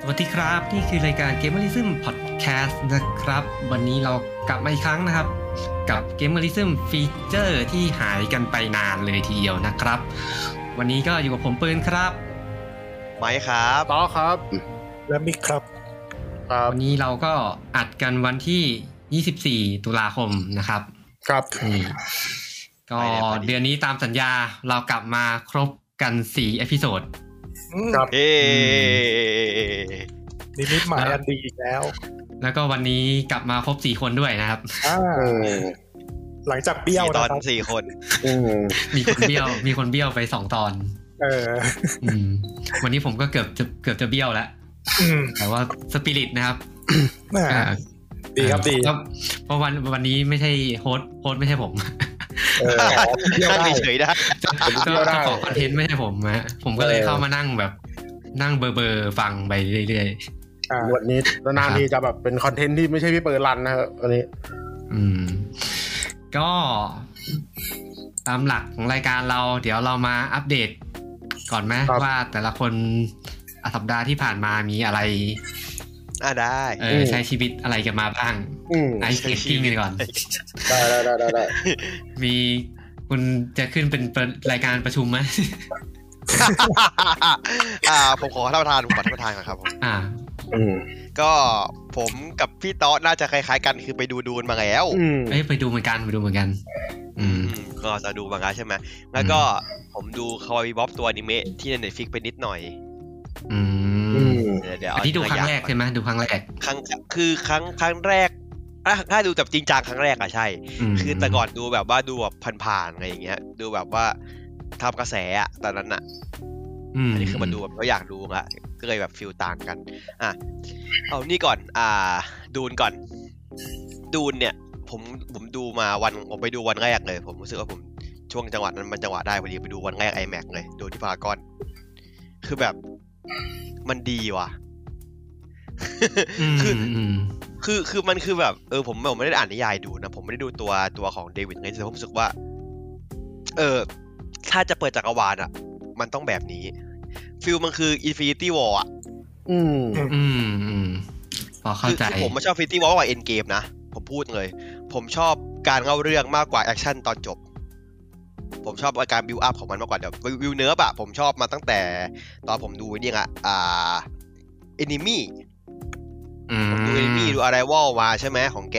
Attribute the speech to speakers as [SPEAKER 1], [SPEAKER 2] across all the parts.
[SPEAKER 1] สวัสดีครับนี่คือรายการ Gamerism Podcast นะครับ วันนี้เรากลับมาอีกครั้งนะครับ กับ Gamerism ฟีเจอร์ที่หายกันไปนานเลยทีเดียวนะครับ วันนี้ก็อยู่กับผมปืนครับ
[SPEAKER 2] ไม้ครับ
[SPEAKER 3] ต่อครับ
[SPEAKER 4] และมิกครับ
[SPEAKER 3] ครับ
[SPEAKER 1] วันนี้เราก็อัดกันวันที่ 24 ตุลาคมนะครับ
[SPEAKER 3] ครับ
[SPEAKER 1] นี่ก็เดือนนี้ตามสัญญาเรากลับมาครบกัน 4 เอพิโซด
[SPEAKER 3] ครับ
[SPEAKER 2] เฮ้
[SPEAKER 4] นิมิตหมาย
[SPEAKER 1] แล้ว
[SPEAKER 4] อันดีอีกแล้ว
[SPEAKER 1] แล้วก็วันนี้กลับมาครบ 4 คนด้วยนะครับ
[SPEAKER 4] อ่า
[SPEAKER 5] อืม
[SPEAKER 4] หลังจากเบี้ยว
[SPEAKER 2] มีต
[SPEAKER 4] นะ
[SPEAKER 2] อน
[SPEAKER 4] ครับ
[SPEAKER 2] สี่คน
[SPEAKER 5] อืม
[SPEAKER 1] มีคนเบี้ยวมีคนเบี้ยวไป 2 ตอน
[SPEAKER 4] เออ
[SPEAKER 1] อืมวันนี้ผมก็เกือบจะเกือบจะเบี้ยวแล้ว
[SPEAKER 4] อืม
[SPEAKER 1] แต่ว่าสปิริตนะครับ
[SPEAKER 4] น่า
[SPEAKER 1] อ่า
[SPEAKER 4] ดีครับดี
[SPEAKER 1] แล้วเพราะวันวันนี้ไม่ใช่โฮสต์โฮสต์ไม่ใช่ผม
[SPEAKER 4] เอออ๋อเบี้ยว
[SPEAKER 2] นั่ง
[SPEAKER 4] ได้
[SPEAKER 2] เฉยๆได้
[SPEAKER 1] เจ้า
[SPEAKER 4] เที่ยวได้
[SPEAKER 1] เจ้าของคอนเทนต์ไม่ใช่ผมฮะผมก็เลยเข้ามานั่งแบบนั่งเบอร์เบอร์ฟังไปเรื่อย
[SPEAKER 4] อ่า
[SPEAKER 5] วันนี้นานๆทีจะแบบเป็นคอนเทนต์ที่ไม่ใช่พี่เปิดรันนะครับอันนี้
[SPEAKER 1] ๆอืม ก็ ตามหลักของรายการเรา เดี๋ยวเรามาอัปเดต ก่อนไหม
[SPEAKER 5] ครับ
[SPEAKER 1] ว่าแต่ละคนอ่ะสัปดาห์ที่ผ่านมามีอะไร
[SPEAKER 2] อ่ะได้
[SPEAKER 1] เออใช้ชีวิตอะไรกันมาบ้าง
[SPEAKER 5] อืม
[SPEAKER 1] ไอซ์เก็ตติ้งกันก่อน
[SPEAKER 5] ได้ได้ได้ได้ได้
[SPEAKER 1] มีคุณจะขึ้นเป็นประรายการประชุม ไหม
[SPEAKER 2] อ่าผมขอท่านประธานผมขอท่านประธานก่อนครับผม
[SPEAKER 1] อ่า
[SPEAKER 5] อืม
[SPEAKER 2] ก็ผมกับพี่ต๊อน่าจะคล้ายๆกันคือไปดูดูนมาแล้ว
[SPEAKER 5] อืม
[SPEAKER 1] เอ้ยไปดูเหมือนกันไปดูเหมือนกัน อืม
[SPEAKER 2] อืมก็จะดูบางาใช่ไหม แล้วก็ผมดูคาวา i บ๊อบตัวอนิเมะที่ในเน็ตฟิกไปนิดหน่อย
[SPEAKER 1] อื
[SPEAKER 5] อื
[SPEAKER 1] ม
[SPEAKER 5] ม
[SPEAKER 2] เดี๋ยวเดี๋ยว
[SPEAKER 1] อัน
[SPEAKER 2] เอา
[SPEAKER 1] นี้ดูครั้งแรก
[SPEAKER 2] ทีละอย่า
[SPEAKER 1] ใช่ไหมดูครั้งแรก
[SPEAKER 2] ครั้งคือครั้งครั้งแรกอ่ะถ้าดูแบบจริงจังครั้งแรกอะใช่
[SPEAKER 1] ม
[SPEAKER 2] คือแต่ก่อนดูแบบว่าดูแบบผ่านๆอะไรอย่างเงี้ย ดูแบบว่าทำกระแสอะตอนนั้นอะ
[SPEAKER 1] ม
[SPEAKER 2] อันนี้คือมาดูแบบเราอยากดูละก็เลยแบบฟิลต่างกัน อ่ะ เอานี่ก่อน อ่า ดูนก่อน ดูนเนี่ย ผมผมดูมาวันผมไปดูวันแรกเลย ผมรู้สึกว่าผมช่วงจังหวะนั้นมันจังหวะได้พอดีไปดูวันแรก iMac เลยดูที่พารากอนคือแบบมันดีว่ะ
[SPEAKER 1] อืม
[SPEAKER 2] คือ
[SPEAKER 1] อืม
[SPEAKER 2] คือคือมันคือแบบเออผมผมไม่ได้อ่านนิยายดูนะ ผมไม่ได้ดูตัวตัวของเดวิดไงแต่ผมรู้สึกว่า เออถ้าจะเปิดจักรวาลอ่ะ มันต้องแบบนี้ฟิลมันคือ Infinity War อ่ะ
[SPEAKER 5] อืม
[SPEAKER 1] อืมอืมพอเข้า
[SPEAKER 2] คือ
[SPEAKER 1] ใจ
[SPEAKER 2] คือผมไม่ชอบฟิตี้วอลกว่าเอ็นเกมนะ ผมพูดเลย ผมชอบการเล่าเรื่องมากกว่าแอคชั่นตอนจบ ผมชอบการบิวอัพของมันมากกว่าเดี๋ยววิวเนื้อปะผมชอบมาตั้งแต่ตอนผมดูนี่ไงอะอ่าเอนมี่
[SPEAKER 1] อืม
[SPEAKER 2] ผมดูเอนมี่ดูอะไรวอลมาใช่ไหมของแก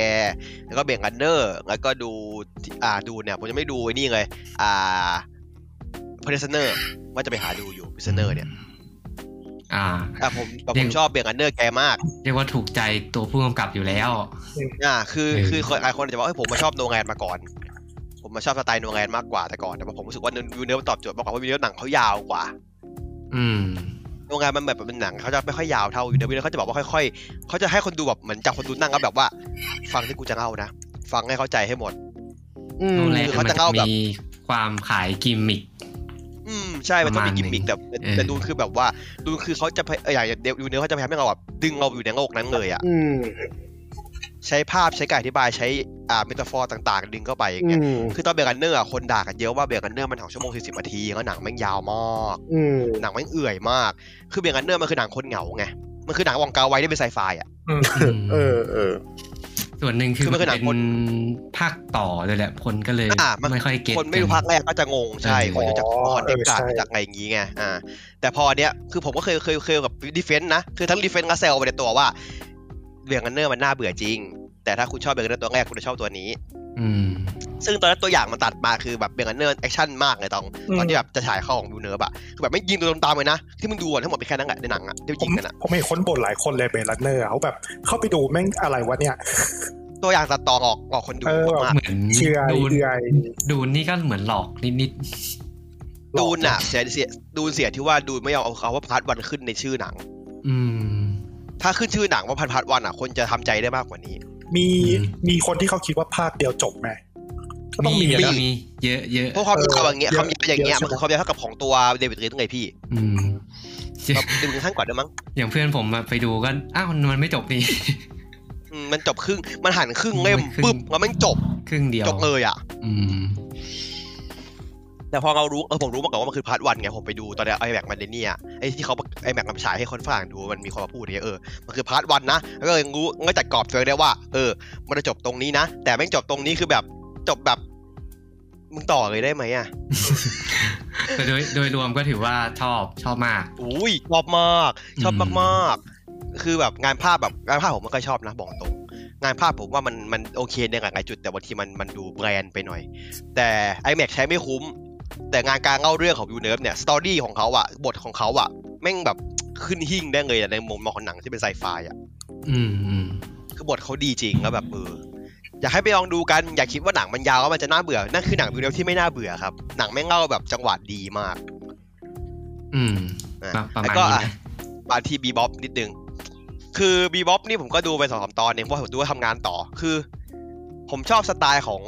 [SPEAKER 2] แล้วก็เบ่งกันเนอร์แล้วก็ดูที่อ่าดูเนี่ยผมจะไม่ดูไอ้นี่เลยอ่าพ r เ s เนอร์ว่าจะไปหาดูอยู่พ r เ s เนอร์เนี่ย
[SPEAKER 1] อ่า
[SPEAKER 2] แต่ผมแต่
[SPEAKER 1] เดี๋
[SPEAKER 2] ผ
[SPEAKER 1] ย
[SPEAKER 2] ม
[SPEAKER 1] ว
[SPEAKER 2] ชอบเบ่งกันเนอร์แกมาก
[SPEAKER 1] เรียกว่าถูกใจตัวผู้กำกับอยู่แล้ว
[SPEAKER 2] อ่าคือ
[SPEAKER 1] เออ
[SPEAKER 2] คือคนหลายคนอาจจะบอกเฮ้ยผมมาชอบโนแกนมาก่อน ผมมาชอบสไตล์โนแกนมากกว่าแต่ก่อนแต่ว่าผมรู้สึกว่าวิวเนื้อมันตอบโจทย์มากกว่าเพราะวิวเนื้อหนังเขายาวกว่า
[SPEAKER 1] อืม
[SPEAKER 2] โนแกนมันแบบเป็นหนังเขาจะไม่ค่อยยาวเท่าวิวเนื้อวิวเนื้อเขาจะบอกว่าค่อยๆเขาจะให้คนดูแบบเหมือนจับคนดูนั่งแล้วแบบว่า ฟังที่กูจะเล่านะฟังให้เข้าใจให้หมด
[SPEAKER 5] อืม
[SPEAKER 1] โรงแรม
[SPEAKER 2] คือ
[SPEAKER 1] มั
[SPEAKER 2] เขา
[SPEAKER 1] น
[SPEAKER 2] จะ
[SPEAKER 1] จะ
[SPEAKER 2] เล่าแบบ
[SPEAKER 1] มีความขายกิมมิค
[SPEAKER 2] อืมใช่มันต้อง
[SPEAKER 1] ป
[SPEAKER 2] มี
[SPEAKER 1] ระมาณ
[SPEAKER 2] กิมมิคแต่แต่
[SPEAKER 1] เออ
[SPEAKER 2] แต่ดูคือแบบว่าดูคือเขาจะพยเอ่ออย่างเดวิวเนื้อเขาจะพยายามให้เราแบบดึงเราอยู่ในโลกนั้นเลยอ่ะ
[SPEAKER 5] อืม
[SPEAKER 2] ใช้ภาพใช้การอธิบายใช้อ่าเมตาฟอร์ต่างๆ ดึงเข้าไปอย่าง
[SPEAKER 5] อื
[SPEAKER 2] เงี้ย
[SPEAKER 5] ม
[SPEAKER 2] คือตอนเบรกันเนอร์อะคนด่ากันเยอะว่าเบรกันเนอร์มันหนังชั่วโมงสี่สิบนาทีแล้วหนังแม่งยาวมาก
[SPEAKER 5] อืม
[SPEAKER 2] หนังแม่งเอื่อยมาก คือเบียงกันเนอร์มันคือหนังคนเหงาไง มันคือหนังวองกาไว้ได้เป็นไซไฟอ่ะ
[SPEAKER 1] ม
[SPEAKER 5] เออเออ
[SPEAKER 1] ส่วนหนึ่งคือ
[SPEAKER 2] คือมั
[SPEAKER 1] มัน
[SPEAKER 2] นคือหนั
[SPEAKER 1] เป็
[SPEAKER 2] ง
[SPEAKER 1] น
[SPEAKER 2] คน
[SPEAKER 1] ภาคต่อเลยแหละ คนก็เลย
[SPEAKER 2] อ่ะมัน
[SPEAKER 1] ไม่ค่อยเก็ต
[SPEAKER 2] คนไม่รู้ภาคแรกก็จะงง ใช่ คนจะจากคอนเทนต์การดจากอะไรอย่างงี้ไง อ่า แต่พอเนี้ย คือผมก็เคยเคยเคยกับดิเฟนต์นะ คือทั้งดิเฟนต์กับเซลไปในตัวว่าเบียงกันเนอร์มันน่าเบื่อจริง แต่ถ้าคุณชอบเบียงกันเนอร์ตัวแรกคุณจะชอบตัวนี้
[SPEAKER 1] อืม
[SPEAKER 2] ซึ่งตอนนั้นตัวอย่างมันตัดมาคือแบบเบียงกันเนอร์แอคชั่นมากเลยตอง ตอนที่แบบจะฉายเข้าของดูเนิร์ฟอะคือแบบไม่ยิงตัวตามๆเลยนะ ที่มึงดูอะทั้งหมดเป็นแค่นั้นแหละในหนังอะที่
[SPEAKER 4] ผม
[SPEAKER 2] ยิงกันอะ
[SPEAKER 4] ผมเห็นคนบ่นหลายคนเลยเบรลันเนอร์เขาแบบ เข้าไปดูแม่งอะไรวะเนี่ย
[SPEAKER 2] ตัวอย่างตัดต่อออกออกคนดู
[SPEAKER 4] เออ
[SPEAKER 2] มาก
[SPEAKER 1] เหมือน
[SPEAKER 4] เชื่อ
[SPEAKER 1] ดูน
[SPEAKER 4] เดือย
[SPEAKER 1] ดูนนี่ก็เหมือนหลอกนิดๆ
[SPEAKER 2] ๆดูนอะเสียเสียดูนเสียที่ว่าดูนไม่ยอมเอาคำว่าพาร์ทวันขึ้นในชื่อหนัง
[SPEAKER 1] อืม
[SPEAKER 2] ถ้าขึ้นชื่อหนังว่าพันพัดวันอ่ะ คนจะทำใจได้มากกว่านี้
[SPEAKER 4] มี
[SPEAKER 1] อืม
[SPEAKER 4] มีคนที่เขาคิดว่าภาคเดียวจบไหมก็ต้อง
[SPEAKER 1] มี
[SPEAKER 4] มี
[SPEAKER 1] เยอะ
[SPEAKER 4] นะ
[SPEAKER 1] มีเยอะเยอะ
[SPEAKER 2] เพราะความยาวอย่างเงี้ย
[SPEAKER 4] เออ
[SPEAKER 2] ความยาวอย่างเงี้ย
[SPEAKER 4] เยอะใช่ไหม
[SPEAKER 2] มันคือความยาวเท่ากับของตัวเดวิดลินไงพี่
[SPEAKER 1] อืมเยอะ
[SPEAKER 2] แบบเดวิดลินขั้นกว่าด้วยมั้ง
[SPEAKER 1] อย่างเพื่อนผมอะไปดูก็อ้าวมันไม่จบนี่
[SPEAKER 2] อืมมันจบครึ่งมันหันครึ่งเล่ม
[SPEAKER 1] มันครึ่ง
[SPEAKER 2] ปุ๊บแล้วมันจบ
[SPEAKER 1] ครึ่งเดียว
[SPEAKER 2] จบเลยอ่ะ
[SPEAKER 1] อืม
[SPEAKER 2] แต่พอเรารู้เออผมรู้มาก่อนว่ามันคือพาร์ทวันไงผมไปดูตอนไอแม็กมันในเนี่ยไอที่เขาไอแม็กมันฉายให้คนฝรั่งดูมันมีคนมาพูดอย่างเงี้ยเออมันคือพาร์ทวันนะแล้วก็เลยรู้ก็จัดกรอบตัวเองได้ว่า เออ มันจะจบตรงนี้นะ แต่แม่งจบตรงนี้คือแบบจบแบบมึงต่อเลยได้ไหมอ่ะ
[SPEAKER 1] แต่โดยโดยรวมก็ถือว่าชอบชอบมาก
[SPEAKER 2] อุ้ยชอบมาก ชอบมากๆ คือแบบงานภาพแบบงานภาพผมไม่ค่อยชอบนะบอกตรง งานภาพผมว่ามันมันโอเคในหลายๆจุด แต่บางทีมันมันดูแบรนด์ไปหน่อย แต่ iMac ใช้ไม่คุ้ม แต่งานการเล่าเรื่องของยูเนิร์ฟเนี่ยสตอรี่ของเขาอะบทของเขาอะแม่งแบบขึ้นหิ่งได้เลยอะในมุมมองของหนังที่เป็นไซไฟอะ
[SPEAKER 1] อืมอืม
[SPEAKER 2] คือบทเขาดีจริงแล้วแบบเอออยากให้ไปลองดูกันอย่าคิดว่าหนังมันยาวแล้วมันจะน่าเบื่อนั่นคือหนังยูเนิร์ฟที่ไม่น่าเบื่อครับหนังแม่งเล่าแบบจังหวะดีมาก
[SPEAKER 1] อืม
[SPEAKER 2] อ่ะ
[SPEAKER 1] ประประมาณ
[SPEAKER 2] แล้วก็
[SPEAKER 1] นี้
[SPEAKER 2] อ่ะ
[SPEAKER 1] นะ
[SPEAKER 2] มาที่บีบ๊อบนิดนึง คือบีบ๊อบนี่ผมก็ดูไปสองสามตอนเองเพราะผมดูว่าทำงานต่อ คือ ผมชอบสไตล์ของ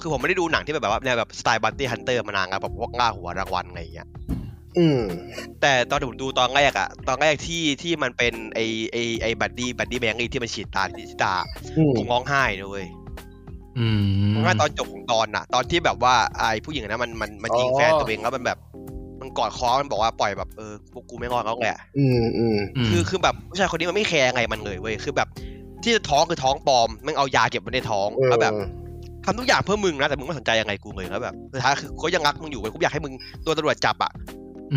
[SPEAKER 2] คือผมไม่ได้ดูหนังที่แบบว่าแนวแบบสไตล์บัตตี้ฮันเตอร์มานานแล้วแบบพวกล่าหัวรางวัลอะไรอย่างเงี้ย
[SPEAKER 5] อืม
[SPEAKER 2] แต่ตอนที่ผมดูตอนแรกอะตอนแรกที่ที่มันเป็นไอไอไอบัดดี้บัดดี้แบงค์ที่มันฉีดตาที่ตา
[SPEAKER 5] อืม
[SPEAKER 2] ผมร้องไห้นะเลย
[SPEAKER 1] อืม
[SPEAKER 2] ร้องไห้ตอนจบของตอนอะตอนที่แบบว่าไอผู้หญิงคนนั้นมันมันมันยิง
[SPEAKER 5] อ๋อ
[SPEAKER 2] แฟนตัวเองแล้วมันแบบ มันกอดคอมันบอกว่าปล่อยแบบเออพวกกูไม่งอนแล้วแหละ
[SPEAKER 5] อืมอืม
[SPEAKER 1] ม
[SPEAKER 2] คือคือแบบผู้ชายคนนี้มันไม่แคร์ไงมันเลยเว้ยคือแบบ ที่ท้องคือท้องปลอมแมันเอายาเก็บไว้ในท้อง
[SPEAKER 5] เออ
[SPEAKER 2] แล้วแบบทำทุกอย่างเพื่อมึงนะแต่มึงไม่สนใจยังไงกูเลยแล้วแบบสุดท้ายคือก็ยังรักมึงอยู่เว้ยกูอยากให้มึงโดนตำรวจจับอ่ะ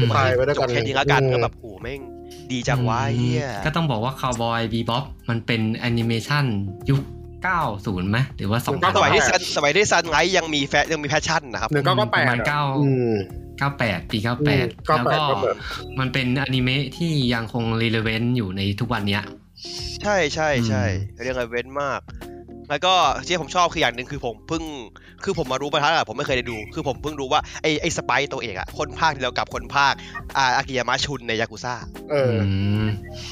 [SPEAKER 1] ม
[SPEAKER 5] ตายไปด้วย
[SPEAKER 2] จ
[SPEAKER 5] กับ น
[SPEAKER 2] แค่นี้แล้วกันก็
[SPEAKER 5] อืม
[SPEAKER 2] แบบโอ้โหแม่งดีจังวะไอ้เฮีย
[SPEAKER 1] ก็ต้องบอกว่าคาวบอยบีบ๊อบมันเป็นแอนิเมชันยุค 90ไหมหรือว่า
[SPEAKER 5] ก็
[SPEAKER 2] สมัย
[SPEAKER 1] 2000
[SPEAKER 2] ที่ซันสมัยที่ซันไลท์ยังมีแฟยังมีแพชชั่นนะครับ
[SPEAKER 5] หนึ่งเก้าเก็แป
[SPEAKER 1] ประ
[SPEAKER 5] ด
[SPEAKER 1] มาณ
[SPEAKER 5] อะ
[SPEAKER 1] เก้า
[SPEAKER 5] อืม
[SPEAKER 1] 98 ปี
[SPEAKER 5] อืม
[SPEAKER 1] 98 แล้วก็
[SPEAKER 5] 98ก็เปิด
[SPEAKER 1] มันเป็นอนิเมะที่ยังคงรีเลเวนต์อยู่ในทุกวันเนี้ย
[SPEAKER 2] ใช่ใช่ใช่
[SPEAKER 1] อื
[SPEAKER 2] เรื่องอะไรเว้นมาก แล้วก็ที่ผมชอบคืออย่างหนึ่งคือผมเพิ่ง คือผมมารู้ปัญหาอะผมไม่เคยได้ดู คือผมเพิ่งรู้ว่าไอไอสไปซ์ตัวเอกอะคนภาคเดียวกับคนภาคอาอากิยามะชุนในยากุซ่า
[SPEAKER 5] เอออ
[SPEAKER 1] ม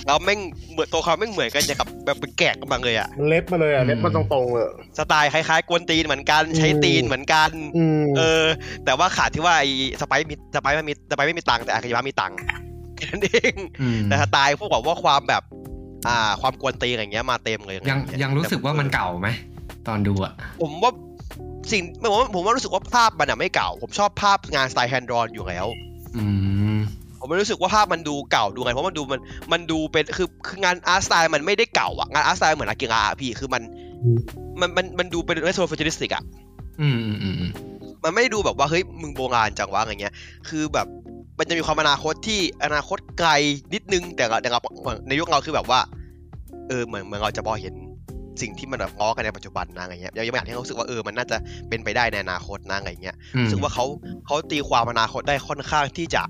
[SPEAKER 2] แล้วแม่งเหมือนตัวเขาแม่งเหมือนกันอย่างกับแบบเป็นแกะกันมาเลยอะ
[SPEAKER 5] มันเล็บมาเลยอ่ะ
[SPEAKER 1] อืม
[SPEAKER 5] เล็บมันตรงๆเลย
[SPEAKER 2] สไตล์คล้ายๆ กวนตีนเหมือนกันใช้
[SPEAKER 5] อืม
[SPEAKER 2] ตีนเหมือนกัน
[SPEAKER 5] อืม
[SPEAKER 2] เออ แต่ว่าขาดที่ว่าไอ้สไปซ์มีสไปซ์ไม่มีสไปซ์ไม่มีตังค์แต่อาคยามะมีตังค์แค่นั้นเอง
[SPEAKER 1] อืม
[SPEAKER 2] แต่สไตล์พวกแบบว่าความแบบ อ่า ความกวนตีนอะไรเงี้ยมาเต็มเลยอะไร
[SPEAKER 1] ยัง
[SPEAKER 2] เ
[SPEAKER 1] ยังรู้สึกว่ามันเก่าไหม ตอนดูอ่ะ
[SPEAKER 2] ผมว่าสิ่งผมว่าผมว่ารู้สึกว่าภาพมันอะไม่เก่า ผมชอบภาพงานสไตล์แฮนด์รอนอยู่แล้ว
[SPEAKER 1] อืม
[SPEAKER 2] ผมไม่รู้สึกว่าภาพมันดูเก่าดูไงเพราะมันดูมันมันดูเป็นคือคืองานอาร์ตสไตล์มันไม่ได้เก่าอะงานอาร์ตสไตล์เหมือนอากิระอะพี่คือมัน
[SPEAKER 5] อืม
[SPEAKER 2] มันมันมันดูเป็นเรโทรฟิวเจอริสติกอะ
[SPEAKER 1] อืมอืมอืมอืม
[SPEAKER 2] มันไม่ได้ดูแบบว่าเฮ้ยมึงโบราณจังวะอะไรเงี้ย คือแบบมันจะมีความอนาคตที่อนาคตไกลนิดนึงแต่เราแต่เราในยุคเราคือแบบว่าเออเหมือนเหมือนเราจะพอเห็นสิ่งที่มันแบบง้อกันในปัจจุบันนะอะไรเงี้ยยังไม่อยากให้เขารู้สึกว่าเออมันน่าจะเป็นไปได้ในอนาคตนะอะไรเงี้ย
[SPEAKER 1] อืม
[SPEAKER 2] รู้สึกว่าเขาเขาตีความอนาคตได้ค่อนข้างที่จะ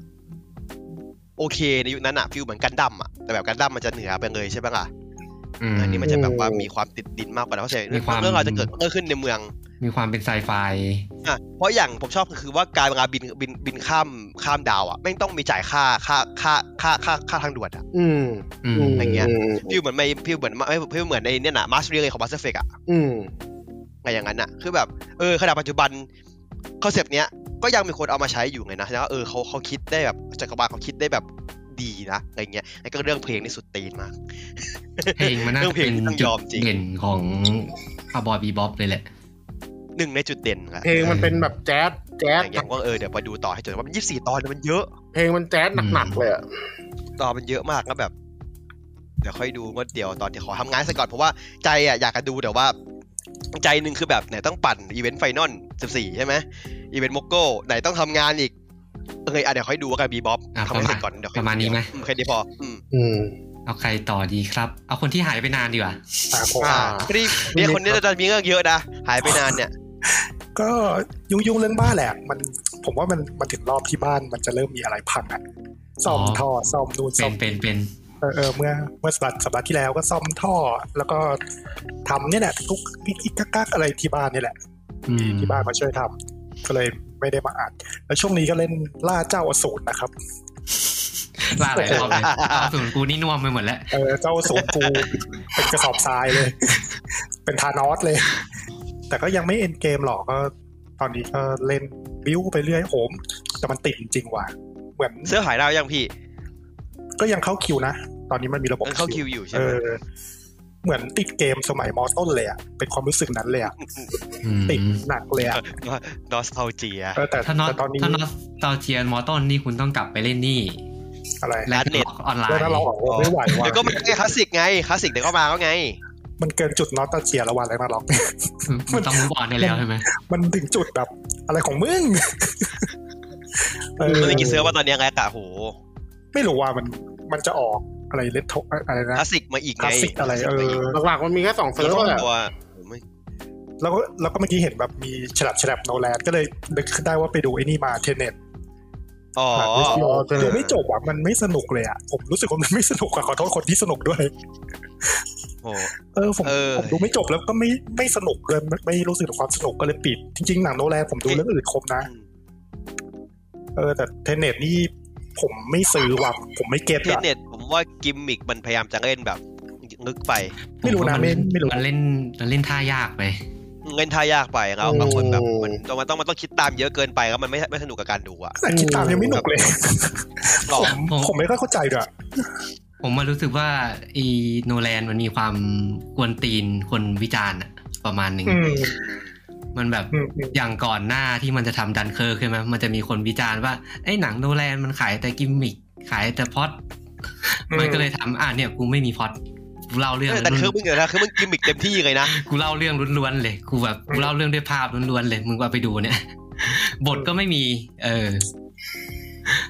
[SPEAKER 2] โอเคในยุคนั้นอะฟิลเหมือนกันดั้มอะแต่แบบกันดั้มมันจะเหนือไปเลยใช่ปะล่ะอันนี้มันจะแบบว่ามีความติดดินมากกว่านะเพราะฉะนั้น
[SPEAKER 1] มีความ
[SPEAKER 2] เรื่องเราวจะเกิดเรื่องขึ้นในเมือง
[SPEAKER 1] มีความเป็นไซไฟ
[SPEAKER 2] อ่ะเพราะอย่างผมชอบก็คือว่าการเวลาบินบินบินข้ามข้ามดาวอะไม่งต้องมีจ่ายค่าค่าค่าค่าค่าค่าทางด่วนอะ
[SPEAKER 5] อืม
[SPEAKER 1] อืม
[SPEAKER 5] ม
[SPEAKER 2] อย่างเงี้ย
[SPEAKER 5] ม
[SPEAKER 2] ฟิลเหมือนไม่ฟิลเหมือนไม่ฟิลเหมือนในเนี่ยนะมาสเรียของมาสเฟกอะ
[SPEAKER 5] อืม
[SPEAKER 2] อะไรอย่างนั้นน่ะ คือแบบ เออขณะปัจจุบันคอนเซปต์เนี้ย ก็ยังมีคนเอามาใช้อยู่ไงนะแล้วาเออเขาเขาคิดได้แบบจักรวาลเขาคิดได้แบบดีนะอะไรเงี้ยแล้วก็เรื่องเพลงนี่สุดตีนมาก
[SPEAKER 1] เพลงมันน่าจะเป็น
[SPEAKER 2] เรื่องเพลงต้อง
[SPEAKER 1] จุ
[SPEAKER 2] ย
[SPEAKER 1] ด
[SPEAKER 2] อมจริง
[SPEAKER 1] เด่นของคาวบอยบีบ๊อบเลยแหละ
[SPEAKER 2] หนึ่งในจุดเด่นอะ
[SPEAKER 5] เพลงมันเป็นแบบแจ๊ส แจ๊
[SPEAKER 2] อ
[SPEAKER 5] ส
[SPEAKER 2] ย่างเงี้ยว่าเออเดี๋ยวไปดูต่อให้จนว่ามันยี่สี่ตอนนะมันเยอะ
[SPEAKER 5] เพลงมันแจ๊สหนักๆเลยอ่ะ
[SPEAKER 2] ตอนมันเยอะมากแล้วแบบ เดี๋ยวค่อยดูงวดเดียวตอนที่ขอทำงานซะก่อนเพราะว่าใจอ่ะอยากจะดูแต่ว่า ใจหนึ่งคือแบบไหนต้องปั่นอีเวนต์ไฟนอล14 ใช่ไหมอีเวนต์มกโก้ไหนต้องทำงานอีกเอออ่ะเดี๋ยวค่อยดูว่ากันบีบ๊อบ
[SPEAKER 1] อ่ะ
[SPEAKER 2] ทำให้เสร็จก่อนเดี๋ยวค่อย
[SPEAKER 1] ประมาณนี้ไหม
[SPEAKER 2] อืแค่นี้พออืม
[SPEAKER 5] อืม
[SPEAKER 1] เอาใครต่อดีครับ เอาคนที่หายไปนานดีกว่า
[SPEAKER 4] ตาผม
[SPEAKER 5] อ่า
[SPEAKER 2] รีบเนี่ยคนนี้จะมีเรื่องเยอะนะหายไปนานเนี่ย
[SPEAKER 4] ก็ยุ่งๆเรื่องบ้านแหละ มันผมว่ามันมันถึงรอบที่บ้านมันจะเริ่มมีอะไรพังอ่ะซ่อม
[SPEAKER 1] อ๋อ
[SPEAKER 4] ท่อซ่อมนู่น
[SPEAKER 1] เป็
[SPEAKER 4] ซ่อน ม
[SPEAKER 1] เป็นเป็น
[SPEAKER 4] เออเออเมื่อเมื่อสัปดาห์สัปดาห์ที่แล้วก็ซ่อมท่อ แล้วก็ทำเนี่ยแหละทุกกิ๊กกิ๊กกักกักอะไรที่บ้านเนี่ยแหละ
[SPEAKER 1] อืม
[SPEAKER 4] ที่บ้านมาช่วยทำก็เลยไม่ได้มาอัดแล้วช่วงนี้ก็เล่นล่าเจ้าอสูรนะครับ
[SPEAKER 1] ลาหลายร อบเลยล่าสุดกูนี่น่วมไปหมดแล้ว
[SPEAKER 4] เออเจ้าสูง กู เป็นกระสอบทรายเลย เป็นทานอสเลย แต่ก็ยังไม่เอ็นเกมหรอกก็ ตอนนี้ก็เล่นบิ้วไปเรื่อยโหม แต่มันติดจริงว่ะเหมือน
[SPEAKER 2] เสื้อหายดาวยังพี่
[SPEAKER 4] ก็ยังเข้าคิวนะ ตอนนี้มันมีระบบ
[SPEAKER 2] มันเข้าคิวอยู่ใช่
[SPEAKER 4] เอ
[SPEAKER 2] ไหม
[SPEAKER 4] อ เหมือนติดเกมสมัยมอต้นเลยอะเป็นความรู้สึกนั้นเลยอะ
[SPEAKER 1] อืม
[SPEAKER 4] ติดหนักเลยอะ
[SPEAKER 2] นอสเทาเจีย
[SPEAKER 4] เออแต่
[SPEAKER 1] ถ้านอต
[SPEAKER 4] แต่ตอนนี้
[SPEAKER 1] ถ้านอตตอเชียนมอต้นนี่คุณต้องกลับไปเล่นนี่
[SPEAKER 4] อะไร
[SPEAKER 1] แล
[SPEAKER 2] ร้าน
[SPEAKER 1] ก
[SPEAKER 2] เน็ต
[SPEAKER 1] ออนไล
[SPEAKER 4] แล้ว
[SPEAKER 1] น์
[SPEAKER 4] ถ้าเราออกโอ้ไม่ไหวว่ะ
[SPEAKER 2] เดี๋ยวก็มาไงคลาสสิกไงคลาสสิกเดี๋ยวก็มาแล้วไง
[SPEAKER 4] มันเกินจุดนอตตาเชียระหวันอะไรมาหรอก
[SPEAKER 1] มันต้องมูฟออนได้แล้วใช่ไหม
[SPEAKER 4] มันถึงจุดแบบ อะไรของมึง เออ
[SPEAKER 2] มันมีกี่เซิร์ฟว่าตอนเนี้ยแรกอะโห
[SPEAKER 4] ไม่รู้ว่ามันมันจะออกอะไรเลทโทอะไรนะ
[SPEAKER 2] คลาสสิกมาอีก
[SPEAKER 4] ค
[SPEAKER 2] ไง
[SPEAKER 4] ลาสสิกอะไรเออ
[SPEAKER 5] หลักๆมันมีแค่สองเซิ
[SPEAKER 2] แล้
[SPEAKER 5] ร์
[SPEAKER 2] ว
[SPEAKER 5] ฟ
[SPEAKER 2] ก็
[SPEAKER 5] แหละ
[SPEAKER 2] ตัวผมไม่
[SPEAKER 4] แล้วก็แล้วก็เมื่อกี้เห็นแบบมีฉลับฉลับโนแลนก็เลยนึกขึ้นได้ว่าไปดูไอ้นี่มาเทเน็ต
[SPEAKER 2] อ๋อ
[SPEAKER 4] ดูไม่จบอ่ะมันไม่สนุกเลยอ่ะผมรู้สึกว่ามันไม่สนุกอ่ะขอโทษคนที่สนุกด้วย
[SPEAKER 2] โห
[SPEAKER 4] เออผม
[SPEAKER 2] เออ
[SPEAKER 4] ผมดูไม่จบแล้วก็ไม่ไม่สนุกเลยไม่ไม่รู้สึกถึงความสนุกก็เลยปิด จริงๆหนังโนแลนผมดูเรื่องอื่นครบนะเออแต่เทเน็ตนี่ผมไม่ซื้อว่ะผมไม่เก็ต
[SPEAKER 2] เทน
[SPEAKER 4] อ่ะ
[SPEAKER 2] เน็ตผมว่ากิมมิกมันพยายามจะเล่นแบบลึกไป
[SPEAKER 4] ไม่รู้นะไม่ไม่รู้
[SPEAKER 1] มันเล่นมันเล่นท่ายากไป
[SPEAKER 2] เล่นท่ายากไปแล้วบางคนแบบมันต้องมันต้องมันต้องคิดตามเยอะเกินไปแล้วมันไม่ไม่สนุกกับการดูอะ
[SPEAKER 4] แต่คิดตามยังไม่หนุกเลย
[SPEAKER 2] หรอ
[SPEAKER 4] ผม ผมไม่ค่อยเข้าใจด้วย
[SPEAKER 1] ผมมารู้สึกว่าอีโนแลนมันมีความกวนตีนคนวิจารณ์อะประมาณหนึ่ง
[SPEAKER 4] อืม
[SPEAKER 1] มันแบบ
[SPEAKER 4] อืมอืม
[SPEAKER 1] อย่างก่อนหน้าที่มันจะทำดันเคิร์กใช่ไหมมันจะมีคนวิจารณ์ว่าไอ้หนังโนแลนมันขายแต่กิมมิคขายแต่พล็อดมันก็เลยทำอ่ะเนี่ยกูไม่มีพล็อดกูเล่าเรื่อง
[SPEAKER 2] แต่คือ
[SPEAKER 1] ล้วน
[SPEAKER 2] มึงเดี๋ยวนะคือมึงกิมมิกเต็มที่เลยนะ
[SPEAKER 1] ๆกูเล่าเรื่องล้วนๆเลยกูแบบกูเล่าเรื่องด้วยภาพล้วนๆเลยมึงว่าไปดูเนี่ย บทก็ไม่มี เออ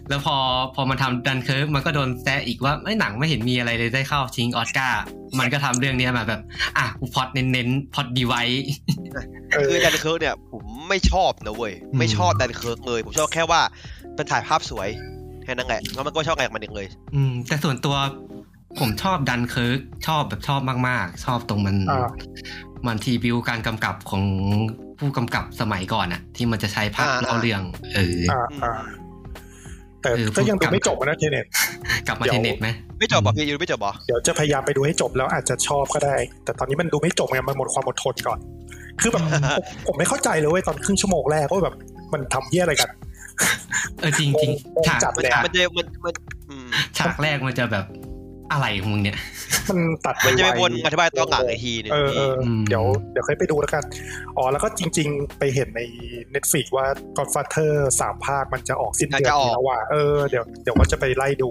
[SPEAKER 1] แล้วพอพอมันทำดันเคิร์กมันก็โดนแซะอีกว่าไอ้ยหนังไม่เห็นมีอะไรเลยได้เข้าชิงออสการ์มันก็ทำเรื่องเนี้ยมาแบบ อ่ะกูพล็อดเน้นๆพล็อดดีไว
[SPEAKER 4] เออ
[SPEAKER 2] คือดันเคิร์กเนี่ยผมไม่ชอบนะเว้ย
[SPEAKER 1] อืม
[SPEAKER 2] ไม่ชอบดันเคิร์กเลยผมชอบแค่ว่ามันถ่ายภาพสวยแค่นั้นแหละแล้วมันก็ชอบอะไรของมันเองเลย
[SPEAKER 1] อืมแต่ส่วนตัวผมชอบดันเคิร์กชอบแบบชอบมาก ๆ ชอบตรงมัน
[SPEAKER 4] อ่า
[SPEAKER 1] มันทีบิวการกำกับของผู้กำกับสมัยก่อนอะที่มันจะใช้ภาพ
[SPEAKER 2] อ่า
[SPEAKER 1] เล่าเรื่องเออ
[SPEAKER 4] อ่าอ่าแต่
[SPEAKER 1] เออ
[SPEAKER 4] ก็ยังดูไม่จบนะเทเน็ต
[SPEAKER 1] กลับมา
[SPEAKER 4] เดี๋
[SPEAKER 1] เท
[SPEAKER 4] ยว
[SPEAKER 1] เน็ตไหม
[SPEAKER 2] ไม่จบบอกพี่ยูไม่จบบอก
[SPEAKER 4] เดี๋ยวจะพยายามไปดูให้จบแล้วอาจจะชอบก็ได้ แต่ตอนนี้มันดูไม่จบไงมันหมดความอดทนก่อน คือ แบบผมผมไม่เข้าใจเลยเว้ยตอนครึ่งชั่วโมงแรกว่าแบบมันทำเหี้ยอะไรกัน
[SPEAKER 1] เออจริงจริง
[SPEAKER 4] โอ้โห
[SPEAKER 1] ฉาก
[SPEAKER 4] จัด
[SPEAKER 2] มัน
[SPEAKER 4] แหละ
[SPEAKER 2] มันจะมันมันอืม
[SPEAKER 1] ฉากแรกมันจะแบบอะไรของมึงเนี่ย
[SPEAKER 4] มันตัด
[SPEAKER 2] มันจะไป
[SPEAKER 4] ๆ
[SPEAKER 2] วนอธิบายตอนหลังอีกทีหนึง
[SPEAKER 4] เออเอออ
[SPEAKER 1] ม
[SPEAKER 4] เดี๋ยวเดี๋ยวเคยไปดูแล้วกัน อ๋อแล้วก็จริง ๆ ไปเห็นใน Netflix ว่า Godfather สามภาคมันจะออกสิ้นเดือนนี้แล้วว่ะเออเดี๋ยวเดี๋ยวว่าจะไปไล่ดู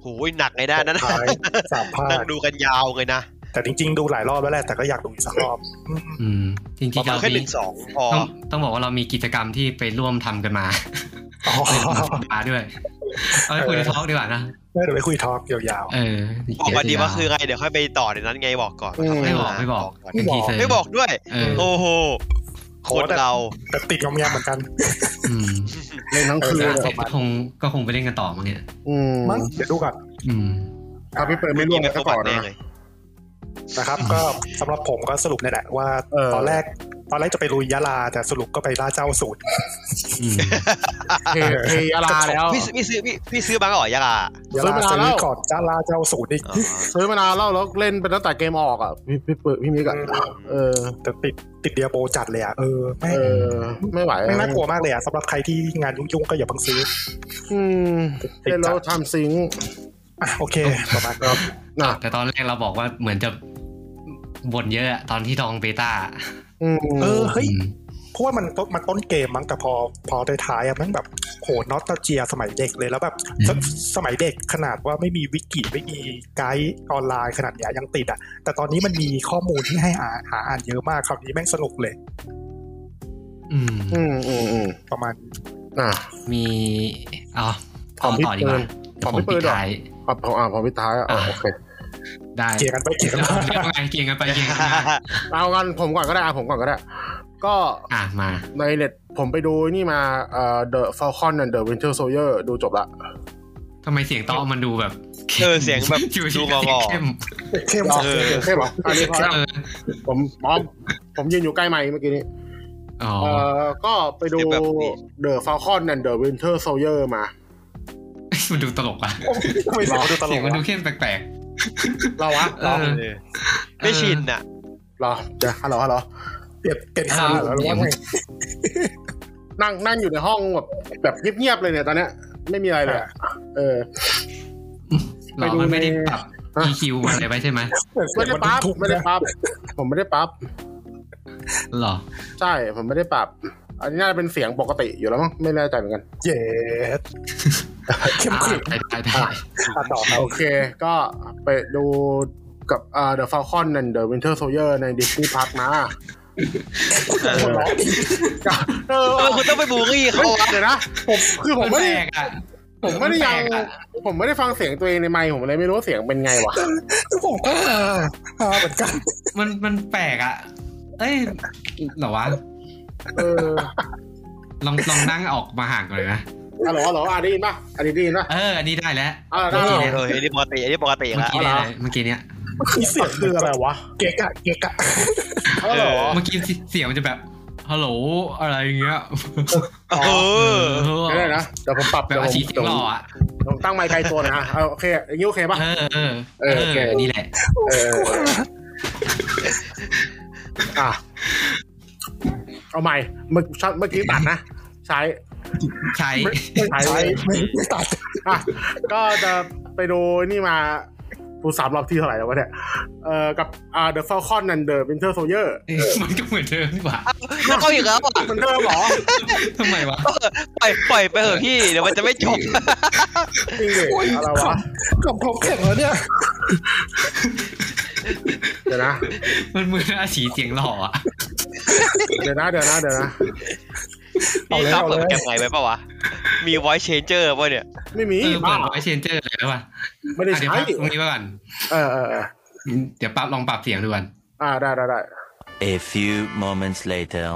[SPEAKER 2] โหยหนักเลยนะนั่น
[SPEAKER 4] ท้ายสามภา
[SPEAKER 2] นั่
[SPEAKER 4] ค
[SPEAKER 2] งดูกันยาวเลยนะ
[SPEAKER 4] แต่จริง ๆ ดูหลายรอบแล้วแหละแต่ก็อยากดูอีกสักรอบอืม
[SPEAKER 1] อืม จริ
[SPEAKER 2] ป
[SPEAKER 1] ง
[SPEAKER 2] ระ
[SPEAKER 1] ๆ
[SPEAKER 2] มาณ
[SPEAKER 1] เรา
[SPEAKER 2] แค่ห
[SPEAKER 1] มี
[SPEAKER 2] นึ่งสองพอ
[SPEAKER 1] ต้องต้องบอกว่าเรามีกิจกรรมที่ไปร่วมทำ กันมา
[SPEAKER 4] อ๋อ
[SPEAKER 1] มาด้วย เอาไปคุยในทอล์กดีกว่านะ
[SPEAKER 4] เดี๋ยวไปคุยทอล์กยาว
[SPEAKER 1] เออ
[SPEAKER 2] บอกมาดีว่าคือ
[SPEAKER 1] เย
[SPEAKER 2] ไงเดี๋ยวค่อยไปต่อในนั้นไงบอกก่อน
[SPEAKER 5] อืม
[SPEAKER 1] ไม่บอกไม่บอกเป็นทีเซอร์
[SPEAKER 2] ไม่บอกด้วย
[SPEAKER 1] เออ
[SPEAKER 2] โอ้โหคนเรา
[SPEAKER 4] ๆ แต่ติดงอมแงมเหมือนกัน
[SPEAKER 1] อืม
[SPEAKER 5] เล่นทั้งคืน
[SPEAKER 1] อ่ะ
[SPEAKER 5] เลย
[SPEAKER 1] เสร็จก็คงก็คงไปเล่นกันต่อมั้งเนี่ย
[SPEAKER 5] อืม
[SPEAKER 4] มั้งเดี๋ยวดูก่อน
[SPEAKER 1] อืม
[SPEAKER 5] ถ้าพี่เปิดไม่ร่วม
[SPEAKER 2] แบ
[SPEAKER 5] กัน
[SPEAKER 2] บ
[SPEAKER 5] ก็
[SPEAKER 2] ประวัติ
[SPEAKER 5] ต่อ
[SPEAKER 2] แน่
[SPEAKER 5] นะ
[SPEAKER 2] เลย
[SPEAKER 4] นะครับ ก็สำหรับผมก็สรุปเนี่ยแหละว่า
[SPEAKER 5] เออ
[SPEAKER 4] ตอนแรก ตอนแรกจะไปลุยยะลา แต่สรุปก็ไปล่าเจ้าสูตร
[SPEAKER 1] อืม
[SPEAKER 5] เทเทยาลาแล้ว
[SPEAKER 2] พี่ซื้อพี่ซื้อพี่พี่ซื้อบ้างเหรอยะลา
[SPEAKER 4] ยะลา
[SPEAKER 5] ซื้อมานานแล้
[SPEAKER 4] ซื้อ
[SPEAKER 5] ว
[SPEAKER 4] ก่อนจะล่าเจ้าสูตรอีก
[SPEAKER 5] ซื้อมานานแล้วแล้วเล่นเป็นตั้งแต่เกมออกอ่ะพี่พี่เปิดพี่มิกอ่ะเออ
[SPEAKER 4] แต่ติดติดเดียโบจัดเลยอ่ะ เออแม่ง
[SPEAKER 5] เออ ไม่ไหว
[SPEAKER 4] แม่งน่ากลัวมากเลยอ่ะสำหรับใครที่งานยุ่งๆก็อย่าเพิ่งซื้อ
[SPEAKER 5] อืมเล่นแล้วทำซิงค์
[SPEAKER 4] อ่ะโอเค ประมาณ
[SPEAKER 5] ครับน่ะ
[SPEAKER 1] แต่ตอนแรกเราบอกว่าเหมือนจะบ่นเยอะอะตอนที่ลองเบต้า
[SPEAKER 5] อืม
[SPEAKER 4] เออเฮ้ย
[SPEAKER 1] อืม
[SPEAKER 4] เพราะว่ามันต้นมันต้นเกมมั้งแต่พอพอได้ท้ายอะมันแบบโหนอสตาเจียสมัยเด็กเลยแล้วแบบสสมัยเด็กขนาดว่าไม่มีวิกิไม่มีไกด์ออนไลน์ขนาดเนี้ยยังติดอ่ะ แต่ตอนนี้มันมีข้อมูลที่ให้หาหาอ่านเยอะมากคราวนี้แม่งสนุกเลย
[SPEAKER 1] อืม
[SPEAKER 5] อืมอืมอืม
[SPEAKER 4] ประมาณ
[SPEAKER 5] น่ะ
[SPEAKER 1] มีอ๋อ
[SPEAKER 5] ขอ
[SPEAKER 1] เอา
[SPEAKER 5] งพี่
[SPEAKER 1] ต่อดีกว่า
[SPEAKER 5] เปิ้ลของพี่เปิ้ล
[SPEAKER 1] ดท้าย
[SPEAKER 5] อ่ะพออ่ะพอพี่ท้ายอ่ะอ่ะ
[SPEAKER 1] อ่ะ
[SPEAKER 5] โอเค
[SPEAKER 1] ได้
[SPEAKER 4] เกียร์กันไปเกียร์กันมา
[SPEAKER 1] เดี๋ยวไงเกียงกันไปเกียงกันมา
[SPEAKER 5] เอากันผมก่อนก็ได้อ่ะผมก่อนก็ได้ ก็
[SPEAKER 1] อ่ะมา
[SPEAKER 5] ในเน็ตผมไปดูนี่มาเอ่อ The Falcon and the Winter Soldier ดูจบละ
[SPEAKER 1] ทำไมเสียงโต๊ะมันดูแบบ
[SPEAKER 2] เออเสียงแบบ
[SPEAKER 1] ชิวๆ
[SPEAKER 2] ดู
[SPEAKER 1] เสีย
[SPEAKER 2] งองๆ
[SPEAKER 1] เข้ม
[SPEAKER 4] เข้มอ่ะ
[SPEAKER 2] เออ
[SPEAKER 5] โอเคเหรออันนี้พอแล้ว
[SPEAKER 1] เออ
[SPEAKER 5] ผมพร้อมผมยืนอยู่ใกล้ไมค์เมื่อกี้นี้
[SPEAKER 1] อ๋อ
[SPEAKER 5] เอ่อ ก็ไปดู
[SPEAKER 2] เดี๋ยวแบบนี้
[SPEAKER 5] The Falcon and the Winter Soldier มา
[SPEAKER 1] มันดูตลกว่ะ
[SPEAKER 4] ทำไมเสียงมันดูตล
[SPEAKER 1] เสียง
[SPEAKER 4] ก
[SPEAKER 1] มันดู
[SPEAKER 4] วะ
[SPEAKER 1] เข้มแปลก
[SPEAKER 5] เราวะ
[SPEAKER 1] ๆ
[SPEAKER 5] เหรอ
[SPEAKER 1] เออ
[SPEAKER 2] เออไม่ชินอ่ะ
[SPEAKER 5] เหรอเดี๋ยวฮัลโหลฮัลโหล
[SPEAKER 4] เปลี่ยนเปลี่ยนค่าแล้วหรือว่าไง
[SPEAKER 5] นั่งนั่งอยู่ในห้องแบบแบบเงียบๆเลยเนี่ยตอนเนี้ย ไม่มีอะไรเลยอะเออ
[SPEAKER 1] หรอมันไม่ได้ปรับ
[SPEAKER 5] อ่ะ
[SPEAKER 1] EQ อะไรไปใช่ไหม
[SPEAKER 5] ไม่ได้ปั๊บ
[SPEAKER 4] ทุกๆ
[SPEAKER 5] ไม่ได้
[SPEAKER 4] นะ
[SPEAKER 5] ปั๊บผมไม่ได้ปั๊บ
[SPEAKER 1] หรอ
[SPEAKER 5] ใช่ผมไม่ได้ปรับ อันนี้น่าจะเป็นเสียงปกติอยู่แล้วมั้งไม่แน่ใจเหมือนกัน
[SPEAKER 4] เย็ด เข้มขึ้น
[SPEAKER 1] อ่าได้ได้ได้
[SPEAKER 4] ตัดต่อครับ
[SPEAKER 5] โอเค ก็ไปดูกับเอ่อ The Falcon and The Winter Soldier ใน Disney Park นะ
[SPEAKER 2] เออ
[SPEAKER 5] เออ
[SPEAKER 2] เออคุณต้องไปบูลลี่เขา
[SPEAKER 5] เฮ้ยว
[SPEAKER 2] ะ
[SPEAKER 5] เดี๋ยวนะผมคือผมไม่ได้
[SPEAKER 1] นแปลกอะ
[SPEAKER 5] ผมไม่ได้ยัง
[SPEAKER 1] นแปลกอะ
[SPEAKER 5] ผมไม่ได้ฟังเสียงตัวเองในไมค์ผมเลยไม่รู้ว่าเสียงเป็นไงวะ
[SPEAKER 4] ผมก็ฮาฮาเหมือนกัน
[SPEAKER 1] มันมันแปลกอ่ะ เอ้ยเหรอวะ
[SPEAKER 5] เออ
[SPEAKER 1] ลองลองนั่งออกมาห่างก่อนเลยนะ
[SPEAKER 5] ฮัลโหลฮัลโหลอ่ะได้ยินป่ะอันนี้ได้ยินป่ะ
[SPEAKER 1] เออ อันนี้ได้แล้ว
[SPEAKER 5] อ่าได้แล้ว
[SPEAKER 2] เอออันนี้ปกติอันนี้ปกติ
[SPEAKER 1] เมื่อ
[SPEAKER 2] ละ
[SPEAKER 1] กี้ได้เลยเมื่อกี้เนี้ย
[SPEAKER 4] มีเสียงคืออะไรวะ เกะกะเกะกะ
[SPEAKER 5] ฮัลโหล
[SPEAKER 1] เมื่อกี้เสียงมันจะแบบ ฮัลโหล อะไรอย่างเงี้ย
[SPEAKER 2] เออ
[SPEAKER 5] เดี๋ยวนะเดี๋ยวผมปรับ
[SPEAKER 1] แบบ
[SPEAKER 5] เดี๋ยว
[SPEAKER 1] อา
[SPEAKER 5] ผม
[SPEAKER 1] ชีพเสียงหล่ออ่ะ
[SPEAKER 5] ผมตั้งไมค์ไกลตัวหนะฮะเอาโอเคอย่างนี้โอเคป่ะ
[SPEAKER 1] เออเออ
[SPEAKER 5] เออโอเค
[SPEAKER 1] นี่แหละ
[SPEAKER 5] เอออ่ะเอาใหม่เมื่อช็อตเมื่อกี้ตัดนะ ใช้
[SPEAKER 1] ใช้
[SPEAKER 5] ใช้
[SPEAKER 4] ใช้ไม่ไม่ตัด
[SPEAKER 5] อ่ะก็จะไปดูนี่มาดูสามรอบที่เท่าไหร่แล้ววะเนี่ย เอ่อ กับอ่า The Falcon and the Winter Soldier
[SPEAKER 1] มันก็เหมือนเดิมนี่หว่า
[SPEAKER 2] แล้วเขาอีกแล้วอ่ะ
[SPEAKER 5] มันเริ่มเหรอ
[SPEAKER 1] ทำไมวะ
[SPEAKER 2] ปล่อยปล่อยไปเถอะพี่ เดี๋ยวมันจะไม่จบ
[SPEAKER 5] จริงดิอะไรวะ
[SPEAKER 4] กับผมแข็งแล้วเนี่ย
[SPEAKER 5] เดี๋ยวนะ
[SPEAKER 1] มันเหมือนอาชีพเสียงหล่ออ่ะ
[SPEAKER 5] เดี๋ยวนะ เดี๋ยวนะ เดี๋ยวนะ
[SPEAKER 2] นี่
[SPEAKER 4] เอา
[SPEAKER 2] เขา
[SPEAKER 4] เลยเอา
[SPEAKER 2] เปิด
[SPEAKER 4] เลย
[SPEAKER 2] แกมไงไว้ปะวะ มี voice changer ป่ะเนี่ย
[SPEAKER 5] ไม่มี
[SPEAKER 1] เออเหมื
[SPEAKER 5] บ้า
[SPEAKER 1] อนไวเชนเจอร์เลยแล้วว่ะ
[SPEAKER 5] ไม่ได้
[SPEAKER 1] อ่ะเดี๋ยว
[SPEAKER 5] ใช้
[SPEAKER 1] ปรับตรงนี้ไว้ก่อน
[SPEAKER 5] เออเออเออ
[SPEAKER 1] เดี๋ยวปรับลองปรับเสียงดูก่อน
[SPEAKER 5] อ่า ได้ได้ได้
[SPEAKER 6] A few moments later.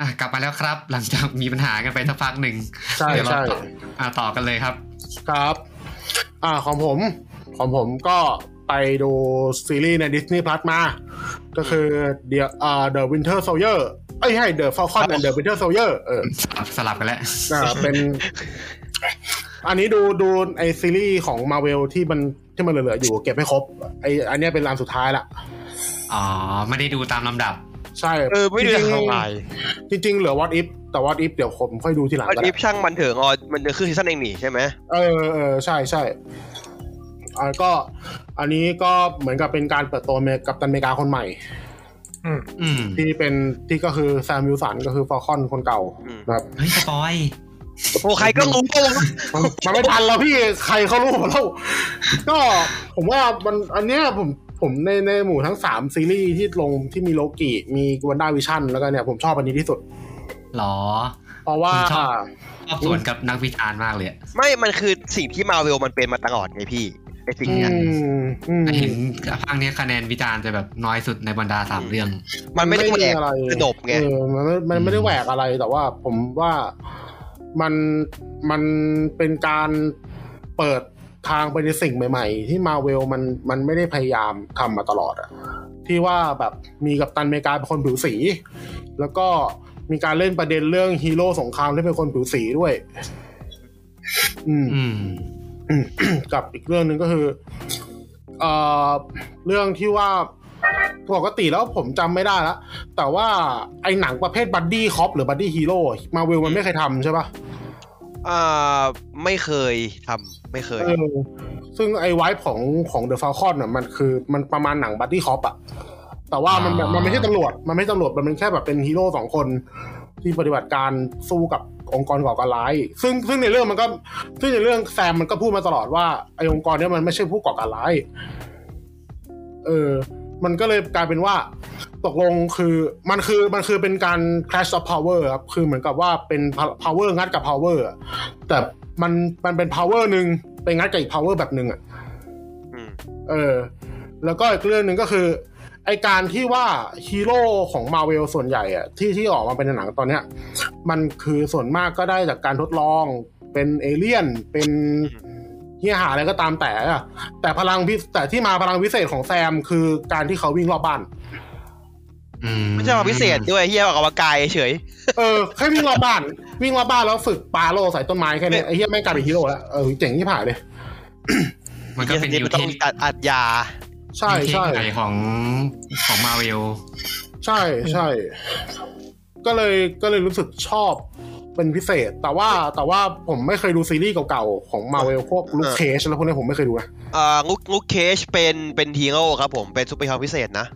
[SPEAKER 1] อ่ะกลับมาแล้วครับ หลังจากมีปัญหากันไปสักพักหนึ่ง
[SPEAKER 5] ใช่
[SPEAKER 1] เดี๋ยวเรา
[SPEAKER 5] ใช่
[SPEAKER 1] ต่ออ่ะต่อกันเลยครับ
[SPEAKER 5] ครับ อ่าของผม ของผมก็ไปดูซีรีส์ใน Disney Plus มา ก็คือเดียอ่า The Winter Soldier เอ้ยใช่ The Falcon and the Winter Soldier เออ
[SPEAKER 1] สลับสลับกันแล้ว
[SPEAKER 5] อ่าเป็น อันนี้ดูดูไอซีรีส์ของมาเวลที่มันที่มันเหลือๆอยู่เก็บไม่ครบไออันเนี้ยเป็นรานสุดท้ายละ
[SPEAKER 1] อ๋อ ไม่ได้ดูตามลำดับ
[SPEAKER 5] ใช่
[SPEAKER 2] เออ ไม่ได้ทำลาย
[SPEAKER 5] จริงๆเหลือ what if แต่ what if เดี๋ยวผมค่อยดูทีหลัง
[SPEAKER 2] เอา
[SPEAKER 5] ก็
[SPEAKER 2] ทิ
[SPEAKER 5] ได้
[SPEAKER 2] ปช่างมันเถอะอ๋อมันคือซีซั่นเองหนีใช่ไหม
[SPEAKER 5] เออเออใช่ใช่อ่าก็ อันนี้ก็เหมือนกับเป็นการเปิดตัวเมกับตันอเมริกาคนใหม่
[SPEAKER 1] อืม
[SPEAKER 5] ที่เป็นที่ก็คือแซมวิลสันก็คือฟอลคอนคนเก่า
[SPEAKER 2] อืม
[SPEAKER 5] นะครับ
[SPEAKER 1] เฮ้ยสปอย
[SPEAKER 2] โอ้ใครก็รู้ปะวะ
[SPEAKER 5] มันมันไม่ทันแล้วพี่ใครเขารู้หมดแล้วก็ผมว่ามันอันเนี้ยผมผมในในหมู่ทั้งสามซีรีส์ที่ลงที่มีโลกิมีวันด้าวิชั่นแล้วก็เนี่ยผมชอบอันนี้ที่สุด
[SPEAKER 1] หรอ
[SPEAKER 5] เพราะว่า
[SPEAKER 1] ผมชอบ ชอบสวนกับนักวิจารณ์มากเลยอะ
[SPEAKER 2] ไม่ มันคือสิ่งที่มาเวลมันเป็นมาตลอดไงพี่ไอสิ่ง
[SPEAKER 5] อื
[SPEAKER 2] เนี้ย
[SPEAKER 5] มอืม
[SPEAKER 1] เห็นภาคเนี้ยคะแนนวิจารณ์จะแบบน้อยสุดในบรรดาสามเรื่อง
[SPEAKER 2] มันไม่ได้แหวก
[SPEAKER 5] อะไร
[SPEAKER 2] กระดบไง
[SPEAKER 5] เออมันไม่มันไม่ได้แหวกอะไรแต่ว่าผมว่ามันมันเป็นการเปิดทางไปในสิ่งใหม่ ๆ ที่มาเวลมันมันไม่ได้พยายามทำมาตลอดอะที่ว่าแบบมีกับตันอเมริกาเป็นคนผิวสี แล้วก็มีการเล่นประเด็นเรื่องฮีโร่สงครามที่เป็นคนผิวสีด้วย อืม
[SPEAKER 1] อืม
[SPEAKER 5] อืม กับอีกเรื่องหนึ่งก็คือเอ่อเรื่องที่ว่าปกติแล้วผมจำไม่ได้ละแต่ว่าไอหนังประเภทบัดดี้คอปหรือบัดดี้ฮีโร่มาเวลมันไม่เคยทำใช่ปะ
[SPEAKER 2] อ่า ไม่เคยทำไม่เคย
[SPEAKER 5] เออซึ่งไอไวท์ของของเดอะฟาคอนน่ะมันคือมันประมาณหนังบัดดี้คอปอะแต่ว่ามันแบบ
[SPEAKER 1] อ่ามั
[SPEAKER 5] มันไม่ใช่ตำรวจ มันไม่ใช่ตำรวจมันเป็นแค่แบบเป็นฮีโร่สองคนที่ปฏิบัติการสู้กับองค์กรก่อการร้าย ซึ่งซึ่งในเรื่องมันก็ ซึ่งในเรื่องแซมมันก็พูดมาตลอดว่าไอองค์กรเนี้ยมันไม่ใช่ผู้ก่อการร้าย เออ มันก็เลยกลายเป็นว่า ตกลงคือมันคือมันคือเป็นการ clash of power ครับ คือเหมือนกับว่าเป็น power งัดกับ power อะแต่มันมันเป็น power หนึ่งไปงัดกับอีก power แบบหนึ่งอ่ะ
[SPEAKER 2] อืม
[SPEAKER 5] เออ แล้วก็อีกเรื่องหนึ่งก็คือ ไอการที่ว่าฮีโร่ของมาเวลส่วนใหญ่อะที่ที่ออกมาเป็นหนังตอนเนี้ย มันคือส่วนมากก็ได้จากการทดลองเป็นเอเลี่ยน เป็นเฮียหาอะไรก็ตามแต่อะแต่พลังพิแต่ที่มาพลังวิเศษของแซมคือการที่เขาวิ่งรอบบ้าน
[SPEAKER 1] อืม
[SPEAKER 2] ไม่ใช่มาพิเศษด้วยเฮียออกกำลังกายเฉย
[SPEAKER 5] เออแค่วิ่งรอบบ้าน วิ่งรอบบ้านแล้วฝึกปาโลใส่ต้นไม้แค่เนี้ยไอเฮียไม่งกลายเป็นฮีโร่แล้วเออเจ๋งที่ผ่ายเลย
[SPEAKER 1] มันก็เป็น
[SPEAKER 2] ฮีย
[SPEAKER 1] นิ
[SPEAKER 2] มั
[SPEAKER 1] วน เท
[SPEAKER 2] ต้อง
[SPEAKER 1] ค
[SPEAKER 2] มีตัดอัดยา
[SPEAKER 5] ใช่
[SPEAKER 1] นิวเทค
[SPEAKER 5] ใช่
[SPEAKER 1] ใหม่ของของมาเวล
[SPEAKER 5] ใช่ใช่ ก็เลยก็เลยรู้สึกชอบ เป็นพิเศษ แต่ว่าแต่ว่าผมไม่เคยดูซีรีส์เก่าๆ ของมาเวลพวกลูคเคชแล้วพวกนี้ผมไม่เคยดูนะ
[SPEAKER 2] อ่างูงูเคชเป็นเป็นฮีโร่ครับผมเป็นซูเปอร์ฮีโร่พิเศษนะ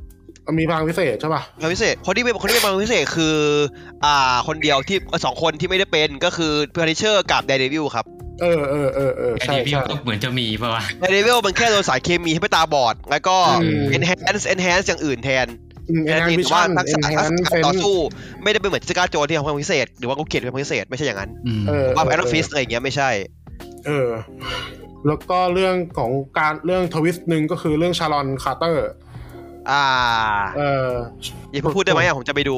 [SPEAKER 5] มีพลังพิเศษใช่ป่ะ
[SPEAKER 2] ฮีโร่พิเศษคนที่เป็นคนที่เป็นมาพิเศษคืออ่าคนเดียวที่สองคนที่ไม่ได้เป็นก็คือพาริเชอร์กับเดวิลครับ
[SPEAKER 5] เออเออเออเออ
[SPEAKER 1] ไอ
[SPEAKER 5] ใช่
[SPEAKER 1] เดวิล
[SPEAKER 5] ใช่
[SPEAKER 1] ก็เหมือนจะมีปะวะ
[SPEAKER 2] เดวิลมันแค่โดนสารเคมีให้ไปตาบอด แล้วก็
[SPEAKER 5] อืม
[SPEAKER 2] enhance enhance อย่างอื่นแทน
[SPEAKER 5] เอ็น
[SPEAKER 2] แท
[SPEAKER 5] แอนน
[SPEAKER 2] ที่
[SPEAKER 5] วิ
[SPEAKER 2] แต่
[SPEAKER 5] ชั่
[SPEAKER 2] ว่าน ทัก
[SPEAKER 5] เอ็
[SPEAKER 2] ษะ
[SPEAKER 5] นแอ
[SPEAKER 2] ทัก
[SPEAKER 5] น
[SPEAKER 2] ษะ
[SPEAKER 5] เฟ
[SPEAKER 2] การ
[SPEAKER 5] น
[SPEAKER 2] ต่อสู้ ไม่ได้เป็นเหมือนสกาโจที่ทำความพิเศษ หรือว่ากูเกตเป็นความพิเศษ ไม่ใช่อย่างนั้น
[SPEAKER 1] อืม
[SPEAKER 5] เออ
[SPEAKER 2] ว่าแอนด์ฟิสอะไรอย่างเงี้ยไม่ใช่
[SPEAKER 5] เออ แล้วก็เรื่องของการเรื่องทวิสต์หนึ่งก็คือเรื่องชารอนคาร์เตอร์
[SPEAKER 2] อ่า
[SPEAKER 5] เออ
[SPEAKER 2] อย่าเพิ่งพูดได้ไหมอ่ะผมจะไปดู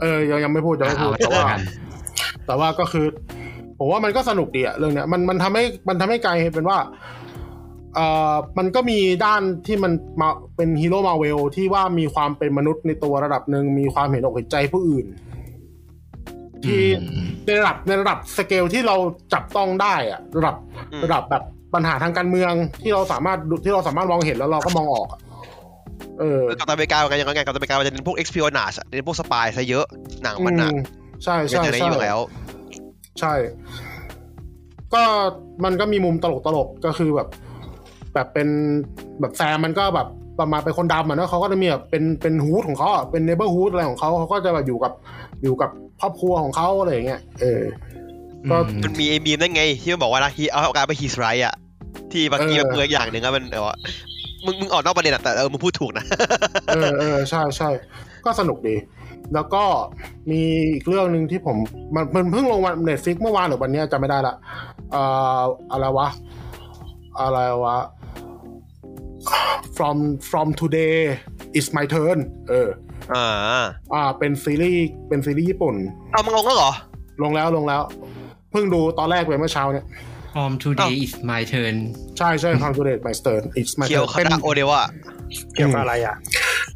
[SPEAKER 5] เออยังยังไม่พูดยังไม่พูด
[SPEAKER 1] เอาไว้
[SPEAKER 5] แต่ว่า
[SPEAKER 1] ก่อน
[SPEAKER 5] แต่ว่าก็คือ ผมว่ามันก็สนุกดีอะเรื่องเนี้ยมันมันทำให้มันทำให้กลายเป็นว่าเอ่อมันก็มีด้านที่มันมาเป็นฮีโร่มาเวลที่ว่ามีความเป็นมนุษย์ในตัวระดับหนึ่งมีความเห็นอกเห็นใจผู้อื่น ที่
[SPEAKER 1] อืม
[SPEAKER 5] ในระดับในระดับสเกลที่เราจับต้องได้อะระดับ
[SPEAKER 2] อืม
[SPEAKER 5] ระดับแบบปัญหาทางการเมืองที่เราสามารถดูที่เราสามารถมองเห็นแล้วเราก็มองออกอะเออ
[SPEAKER 2] กับตันอเมริกาเป็นไงยังไงกับตันอเมริกามันจะเป็นพวกเอ็กซ์เพรียสเป็นพวกสปายซะเยอะหนังมันอะ
[SPEAKER 5] อืมใช่
[SPEAKER 2] เป็น
[SPEAKER 5] ใช่
[SPEAKER 2] อย่างนี้
[SPEAKER 5] ใช่
[SPEAKER 2] อยู่แล้ว
[SPEAKER 5] ใช่ ก็มันก็มีมุมตลกตลกก็คือแบบ แบบเป็นแบบแซมมันก็แบบประมาณเป็นคนดำอ่ะเนอะเขาก็จะมีแบบเป็นเป็นฮูดของเขาอะเป็นเนเบอร์ฮูดอะไรของเขาเขาก็จะแบบอยู่กับอยู่กับครอบครัวของเขาอะไรอย่างเงี้ยเออ ก็
[SPEAKER 1] อืม
[SPEAKER 2] มันมีไอ้มีมนั่นไง ที่มันบอกว่านะฮีเอาการไปฮีสไรอะที่บางทีมันเปลือกอย่างหนึ่งอะมันเออมึงมึงออกนอกประเด็นอะแต่เออมึงพูดถูกนะ
[SPEAKER 5] เออเออใช่ใช่ก็สนุกดี แล้วก็มีอีกเรื่องหนึ่งที่ผมมันมันเพิ่งลงวันเน็ตฟิกเมื่อวานหรือวันเนี้ยจำไม่ได้ละเอ่ออะไรวะ อะไรวะ from from today is my turn เออ
[SPEAKER 2] อ่า
[SPEAKER 5] อ่า เป็นซีรีส์เป็นซีรีส์ญี่ปุ่น
[SPEAKER 2] เอามึงลงแล้วเหรอ
[SPEAKER 5] ลงแล้วลงแล้ว เพิ่งดูตอนแรกไปเมื่อเช้าเนี่ย
[SPEAKER 1] From today is my turn
[SPEAKER 5] ใช่ใช่ from today is my turn is my
[SPEAKER 2] เคียว
[SPEAKER 5] turn
[SPEAKER 2] คา
[SPEAKER 5] เป็น
[SPEAKER 2] ระโอเดวะ
[SPEAKER 4] เกี่ยวกับอะไรอ่ะ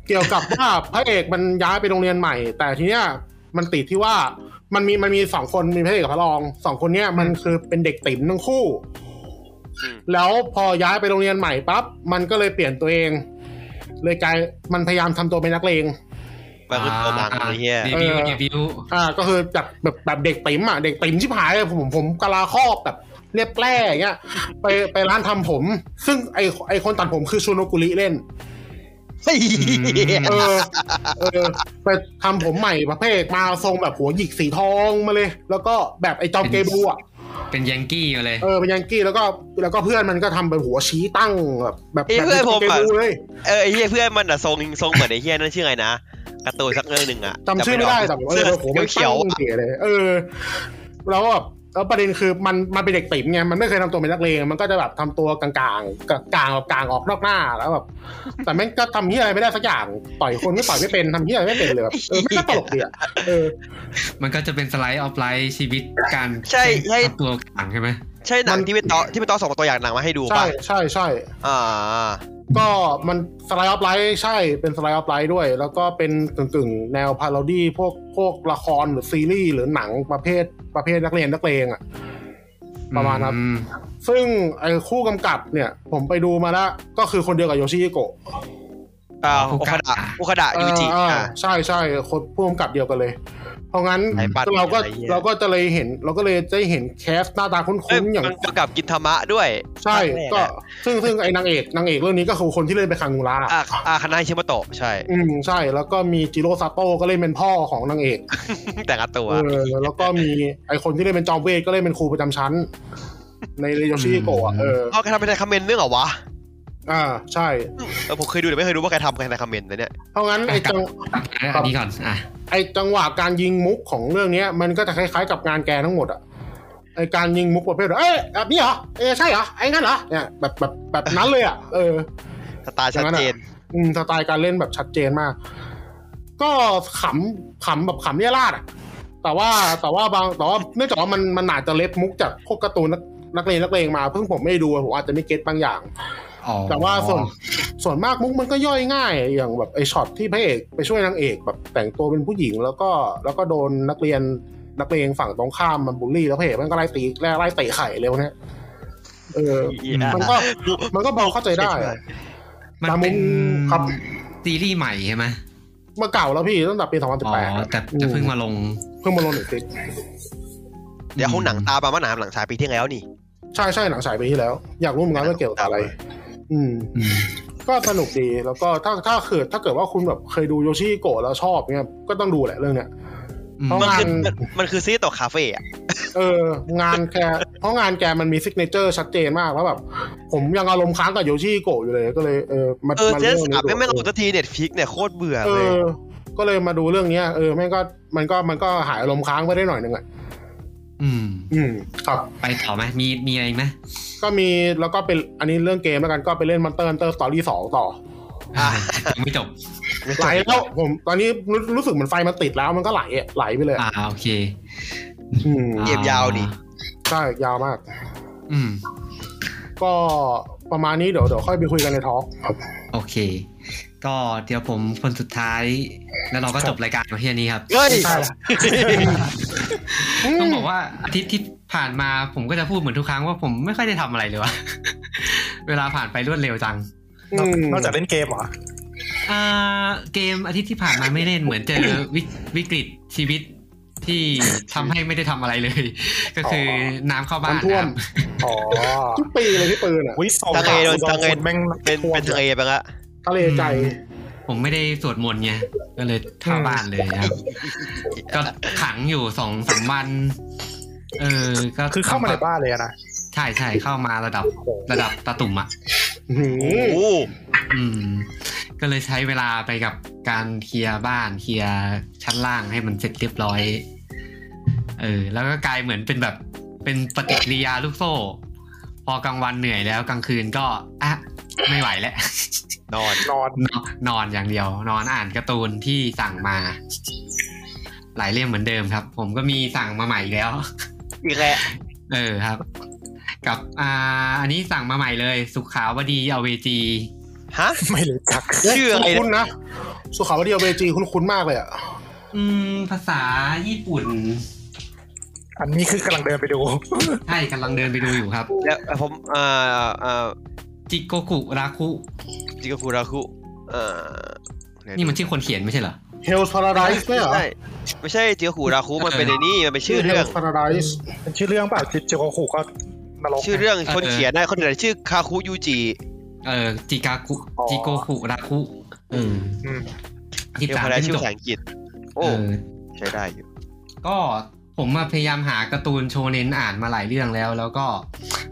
[SPEAKER 5] เกี่ยวกับว่าพระเอกมันย้ายไปโรงเรียนใหม่ แต่ทีเนี้ยมันติดที่ว่ามันมีมันมีสองคนมีพระเอกกับพระรองสองคนเนี้ยมันคือเป็นเด็กติ๋มทั้งคู่ แล้วพอย้ายไปโรงเรียนใหม่ปั๊บมันก็เลยเปลี่ยนตัวเอง เลยกลายมันพยายามทำตัวเป็นนักเลง
[SPEAKER 2] ไปขึ้นตัวดังไอ้เหี้ย
[SPEAKER 1] เดบิว
[SPEAKER 5] เออ
[SPEAKER 1] เดบิว
[SPEAKER 5] อ่าก็คือจากแบบแบบเด็กติ๋มอ่ะเด็กติ๋มชิบหายเลยผมผมกะลาครอบแบบเรียบแปร่อย่างเงี้ย ไปไปร้านทำผม ซึ่งไอไอคนตัดผมคือชูโนกุริเล่น
[SPEAKER 2] เฮ้ย
[SPEAKER 5] เออเออไปทำผมใหม่ประเภทมาทรงแบบหัวหยิกสีทองมาเลย แล้วก็แบบไอ้จอมเกบูอ่ะ
[SPEAKER 1] เป็นยังกี้มาเลย
[SPEAKER 5] เออเป็นยังกี้แล้วก็แล้วก็เพื่อนมันก็ทำเป็นหัวชี้ตั้งแบบแบบแบบจอมเกบูเลย
[SPEAKER 2] เออไอ้เหี้ยเพื่อนมันอะทรงทรงเหมือนไอ้เหี้ยนั่นชื่อไงนะการ์ตูนสักเรื่องหนึ่งอะ
[SPEAKER 5] จำชื่อไม่ได้แต่ว่า
[SPEAKER 2] เสื้อ
[SPEAKER 5] เออผมมัน
[SPEAKER 2] เขี
[SPEAKER 5] ตั้
[SPEAKER 2] ยว
[SPEAKER 5] ง
[SPEAKER 2] ๆอะ
[SPEAKER 5] เก๋เลย เออแล้วแบบแล้วประเด็นคือมันมันเป็นเด็กติ๋มไงมันไม่เคยทำตัวเป็นนักเลงมันก็จะแบบทำตัวกลางๆกลางๆแบบกลางออกนอกหน้าแล้วแบบแต่แม่งก็ทำที่อะไรไม่ได้สักอย่างต่อยคนก็ต่อยไม่เป็นทำที่อะไรไม่เป็นเลยแบบเออไม่งก็ตลกดีอ่ะเออ
[SPEAKER 1] มันก็จะเป็นสไลด์ออฟไลน์ชีวิตการ
[SPEAKER 2] ใช่ใช่
[SPEAKER 1] ครอบครัวขังใช่ไหม
[SPEAKER 2] ใช่หนัง
[SPEAKER 5] มัน
[SPEAKER 2] ที่เป็นตอที่เป็นตอสองตัวอย่างหนังมาให้ดู
[SPEAKER 5] ใช่
[SPEAKER 2] ป่ะ
[SPEAKER 5] ใช่ใช่
[SPEAKER 2] อ่า
[SPEAKER 5] ก็มันสไลด์ออฟไลท์ใช่เป็นสไลด์ออฟไลท์ด้วย แล้วก็เป็นกึ่งๆ แนวพาโรดี้พวกพวกละครหรือซีรีส์หรือหนังประเภทประเภทนักเรียนนักเลงอะประมาณนั้น
[SPEAKER 1] อืม
[SPEAKER 5] ซึ่งไอ้คู่กำกับเนี่ย ผมไปดูมาแล้ว ก็คือคนเดียวกับโยชิฮิโกะ
[SPEAKER 2] อ่าโอคาดะโอคาดะยูจิ
[SPEAKER 5] อ่า
[SPEAKER 2] อ่า
[SPEAKER 5] ใช่ใช่คนผู้กำกับเดียวกันเลย เพราะงั้น
[SPEAKER 2] ไอ้ปัด
[SPEAKER 5] เราก็
[SPEAKER 2] ไอ้เหี้ย
[SPEAKER 5] เราก็จะเลยเห็น เราก็เลยจะเห็นแคสหน้าตาคุ้
[SPEAKER 2] เอ้ย
[SPEAKER 5] นๆอย่าง
[SPEAKER 2] มันกำกับกินธรรมะด้วย
[SPEAKER 5] ใช่
[SPEAKER 2] แน่ๆ
[SPEAKER 5] ก็ซึ่งซึ่งไอ้นางเอกนางเอกเรื่องนี้ก็คือคนที่เล่นเป็นคังงูระ
[SPEAKER 2] อ่าอ่าคณะฮิเชมาโตะใช่
[SPEAKER 5] อืมใช่แล้วก็มีจิโร่ซาโต้ก็เล่นเป็นพ่อของนางเอก
[SPEAKER 2] แต่ละตัว
[SPEAKER 5] เออแล้วก็มีไอคนที่เล่นเป็นจอมเวทก็เล่นเป็นครูประจำชั้น ในเรโยชิโกะอะเออ
[SPEAKER 2] เขาทำเป็นไทคอมเมนต์เรื่องเหรอวะ
[SPEAKER 5] อ่าใช่
[SPEAKER 2] เออผมเคยดูแต่ไม่เคยรู้ว่าใครทำใครไทคอมเมนต์นะเนี่ย
[SPEAKER 5] เพราะงั้นไอจัง
[SPEAKER 1] อันนี้ก่อนอ่ะ
[SPEAKER 5] ไอจังหวะการยิงมุกของเรื่องเนี้ย มันก็จะคล้ายๆกับงานแกทั้งหมดอะไอการยิงมุกประเภทแบบเอ้ยแบบนี้เหรอเออใช่เหรอไอ้นั่นเหรอเนี่ยแบบแบบแบบนั้นเลยอะเออ
[SPEAKER 2] สไตล์ชัดเจน
[SPEAKER 5] อืมสไตล์การเล่นแบบชัดเจนมาก ก็ขำขำแบบขำเรียราดอะแต่ว่าแต่ว่าบางแต่ว่าเนื่องจากว่ามันมันอาจจะเล็บมุกจากพวกการ์ตูนนักนักเลงนักเลงมาเพิ่งผมไม่ดูอะผมอาจจะไม่เก็ตบางอย่าง
[SPEAKER 1] อ๋อ
[SPEAKER 5] แต่ว่าส่วนส่วนมากมุกมันก็ย่อยง่าย อย่างแบบไอช็อตที่พระเอกไปช่วยนางเอกแบบแต่งตัวเป็นผู้หญิง แล้วก็แล้วก็โดนนักเรียนนักเลงฝั่งตรงข้ามมันบูลลี่แล้วพระเอกมันก็ไล่ตีไล่ไล่เตะไข่เลยพวกเนี้ยเออ มันก็มันก็พอเข้าใจได้อะ
[SPEAKER 1] มันเป็น
[SPEAKER 5] ตามมุมครับ
[SPEAKER 1] ซีรีส์ใหม่ใช่ไหม
[SPEAKER 5] เมื่อเก่าแล้วพี่ตั้งแต่ปี
[SPEAKER 1] อ๋อ
[SPEAKER 5] 2018
[SPEAKER 1] แต่จะเพิ่งมาลง
[SPEAKER 5] เพิ่งมาลงเน็ตฟลิก
[SPEAKER 2] เดี๋ยวเขาหนังตามมาว่าหนังหลังฉายปีที่แล้วนี่
[SPEAKER 5] ใช่ใช่หนังฉายปีที่แล้ว อยากรู้เหมือนกันว่าเกี่ยวกับอะไร อืม ก็สนุกดีแล้วก็ถ้าถ้าเกิดถ้าเกิดว่าคุณแบบเคยดูโยชิโกะแล้วชอบเนี่ยก็ต้องดูแหละเรื่องเนี้ย
[SPEAKER 1] อืม
[SPEAKER 5] เพราะ
[SPEAKER 2] มัน
[SPEAKER 5] ว่า
[SPEAKER 2] คือมันมันคือซีรีส์ต่อคาเฟ่อะ
[SPEAKER 5] เอองานแกเพราะงานแกมันมีซิกเนเจอร์ชัดเจนมากแล้วแบบ ผมยังอารมณ์ค้างกับโยชิโกะอยู่เลย ก็เลยเออมา
[SPEAKER 2] เออ
[SPEAKER 5] มา
[SPEAKER 2] เจ๊
[SPEAKER 5] เรื่อง
[SPEAKER 2] สามไม่
[SPEAKER 5] นี้
[SPEAKER 2] งไม่ล
[SPEAKER 5] ดู
[SPEAKER 2] งสักทีเน็ตฟิกเนี่ยโคตรเบื่อ
[SPEAKER 5] เอ
[SPEAKER 2] เลย
[SPEAKER 5] อ ก็เลยมาดูเรื่องเนี้ยเออแม่งก็มันก็มันก็หายอารมณ์ค้างไปได้หน่อยนึงอ่ะ
[SPEAKER 1] อืม
[SPEAKER 5] อืมครับ
[SPEAKER 1] ไปต่อไหมมีมีอะไรอีกไหม
[SPEAKER 5] ก็มีแล้วก็เป็นอันนี้เรื่องเกมแล้วกันก็ไปเล่นม o นเตอร์เตอร์สตอรี่สองต่อ
[SPEAKER 2] อ่ะ
[SPEAKER 1] ยังไม่จบ
[SPEAKER 5] ไหลแล้วผมตอนนี้รู้รู้สึกเหมือนไฟมันติดแล้วมันก็ไหลอะไหลไปเลย
[SPEAKER 1] อ่าโอเค
[SPEAKER 5] อืม
[SPEAKER 2] เกมยาวนี่
[SPEAKER 5] ใช่ยาวมาก
[SPEAKER 1] อืม
[SPEAKER 5] ก็ประมาณนี้เดี๋ยวเดี๋ยวค่อยไปคุยกันในทอล์กครับ
[SPEAKER 1] โอเค ก็เดี๋ยวผมคนสุดท้าย แล้วเราก็จบรายการมาที่นี้ครับ
[SPEAKER 2] เฮ้ย
[SPEAKER 5] ใช่ละ
[SPEAKER 1] ต้องบอกว่าอาทิตย์ที่ผ่านมาผมก็จะพูดเหมือนทุกครั้งว่าผมไม่ค่อยได้ทำอะไรเลยวะ เวลาผ่านไปรวดเร็วจัง
[SPEAKER 5] อืม
[SPEAKER 4] นอกจากเล่นเกมเหรอ
[SPEAKER 1] อ่าเกมอาทิตย์ที่ผ่านมาไม่เล่นเหมือนเจอ วิวิกฤตชีวิตที่ทำให้ไม่ได้ทำอะไรเลย ก็คือน้ำเข้าบ้าน
[SPEAKER 5] น้ำท่วม
[SPEAKER 1] นะครับ
[SPEAKER 4] อ๋อ
[SPEAKER 5] ทุกปีเลยที่ปืนอ่ะ
[SPEAKER 4] วิโซ
[SPEAKER 2] ทางเอโดน
[SPEAKER 4] ส
[SPEAKER 2] ทางเอ
[SPEAKER 4] คนแม่ง
[SPEAKER 2] เป็น
[SPEAKER 4] ท่วม
[SPEAKER 2] เป็นทะเลไปละ
[SPEAKER 5] ทะเลใจ
[SPEAKER 1] อืม ผมไม่ได้สวดมนต์ไงก็เลยเข้าบ้านเลยครับ ก็ขังอยู่สองสามวัน เออก็
[SPEAKER 4] คือเข้ามาในบ้านเลยอะนะ
[SPEAKER 1] ใช่ใช่เข้ามาระดับระดับตาตุ่มอ่ะ
[SPEAKER 5] หื
[SPEAKER 2] โอ้
[SPEAKER 5] ม
[SPEAKER 2] โห
[SPEAKER 1] อืม ก็เลยใช้เวลาไปกับการเคลียร์บ้านเคลียร์ชั้นล่างให้มันเสร็จเรียบร้อย เออ แล้วก็กลายเหมือนเป็นแบบเป็นปฏิกิริยาลูกโซ่ พอกลางวันเหนื่อยแล้วกลางคืนก็อ่ะไม่ไหวแล้ว
[SPEAKER 2] นอน
[SPEAKER 4] น อน
[SPEAKER 1] นอนนอนอย่างเดียว นอนอ่านการ์ตูนที่สั่งมา หลายเล่มเหมือนเดิมครับ ผมก็มีสั่งมาใหม่อีกแล้ว
[SPEAKER 2] อีกแล้ว
[SPEAKER 1] เออครับ กับอ่าอันนี้สั่งมาใหม่เลย สุขาวดีอเวจี
[SPEAKER 2] ฮะ
[SPEAKER 4] ไม่รู้จัก
[SPEAKER 2] ชื่ออะไรนะ
[SPEAKER 5] คุณนะสุขาวดีเอเบจีคุณคุณมากเลยอ่ะ
[SPEAKER 1] อืม ภาษาญี่ปุ่น
[SPEAKER 4] อันนี้คือกำลังเดินไปดู
[SPEAKER 1] ใช่กำลังเดินไปดูอยู่ครับ
[SPEAKER 2] แล้วผมอ่าอ่า
[SPEAKER 1] จิโกกุราคุ
[SPEAKER 2] จิกาคุราคุเอ่อเดี๋ยวดู
[SPEAKER 1] นี่มันชื่อคนเขียนไม่ใช่เหรอ
[SPEAKER 5] เฮลส์พาราไดส์ไม่เหรอ
[SPEAKER 2] ใช่ไม่ใช่จิกาคุราคุมันเป็นไอ้นี่มันเป็นชื่อ
[SPEAKER 5] เฮ
[SPEAKER 2] เรื่อ
[SPEAKER 5] ล
[SPEAKER 2] ง
[SPEAKER 5] ส์พาราไดส์
[SPEAKER 4] มันชื่อเรื่องเปล่าจิตโจโกคุก็นรก
[SPEAKER 2] ชื่อเรื่อง
[SPEAKER 1] เออ
[SPEAKER 2] คนเขียนได้คนเขียนชื่อคาคุยูจิ
[SPEAKER 1] เออจิกากุ
[SPEAKER 4] อ๋อ
[SPEAKER 1] จิโกกุราคุเออ
[SPEAKER 4] อืม
[SPEAKER 1] ที่
[SPEAKER 2] เดี๋ยว
[SPEAKER 1] สาม
[SPEAKER 2] พาได้
[SPEAKER 1] เล่ม
[SPEAKER 2] ชื่อ
[SPEAKER 1] จ
[SPEAKER 2] ภา
[SPEAKER 1] บ
[SPEAKER 2] ษาอังกฤษ
[SPEAKER 1] เอ
[SPEAKER 2] โอ้
[SPEAKER 1] อ
[SPEAKER 2] ใช้ได้อยู่
[SPEAKER 1] ก็ผมมาพยายามหาการ์ตูนโชเนนอ่านมาหลายเรื่องแล้ว แล้วก็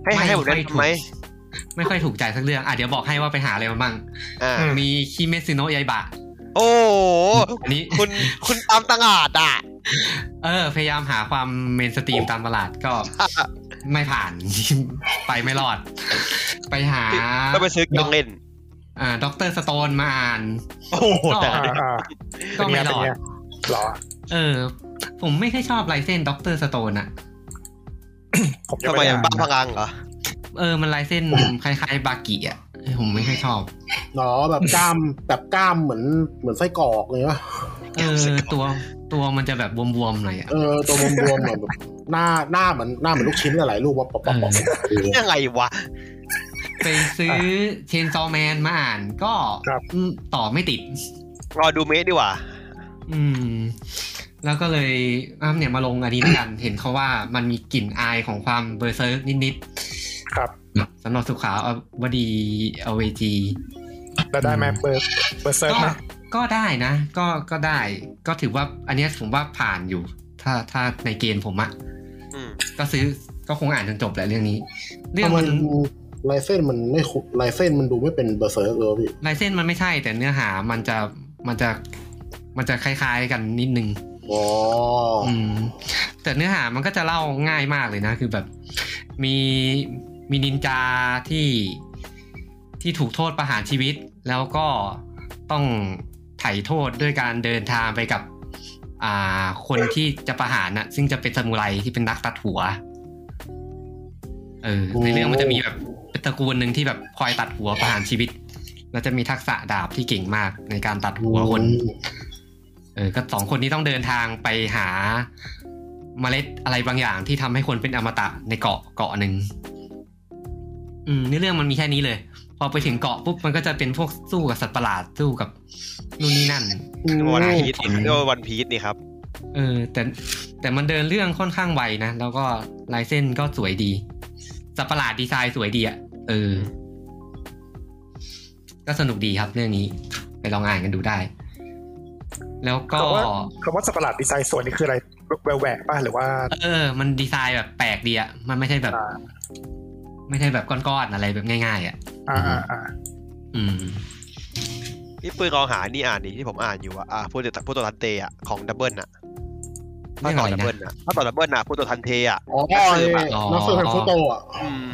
[SPEAKER 2] ให้ให้ผมแนะนำไหม
[SPEAKER 1] ไม่ค่อยถูกไม่ค่อยถูกใจสักเรื่อง อ่ะเดี๋ยวบอกให้ว่าไปหาอะไรมาบ้าง
[SPEAKER 2] อ่า
[SPEAKER 1] มีคิเมซิโนะยายบะ
[SPEAKER 2] โอ้โห
[SPEAKER 1] อันนี้
[SPEAKER 2] คุณคุณตามตลาดอ่ะ
[SPEAKER 1] เออ พยายามหาความเมนสตรีมตามตลาด ก็ ไม่ผ่าน ไปไม่รอด ไปหา
[SPEAKER 2] ก็ไปซื้อเกมเล่น
[SPEAKER 1] อ่าด็อกเตอร์สโตนมาอ่าน
[SPEAKER 2] โอ้โหแต่
[SPEAKER 1] อ่า
[SPEAKER 4] อ่า
[SPEAKER 1] ก็ไม่รอด
[SPEAKER 4] ๆเหรอ
[SPEAKER 1] เออ ผมไม่ค่อยชอบลายเส้นด็อกเตอร์สโตนอะ
[SPEAKER 4] ผมยัง
[SPEAKER 2] ทำไม
[SPEAKER 4] ไม่ได้
[SPEAKER 2] อ่ะ
[SPEAKER 4] อ่าน
[SPEAKER 2] บ้าพลังเหรอ
[SPEAKER 1] เออ มันลายเส้น คล้ายๆ บากิอะเออผมไม่ค่อยชอบ
[SPEAKER 5] เนาะแบบกล้ามแบบกล้ามเหมือนเหมือนไส้กรอกเลยวะ
[SPEAKER 1] เออ ตัวตัวมันจะแบบบวมๆหน่อยอะ
[SPEAKER 5] เออตัวบวมๆเหมือนแบบหน้าหน้าเหมือนหน้าเหมือนลูกชิ้นหลายๆลูกว่าปอบปอบปอบ
[SPEAKER 2] ยังไงวะ
[SPEAKER 1] ไปซื้อเชนซอแมนมาอ่านก็อืมต่อไม่ติด
[SPEAKER 2] รอดูเมสดีกว่า
[SPEAKER 1] อืม แล้วก็เลยอ้ํเนี่ยมาลงอันนี้ แล้วกัน เห็นเขาว่ามันมีกลิ่นอายของความเบอร์เซิร์กนิด
[SPEAKER 4] ครับ
[SPEAKER 1] ๆสำหรับสุขาววดีเอาเวจี
[SPEAKER 4] แล้วได้ไหมเบอร์เบอร์เซิร์ฟ
[SPEAKER 1] ก็
[SPEAKER 4] ไหม
[SPEAKER 1] ก็ได้นะ ก็ก็ได้ ก็ถือว่าอันเนี้ยผมว่าผ่านอยู่ ถ้าถ้าในเกณฑ์ผมอะ
[SPEAKER 2] อืม
[SPEAKER 1] ก็ซื้อก็คงอ่านจนจบแหละเรื่องนี้ เรื่อง
[SPEAKER 5] ทำไม
[SPEAKER 1] มัน
[SPEAKER 5] ลายเส้นมันไม่คุลายเส้นมันดูไม่เป็นเบอร์เซิร์กเลยวะพี่
[SPEAKER 1] ลายเส้นมันไม่ใช่ แต่เนื้อหามันจะมันจะมันจะคล้ายๆกันนิดนึง
[SPEAKER 5] อ๋อ
[SPEAKER 1] อืมแต่เนื้อหามันก็จะเล่าง่ายมากเลยนะ คือแบบมีมีนินจาที่ที่ถูกโทษประหารชีวิต แล้วก็ต้องไถ่โทษด้วยการเดินทางไปกับ อ่าคนที่จะประหารนะซึ่งจะเป็นซามูไรที่เป็นนักตัดหัวเออในเรื่องมันจะมีแบบเป็นตระกูลหนึ่งที่แบบคอยตัดหัวประหารชีวิต แล้วจะมีทักษะดาบที่เก่งมากในการตัดหัวคน เออก็สองคนนี้ต้องเดินทางไปหาเมล็ดอะไรบางอย่างที่ทำให้คนเป็นอมตะในเกาะเกาะหนึ่งอืมในเรื่องมันมีแค่นี้เลย พอไปถึงเกาะปุ๊บมันก็จะเป็นพวกสู้กับสัตว์ประหลาดสู้กับนู่นนี่นั่น
[SPEAKER 5] อืม
[SPEAKER 2] วันพีชนี่ก็วันพีชนี่ครับ
[SPEAKER 1] เออแต่แต่มันเดินเรื่องค่อนข้างไวนะ แล้วก็ลายเส้นก็สวยดี สับประหลาดดีไซน์สวยดีอะเออ ก็สนุกดีครับเรื่องนี้ ไปลองอ่านกันดูได้ แล้วก็
[SPEAKER 4] คำว่าคำว่าสัตว์ประหลาดดีไซน์สวยนี่คืออะไรแหววแหวกป่ะหรือว่า
[SPEAKER 1] เออ มันดีไซน์แบบแปลกดีอะมันไม่ใช่แบบ
[SPEAKER 4] อ่า
[SPEAKER 1] ไม่ใช่แบบก้อนๆอะไรแบบง่ายๆอะ
[SPEAKER 4] อ่าอ่าอ่า
[SPEAKER 1] อืม
[SPEAKER 2] นี่ปืนกองหานี่อ่านนี่ที่ผมอ่านอยู่อะอ่าพูดแต่พูดตัวทันเตอะของดับเบิลอะ
[SPEAKER 1] เรื่
[SPEAKER 2] ถ้า
[SPEAKER 1] อง
[SPEAKER 2] ต่อ
[SPEAKER 1] อะไรนะ
[SPEAKER 2] ดับเบิลอะถ้าต่อดับเบิลอะพูดตัวทันเทอะ
[SPEAKER 5] อ๋อ
[SPEAKER 2] นักสืบอะ
[SPEAKER 5] เออนักสืบแห่งฟุโตะ
[SPEAKER 2] อืม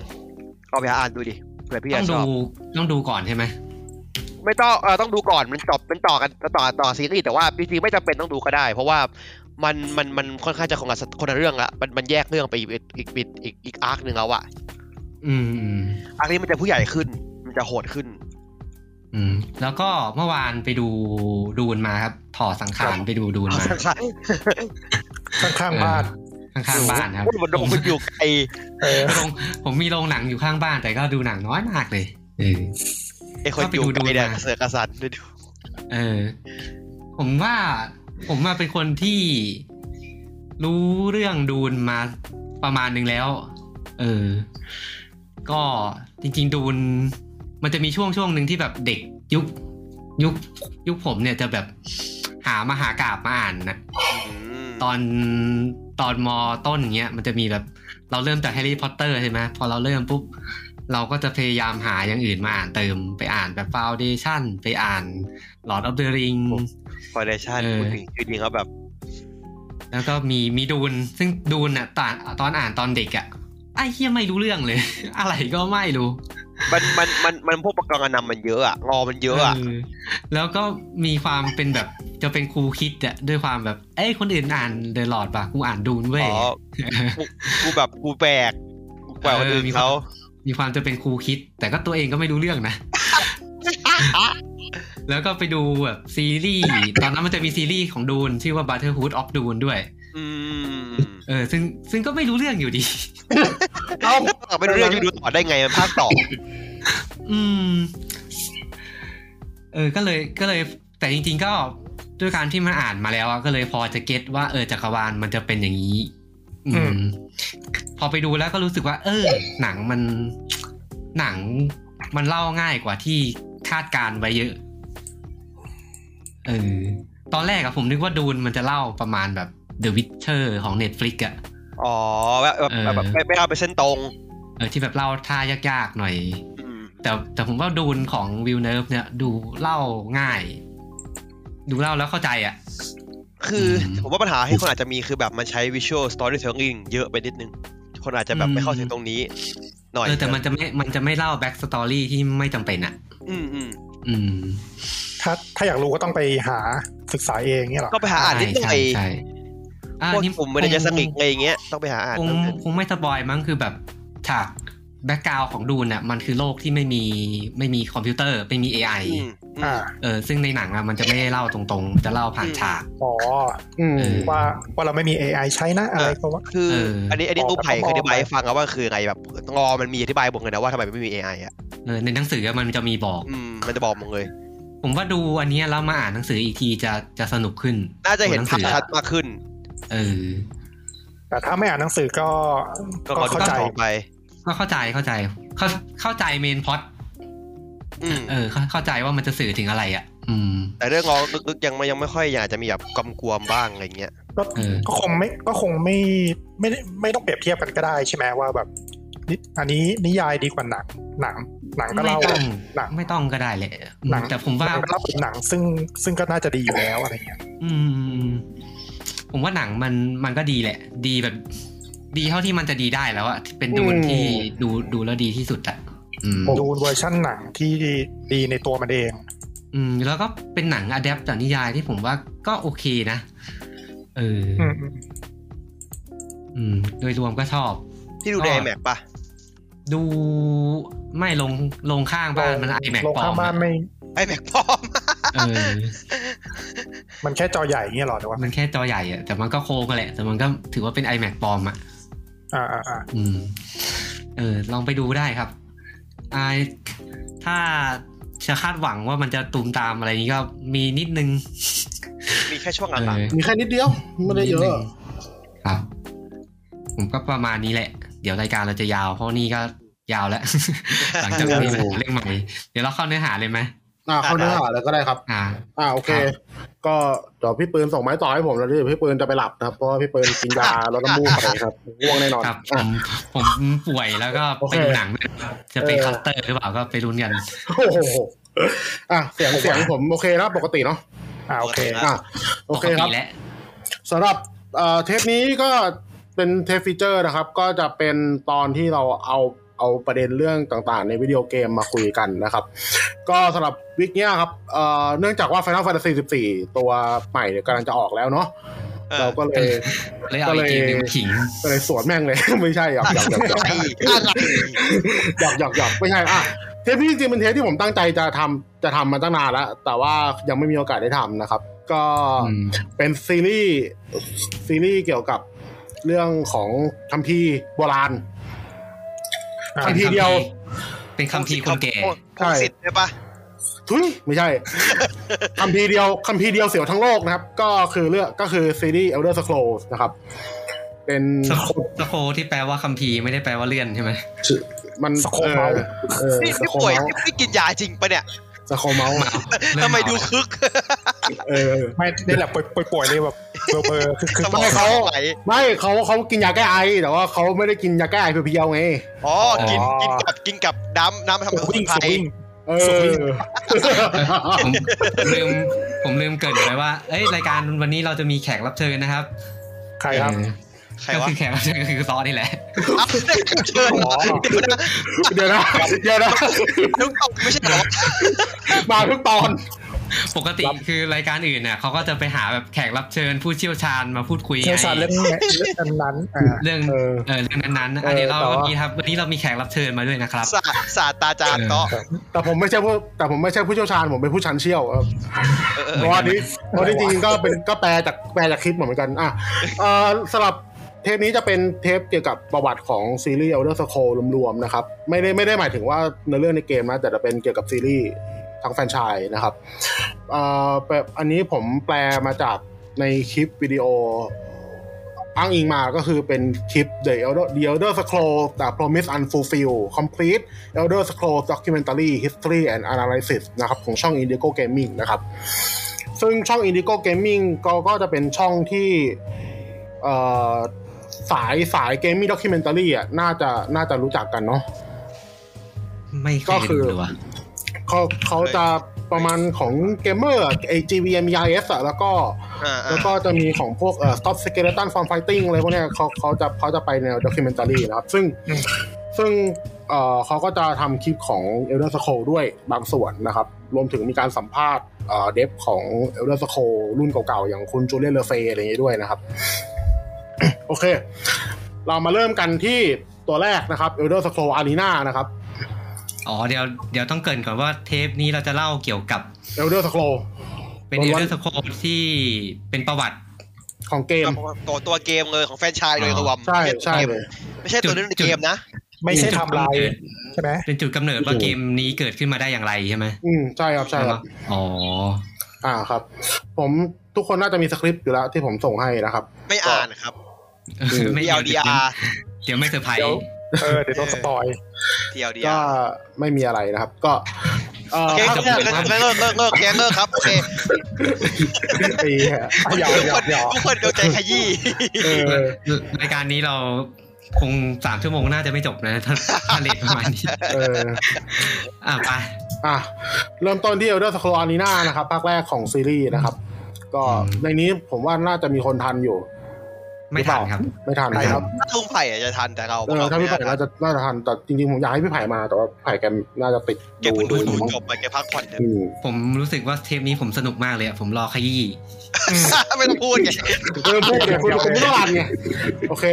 [SPEAKER 2] เอาไปหาอ่านดูดิเผื่อพี่
[SPEAKER 1] ต้
[SPEAKER 2] จะ
[SPEAKER 1] อง
[SPEAKER 2] ช
[SPEAKER 1] ดู
[SPEAKER 2] อบ
[SPEAKER 1] ต้องดูก่อนใช่ไหม
[SPEAKER 2] ไม่ต้องเออต้องดูก่อนมันจบเป็นต่อกันต่อต่อซีรีส์แต่ว่าจริงๆไม่จำเป็นต้องดูก็ได้ เพราะว่ามันมันมันค่อนข้างจะของละคนละเรื่องละมันมันแยกเรื่องไปอีกอีกอีกอีกอีกอาร์คหนึ่งแล้วอะ
[SPEAKER 1] อืมอืม
[SPEAKER 2] อาร์คนี้มันจะผู้ใหญ่ขึ้น มันจะโหดขึ้น
[SPEAKER 1] อืม แล้วก็เมื่อวานไปดูดูนมาครับ ถอดสังขารไปดูดูนมา
[SPEAKER 4] ข้างๆบ้าน
[SPEAKER 1] เออข้างๆบ้านครับ
[SPEAKER 2] พูดเหมันโดนมันอยู่ไกล
[SPEAKER 4] เออ
[SPEAKER 1] โรงผมมีโรงหนังอยู่ข้างบ้านแต่ก็ดูหนังน้อยมากเลยเออ
[SPEAKER 2] ไอ้คนอยู่ไกลเนี่ย
[SPEAKER 1] เข้าไปดูดูมา
[SPEAKER 2] เสือกกระสันได้ดู
[SPEAKER 1] เออ ผมว่าผมมาเป็นคนที่รู้เรื่องดูนมาประมาณหนึ่งแล้ว เออ ก็จริง ๆ ดูนมันจะมีช่วงช่วงหนึ่งที่แบบเด็กยุคยุคยุคผมเนี่ยจะแบบหามหากาบมาอ่านนะ ตอนตอนมต้นเงี้ยมันจะมีแบบเราเริ่มจากแฮร์รี่พอตเตอร์ใช่ไหมพอเราเริ่มปุ๊บ เราก็จะพยายามหาอย่างอื่นมาอ่านเติมไปอ่านแบบฟาวเดชันไปอ่านหลอดออฟเดอะริง
[SPEAKER 2] ฟอนเดชั่น
[SPEAKER 1] เออ
[SPEAKER 2] พูดถึงจริงๆเขาแบบ
[SPEAKER 1] แล้วก็มีมีดูน ซึ่งดูนอ่ะตอนตอนอ่านตอนเด็กอ่ะไอ้เฮียไม่รู้เรื่องเลย อะไรก็ไม่รู้
[SPEAKER 2] มันมันมันมันพวกประกอบการนำมันเยอะอะงอมันเยอะอะ
[SPEAKER 1] เออแล้วก็มีความเป็นแบบจะเป็นครูคิดอะด้วยความแบบเอ้ยคนอื่นอ่านเดอะหลอดป่ะกูอ่านดูนเว้
[SPEAKER 2] อ๋
[SPEAKER 1] ย
[SPEAKER 2] อกูกูแบบกูแปลกกูแปลกกว่าคนอื่น
[SPEAKER 1] เออมีความ
[SPEAKER 2] เขา
[SPEAKER 1] มีความจะเป็นครูคิด แต่ก็ตัวเองก็ไม่รู้เรื่องนะ แล้วก็ไปดูแบบซีรีส์ ตอนนั้นมันจะมีซีรีส์ของดูนชื่อว่า Brotherhood of Dune ด้วย
[SPEAKER 2] อืม
[SPEAKER 1] เออซึ่งซึ่งก็ไม่รู้เรื่องอยู่ดี
[SPEAKER 2] เอาไปดูเรื่องยูดูต่อได้ไงมันภาคต่อ
[SPEAKER 1] อืม เออ ก็เลยก็เลย แต่จริงๆก็ด้วยการที่มันอ่านมาแล้วอะก็เลยพอจะเก็ตว่าเออจักรวาลมันจะเป็นอย่างนี้ อืม พอไปดูแล้วก็รู้สึกว่า เออ หนังมัน หนังมันเล่าง่ายกว่าที่คาดการณ์ไว้เยอะ เออ ตอนแรกอะผมนึกว่าดูนมันจะเล่าประมาณแบบ The Witcher ของ Netflix อะ
[SPEAKER 2] อ๋อแบบแบบแบบแบบ
[SPEAKER 1] เออ
[SPEAKER 2] ไม่ไม่เอาไปเส้นตรง
[SPEAKER 1] เออที่แบบเล่าท่ายากๆหน่อย
[SPEAKER 2] อืม
[SPEAKER 1] แต่แต่ผมว่าดูนของวิลเนิร์ฟเนี่ยดูเล่าง่าย ดูเล่าแล้วเข้าใจอ่ะ
[SPEAKER 2] คืออ
[SPEAKER 1] ม
[SPEAKER 2] ผมว่าปัญหาที่คนอาจจะมีคือแบบมันใช้วิชวลสตอรี่เทลลิ่งเยอะไปนิดนึง คนอาจจะแบบไม่เข้าถึ
[SPEAKER 1] อื
[SPEAKER 2] ง
[SPEAKER 1] ม
[SPEAKER 2] ตรงนี้ หน่อย
[SPEAKER 1] เออแต่มันจะไม่มันจะไม่เล่าแบ็กสตอรี่ที่ไม่จำเป็นอ่ะ
[SPEAKER 2] อืมอืม
[SPEAKER 1] อืม
[SPEAKER 4] ถ้าถ้าอยากรู้ก็ต้องไปหาศึกษาเองเนี่ยเหรอ
[SPEAKER 2] ก็ไปหาอ่านนิดหน่อย
[SPEAKER 1] ใช่ใช่อ่า
[SPEAKER 2] พวก
[SPEAKER 1] นี่
[SPEAKER 2] กลุ่มไม่ได้จะสนิทอะไรอย่างเงี้ยต้องไปหาอ่าน
[SPEAKER 1] คง
[SPEAKER 2] เพิ่มเติม
[SPEAKER 1] คงไม่สปอยมั้งคือแบบฉากแบ็กกราวของดูนอ่ะมันคือโลกที่ไม่มีไม่มีคอมพิวเตอร์ ไม่มี AI
[SPEAKER 2] อืม
[SPEAKER 4] อ่า
[SPEAKER 1] เออซึ่งในหนังอ่ะมันจะไม่ได้เล่าตรงๆ จะเล่าผ่านฉาก
[SPEAKER 4] อ๋อ
[SPEAKER 5] อืม
[SPEAKER 1] เออ
[SPEAKER 4] ว่าว่าเราไม่มี AI ใช้นะอะไรก็ว่า
[SPEAKER 2] คือ
[SPEAKER 1] เอออั
[SPEAKER 2] อันนี้อันนี้
[SPEAKER 4] อ๋อ
[SPEAKER 2] กูไผ่
[SPEAKER 4] แล้วก็
[SPEAKER 2] เคยอธิบาย
[SPEAKER 4] มอง
[SPEAKER 2] ให้ฟังอะว่าคือไงแบบงอมันมีอธิบายบอกเลยนะว่าทำไมมันไม่มี AI อ่ะ
[SPEAKER 1] เออในหนังสืออะมันจะมีบอก
[SPEAKER 2] อืมมันจะบอกมึงเลย
[SPEAKER 1] ผมว่าดูอันเนี้ยแล้วมาอ่านหนังสืออีกทีจะจะสนุกขึ้น
[SPEAKER 2] น่าจะเห็น
[SPEAKER 1] ตัวหนังสือ
[SPEAKER 2] ภาพชั
[SPEAKER 1] อะ
[SPEAKER 2] ดมากขึ้น
[SPEAKER 1] เออ
[SPEAKER 4] แต่ถ้าไม่อ่านหนังสือก็
[SPEAKER 2] ก็
[SPEAKER 4] ก็
[SPEAKER 2] ขอดู
[SPEAKER 4] เข้าใจ
[SPEAKER 2] ต่อไป
[SPEAKER 1] ก็เข้าใจเข้าใจเข้าเข้าใจเมนพล็อต
[SPEAKER 2] อืม
[SPEAKER 1] เออเข้าเข้าใจว่ามันจะสื่อถึงอะไรอ่ะ อืม
[SPEAKER 2] แต่เรื่องงอลึกๆยังไม่ยังไม่ค่อยอยากจะมีแบบกำกวมบ้างอะไรเงี้ย
[SPEAKER 4] ก็
[SPEAKER 1] เออ
[SPEAKER 4] ก็คงไม่ก็คงไม่ไม่ได้ไม่ต้องเปรียบเทียบกันก็ได้ใช่ไหมว่าแบบนิอันนี้นิยายดีกว่าหนังหนัง หนังก็
[SPEAKER 1] ไม่
[SPEAKER 4] เล่า
[SPEAKER 1] ต้อง
[SPEAKER 4] หนัง
[SPEAKER 1] ไม่ต้องก็ได้แหละ
[SPEAKER 4] หนัง
[SPEAKER 1] แต่ผมว่า
[SPEAKER 4] หนังก็เล่าเป็นหนังซึ่งซึ่งก็น่าจะดีอยู่แล้วอะไรเงี้ย
[SPEAKER 1] อืม ผมว่าหนังมันมันก็ดีแหละ ดีแบบ ดีเท่าที่มันจะดีได้แล้วอะเป็นดูน
[SPEAKER 5] อืม
[SPEAKER 1] ที่ดูดูแล้วดีที่สุดอะอืม
[SPEAKER 4] ดูเวอร์ชั่นหนังที่ดีในตัวมันเอง
[SPEAKER 1] อืม แล้วก็เป็นหนังอะแดปจากนิยายที่ผมว่าก็โอเคนะเออ
[SPEAKER 4] อื
[SPEAKER 1] อ
[SPEAKER 4] มอืม
[SPEAKER 1] อืม โดยรวมก็ชอบ
[SPEAKER 2] ที่ดู
[SPEAKER 1] ก็
[SPEAKER 2] ในแม็กปะ
[SPEAKER 1] ดูไม่ลงลงข้างบ้านมันไอแม็ก
[SPEAKER 4] ลง
[SPEAKER 1] ปลอ
[SPEAKER 4] ข้าง
[SPEAKER 1] ม
[SPEAKER 4] บ้าน
[SPEAKER 1] อะ
[SPEAKER 4] ไม่
[SPEAKER 2] ไอแม็กพร้อม
[SPEAKER 1] เออ
[SPEAKER 4] มันแค่จอใหญ่เงี้ยเหรอหรือว่า
[SPEAKER 1] มันแค่จอใหญ่อะแต่มันก็โค้งกันแหละ แต่มันก็ถือว่าเป็น iMac ปลอมอะ
[SPEAKER 4] อ่าอ่าอ่า
[SPEAKER 1] อืม เออ ลองไปดูได้ครับอ่าถ้าจะคาดหวังว่ามันจะตูมตามอะไรนี้ก็มีนิดนึง
[SPEAKER 2] มี แค่ช่วงหลัง
[SPEAKER 1] เออ
[SPEAKER 5] มีแค่นิดเดียว ไม่ได้เยอะ
[SPEAKER 1] ครับ ผมก็ประมาณนี้แหละ เดี๋ยวรายการเราจะยาว เพราะนี่ก็ยาว แล้ว หลังจากนี้นะเรื่องใหม่ เดี๋ยวเราเข้าเนื้อหาเลยไหม
[SPEAKER 5] อ่าเข้าเนื้อหาเลยก็ได้ครับ
[SPEAKER 1] อ่า
[SPEAKER 5] อ่าโอเค
[SPEAKER 1] ครับ
[SPEAKER 5] ก็เดี๋ยวพี่ปืนส่งไม้ต่อให้ผมแล้วเดี๋ยวพี่ปืนจะไปหลับนะครับเพราะว่าพี่ปืนกินยาแล้วน้ำมูกอะไรครับง่วงแน่นอน
[SPEAKER 1] ครับผ
[SPEAKER 5] อ่ะ
[SPEAKER 1] มผมป่วยแล้วก็
[SPEAKER 5] โอเค
[SPEAKER 1] ไปดูหนังด้วยจะไป
[SPEAKER 5] เออ
[SPEAKER 1] คัตเตอร์หรือเปล่าก็ไปรุนกัน
[SPEAKER 5] โอ้โหอ่ะเสียงเสียงผมโอเคนะปกติเนาะ
[SPEAKER 4] อ่าโอเค
[SPEAKER 5] อ่ะโอเคค
[SPEAKER 1] ป
[SPEAKER 5] รับ
[SPEAKER 1] กติแล้ว
[SPEAKER 5] สำหรับเอ่อเทปนี้ก็เป็นเทปฟีเจอร์นะครับ ก็จะเป็นตอนที่เราเอาเอาประเด็นเรื่องต่างๆ ในวิดีโอเกมมาคุยกันนะครับ ก็สำหรับวิกเนี้ยครับเอ่อเนื่องจากว่า Final Fantasy 14 ตัวใหม่เนี่ยกำลังจะออกแล้วเนาะ
[SPEAKER 2] ๆเออ
[SPEAKER 5] เราก็เลย
[SPEAKER 1] เลยเอาไอเกมนี้มาขิง
[SPEAKER 5] ก็เลยสวนแม่งเลย ไม่ใช่หยอกหยอกหยอกหยอก
[SPEAKER 2] ไอ้อะไร
[SPEAKER 5] หยอกหยอกหยอกไม่ใช่อ่ะเทปนี้จริงๆเป็นเทปที่ผมตั้งใจจะทำจะทำมาตั้งนานแล้ว แต่ว่ายังไม่มีโอกาสได้ทำนะครับ ก็ เป็นซีรีส์ซีรีส์เกี่ยวกับเรื่องของคัมภีร์โบราณ
[SPEAKER 4] อ่า
[SPEAKER 5] คัมภีร์เดียว
[SPEAKER 1] เป็นคำพีร์คนแก่
[SPEAKER 5] ใช่
[SPEAKER 2] สิทธิ์ใช่ปะ
[SPEAKER 5] ทุยไม่ใช่ คัมภีร์เดียวคัมภีร์เดียวเสียวทั้งโลกนะครับ ก็คือเรื่องก็คือซีรีส์ Elder Scrolls นะครับ เป็น
[SPEAKER 1] สโคสโคที่แปลว่าคำพีร์ไม่ได้แปลว่าเลื่ อนใช่ไหม
[SPEAKER 5] มัน
[SPEAKER 4] สโคเมาส์
[SPEAKER 5] เออ
[SPEAKER 2] นี่
[SPEAKER 5] ส
[SPEAKER 2] นี่
[SPEAKER 5] โค
[SPEAKER 2] ป่ วย
[SPEAKER 5] เมาส์
[SPEAKER 2] นี่ไม่กินยาจริงปะเนี่ย
[SPEAKER 5] สโคเมาส์
[SPEAKER 1] เริ่
[SPEAKER 2] ทำไม
[SPEAKER 1] เอา
[SPEAKER 2] ดู
[SPEAKER 1] ละ
[SPEAKER 2] คึก
[SPEAKER 5] เออ
[SPEAKER 4] ไม่นี่แหละป่วยป่วยป่วยเลยแบบเบอร์ๆคือคือ
[SPEAKER 2] สมอง
[SPEAKER 5] ไม่เขา
[SPEAKER 2] ไหล
[SPEAKER 5] ไม่เขาเขากินยาแก้ไอ แต่ว่าเขาไม่ได้กินยาแก้ไอเพียวๆไง
[SPEAKER 2] อ๋อกินกินกับกินกับน้ำน้ำทำ
[SPEAKER 4] สุ
[SPEAKER 2] เป็นสมุ
[SPEAKER 4] ดวิ่ง
[SPEAKER 2] นไพ
[SPEAKER 4] สุด
[SPEAKER 2] ร
[SPEAKER 4] วิ่ง
[SPEAKER 5] เอ
[SPEAKER 4] สุด
[SPEAKER 5] อ
[SPEAKER 4] ย
[SPEAKER 1] ผมผมลืมผมลืมเกรินไปว่า เอ้ยรายการวันนี้เราจะมีแขกรับเชิญนะครับ
[SPEAKER 4] ใครครับ
[SPEAKER 1] เออ
[SPEAKER 2] ใคร
[SPEAKER 1] ก็
[SPEAKER 2] วะ
[SPEAKER 1] คือแขกรับเชิญก็คือซอนี่แหละ
[SPEAKER 2] อ้าวได้แขกเชิญเหรอเดี๋ยวนะ
[SPEAKER 5] เดี๋ยวนะเดี๋ยวนะ
[SPEAKER 2] น้องตกไม่ใช่เหรอ
[SPEAKER 5] มาทุกตอน
[SPEAKER 1] ปกติคือรายการอื่นเนี่ยเขาก็จะไปหาแบบแขกรับเชิญ ผู้เชี่ยวชาญมาพูดคุย
[SPEAKER 4] เชี่ยวชาญเรื่องนี้เรื่องนั้นๆอ่า
[SPEAKER 1] เรื่อง
[SPEAKER 5] เออ
[SPEAKER 1] เออเรื่องนั้นๆนะ
[SPEAKER 4] เออ
[SPEAKER 1] อันนี้เรา
[SPEAKER 4] แต่ว่า
[SPEAKER 1] วันนี้ครับวันนี้เรามีแขกรับเชิญมาด้วยนะครับ
[SPEAKER 2] ศาสตร์ศาสตราจารย์เนาะ
[SPEAKER 5] แต่ผมไม่ใช่ผู้แต่ผมไม่ใช่ผู้เชี่ยวชาญผมเป็นผู้ชันเชี่ยวครับ
[SPEAKER 2] เออเออ
[SPEAKER 5] เพราะว่านี้เพราะที่จริงๆก็เป็นก็แปลจากแปลจากคลิปเหมือนกันอ่ะเอ่อสำหรับเทปนี้จะเป็นเทปเกี่ยวกับประวัติของซีรีส์ Elder Scrolls รวมๆนะครับ ไม่ได้ไม่ได้หมายถึงว่าในอเรื่องในเกมนะ แต่จะเป็นเกี่ยวกับซีรีส์ทางแฟรนไชายนะครับเอ่อแบบอันนี้ผมแปลมาจากในคลิปวิดีโอ อ้างอิงมาก็คือเป็นคลิป The Elder, The Elder Scrolls The Promise Unfulfilled Complete Elder Scrolls Documentary History and Analysis นะครับของช่อง Indigo Gaming นะครับ ซึ่งช่อง Indigo Gaming ก็ก็จะเป็นช่องที่เอ่อสายสายเกมมิ่งด็อกิเมนตารีอ่ะน่าจะน่าจะรู้จักกันเนาะ
[SPEAKER 1] ไม่เค
[SPEAKER 5] ก็
[SPEAKER 1] ย
[SPEAKER 5] คือ
[SPEAKER 1] ดูเลยวะ
[SPEAKER 5] เขาเขาจะประมาณของเกมเมอร์ AGVMIS อะแล้วก็
[SPEAKER 2] อ่าๆ
[SPEAKER 5] แล้วก็จะมีของพวกเอ่อ stop skeleton from fighting อะไรพวกเนี้ยเขาเขาจะเขาจะไปแนว documentary นะครับ ซึ่ง
[SPEAKER 4] อืม
[SPEAKER 5] ซึ่งเอ่อเขาก็จะทำคลิปของ Elder Scrolls ด้วยบางส่วนนะครับ รวมถึงมีการสัมภาษณ์เอ่อเดฟของ Elder Scrolls รุ่นเก่าๆ อย่างคุณจูเลียนเลเฟอะไรอย่างนี้ด้วยนะครับ โอเค เรามาเริ่มกันที่ตัวแรกนะครับ Elder Scrolls Arena นะครับ
[SPEAKER 1] อ๋อเดี๋ยวเดี๋ยวต้องเกรินก่อนว่าเทปนี้เราจะเล่าเกี่ยวกับ
[SPEAKER 5] Elder Scrolls
[SPEAKER 1] เป็น
[SPEAKER 5] ร้
[SPEAKER 1] เอ
[SPEAKER 5] อนๆ
[SPEAKER 1] เดอร์สโคที่เป็นประวัติ
[SPEAKER 5] ของเกม
[SPEAKER 2] ตัวตัวเกมเลยของแฟรนไชายเลยรวม
[SPEAKER 5] ใช่ใช่เลย
[SPEAKER 2] ไม่ใช่ตัวเล่นเกมนะ
[SPEAKER 4] ไม่ใช่ไทำลาย
[SPEAKER 1] เป็นจุดกำเนิด
[SPEAKER 4] ใช่ไหม
[SPEAKER 1] เป็นจุดกำเนิดว่าเกมนี้เกิดขึ้นมาได้อย่างไรใช่ไหม
[SPEAKER 5] อืมใช่ครับใช่ครับ
[SPEAKER 1] อ๋อ
[SPEAKER 5] อ่าครับ ผมทุกคนน่าจะมีสคริปต์อยู่แล้วที่ผมส่งให้นะครับ
[SPEAKER 2] ไม่อ่านครับ TLDR
[SPEAKER 1] เดี๋ยวไม่เซอร์ไพรส์
[SPEAKER 4] เดี๋ยว เออเดี๋ยวโดนสปอย
[SPEAKER 5] ก็
[SPEAKER 2] TLDR
[SPEAKER 5] ไม่มีอะไรนะครับ ก็เอ่อ
[SPEAKER 2] โอเค
[SPEAKER 5] ภา
[SPEAKER 2] จ
[SPEAKER 5] ค
[SPEAKER 2] บ
[SPEAKER 5] แรก
[SPEAKER 2] เลิกเลิกเลิกเลิกเลิกเลิกครับโอเค
[SPEAKER 5] ปีอะ
[SPEAKER 4] อย่า
[SPEAKER 2] ทุก
[SPEAKER 4] อย่า
[SPEAKER 2] คน
[SPEAKER 4] อย่า
[SPEAKER 2] ทุกคนเอาใจขยี้
[SPEAKER 5] เออ
[SPEAKER 1] รายการนี้เราคงสามชั่วโมงน่าจะไม่จบนะถ้าถ้าเลทประมาณนี้
[SPEAKER 5] เออ
[SPEAKER 1] อ่ะไป
[SPEAKER 5] อ่ะเริ่มต้นที่ Elder Scrolls Arena นะครับ ภาคแรกของซีรีส์นะครับ ก็
[SPEAKER 1] อืม
[SPEAKER 5] ในนี้ผมว่าน่าจะมีคนทันอยู่
[SPEAKER 1] ไม่ทันครับ
[SPEAKER 5] ไม่ทัน
[SPEAKER 1] ไม่ทัน
[SPEAKER 5] นะครับ
[SPEAKER 2] ถ้าลุงไผ่อาจจะทันแต่เรา
[SPEAKER 5] เออถ้าพี่ไผ่น่าจะน่าจะทันแต่จริงๆ ผมอยากให้พี่ไผ่มาแต่ว่าไผ่แกน่าจะติด
[SPEAKER 2] แกเพิ่งดู
[SPEAKER 5] อ
[SPEAKER 2] ดู
[SPEAKER 5] ยู่มั้ง
[SPEAKER 2] จบไปแกพักผ่อนเถอะ
[SPEAKER 5] อืม
[SPEAKER 1] ผมรู้สึกว่าเทปนี้ผมสนุกมากเลยอะผมรอขยี้
[SPEAKER 2] ไม่ต้องพูดไง
[SPEAKER 5] เออพูดเนี่ยคุณคุณไม่ต้องรันไงโอเค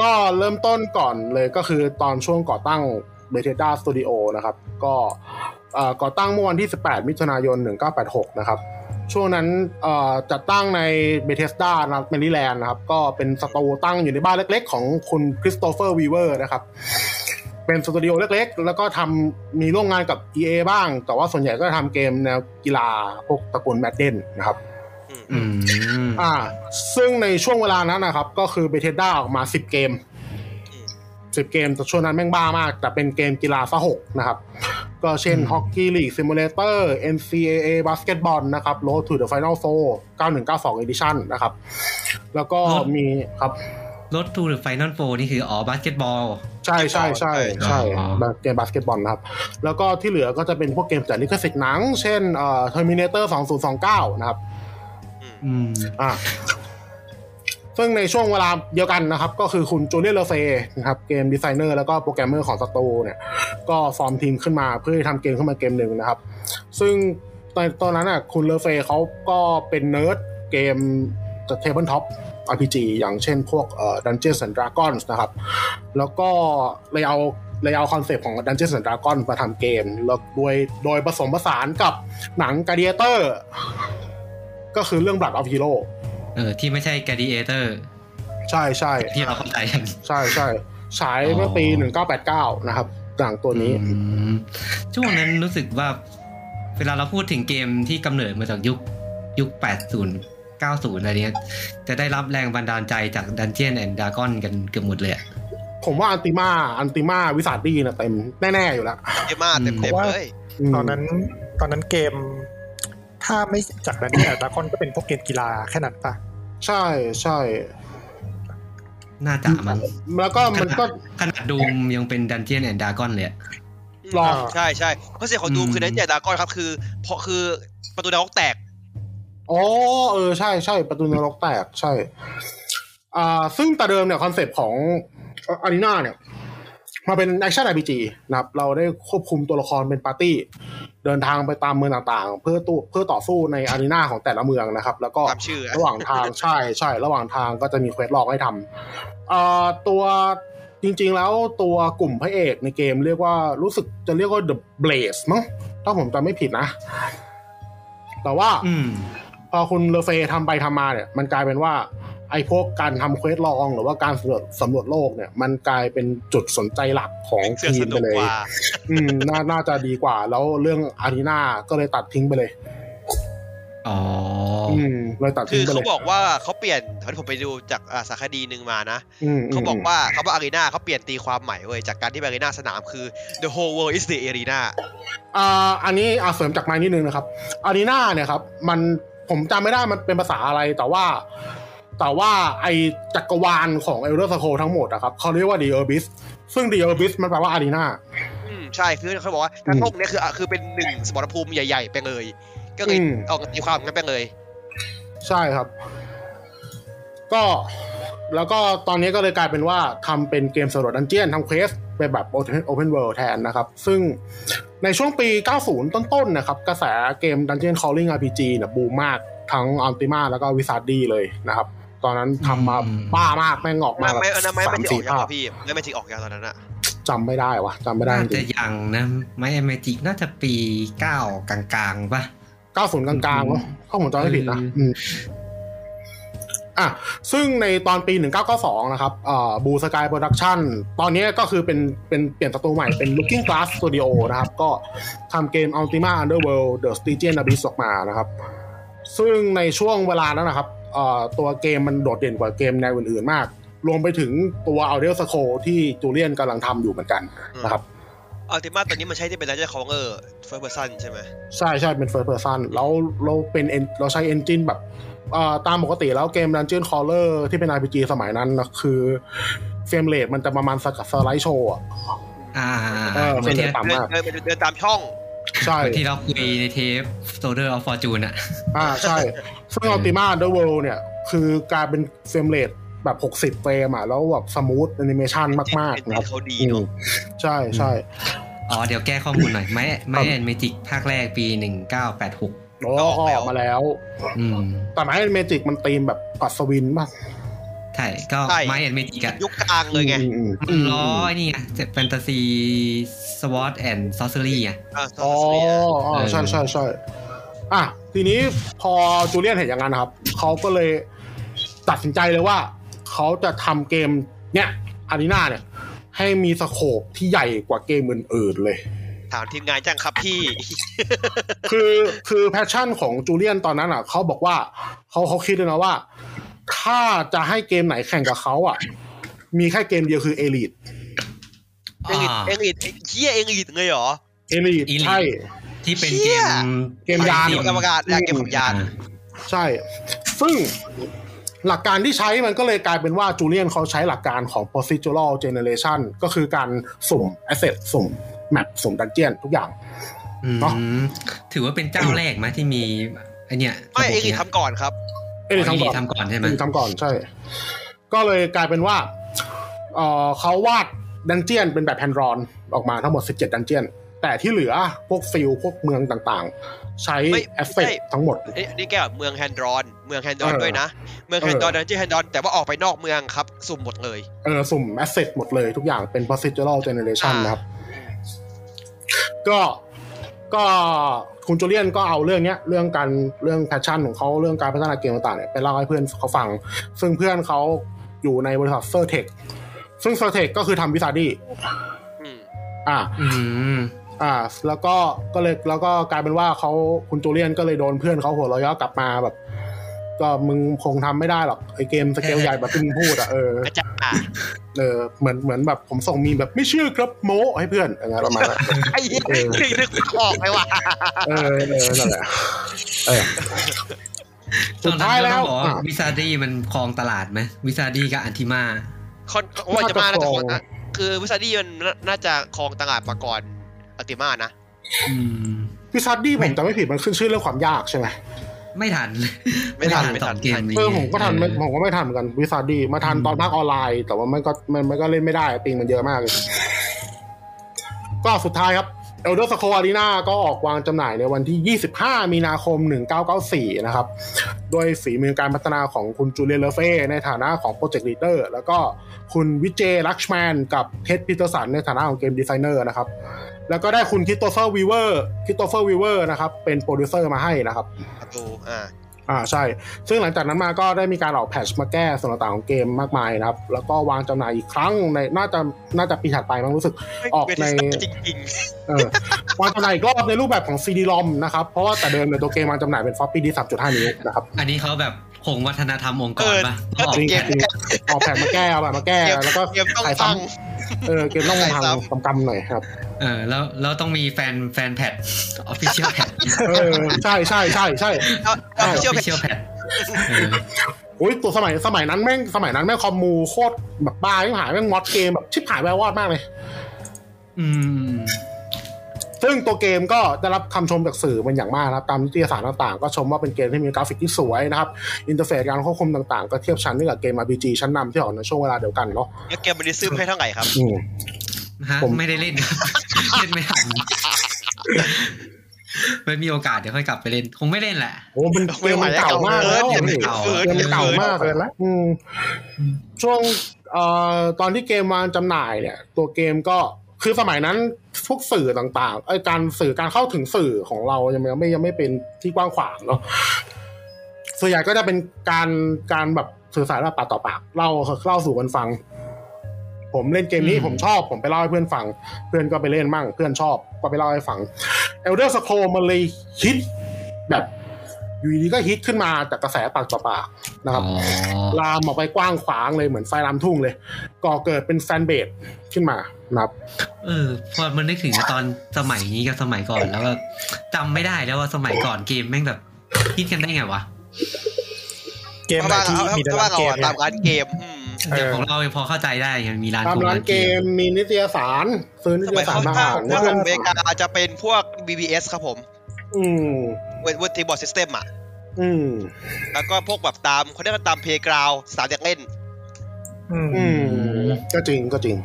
[SPEAKER 5] ก็เริ่มต้นก่อนเลยก็คือตอนช่วงก่อตั้ง Bethesda Studio นะครับ ก็เอ่อก่อตั้งเมื่อวันที่ 18 มิถุนายน 1986 นะครับ ช่วงนั้นเอ่อจัดตั้งใน Bethesda นะครับแมริแลนด์นะครับ ก็เป็นสตูตั้งอยู่ในบ้านเล็กๆ ของคุณคริสโตเฟอร์วีเวอร์นะครับ เป็นสตูดิโอเล็กๆ แล้วก็ทำมีร่วมงานกับ EA บ้าง แต่ว่าส่วนใหญ่ก็ทำเกมแนวกีฬาพวกตระกูลแมดเดนนะครับ
[SPEAKER 1] อืม
[SPEAKER 5] อ่า ซึ่งในช่วงเวลานั้นนะครับ ก็คือเบเทด้าออกมาสิบเกมสิบเกมแต่ช่วงนั้นแม่งบ้ามาก แต่เป็นเกมกีฬาซะหกนะครับ ก็เช่นฮอกกี้ลีกซิมูเลเตอร์ NCAA บาสเกตบอลนะครับ Road to the Final Four 9192 Edition นะครับ แล้วก็มีครับ
[SPEAKER 1] รถทูหรือไฟนอลโฟนี่คืออ๋อบาสเกตบอล
[SPEAKER 5] ใช่ใช่ใช่ใช่
[SPEAKER 1] อ๋อ
[SPEAKER 5] เกมบาสเกตบอลนะครับ แล้วก็ที่เหลือก็จะเป็นพวกเกมจากลิขสิทธิ์หนัง เช่นเอ่อ Terminator 2029 นะครับ
[SPEAKER 1] อืม
[SPEAKER 5] อ่ะซึ่งในช่วงเวลาเดียวกันนะครับ ก็คือคุณจูเลียนเลอเฟนะครับ เกมดีไซเนอร์แล้วก็โปรแกรมเมอร์ของสตูเนี่ย ก็ฟอร์มทีมขึ้นมาเพื่อทำเกมขึ้นมาเกมหนึ่งนะครับ ซึ่งตอนตอนนั้นอ่ะคุณเลอเฟเขาก็เป็นเนิร์ดเกมเทเบิลท็อป RPG อย่างเช่นพวกเอ่อ Dungeons and Dragons นะครับ แล้วก็เลยเอาเลยเอาคอนเซปต์ของ Dungeons and Dragons มาทำเกม แล้วโดยโดยผสมผสานกับหนัง Gladiator ก็คือเรื่อง Blood of Hero
[SPEAKER 1] เออ ที่ไม่ใช่ก l ดิเอเตอร์
[SPEAKER 5] ใช่ใช่
[SPEAKER 1] ที่เราเข้าใจกัน
[SPEAKER 5] ใช่ใช่ฉายเมื่อปี
[SPEAKER 1] อ๋อ
[SPEAKER 5] หนึ่งเก้าแปดเก้านะครับหนังตัวนี้
[SPEAKER 1] อืมช่วงนั้นรู้สึกว่า เวลาเราพูดถึงเกมที่กำเนิดมาจากยุคยุค 80 90 อะไรเนี้ย จะได้รับแรงบันดาลใจจาก Dungeon and Dragon กันเกือบหมดเลยอะ
[SPEAKER 5] ผมว่าอันติมาอันติมาวิสาดีนะเต็มแน่ ๆ อยู่แล้ว
[SPEAKER 2] เยอะมากเต็ม
[SPEAKER 1] อื
[SPEAKER 2] เต็ม
[SPEAKER 1] ม
[SPEAKER 2] เลย
[SPEAKER 5] ม
[SPEAKER 4] ตอนนั้นตอนนั้นเกม ถ้าไม่จากนั้นเนี่ยดาคอนก็เป็นพวกเกมกีฬาแค่นั้นปะ
[SPEAKER 5] ใช่ใช่
[SPEAKER 1] น่าจะมัน
[SPEAKER 5] แล้วก็มันก็
[SPEAKER 1] ขนาดดูมยังเป็น Dungeon and Dragon เลยอะ
[SPEAKER 5] หรอ
[SPEAKER 2] ใช่ใช่เพราะเสียงของดูม
[SPEAKER 1] อืม
[SPEAKER 2] คือนั้นเนี่ยดากอนครับคือเพราะคือประตูนรกแตก
[SPEAKER 5] อ๋อเออใช่ใช่ประตูนรกแตกใช่ อ่า ซึ่งแต่เดิมเนี่ย คอนเซปต์ของอารีนาเนี่ยมาเป็นแอคชั่น RPG นะครับ เราได้ควบคุมตัวละครเป็นปาร์ตี้ เดินทางไปตามเมืองต่างๆ เพื่อตู้เพื่อต่อสู้ในอารีนาของแต่ละเมืองนะครับ แล้วก็
[SPEAKER 2] ตามชื่ออะ
[SPEAKER 5] ระหว่างทาง ใช่ใช่ระหว่างทางก็จะมีเควสลอกให้ทำเอ่อตัวจริงๆแล้วตัวกลุ่มพระเอกในเกมเรียกว่ารู้สึกจะเรียกว่า The Blaze มั้งถ้าผมจำไม่ผิดนะ แต่ว่า
[SPEAKER 1] อืม
[SPEAKER 5] พอคุณเลอเฟย์ทำไปทำมาเนี่ย มันกลายเป็นว่าไอ้พวกการทำเควสลองหรือว่าการสำรวจสำรวจโลกเนี่ย มันกลายเป็นจุดสนใจหลักของ
[SPEAKER 2] เสือก
[SPEAKER 5] ที
[SPEAKER 2] ส
[SPEAKER 5] ม
[SPEAKER 2] นุ
[SPEAKER 5] ไป
[SPEAKER 2] ก
[SPEAKER 5] เลย
[SPEAKER 2] กว่า
[SPEAKER 5] อืม น่าน่าจะดีกว่า แล้วเรื่องอารีนาก็เลยตัดทิ้งไปเลย
[SPEAKER 1] อ๋อ
[SPEAKER 5] อืมเลยตัด
[SPEAKER 2] คื
[SPEAKER 5] ทิ้
[SPEAKER 2] อง
[SPEAKER 5] ไป
[SPEAKER 2] เขา
[SPEAKER 5] เลย
[SPEAKER 2] บอกว่าเขาเปลี่ยนตอนที่ผมไปดูจากอ่าสารคดีหนึ่งมานะ
[SPEAKER 5] มม
[SPEAKER 2] เขาบอกว่าเขาบอกอารีนาเขาเปลี่ยนตีความใหม่เว้ยจากการที่อารีนาสนามคือ the whole world is the arena
[SPEAKER 5] อ่าอันนี้อาเสริมจากไม้นิดนึงนะครับอารีนาเนี่ยครับ มันผมจำไม่ได้มันเป็นภาษาอะไรแต่ว่า แต่ว่าไอจักรวาลของเอลเดอร์สโคทั้งหมดอะครับเขาเรียกว่าดีเออร์บิสซึ่งดีเออร์บิสมันแปลว่าอารีนา
[SPEAKER 2] อืมใช่คือเขาบอกว่า
[SPEAKER 5] อื
[SPEAKER 2] ทั้
[SPEAKER 5] ม
[SPEAKER 2] งโลกเนี้ยคืออ่ะคือเป็นหนึ่งสมรภูมิใหญ่ ๆ ไปเลย ก็เลย
[SPEAKER 5] อืม
[SPEAKER 2] เอาตีความกันไปเลย
[SPEAKER 5] ใช่ครับ ก็แล้วก็ตอนนี้ก็เลยกลายเป็นว่าทำเป็นเกมสำรวจดันเจียนทำเควสเป็นแบบโอเพนเวิลด์แทนนะครับ ซึ่งในช่วงปี 90 ต้นๆนะครับ กระแสเกม Dungeon Calling RPG เนี่ยบูมมากทั้ง Ultima แล้วก็ Wizard D เลยนะครับ ตอนนั้นทำมา
[SPEAKER 1] อืม
[SPEAKER 5] บ้ามากแม่งออกมา
[SPEAKER 2] มา
[SPEAKER 5] แบบ
[SPEAKER 2] ไม่อันนั้นไม่
[SPEAKER 5] สาม
[SPEAKER 2] ไม่ถึงอ
[SPEAKER 5] สี่
[SPEAKER 2] อกยังเหรอพี่
[SPEAKER 5] ภาพ
[SPEAKER 2] ไม่ไม่ถึงออกยังตอนนั้นอะ
[SPEAKER 5] จำไม่ได้วะจำไม่ได้
[SPEAKER 1] น่า
[SPEAKER 5] จ
[SPEAKER 1] จะ
[SPEAKER 5] ริง
[SPEAKER 1] ยังนะไม่เอเมจิกน่าจะปี 9 กลางๆป่ะ
[SPEAKER 5] 90 กลางๆวะข้อมูลจำไม่ผิดนะ
[SPEAKER 1] อืม
[SPEAKER 5] อืมอ่ะซึ่งในตอนปี 1992 นะครับบูสกายโปรดักชั o นตอนนี้ก็คือเป็นเป็นเปลี่ยนประตูใหม่เป็น Looking Glass Studio นะครับ ก็ทำเกม Ultima Underworld The Stygian Abyss ออกมานะครับ ซึ่งในช่วงเวลานั้นนะครับเอ่อตัวเกมมันโดดเด่นกว่าเกมแนวอื่นๆมาก รวมไปถึงตัว a u d i o s c o ที่จูเลียนกำลังทำอยู่เหมือนกันนะครับ
[SPEAKER 2] อัลติมาตอนนี้มันใช้ที่เป็นดันเจี้ยนคองเออร์เฟิร์สเพอร์ซันใช่ไหม
[SPEAKER 5] ใช่ใช่เป็น first person แล้วเราเป็น en- เราใช้ engine แบบเอ่อตามปกติแล้วเกม Dungeon Crawler ที่เป็น RPG สมัยนั้นนะคือเฟรมเรทมันจะประมาณสกัดสไลด์โชว์อะ
[SPEAKER 1] อ่า
[SPEAKER 5] เออ
[SPEAKER 1] เหมือนที่
[SPEAKER 5] เป็น ต่ำ
[SPEAKER 2] เดิ
[SPEAKER 5] มาน ก
[SPEAKER 2] เดินเดินเดินตามช่อง
[SPEAKER 5] ใช่
[SPEAKER 1] เหมือนที่เราคุยในเทป s o l d e r of Fortune อะ
[SPEAKER 5] อ่าใช่ซึ่ง Ultima Underworld เนี่ย คือการเป็นเฟรมเรทแบบ 60 เฟรมอะแล้วแบบสมูทแอนิเมชันมาก ๆ นะครับ
[SPEAKER 2] เขาดี
[SPEAKER 5] อื
[SPEAKER 2] เน
[SPEAKER 5] ม
[SPEAKER 2] อะ
[SPEAKER 5] ใช่ใช่
[SPEAKER 1] อ๋อ เดี๋ยวแก้ข้อมูลหน่อย ไม่ไม่แอนเมจิกภาคแรกปี 1986
[SPEAKER 5] แล้วก็ออกมาแล้ว
[SPEAKER 1] อืม
[SPEAKER 5] แต่ไม้เมจิกมันตีมแบบปัสวินมาก
[SPEAKER 1] ใช่ ก็ไม่แอนเมจิกอะ
[SPEAKER 2] ยุคกลางเลยไง
[SPEAKER 5] อืม
[SPEAKER 1] มั
[SPEAKER 5] อืมอื
[SPEAKER 1] น
[SPEAKER 5] ม
[SPEAKER 1] ล้อไอ้นี่ไงแฟนตาซีสวอตแอนด์ซอสเซอรี่ไง
[SPEAKER 2] ะ
[SPEAKER 5] อ๋อ
[SPEAKER 2] เสีย
[SPEAKER 5] อ๋อใช่ใช่ใช่อ่ะ ทีนี้พอจูเลียนเห็นอย่างนั้นนะครับ เขาก็เลยตัดสินใจเลยว่า เขาจะทำเกมเนี่ยอารีนาเนี่ย ให้มีสโคปที่ใหญ่กว่าเกมอื่นๆเลย
[SPEAKER 2] ถามทีมงานจังครับพี่
[SPEAKER 5] คือคือแพชชั่นของจูเลียนตอนนั้นอ่ะเขาบอกว่าเขาเขาคิดเลยนะว่า ถ้าจะให้เกมไหนแข่งกับเขาอ่ะ มีแค่เกมเดียวคือเอลิท
[SPEAKER 2] เอ็งอิดเอ็งอิดเฮียเอ็งอิดเลยเหรอ
[SPEAKER 5] เอลิท
[SPEAKER 1] Elite
[SPEAKER 5] ใช่
[SPEAKER 1] ที่เป็น
[SPEAKER 2] เชี่
[SPEAKER 1] เก
[SPEAKER 2] ย
[SPEAKER 1] ม
[SPEAKER 5] เกมยาน
[SPEAKER 2] เกมกรรมการและเกมของยาน
[SPEAKER 5] ใช่ ซึ่งหลักการที่ใช้มันก็เลยกลายเป็นว่าจูเลียนเขาใช้หลักการของ procedural generation ก็คือการสุ่ม asset สุ่ม map สุ่มดันเจียนทุกอย่าง
[SPEAKER 1] อืม
[SPEAKER 5] เนอะ
[SPEAKER 1] ถือว่าเป็นเจ้าแรกไหมที่มีไอเนี่ย
[SPEAKER 2] ไม่
[SPEAKER 1] ระบบ
[SPEAKER 2] เอ็งอิด
[SPEAKER 1] ย
[SPEAKER 2] ทำก่อนครับ
[SPEAKER 5] เอลิท
[SPEAKER 1] อ๋อ
[SPEAKER 5] ทำก่
[SPEAKER 1] Elite
[SPEAKER 5] อน
[SPEAKER 1] ทำก่อนใช่ไหม
[SPEAKER 5] เอลิททำก่อนใช่ ก็เลยกลายเป็นว่าเอ่อเขาวาดดันเจียนเป็นแบบแพนรอนออกมาทั้งหมด 17 ดันเจียน แต่ที่เหลือพวกฟิลพวกเมืองต่างๆ ใช้
[SPEAKER 2] ไม่
[SPEAKER 5] asset
[SPEAKER 2] ไม่
[SPEAKER 5] ทั้งหมด
[SPEAKER 2] นี่นี่แกแบบเมืองแฮนดรอน เมืองแฮนดรอน
[SPEAKER 5] เออ
[SPEAKER 2] ด้วยนะ เมืองแฮนดรอน
[SPEAKER 5] เออ
[SPEAKER 2] ดันจี้แฮนดรอนแต่ว่าออกไปนอกเมืองครับ สุ่มหมดเลย
[SPEAKER 5] เออสุ่ม asset หมดเลยทุกอย่างเป็น procedural generation
[SPEAKER 2] อ่า
[SPEAKER 5] นะครับ ก็ก็คุณจูเลียนก็เอาเรื่องเนี้ยเรื่องการเรื่องแพชชั่นของเขาเรื่องการพัฒนาเกมต่างๆเนี่ยไปเล่าให้เพื่อนเขาฟัง ซึ่งเพื่อนเขาอยู่ในบริษัทเซอร์เทคซึ่งเซอร์เทคก็คือทำวิซาร์ดี้
[SPEAKER 2] อืม
[SPEAKER 5] อ่า
[SPEAKER 1] อืม
[SPEAKER 5] อ่า แล้วก็ก็เลยแล้วก็กลายเป็นว่าเขาคุณจูเลียนก็เลยโดนเพื่อนเขาหัวเราะเยาะกลับมาแบบ ก็มึงคงทำไม่ได้หรอกไอเกมสเกลใหญ่แบบที่มึงพูดอ่ะเออ
[SPEAKER 2] อาจารย์อ่ะ
[SPEAKER 5] เออเหมือนเหมือนแบบผมส่งมีมแบบไม่เชื่อครับโมให้เพื่อนอะไรเงี้ยประมาณนั้น
[SPEAKER 2] ไอ้เหี้ย
[SPEAKER 5] เออ
[SPEAKER 2] คือนึกไม่ออกเลยว่ะ
[SPEAKER 5] เออเออนั่นแหละเออ
[SPEAKER 1] ตอนนั้นเราต้องบอก
[SPEAKER 5] อ่ะ
[SPEAKER 1] ว่าวิซาร์ดี้มันครองตลาดไหมวิซาร์ดี้กับอันทิมา
[SPEAKER 2] คอนว่าจะมาน่า
[SPEAKER 5] น่า
[SPEAKER 2] จะครอ
[SPEAKER 5] จะครอง ง
[SPEAKER 2] นะคือวิซาร์ดี้มันน่าจะครองตลาดมาก่อนอัลติมานะ
[SPEAKER 1] อืม
[SPEAKER 5] พิซซัดดี้ผ
[SPEAKER 1] ไม่
[SPEAKER 5] มจะไม่ผิดมันขึ้นชื่อเรื่องความยากใช่ไหม
[SPEAKER 1] ไม่ทัน
[SPEAKER 2] ไม่ทันไม่
[SPEAKER 1] ส
[SPEAKER 2] ทั
[SPEAKER 1] อน งเกมนี้
[SPEAKER 5] เออผมก็ทัน
[SPEAKER 1] เออ
[SPEAKER 5] ผมก็ไม่ทันเหมือนกันพิซซัดดี้มาทัน
[SPEAKER 1] อืม
[SPEAKER 5] ตอนภาคออนไลน์ แต่ว่ามันก็มันมันก็เล่นไม่ได้ปิงมันเยอะมากเลยก็สุดท้ายครับเอลเดอร์สโคอารีนาก็ออกวางจำหน่ายในวันที่ 25 มีนาคม 1994 นะครับ โดยฝีมือการพัฒนาของคุณจูเลียเลเฟ่ในฐานะของโปรเจกต์ลีดเดอร์แล้วก็คุณวิเจลักชแมนกับเท็ดพีเตอร์สันในฐานะของเกมดีไซเนอร์นะครับ แล้วก็ได้คุณคิตโตเฟอร์วีเวอร์คิตโตเฟอร์วีเวอร์นะครับ เป็นโปรดิวเซอร์มาให้นะครับ
[SPEAKER 2] ประตูอ่า
[SPEAKER 5] อ่าใช่ ซึ่งหลังจากนั้นมาก็ได้มีการออกแพทชมาแก้ส่วนต่างๆของเกมมากมายนะครับ แล้วก็วางจำหน่ายอีกครั้งในน่าจะน่าจะปีถัดไปมั้งรู้สึก ออกใน
[SPEAKER 2] จริงจริง
[SPEAKER 5] เออ วางจำหน่ายอีกรอบในรูปแบบของ CD ROM นะครับ เพราะว่าแต่เดิมเนี่ยตัวเกมวางจำหน่ายเป็นฟอปปี้ดี3.5 นิ้วนะครับ
[SPEAKER 1] อันนี้เขาแบบคงวัฒนธรรมองค์กรปะ
[SPEAKER 2] ถ้า
[SPEAKER 1] ต้อง
[SPEAKER 2] ติ
[SPEAKER 1] ออก
[SPEAKER 2] ดเกม
[SPEAKER 5] จริง ออกแพทมาแก้เอาแบบมาแก้แล้วก็
[SPEAKER 2] เกมต้อง
[SPEAKER 5] ขายซ้
[SPEAKER 2] ตั้ง
[SPEAKER 5] ำเออเกมต้อง
[SPEAKER 2] ขายซ้
[SPEAKER 5] ทำกำกำๆหน่อยครับ
[SPEAKER 1] เออแล้วแล้วต้องมีแฟนแฟนแพดออฟฟิ เชียลแพด
[SPEAKER 5] เออใช่ใช่ใช่ใช่
[SPEAKER 2] เอา
[SPEAKER 1] อ
[SPEAKER 2] เอา
[SPEAKER 1] อฟ
[SPEAKER 2] เชื่อไป
[SPEAKER 1] ฟิเชียลแพด
[SPEAKER 5] โอ้ยตัวสมัยสมัยนั้นแม่งสมัยนั้นแม่งคอมมูโคตรแบบบ้าที่หายแม่งมอดเกมแบบชิบหายแวววอดมากเลย
[SPEAKER 1] อืม
[SPEAKER 5] ซึ่งตัวเกมก็ได้รับคำชมจากสื่อเป็นอย่างมากนะครับ ตามนิตยสารต่างๆ ก็ชมว่าเป็นเกมที่มีกราฟิกที่สวยนะครับ อินเทอร์เฟซการควบคุมต่างๆ ก็เทียบชั้นกับเกม RPG ชั้นนำที่ออกในช่วงเวลาเดียวกันเนาะ
[SPEAKER 2] แล้วเกมมันได้ซื้อให้เท่าไหร่ครับ
[SPEAKER 5] อืม
[SPEAKER 1] ฮะ
[SPEAKER 5] ผม
[SPEAKER 1] ไม่ได้เล่น ครับ เล่นไม่ทันไม่มีโอกาสเดี๋ยวค่อยกลับไปเล่น คงไม่เล่นแหละ
[SPEAKER 5] โอ้เป็นเกมมันเก่ามากแล้ว
[SPEAKER 1] เกมมัน
[SPEAKER 5] นี่
[SPEAKER 1] เก่า
[SPEAKER 5] เกมมันเก่ามากเลยละอืมช่วงเอ่อตอนที่เกมวางจำหน่ายเนี่ย ตัวเกมก็คือสมัยนั้นพวกสื่อต่างๆไอยการสื่อการเข้าถึงสื่อของเรายังไม่ยังไม่เป็นที่กว้างขวางเนาะส่วนใหญ่ก็จะเป็นการการแบบสื่อสารแบบปากต่อปากเล่าเล่าสู่กันฟัง ผมเล่นเกมนี้
[SPEAKER 1] อืม
[SPEAKER 5] ผมชอบ ผมไปเล่าให้เพื่อนฟัง เพื่อนก็ไปเล่นมั่ง เพื่อนชอบก็ไปเล่าให้ฟัง เอลเดอร์สโคมันเลยฮิตแบบอยู่ดีก็ฮิตขึ้นมาจากกระแสปากต่อปากนะค
[SPEAKER 1] อ๋
[SPEAKER 5] รั
[SPEAKER 1] อบ
[SPEAKER 5] ลามออกไปกว้างขวางเลยเหมือนไฟลามทุ่งเลย ก่อเกิดเป็นแฟนเบสขึ้นมานะครับ
[SPEAKER 1] เออ พอมันนึกถึงตอนสมัยนี้กับสมัยก่อนแล้วก็จำไม่ได้แล้วว่าสมัยก่อนเกมแม่งแบบคิดกันได้ไงวะ
[SPEAKER 4] เกม
[SPEAKER 2] ถ้า
[SPEAKER 4] ไหน
[SPEAKER 2] ว่า
[SPEAKER 4] ที่มีแต่
[SPEAKER 2] ถ้า
[SPEAKER 4] ร้า
[SPEAKER 2] ว่าน เรา
[SPEAKER 4] เกม
[SPEAKER 2] อะ
[SPEAKER 1] อ
[SPEAKER 2] ตาย มร้านเกมอืม
[SPEAKER 4] เนี่
[SPEAKER 1] ย่าง
[SPEAKER 4] เออ
[SPEAKER 1] ของเราพอเข้าใจได้ยังมีร้าน
[SPEAKER 5] ตามร้านเกมมีนิตยสารซื้อนิ
[SPEAKER 2] ส
[SPEAKER 5] ตย
[SPEAKER 2] มัย
[SPEAKER 5] สา
[SPEAKER 2] ข้า
[SPEAKER 5] ร
[SPEAKER 2] ง
[SPEAKER 5] มา
[SPEAKER 2] ข้า
[SPEAKER 5] อ่าง น
[SPEAKER 2] ถ้า
[SPEAKER 5] เพื่อน
[SPEAKER 2] อเมริกาจะเป็นพวก BBS ครับผม
[SPEAKER 5] อืม
[SPEAKER 2] เวทีบอร์ดซิสเต็มอ่ะ
[SPEAKER 5] อืม
[SPEAKER 2] แล้วก็พวกแบบตามเขาเรียกว่าตามเพย์กราวสามอยากเล่น
[SPEAKER 4] อืม
[SPEAKER 5] อืม ก็จริงก็จริง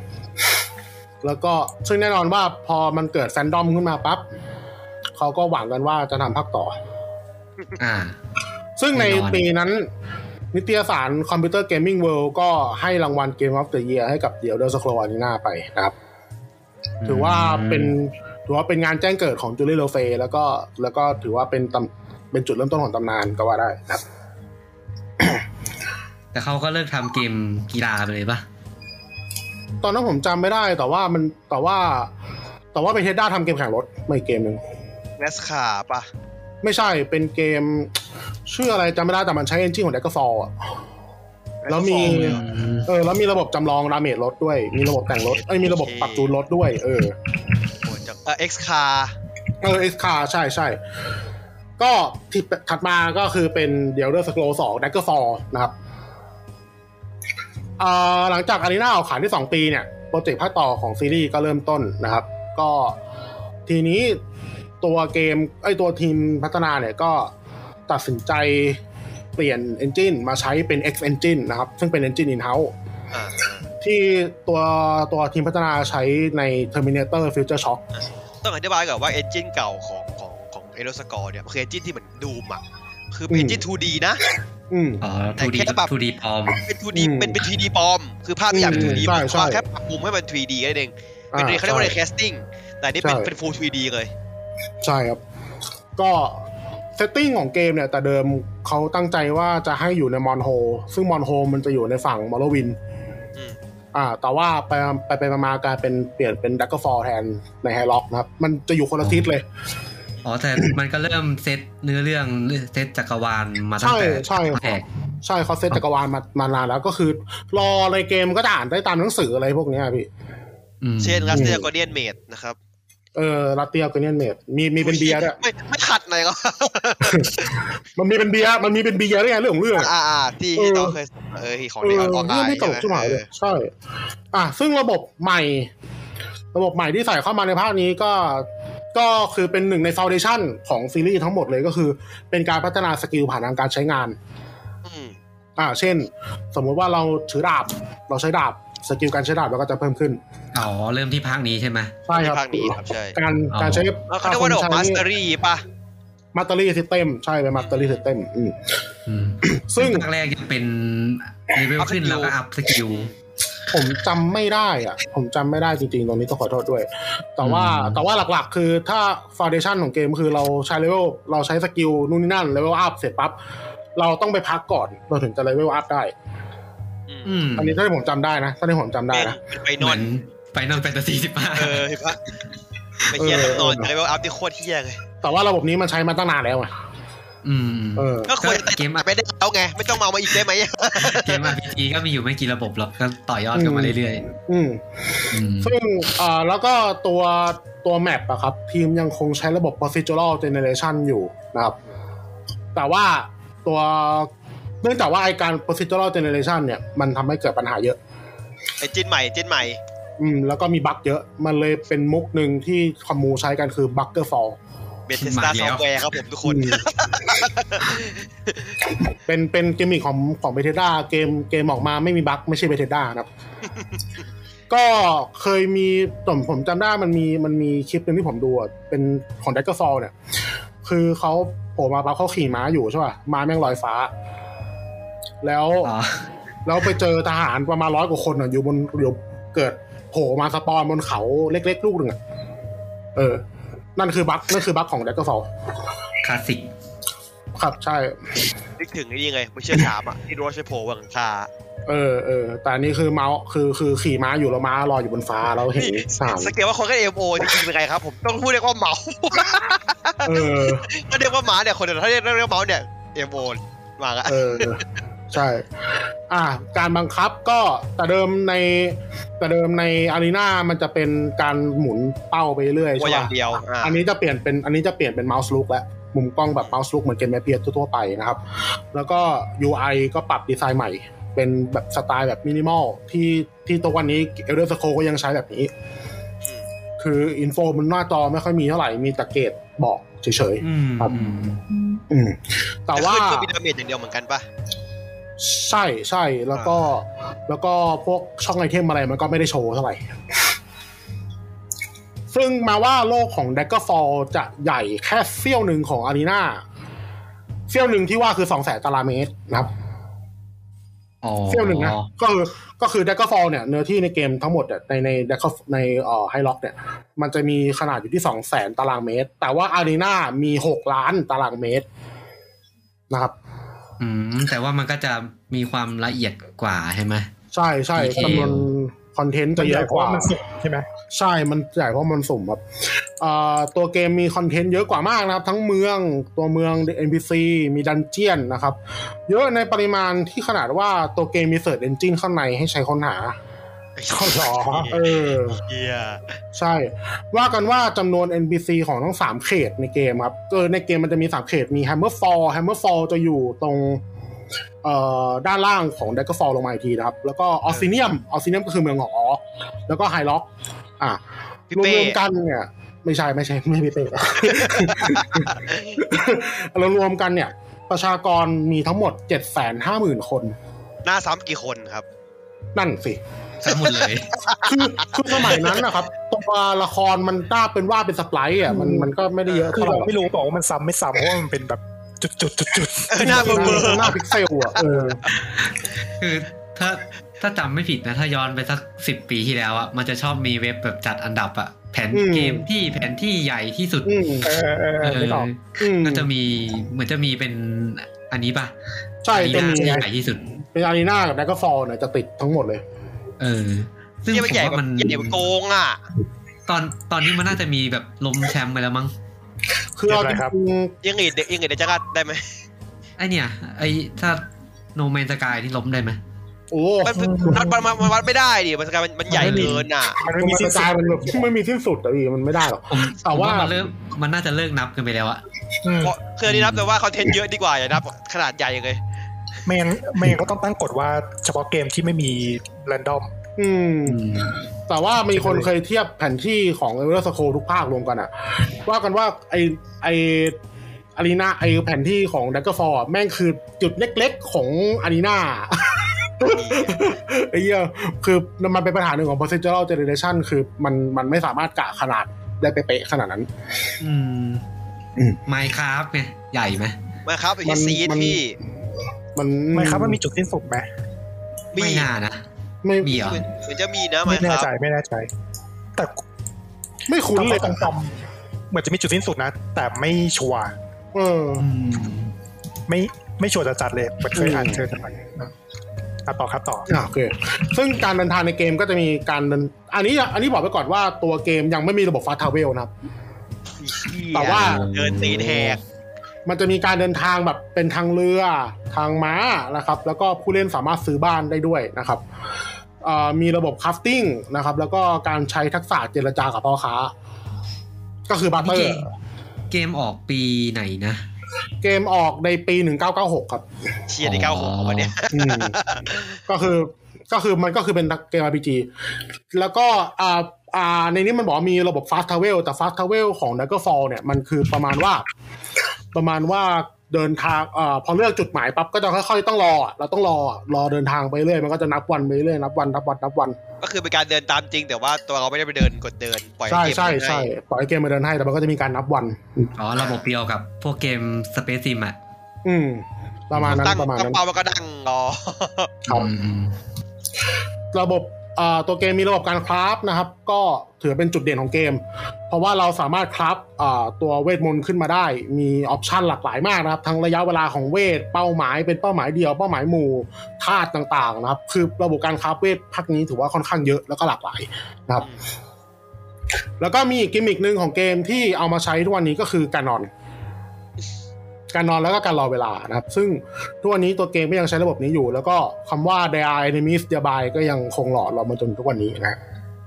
[SPEAKER 5] แล้วก็ซึ่งแน่นอนว่าพอมันเกิดแฟนดอมขึ้นมาปั๊บเขาก็หวังกันว่าจะทำภาคต่อ
[SPEAKER 1] อ่า
[SPEAKER 5] ซึ่งใน
[SPEAKER 1] แน่นอน
[SPEAKER 5] ปีนั้น นิตยสารคอมพิวเตอร์เกมมิ่งเวิลด์ก็ให้รางวัลเกมออฟเดอะเยียให้กับเดียวเดอร์สโครวานีนาไปนะครับ ถือว่าเป็นถือว่าเป็นงานแจ้งเกิดของจูเลียโลเฟแล้วก็แล้วก็ถือว่าเป็นตำเป็นจุดเริ่มต้นของตำนานก็ว่าได้นะครับ
[SPEAKER 1] แต่เขาก็เลิกทำเกมกีฬาไปเลยปะ
[SPEAKER 5] ตอนนั้นผมจำไม่ได้แต่ว่ามันแต่ว่า แต่ว่าเป็นเทด้าทำเกมแข่งรถไม่อีกเกมหนึ่ง
[SPEAKER 2] เนสคาปะ
[SPEAKER 5] ไม่ใช่เป็นเกม ชื่ออะไรจำไม่ได้แต่มันใช้เอนจินของแดกกฟอลอ่ะ แล้วมี
[SPEAKER 2] เออ
[SPEAKER 5] เออแล้วมีระบบจำลองดาเมจรถด้วย มีระบบแต่งรถไอ้ยมีระบบปรับจูนรถด้วย เออ
[SPEAKER 2] โหดจังเอ็กซ์คา
[SPEAKER 5] เออเอ็กคาใช่ใช่ ก็ที่ถัดมาก็คือเป็นเดลเดอร์สโครสองดักเกอร์ฟอนะครับเอ่อหลังจากอารีนาออกขายที่ 2 ปีเนี่ย โปรเจกต์ภาคต่อของซีรีส์ก็เริ่มต้นนะครับ ก็ทีนี้ตัวเกมไอยตัวทีมพัฒนาเนี่ยก็ตัดสินใจเปลี่ยน Engine มาใช้เป็น X Engine นะครับ ซึ่งเป็น Engine in-house
[SPEAKER 2] อ่า
[SPEAKER 5] ที่ตัวตัวทีมพัฒนาใช้ใน Terminator Future Shock
[SPEAKER 2] ต้องอธิบายก่อนว่าเอนจินเก่าของของของเอโรสกอร์เนี่ยคือเอนจินที่เหมือนดูมอ่ะ คือเป็น
[SPEAKER 5] อื
[SPEAKER 2] เอ
[SPEAKER 5] ม
[SPEAKER 2] นจิน 2D นะ
[SPEAKER 5] อืม
[SPEAKER 1] อ๋อ
[SPEAKER 2] แต่
[SPEAKER 1] ทูดี
[SPEAKER 2] แค่แบบ
[SPEAKER 1] ทูดีปลอม
[SPEAKER 2] เป็น 2D
[SPEAKER 5] อืม
[SPEAKER 2] เป็นเป็น 3D ปลอม คือภาพที่อยากเป็น
[SPEAKER 5] อืม
[SPEAKER 2] 2D
[SPEAKER 5] ใช่
[SPEAKER 2] ผมว่า
[SPEAKER 5] ใช่
[SPEAKER 2] แค่ปรับปรุงให้มัน 3D แค่นั้นเอง เป็น
[SPEAKER 5] อ่
[SPEAKER 2] เขาเรียกว่าอะไร casting แต่อันนี่เป็น
[SPEAKER 5] ใช่
[SPEAKER 2] เป็น full 3D เลย
[SPEAKER 5] ใช่ครับ ก็เซตติ้งของเกมเนี่ยแต่เดิมเขาตั้งใจว่าจะให้อยู่ในมอนโฮซึ่งมอนโฮมันจะอยู่ในฝั่งมอร์วิน
[SPEAKER 2] อืม
[SPEAKER 5] อ่า แต่ว่าไปไปไปมากลายเป็นเปลี่ยนเป็นดักเกอร์ฟอลแทนในไฮล็อกนะครับ มันจะอยู่คนละทิศเลย
[SPEAKER 1] อ๋อแต่มันก็เริ่มเซตเนื้อเรื่องเซตจักรวาลมาตั้ง
[SPEAKER 5] ใช่
[SPEAKER 1] แต่
[SPEAKER 5] ใช่
[SPEAKER 1] แรก
[SPEAKER 5] ใช่เขาเซตจักรวาลมามานานแล้วก็คือ รอในเกมก็จะอ่านได้ตามหนังสืออะไรพวกเนี้ยพี่
[SPEAKER 1] อืม
[SPEAKER 2] เช่นรัสเซียกอเดียนเมดนะครับ
[SPEAKER 5] เออลาเตียกเนียนเมดมีมีเป็นเบียร์ด้วย
[SPEAKER 2] ไม่ไม่ขัดหน่อย ก็
[SPEAKER 5] มันมีเป็นเบียร์มันมีเป็นเบียร์ด้วยไงเรื่องของเรื่อง
[SPEAKER 2] อ่าอ่าที่ที่เราเคยเออที่ของในออนไลน์
[SPEAKER 5] ไม่ตก
[SPEAKER 2] ใช่
[SPEAKER 5] ใช่ไห
[SPEAKER 2] ไหม
[SPEAKER 5] ม
[SPEAKER 2] เออ
[SPEAKER 5] ใช่ อ่ะ ซึ่งระบบใหม่ ระบบใหม่ที่ใส่เข้ามาในภาคนี้ก็ ก็คือเป็นหนึ่งในฟ u เดชั o นของซีรีส์ทั้งหมดเลยก็คือ เป็นการพัฒนาสกิลผ่านทางการใช้งาน
[SPEAKER 2] อืม
[SPEAKER 5] อ่า เช่น สมมุติว่าเราถือดาบ เราใช้ดาบ สกิลการใช้ดาบเราก็จะเพิ่มขึ้น
[SPEAKER 1] อ๋อเริ่มที่ภาคนี้ใช่ไหม
[SPEAKER 5] ใช่
[SPEAKER 2] ใน
[SPEAKER 5] ครับ
[SPEAKER 2] ภาคนี้ครับใช่
[SPEAKER 5] การ การใช้
[SPEAKER 2] แล้วเขาเรียกว่าระบบมาสเตอรี่ป่ะ
[SPEAKER 5] มาตอรี่ซิสเต็ม ใช่เป็นมาตอรี่ซิสเต็มอืม
[SPEAKER 1] อืม
[SPEAKER 5] ซึ่ง
[SPEAKER 1] ภาคแรกจะเป็นเลเวลขึ้นแล้วก็อัพสกิล
[SPEAKER 5] ผมจำไม่ได้อ่ะ ผมจำไม่ได้จริงๆ ตรงนี้ต้องขอโทษด้วย แต่ว่า
[SPEAKER 1] อืม
[SPEAKER 5] แต่ว่าหลักๆ คือถ้าฟ u เดชั o นของเกมคือเราใช้เลเวลเราใช้สกิลนู่นนี่นั่นเลเวลอัพเสร็จปั๊บ เราต้องไปพักก่อน เราถึงจะเลเวลอัพได้
[SPEAKER 2] อื
[SPEAKER 1] อื
[SPEAKER 2] ม
[SPEAKER 1] ม
[SPEAKER 5] อันนี้ถ้าที่ผมจำได้นะ ถ้าที่ผมจำได้
[SPEAKER 2] แม่ง
[SPEAKER 5] นะ
[SPEAKER 2] เป็นไป
[SPEAKER 1] เห
[SPEAKER 2] น
[SPEAKER 1] มื
[SPEAKER 2] อ
[SPEAKER 1] อนนไปนอนแฟนตาซีสิบห้า
[SPEAKER 2] เออเห็นปะไปเฮีย
[SPEAKER 5] เออ
[SPEAKER 2] ทำนอนเลเวลอัพที่โคตรเฮียเลย
[SPEAKER 5] แต่ว่าระบบนี้มันใช้มาตั้งนานแล้วไง
[SPEAKER 1] อืม
[SPEAKER 5] เออ
[SPEAKER 2] ก็ควรจะ
[SPEAKER 1] เกมอัพ
[SPEAKER 2] ไปได้แล้วไง ไม่ต้องมาเอามาอีกได้ไหม
[SPEAKER 1] เกม RPG ก็มีอยู่ไม่กี่ระบบหรอกก็ต่อยอดกันมาเรื่อย
[SPEAKER 5] อืม
[SPEAKER 1] ๆอืม
[SPEAKER 5] ซึ่งเอ่อแล้วก็ตัวตัวแมปอะครับ ทีมยังคงใช้ระบบ procedural generation อยู่นะครับ แต่ว่าตัวเนื่องจากว่าไอการ procedural generation เนี่ยมันทำให้เกิดปัญหาเยอะ
[SPEAKER 2] ไอ้จินใหม่จินใหม่
[SPEAKER 5] อืมแล้วก็มีบั๊กเยอะ มันเลยเป็นมุกหนึ่งที่คอมมูใช้กันคือบั g เกอร์ฟอล
[SPEAKER 2] เบสเทสตาซอฟต์แวร์ครับผมทุกคน
[SPEAKER 5] อืม เป็นเป็นเกมมิ่งของของเบเทด้าเกมเกมออกมาไม่มีบั๊กไม่ใช่เบเทด้า นะครับ ก็เคยมีผมผมจำได้มันมีมันมีคลิปหนึ่งที่ผมดูอะเป็นของดักเกอร์ฟอลเนี่ย คือเขาโผล่มาปั๊บเขาขี่ม้าอยู่ใช่ป่ะม้าแม่งลอยฟ้า แล้ว
[SPEAKER 1] อ๋อ
[SPEAKER 5] แล้วไปเจอทหารประมาณร้อยกว่าคนอะอยู่บนอยู่เกิดโผล่มาสปอนบนเขาเล็กๆลูกหนึ่งอะเออ นั่นคือบั๊กนั่นคือบั๊กของดักเกอร์ฟอล
[SPEAKER 1] คลาสสิก
[SPEAKER 5] ครับใช่
[SPEAKER 2] นึกถึงไอ้นี่ไงไม่เชื่อถามอ่ะที่โรชโพวังคา
[SPEAKER 5] เออเออแต่อันนี้คือเมาส์คือคือขี่ม้าอยู่แล้วม้าลอยอยู่บนฟ้าเราเห็น
[SPEAKER 2] นี่
[SPEAKER 5] สาร
[SPEAKER 2] สังเกตว่าคนก็เอ็มโอจริงๆเป็นไงครับผมต้องพูดเรียกว่าเมา
[SPEAKER 5] เออ
[SPEAKER 2] ถ้าเรียกว่าหมาเนี่ยคนเดียวถ้าเรียกเรียกว่าเมาส์เนี่ยเอมโอนมาละ
[SPEAKER 5] เออ ใช่ อ่ะการบังคับก็แต่เดิมในแต่เดิมในอารีนามันจะเป็นการหมุนเป้าไปเรื่อย
[SPEAKER 2] ว่า
[SPEAKER 5] ใช่
[SPEAKER 2] อย่า
[SPEAKER 5] ป่ะ
[SPEAKER 2] งเดียวอ่า
[SPEAKER 5] อันนี้จะเปลี่ยนเป็นอันนี้จะเปลี่ยนเป็นเมาส์ลุกแล้วมุมกล้องแบบเมาส์ลุกเหมือนเกมแมปเปียทั่วๆไปนะครับ แล้วก็ UI ก็ปรับดีไซน์ใหม่ เป็นแบบสไตล์แบบมินิมอลที่ที่ตัววันนี้เอลเดอร์สโคก็ยังใช้แบบนี้ คืออินโฟบนหน้าจอไม่ค่อยมีเท่าไหร่ มีแต่เกตบอกเฉย
[SPEAKER 1] อืม
[SPEAKER 5] ครับ ๆอืมแต่ว่า
[SPEAKER 2] ก็มีดาเมจอย่างเดียวเหมือนกันปะ
[SPEAKER 5] ใช่ใช่แล้วก็ แล้วก็พวกช่องไอเทมอะไรมันก็ไม่ได้โชว์เท่าไหร่ ซึ่งมาว่าโลกของ d a g g e r f a l l จะใหญ่แค่เสี้ยวหนึ่งของอารีนาเสี้ยวหนึ่งที่ว่าคือสองแสนตารางเมตรนะครับ
[SPEAKER 1] อ๋อ
[SPEAKER 5] เซี่ยวหนึ่งนะก็คือก็คือ d a g g e r f a l l เนี่ยเนื้อที่ในเกมทั้งหมดเนี่ยในใน d a g g e r ในเอ่อไฮล็อกเนี่ย มันจะมีขนาดอยู่ที่สองแสนตารางเมตร แต่ว่าอารีนามีหกล้านตารางเมตรนะครับ
[SPEAKER 1] อืมแต่ว่ามันก็จะมีความละเอียดกว่าใช่ไหม
[SPEAKER 5] ใช่ใช่
[SPEAKER 1] Detail
[SPEAKER 5] จำนวน คอนเทนต์จะเยอะกว่า
[SPEAKER 4] มันเสี่ยงใช่ไหม
[SPEAKER 5] ใช่มันใหญ่เพราะมันสุ่มครับอ่าตัวเกมมีคอนเทนต์เยอะกว่ามากนะครับ ทั้งเมืองตัวเมือง NPC มีดันเจียนนะครับ เยอะในปริมาณที่ขนาดว่าตัวเกมมีเสิร์ชเอนจินข้างในให้ใช้ค้นหา
[SPEAKER 4] เข้าหรอ
[SPEAKER 5] เออ
[SPEAKER 2] เฮีย
[SPEAKER 5] ใช่ ว่ากันว่าจำนวน NPC ของทั้ง 3 เขตในเกมครับเออในเกมมันจะมี 3 เขตมี Hammerfall Hammerfall จะอยู่ตรงเอ่อด้านล่างของ Daggerfall ลงมาอีกทีนะครับ แล้วก็ Orsinium Orsinium ก็คือเมืองหอแล้วก็ High-Lock อ่ะ
[SPEAKER 2] พี่
[SPEAKER 5] รวม
[SPEAKER 2] เป้
[SPEAKER 5] รวมๆกันเนี่ย ไม่ใช่ไม่ใช่ไม่พี่เป้ เรารวมกันเนี่ย ประชากรมีทั้งหมดเจ็ดแสนห้าหมื่นคน
[SPEAKER 2] หน้าซ้ำกี่คนครับ
[SPEAKER 5] นั่นสิ
[SPEAKER 1] ทั้งหมดเลย
[SPEAKER 5] คือคือสมัยนั้นนะครับตัวละครมันต้าเป็นว่าเป็นสไปร์อ่ะมันมันก็ไม่ได้เยอะ
[SPEAKER 4] คือ
[SPEAKER 5] เท่าไหร่
[SPEAKER 4] เรา
[SPEAKER 5] หรอก
[SPEAKER 4] ไม่รู้บอกว่ามันซ้ำไม่ซ้ำเพราะว่ามันเป็นแบบจุดจุดจุดจุดๆๆๆ
[SPEAKER 2] เออหน้าเบอร์
[SPEAKER 5] หน้าพิกเซลอ่ะเออ
[SPEAKER 1] คือถ้าถ้าจำไม่ผิดนะ ถ้าย้อนไปสักสิบปีที่แล้วอะมันจะชอบมีเว็บแบบจัดอันดับอะแผน
[SPEAKER 5] อืม
[SPEAKER 1] เกมที่แผนที่ใหญ่ที่สุด
[SPEAKER 5] อืม
[SPEAKER 4] เออเออเออนึกออก
[SPEAKER 5] อืม
[SPEAKER 1] ก็จะมีเหมือนจะมีเป็นอันนี้ปะ
[SPEAKER 5] ใช่
[SPEAKER 1] อารี
[SPEAKER 5] เป็น
[SPEAKER 1] นาที่
[SPEAKER 5] ไง
[SPEAKER 1] ใหญ่ที่สุด
[SPEAKER 5] เป็นอารีนากับแดกก็ฟอลเนี่ยจะติดทั้งหมดเลย
[SPEAKER 1] เออ ซึ่ง
[SPEAKER 2] เฮีย
[SPEAKER 1] ผ
[SPEAKER 2] มัน
[SPEAKER 1] ม
[SPEAKER 2] ใหญ่แบ
[SPEAKER 1] ว่า
[SPEAKER 2] บ
[SPEAKER 1] มัน
[SPEAKER 2] ใหญ่แบบโกงอ่ะ
[SPEAKER 1] ตอนตอนนี้มันน่าจะมีแบบลมแชมป์ไปแล้วมั้ง
[SPEAKER 5] คือเอาจ
[SPEAKER 4] เรียบร้อยครับ
[SPEAKER 5] ริง
[SPEAKER 2] ยังไงเด็กยังไงเด็กจะกัดได้ไหม
[SPEAKER 1] ไอเนี่ย ไอถ้าโนแมนสกายที่ล้มได้ไหม
[SPEAKER 5] ๆโอ้
[SPEAKER 2] มันมันมันมันวัดไม่ได้ดิมันสกายมันมันใหญ่เกินอ่ะ
[SPEAKER 4] มัน
[SPEAKER 5] มั
[SPEAKER 4] ไม่
[SPEAKER 5] น
[SPEAKER 4] มี
[SPEAKER 5] มี
[SPEAKER 4] สิ้
[SPEAKER 5] สิ้
[SPEAKER 4] น
[SPEAKER 5] น
[SPEAKER 4] สุด
[SPEAKER 5] สุดมันแบบไม่มีสิ้นสุดอ่ะพี่มันไม่ได้หรอก
[SPEAKER 1] ผม
[SPEAKER 5] แต่ว่า
[SPEAKER 1] ผมมันเริ่มมันน่าจะเลิกนับกันไปแล้วอะ
[SPEAKER 4] อืม
[SPEAKER 2] เพราะเคยได้นับแต่ว่าคอนเทนต์เยอะดีกว่าอย่านับขนาดใหญ่เลย
[SPEAKER 4] ไม่งั้นไม่งั้นก็ต้องตั้งกฎว่าเฉพาะเกมที่ไม่มีแรนดอม
[SPEAKER 5] อืม
[SPEAKER 1] อืม
[SPEAKER 5] แต่ว่ามีคนเคยเทียบแผนที่ของเอเวอเรสต์โคทุกภาครวมกันอะว่ากันว่าไอไออารีนาไอแผนที่ของดักเกอร์ฟอร์แม่งคือจุดเล็กๆของอารีนาไอ้เหี้ยคือมันเป็นปัญหาหนึ่งของ procedural generation คือมันมันไม่สามารถกะขนาดได้เป๊ะๆขนาดนั้น
[SPEAKER 1] อืม
[SPEAKER 5] อืม
[SPEAKER 1] ไมค์ครับไงใหญ่ไหม
[SPEAKER 2] มาครับไอ้
[SPEAKER 5] มั
[SPEAKER 2] ที่
[SPEAKER 5] น
[SPEAKER 2] ซีด
[SPEAKER 5] มัน
[SPEAKER 2] พี่
[SPEAKER 5] มัน
[SPEAKER 4] ไม่ครับมันมีจุดสิ้นสุดไหม
[SPEAKER 2] มี
[SPEAKER 1] ไม่น่านะ
[SPEAKER 5] ไม่
[SPEAKER 1] มีเหรอ
[SPEAKER 2] เหมือนเหมือนจะมีนะมา
[SPEAKER 4] ไม่
[SPEAKER 2] ค
[SPEAKER 4] แน่
[SPEAKER 2] รับ
[SPEAKER 4] ใจไม่แน่ใจ แต่
[SPEAKER 5] ไม่คุ้น
[SPEAKER 4] แต่
[SPEAKER 5] เล
[SPEAKER 4] ว่าย ตรงๆเหมือนจะมีจุดสิ้นสุดนะ แต่ไม่ชัวร์
[SPEAKER 5] เออ
[SPEAKER 1] อืม
[SPEAKER 4] ไม่ไม่ชัวร์จะจัดเลยเหมันเคยอ่าน
[SPEAKER 5] อืม
[SPEAKER 4] เคยอ่านอ่ะต่อครับต่อ
[SPEAKER 5] อ่ะโอเค ซึ่งการเดินทางในเกมก็จะมีการเดิน อันนี้อันนี้บอกไปก่อนว่าตัวเกมยังไม่มีระบบฟาสทาวเวลนะครับ แต่ว่า
[SPEAKER 2] เดินซีดแหก
[SPEAKER 5] มันจะมีการเดินทางแบบเป็นทางเรือทางม้านะครับ แล้วก็ผู้เล่นสามารถซื้อบ้านได้ด้วยนะครับเอ่อมีระบบคราฟติ้งนะครับ แล้วก็การใช้ทักษะเจรจากับพ่อค้า ก็คือบัตเตอ
[SPEAKER 1] เก
[SPEAKER 5] ร์
[SPEAKER 1] มเกมออกปีไหนนะ
[SPEAKER 5] เกมออกในปี 1996 ครับ
[SPEAKER 2] เชียร์ในเก้าหกวันเนี้ย
[SPEAKER 5] อืมก็คือก็คือมันก็คือเป็นเกม RPG แล้วก็อ่าอ่าในนี้มันบอกว่ามีระบบ Fast Travel แต่ Fast Travel ของ d a g g e r f a l l เนี่ยมันคือประมาณว่า ประมาณว่าเดินทางเอ่อพอเลือกจุดหมายปั๊บก็จะค่อยๆต้องรออะเราต้องรออะรอเดินทางไปเรื่อยมันก็จะนับวันไปเรื่อยนับวันนับวันนับวัน
[SPEAKER 2] ก็คือเป็นการเดินตามจริง แต่ว่าตัวเราไม่ได้ไปเดินกดเดินปล่อย
[SPEAKER 5] ใช่
[SPEAKER 2] เกม
[SPEAKER 5] ใช่
[SPEAKER 2] ไปห้
[SPEAKER 5] ใช่ปล่อยให้เกมมาเดินให้แต่มันก็จะมีการนับวัน
[SPEAKER 1] อ๋อ ระบบเดียวกับพวกเกม Space Sim อะ
[SPEAKER 5] อืม ประมาณนั้น
[SPEAKER 2] ตั้ง
[SPEAKER 5] ประมาณ
[SPEAKER 2] กระ
[SPEAKER 5] นั้น
[SPEAKER 2] เป๋ามันก็ดังรอ
[SPEAKER 5] ครับ
[SPEAKER 1] อืมอืม
[SPEAKER 5] ระบบเอ่อตัวเกมมีระบบการคราฟนะครับ ก็ถือเป็นจุดเด่นของเกม เพราะว่าเราสามารถคราฟเอ่อตัวเวทมนต์ขึ้นมาได้ มีออปชันหลากหลายมากนะครับ ทั้งระยะเวลาของเวท เป้าหมายเป็นเป้าหมายเดียว เป้าหมายหมู่ธาตุต่างๆนะครับ คือระบบการคราฟเวทภาคนี้ถือว่าค่อนข้างเยอะแล้วก็หลากหลาย ครับ แล้วก็มีอีกกิมมิกหนึ่งของเกมที่เอามาใช้ทุกวันนี้ก็คือการนอน การนอนแล้วก็การรอเวลานะครับ ซึ่งทุกวันนี้ตัวเกมก็ยังใช้ระบบนี้อยู่ แล้วก็คำว่า There are enemies nearby ก็ยังคงหล่อเรามาจนทุกวันนี้นะ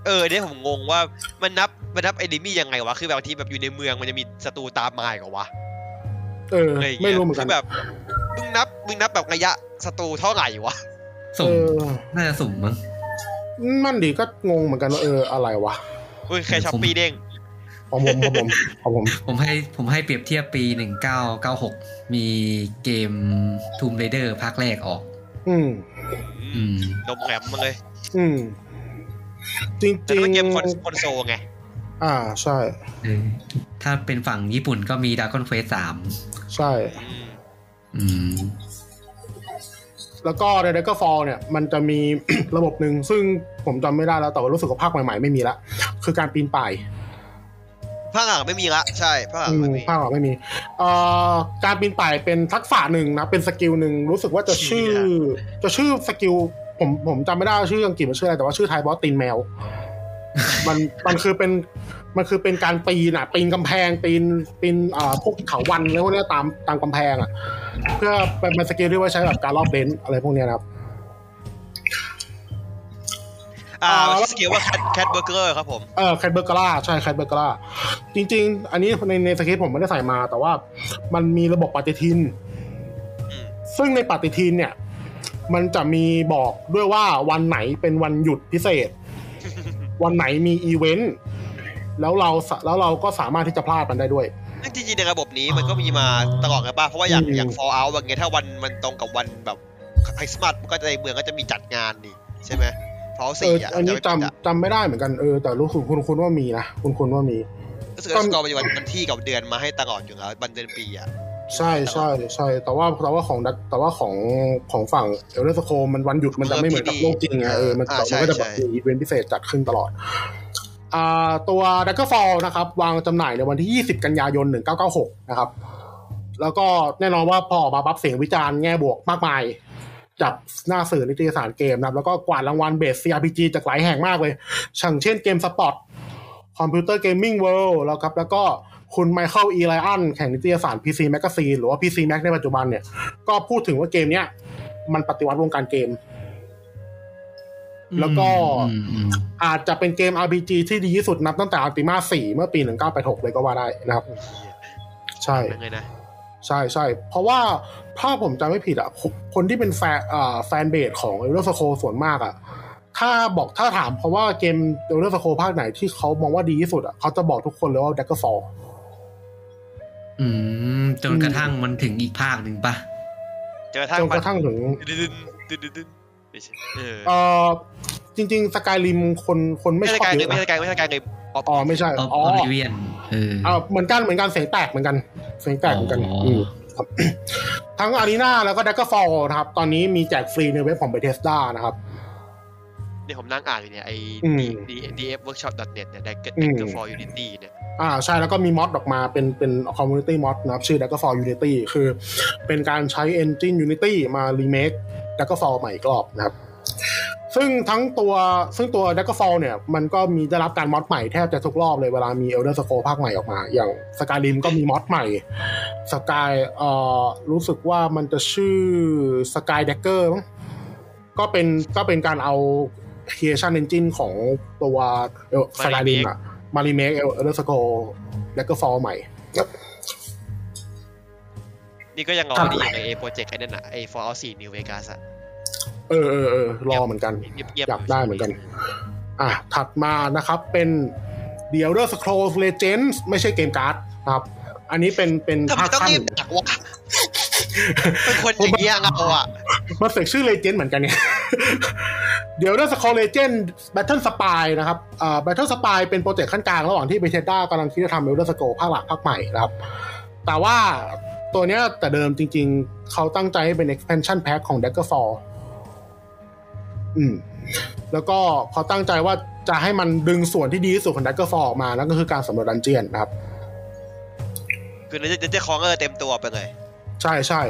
[SPEAKER 2] เออเนี่ยผมงงว่ามันนับมันนับไอเดมี่ยังไงวะคือแบบบางทีแบบอยู่ในเมืองมันจะมีศัตรูตามมาอีกเหรอวะ
[SPEAKER 5] เออ
[SPEAKER 2] อะอย่างงี้ย
[SPEAKER 5] ไม่รู้เหมือนกัน
[SPEAKER 2] คืแบบมึงนับมึงนับแบบระยะศัตรูเท่าไหร่วะ
[SPEAKER 5] เอ
[SPEAKER 1] สุ่ม
[SPEAKER 5] อ
[SPEAKER 1] น่าจะสุ่มมั้ง
[SPEAKER 5] มันดีก็งงเหมือนกันว่าเอออะไรวะ
[SPEAKER 2] เฮ้ยแค่ช้อปปี้เด้ง
[SPEAKER 5] ของผมของผม ข
[SPEAKER 1] ผ
[SPEAKER 5] องผม
[SPEAKER 1] มให้ผมให้เปรียบเทียบปี 1996 มีเกม Tomb Raider ภาคแรกออก
[SPEAKER 5] อืม
[SPEAKER 1] อืม
[SPEAKER 2] นมแหลมมาเลย
[SPEAKER 5] อืม จริงจ
[SPEAKER 2] แต่
[SPEAKER 5] ริ
[SPEAKER 2] นั่น
[SPEAKER 5] ง
[SPEAKER 2] มันเกมคอนคอนโซลไง
[SPEAKER 5] อ่าใช่
[SPEAKER 1] เออ ถ้าเป็นฝั่งญี่ปุ่นก็มี Dragon Quest
[SPEAKER 5] ใช่
[SPEAKER 1] 3
[SPEAKER 2] อืม
[SPEAKER 1] อืม
[SPEAKER 5] แล้วก็ใน d a g g e r f a l l เนี่ย มันจะมี ระบบหนึ่งซึ่งผมจำไม่ได้แล้ว แต่ว่ารู้สึกว่าภาคใหม่ๆ ไม่มีละ คือการปีนป่าย
[SPEAKER 2] ภาคหลังไม่มีละ ใช่ ภาคหลัง
[SPEAKER 5] อื
[SPEAKER 2] ไม่
[SPEAKER 5] ม
[SPEAKER 2] มี
[SPEAKER 5] ภาคใหม่ไม่มีเอ่อการปีนป่ายเป็นทักษะหนึ่งนะ เป็นสกิลหนึ่งรู้สึกว่าจะชื่อ จะชื่อสกิล ผมผมจำไม่ได้ว่าชื่ออังกฤษมันชื่ออะไรแต่ว่าชื่อไทยบอสตีนแมว มันมันคือเป็นมันคือเป็นการปีนอ่ะปีนกำแพงปีนปีนอ่าพวกเขาวันแล้วพวกเนี้ยตามตามกำแพงอ่ะ เพื่อเป็นเป็นสกิลที่ไว้ใช้แบบการรอบเลนอะไรพวกเนี้ยนะครับ
[SPEAKER 2] อ่า
[SPEAKER 5] อ่าแล้ว
[SPEAKER 2] สกิลว่าแคทแคทเบอร์เกอร์ครับผม
[SPEAKER 5] เออแคทเบอร์กล่าใช่แคทเบอร์กล่าจริง ๆ อันนี้ในในสคริปต์ผมไม่ได้ใส่มา แต่ว่ามันมีระบบปฏิทิน
[SPEAKER 2] อืม
[SPEAKER 5] ซึ่งในปฏิทินเนี่ย มันจะมีบอกด้วยว่าวันไหนเป็นวันหยุดพิเศ ษ วันไหนมีอีเวนต์แล้วเราสะแล้วเราก็สามารถที่จะพลาดมันได้ด้วย
[SPEAKER 2] ซึ่งจริงๆในระบบนี้มันก็มีมาตลอดกันป่ะเพราะว่าอย่างอย่างฟอร์เอาอย่างเงี้ยถ้าวันมันตรงกับวันแบบคริสต์มาสมันก็จะในเมืองก็จะมีจัดงานนี่ใช่ไหมฟอร์
[SPEAKER 5] เอ
[SPEAKER 2] สี่
[SPEAKER 5] อ
[SPEAKER 2] อ่ะ
[SPEAKER 5] อันนี้
[SPEAKER 2] จำไม่ผิด
[SPEAKER 5] จำจำไม่ได้เหมือนกันเออแต่รู้คุณคุณคุณว่ามีนะคุณคุณว่ามี
[SPEAKER 2] อะรู้สึกว่าสกอร์มันอยู่วันที่กับเดือนมาให้ตลอดอยู่แล้ววันเดือนปีอ่ะ
[SPEAKER 5] ใช่ใช่ใช่แต่ว่าแต่ว่าของดัตแต่ว่าของของฝั่งเอลเดอร์สโคมันวันหยุดมันจะไม่เหมือนกับโลกจริงไงเออมัน
[SPEAKER 2] อ่า
[SPEAKER 5] แต่
[SPEAKER 2] ใช่
[SPEAKER 5] มันก็จะแบบ
[SPEAKER 2] ใช่
[SPEAKER 5] มีอีเวนต์พิเศษจัดขึ้นตลอด อ่าตัวดักเกอร์ฟอลนะครับ วางจำหน่ายในวันที่ 20 กันยายน 1996 นะครับ แล้วก็แน่นอนว่าพอออกมาบับเสียงวิจารณ์แง่บวกมากมาย จากหน้าสื่อนิตยสารเกมนะครับ แล้วก็กวาดรางวัลเบส CRPG จากหลายแห่งมากเลยเช่นเช่นเกมสปอร์ตคอมพิวเตอร์เกมมิ่งเวิลด์แล้วครับ แล้วก็คุณไมเคิลอีไลออนแห่งนิตยสาร PC Magazine หรือว่า PC Mag ในปัจจุบันเนี่ย ก็พูดถึงว่าเกมเนี้ยมันปฏิวัติวงการเกม แล้วก็
[SPEAKER 1] อืมอืม
[SPEAKER 5] อาจจะเป็นเกม RPG ที่ดีที่สุดนับตั้งแต่ Ultima 4 เมื่อปี 1986 เลยก็ว่าได้นะครับ ใช่
[SPEAKER 2] นั่นเลยนะ
[SPEAKER 5] ใช่ใช่ เพราะว่าถ้าผมจำไม่ผิดอ่ะคนคนที่เป็นแฟนเอ่อแฟนเบสของเอลเดอร์สโคส่วนมากอ่ะ ถ้าบอกถ้าถามเพราะว่าเกมเอลเดอร์สโคภาคไหนที่เขามองว่าดีที่สุดอ่ะเขาจะบอกทุกคนเลยว่าดักเกอร์ฟอล
[SPEAKER 1] อืมจนก
[SPEAKER 5] อื
[SPEAKER 1] ระ
[SPEAKER 5] ม
[SPEAKER 1] ทั่งมันถึงอีกภาคหนึ่งปะ
[SPEAKER 2] จนกระทั่
[SPEAKER 5] จ
[SPEAKER 2] ง
[SPEAKER 5] นกระทั่งถึง
[SPEAKER 2] ดึนดึนดึนดึนไม่ใช่เออ
[SPEAKER 5] เอ่อจริง ๆ สกายริมคนคนไม่
[SPEAKER 2] ไม่
[SPEAKER 5] ช
[SPEAKER 2] ใช่
[SPEAKER 5] อบ
[SPEAKER 2] การ
[SPEAKER 5] เย
[SPEAKER 2] เลย
[SPEAKER 5] อะ
[SPEAKER 2] ไม่
[SPEAKER 5] นะ
[SPEAKER 2] ใช่การเลยไม่ใช่การเลยออก
[SPEAKER 5] อ๋อไม่ใช่
[SPEAKER 1] ออฟ
[SPEAKER 5] อ๋อ
[SPEAKER 1] ออริเวียนเออ
[SPEAKER 5] เอาเหมือนกันเหมือนกันเสียงแตกเหมือนกัน เสียงแตกเหมือนกันอืม ครับ ทั้งอารีนาแล้วก็ดักเกอร์ฟอลนะครับ ตอนนี้มีแจกฟรีในเว็บของเบเทสดานะครับ
[SPEAKER 2] เนี่ยผมนั่งอ่านอยู่เนี่ยไอ้
[SPEAKER 5] อืม
[SPEAKER 2] D D F Workshop net เนี่ย Dagger
[SPEAKER 5] อืม
[SPEAKER 2] Dagger for Unity เนี่ย
[SPEAKER 5] อ่าใช่แล้วก็มีมอดออกมาเป็นเป็นคอมมูนิตี้มอดนะครับ ชื่อ d a g g e r f a l l Unity คือเป็นการใช้ Engine Unity มา remake d a g g e r f a l l ใหม่อีกรอบนะครับ ซึ่งทั้งตัวซึ่งตัว d a g g e r f a l l เนี่ย มันก็มีได้รับการมอดใหม่แทบจะทุกรอบเลยเวลามี Elder Scrolls ภาคใหม่ออกมา อย่าง Skyrim ก็มีมอดใหม่ Sky เอ่อรู้สึกว่ามันจะชื่อ Sky Dagger มั้งก็เป็นก็เป็นการเอา Creation Engine ของตัว Skyrim อะ มารีเมคเอลเดอร์สโกแล้วก็ฟอลใหม่
[SPEAKER 2] นี่ก็ยังร
[SPEAKER 5] ครั
[SPEAKER 2] อบ ดีอยู่ในไอ้โปรเจกต์ไอ้นั่นน่ะไอ้ For All 4 New Vegas อะ
[SPEAKER 5] เออเออเออรอเหมือนกัน
[SPEAKER 2] เงียบๆ
[SPEAKER 5] อยากได้เหมือนกัน อ่ะ ถัดมานะครับเป็น The Elder Scrolls Legends ไม่ใช่เกมการ์ดนะครับ อันนี้เป็นเป็น
[SPEAKER 2] ทำไม
[SPEAKER 5] ภาค
[SPEAKER 2] ต้อง
[SPEAKER 5] ขั้น
[SPEAKER 2] รีบดักวะเป็นคนอย่างเงี้ยเราอ่ะ
[SPEAKER 5] มันเสกชื่อ Legend เหมือนกันเนี่ย The Elder Scrolls Legends Battle Spy นะครับอ่า Battle Spy เป็นโปรเจกต์ขั้นกลางระหว่างที่ Bethesda กำลังคิดจะทำ Elder Scrolls ภาคหลักภาคใหม่นะครับ แต่ว่าตัวเนี้ยแต่เดิมจริงๆ เขาตั้งใจให้เป็น expansion pack ของ Daggerfall อืม แล้วก็เขาตั้งใจว่าจะให้มันดึงส่วนที่ดีที่สุดของ Daggerfall ออกมา นั่นก็คือการสำรวจดันเจียนนะครับ
[SPEAKER 2] คือเดี๋ยวจะจะคองเออเต็มตัวไปเลย
[SPEAKER 5] ใช่ใช่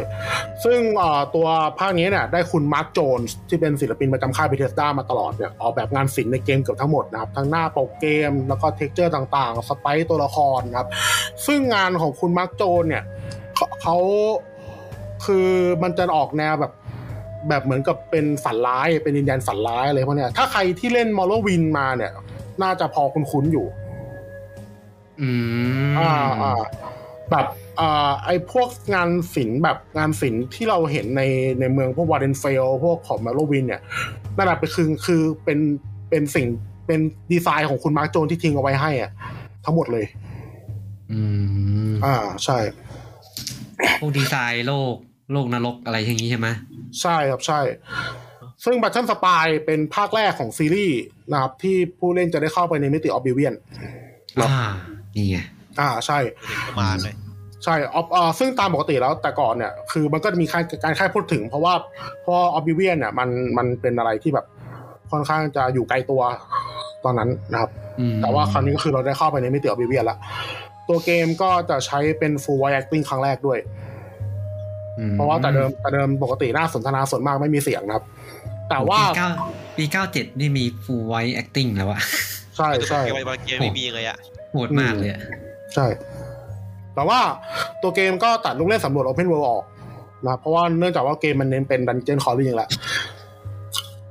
[SPEAKER 5] ซึ่งเอ่อตัวภาคนี้เนี่ยได้คุณมาร์คโจนส์ที่เป็นศิลปินประจำค่ายเบเทสดามาตลอดเนี่ยออกแบบงานศิลป์ในเกมเกือบทั้งหมดนะครับ ทั้งหน้าปกเกมแล้วก็เท็กเจอร์ต่างๆ สไปซ์ตัวละครนะครับ ซึ่งงานของคุณมาร์คโจนเนี่ยเขาเขาคือมันจะออกแนวแบบแบบเหมือนกับเป็นฝันร้ายเป็นดินแดนฝันร้ายอะไรพวกเนี้ยถ้าใครที่เล่นมอลโลวินมาเนี่ย น่าจะพอคุ้นๆอยู่
[SPEAKER 1] อืม
[SPEAKER 5] อ่าอ่าแบบอ่าไอ้พวกงานศิลป์แบบงานศิลป์ที่เราเห็นในในเมืองพวกวาเดนเฟล พวกของมาโลวินเนี่ยนั่นแหละเป็นคือคือเป็นเป็นสิ่งเป็นดีไซน์ของคุณมาร์คโจนที่ทิ้งเอาไว้ให้อะทั้งหมดเลย
[SPEAKER 1] อืม
[SPEAKER 5] อ่าใช่
[SPEAKER 1] พวกดีไซน์โลกโลกนรกอะไรอย่างนี้ใช่ไหม
[SPEAKER 5] ใช่ครับใช่ ซึ่งบัตเทิลสปายเป็นภาคแรกของซีรีส์นะครับที่ผู้เล่นจะได้เข้าไปในมิติออบิเวียน ครับ
[SPEAKER 1] อ่านี่ไง
[SPEAKER 5] อ่าใช่
[SPEAKER 2] ถึงประมาณเลย
[SPEAKER 5] ใช่ออฟเอ่อซึ่งตามปกติแล้วแต่ก่อนเนี่ยคือมันก็จะมีการการค่ายพูดถึง เพราะว่าเพราะออบิเวียนเนี่ยมันมันเป็นอะไรที่แบบค่อนข้างจะอยู่ไกลตัวตอนนั้นนะครับ
[SPEAKER 1] อืม
[SPEAKER 5] แต่ว่าคราวนี้ก็คือเราได้เข้าไปในมิติออบิเวียนละตัวเกมก็จะใช้เป็น full voice acting ครั้งแรกด้วย
[SPEAKER 1] อืม
[SPEAKER 5] เพราะว่าแต่เดิมแต่เดิมปกติหน้าสนทนาส่วนมากไม่มีเสียงนะครับ แต่ว่า
[SPEAKER 1] ปีเก้าปีเก้าเจ็ดนี่มีฟูไว acting แล้วอะ
[SPEAKER 5] ใช่ใช่
[SPEAKER 2] เกมบางเกมไม่มีเลยอะ
[SPEAKER 1] โหดมากเลยอะ
[SPEAKER 5] ใช่ แต่ว่าตัวเกมก็ตัดลูกเล่นสำรวจ Open World ออกนะครับเพราะว่าเนื่องจากว่าเกมมันเน้นเป็นดันเจียนคอร์ริงแหละ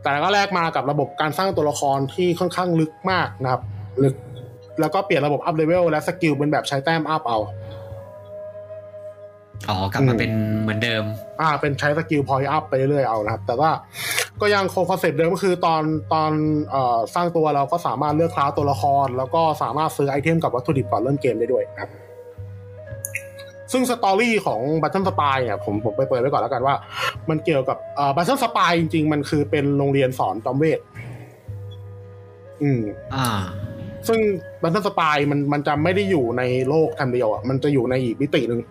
[SPEAKER 5] แต่ก็แลกมากับระบบการสร้างตัวละครที่ค่อนข้างลึกมากนะครับ ลึก แล้วก็เปลี่ยนระบบอัพเลเวลและสกิลเป็นแบบใช้แต้มอัพเอา
[SPEAKER 1] อ๋อกลับมาเป็นเหมือนเดิม
[SPEAKER 5] อ่า เป็นใช้สกิลพอยต์อัพไปเรื่อยๆเอานะครับ แต่ว่าก็ยังคงคอนเซ็ปต์เดิมก็คือตอนตอนเอ่อสร้างตัวเราก็สามารถเลือกคลาสตัวละคร แล้วก็สามารถซื้อไอเทมกับวัตถุดิบก่อนเริ่มเกมได้ด้วยนะครับ ซึ่งสตอรี่ของบัตเทิลสปายเนี่ยผมผมไปเปิดไว้ก่อนแล้วกันว่า มันเกี่ยวกับบัตเทิลสปายจริง ๆ มันคือเป็นโรงเรียนสอนจอมเวทอืม
[SPEAKER 1] อ่า
[SPEAKER 5] ซึ่งบัตเทิลสปายมันมันจะไม่ได้อยู่ในโลกทันเดียวอ่ะมันจะอยู่ในอีกมิติหนึ่ง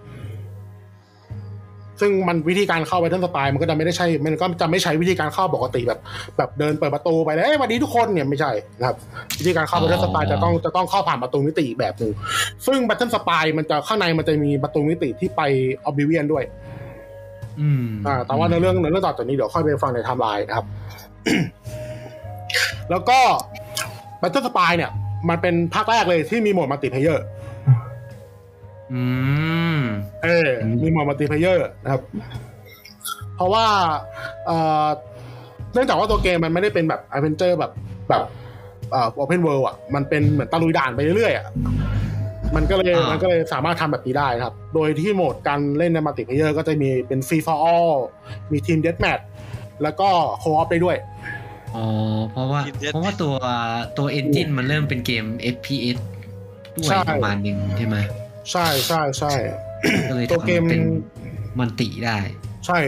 [SPEAKER 5] ซึ่งมันวิธีการเข้าไปทันสปายมันก็จะไม่ได้ใช่ มันก็จะไม่ใช้วิธีการเข้าปกติแบบ แบบเดินเปิดประตูไปแล้วเอ้ยสวันนี้ทุกคนเนี่ยไม่ใช่นะครับ วิธีการเข้า
[SPEAKER 1] อ๋
[SPEAKER 5] บัต
[SPEAKER 1] อ
[SPEAKER 5] เทิลสปายจะต้องจะต้องเข้าผ่านประตูมิติอีกแบบหนึ่งซึ่งบัตเทิลสปายมันจะข้างในมันจะมีประตูมิติที่ไปออบิเวียนด้วย
[SPEAKER 1] อืม
[SPEAKER 5] อ่าแต่ว่าในเรื่องในเรื่องต่อจากนี้เดี๋ยวค่อยไปฟังในไทม์ไลน์นะครับ แล้วก็ Battle Spy เนี่ย มันเป็นภาคแรกเลยที่มีโหมดมัลติเพลเยอร์
[SPEAKER 1] อืม
[SPEAKER 5] เออ มีโหมดมัลติเพลเยอร์นะครับ เพราะว่าเอ่อเนื่องจากว่าตัวเกมมันไม่ได้เป็นแบบอเวนเจอร์แบบแบบเอ่อโอเพนเวิลด์อ่ะ มันเป็นเหมือนตะลุยด่านไปเรื่อยๆอ่ะ มันก็เลย
[SPEAKER 1] อ่ามั
[SPEAKER 5] มันก็เลยสามารถทำแบบนี้ได้นะครับ โดยที่โหมดการเล่นในมัลติเพลเยอร์ก็จะมีเป็นฟรีฟอร์อมีทีมเด a แมทแล้วก็โคออฟได้ด้วย
[SPEAKER 1] อ๋อเพราะว่า
[SPEAKER 2] Indeed
[SPEAKER 1] เพราะว่าตัวตัวเอนจินมันเริ่มเป็นเกม FPS ด้วย
[SPEAKER 5] ใช่
[SPEAKER 1] ประมาณหนึ่งใช่ไหม
[SPEAKER 5] ใช่ใช่ใช่
[SPEAKER 1] ก็เลย
[SPEAKER 5] ตัว
[SPEAKER 1] ทำ
[SPEAKER 5] เกม
[SPEAKER 1] เป็นมันติได้
[SPEAKER 5] ใช่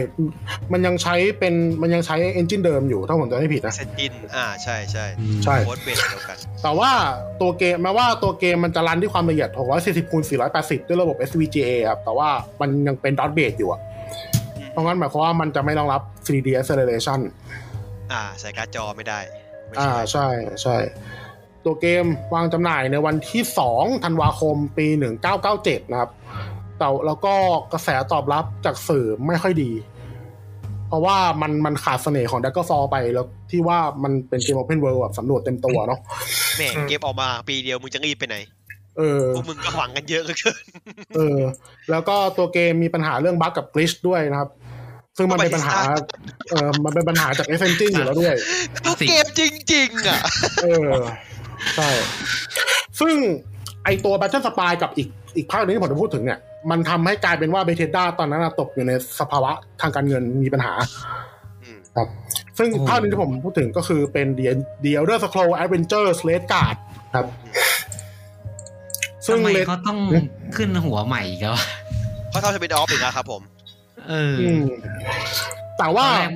[SPEAKER 5] มันยังใช้เป็นมันยังใช้เอนจินเดิมอยู่ถ้าผมจำไม่ผิดนะ
[SPEAKER 2] เซจินอ่าใช่ใช่
[SPEAKER 5] ใช่
[SPEAKER 2] โค้ดเป็นเดียวกัน
[SPEAKER 5] แต่ว่าตัวเกมแม้ว่าตัวเกมมันจะรันที่ความละเอียด 640คูณ480 ด้วยระบบ SVGA ครับ แต่ว่ามันยังเป็นดอทเบสอยู่อะเพราะงั้นหมายความว่ามันจะไม่รองรับ 3D acceleration
[SPEAKER 2] อ่าใส่การ์ดจอไม่ได้ไม่
[SPEAKER 5] อ่า
[SPEAKER 2] ใช่
[SPEAKER 5] ใช่ใช่ ตัวเกมวางจำหน่ายในวันที่ 2 ธันวาคมปี 1997 นะครับ แต่แล้วก็กระแสตอบรับจากสื่อไม่ค่อยดี เพราะว่ามันมันขาดเสน่ห์ของดักเกอร์ฟอไปแล้วที่ว่ามันเป็นเกม Open World แบบสำรวจเต็มตัวเนาะ
[SPEAKER 2] แม่งเกมออกมาปีเดียวมึงจะรีบไปไหน
[SPEAKER 5] เออ
[SPEAKER 2] พวกมึงก็หวังกันเยอะเหลือเกิน
[SPEAKER 5] เออ แล้วก็ตัวเกมมีปัญหาเรื่องบั๊กกับกลิชด้วยนะครับ ซึ่งมันเป็นปัญหา เออมันเป็นปัญหาจากเอเซนจิ้งอยู่แล้วด้วย
[SPEAKER 2] ทุกเกมจริง ๆ อ่ะ
[SPEAKER 5] เออ ใช่ ซึ่งไอตัว Battle Spy กับอีกอีกภาคหนึงที่ผมจะพูดถึงเนี่ย มันทำให้กลายเป็นว่า Bethesda ตอนนั้นนะตกอยู่ในสภาวะทางการเงินมีปัญหา
[SPEAKER 2] อืม
[SPEAKER 5] ครับ ซึ่ง
[SPEAKER 1] โอ้
[SPEAKER 5] ภาคหนึงที่ผมพูดถึงก็คือเป็น The- The Elder Scrolls Adventures Red Guard ครับ ซึ่ง
[SPEAKER 1] ทำไม
[SPEAKER 5] เลด
[SPEAKER 1] เขาต้อง
[SPEAKER 5] เอ๊ะ
[SPEAKER 1] ขึ้นหัวใหม่อีก็
[SPEAKER 2] เพราะเท่าจะเป็นออฟอีกแล้วครับผม
[SPEAKER 1] เออ
[SPEAKER 5] แต่
[SPEAKER 1] ต
[SPEAKER 5] ว่า
[SPEAKER 1] อนแรก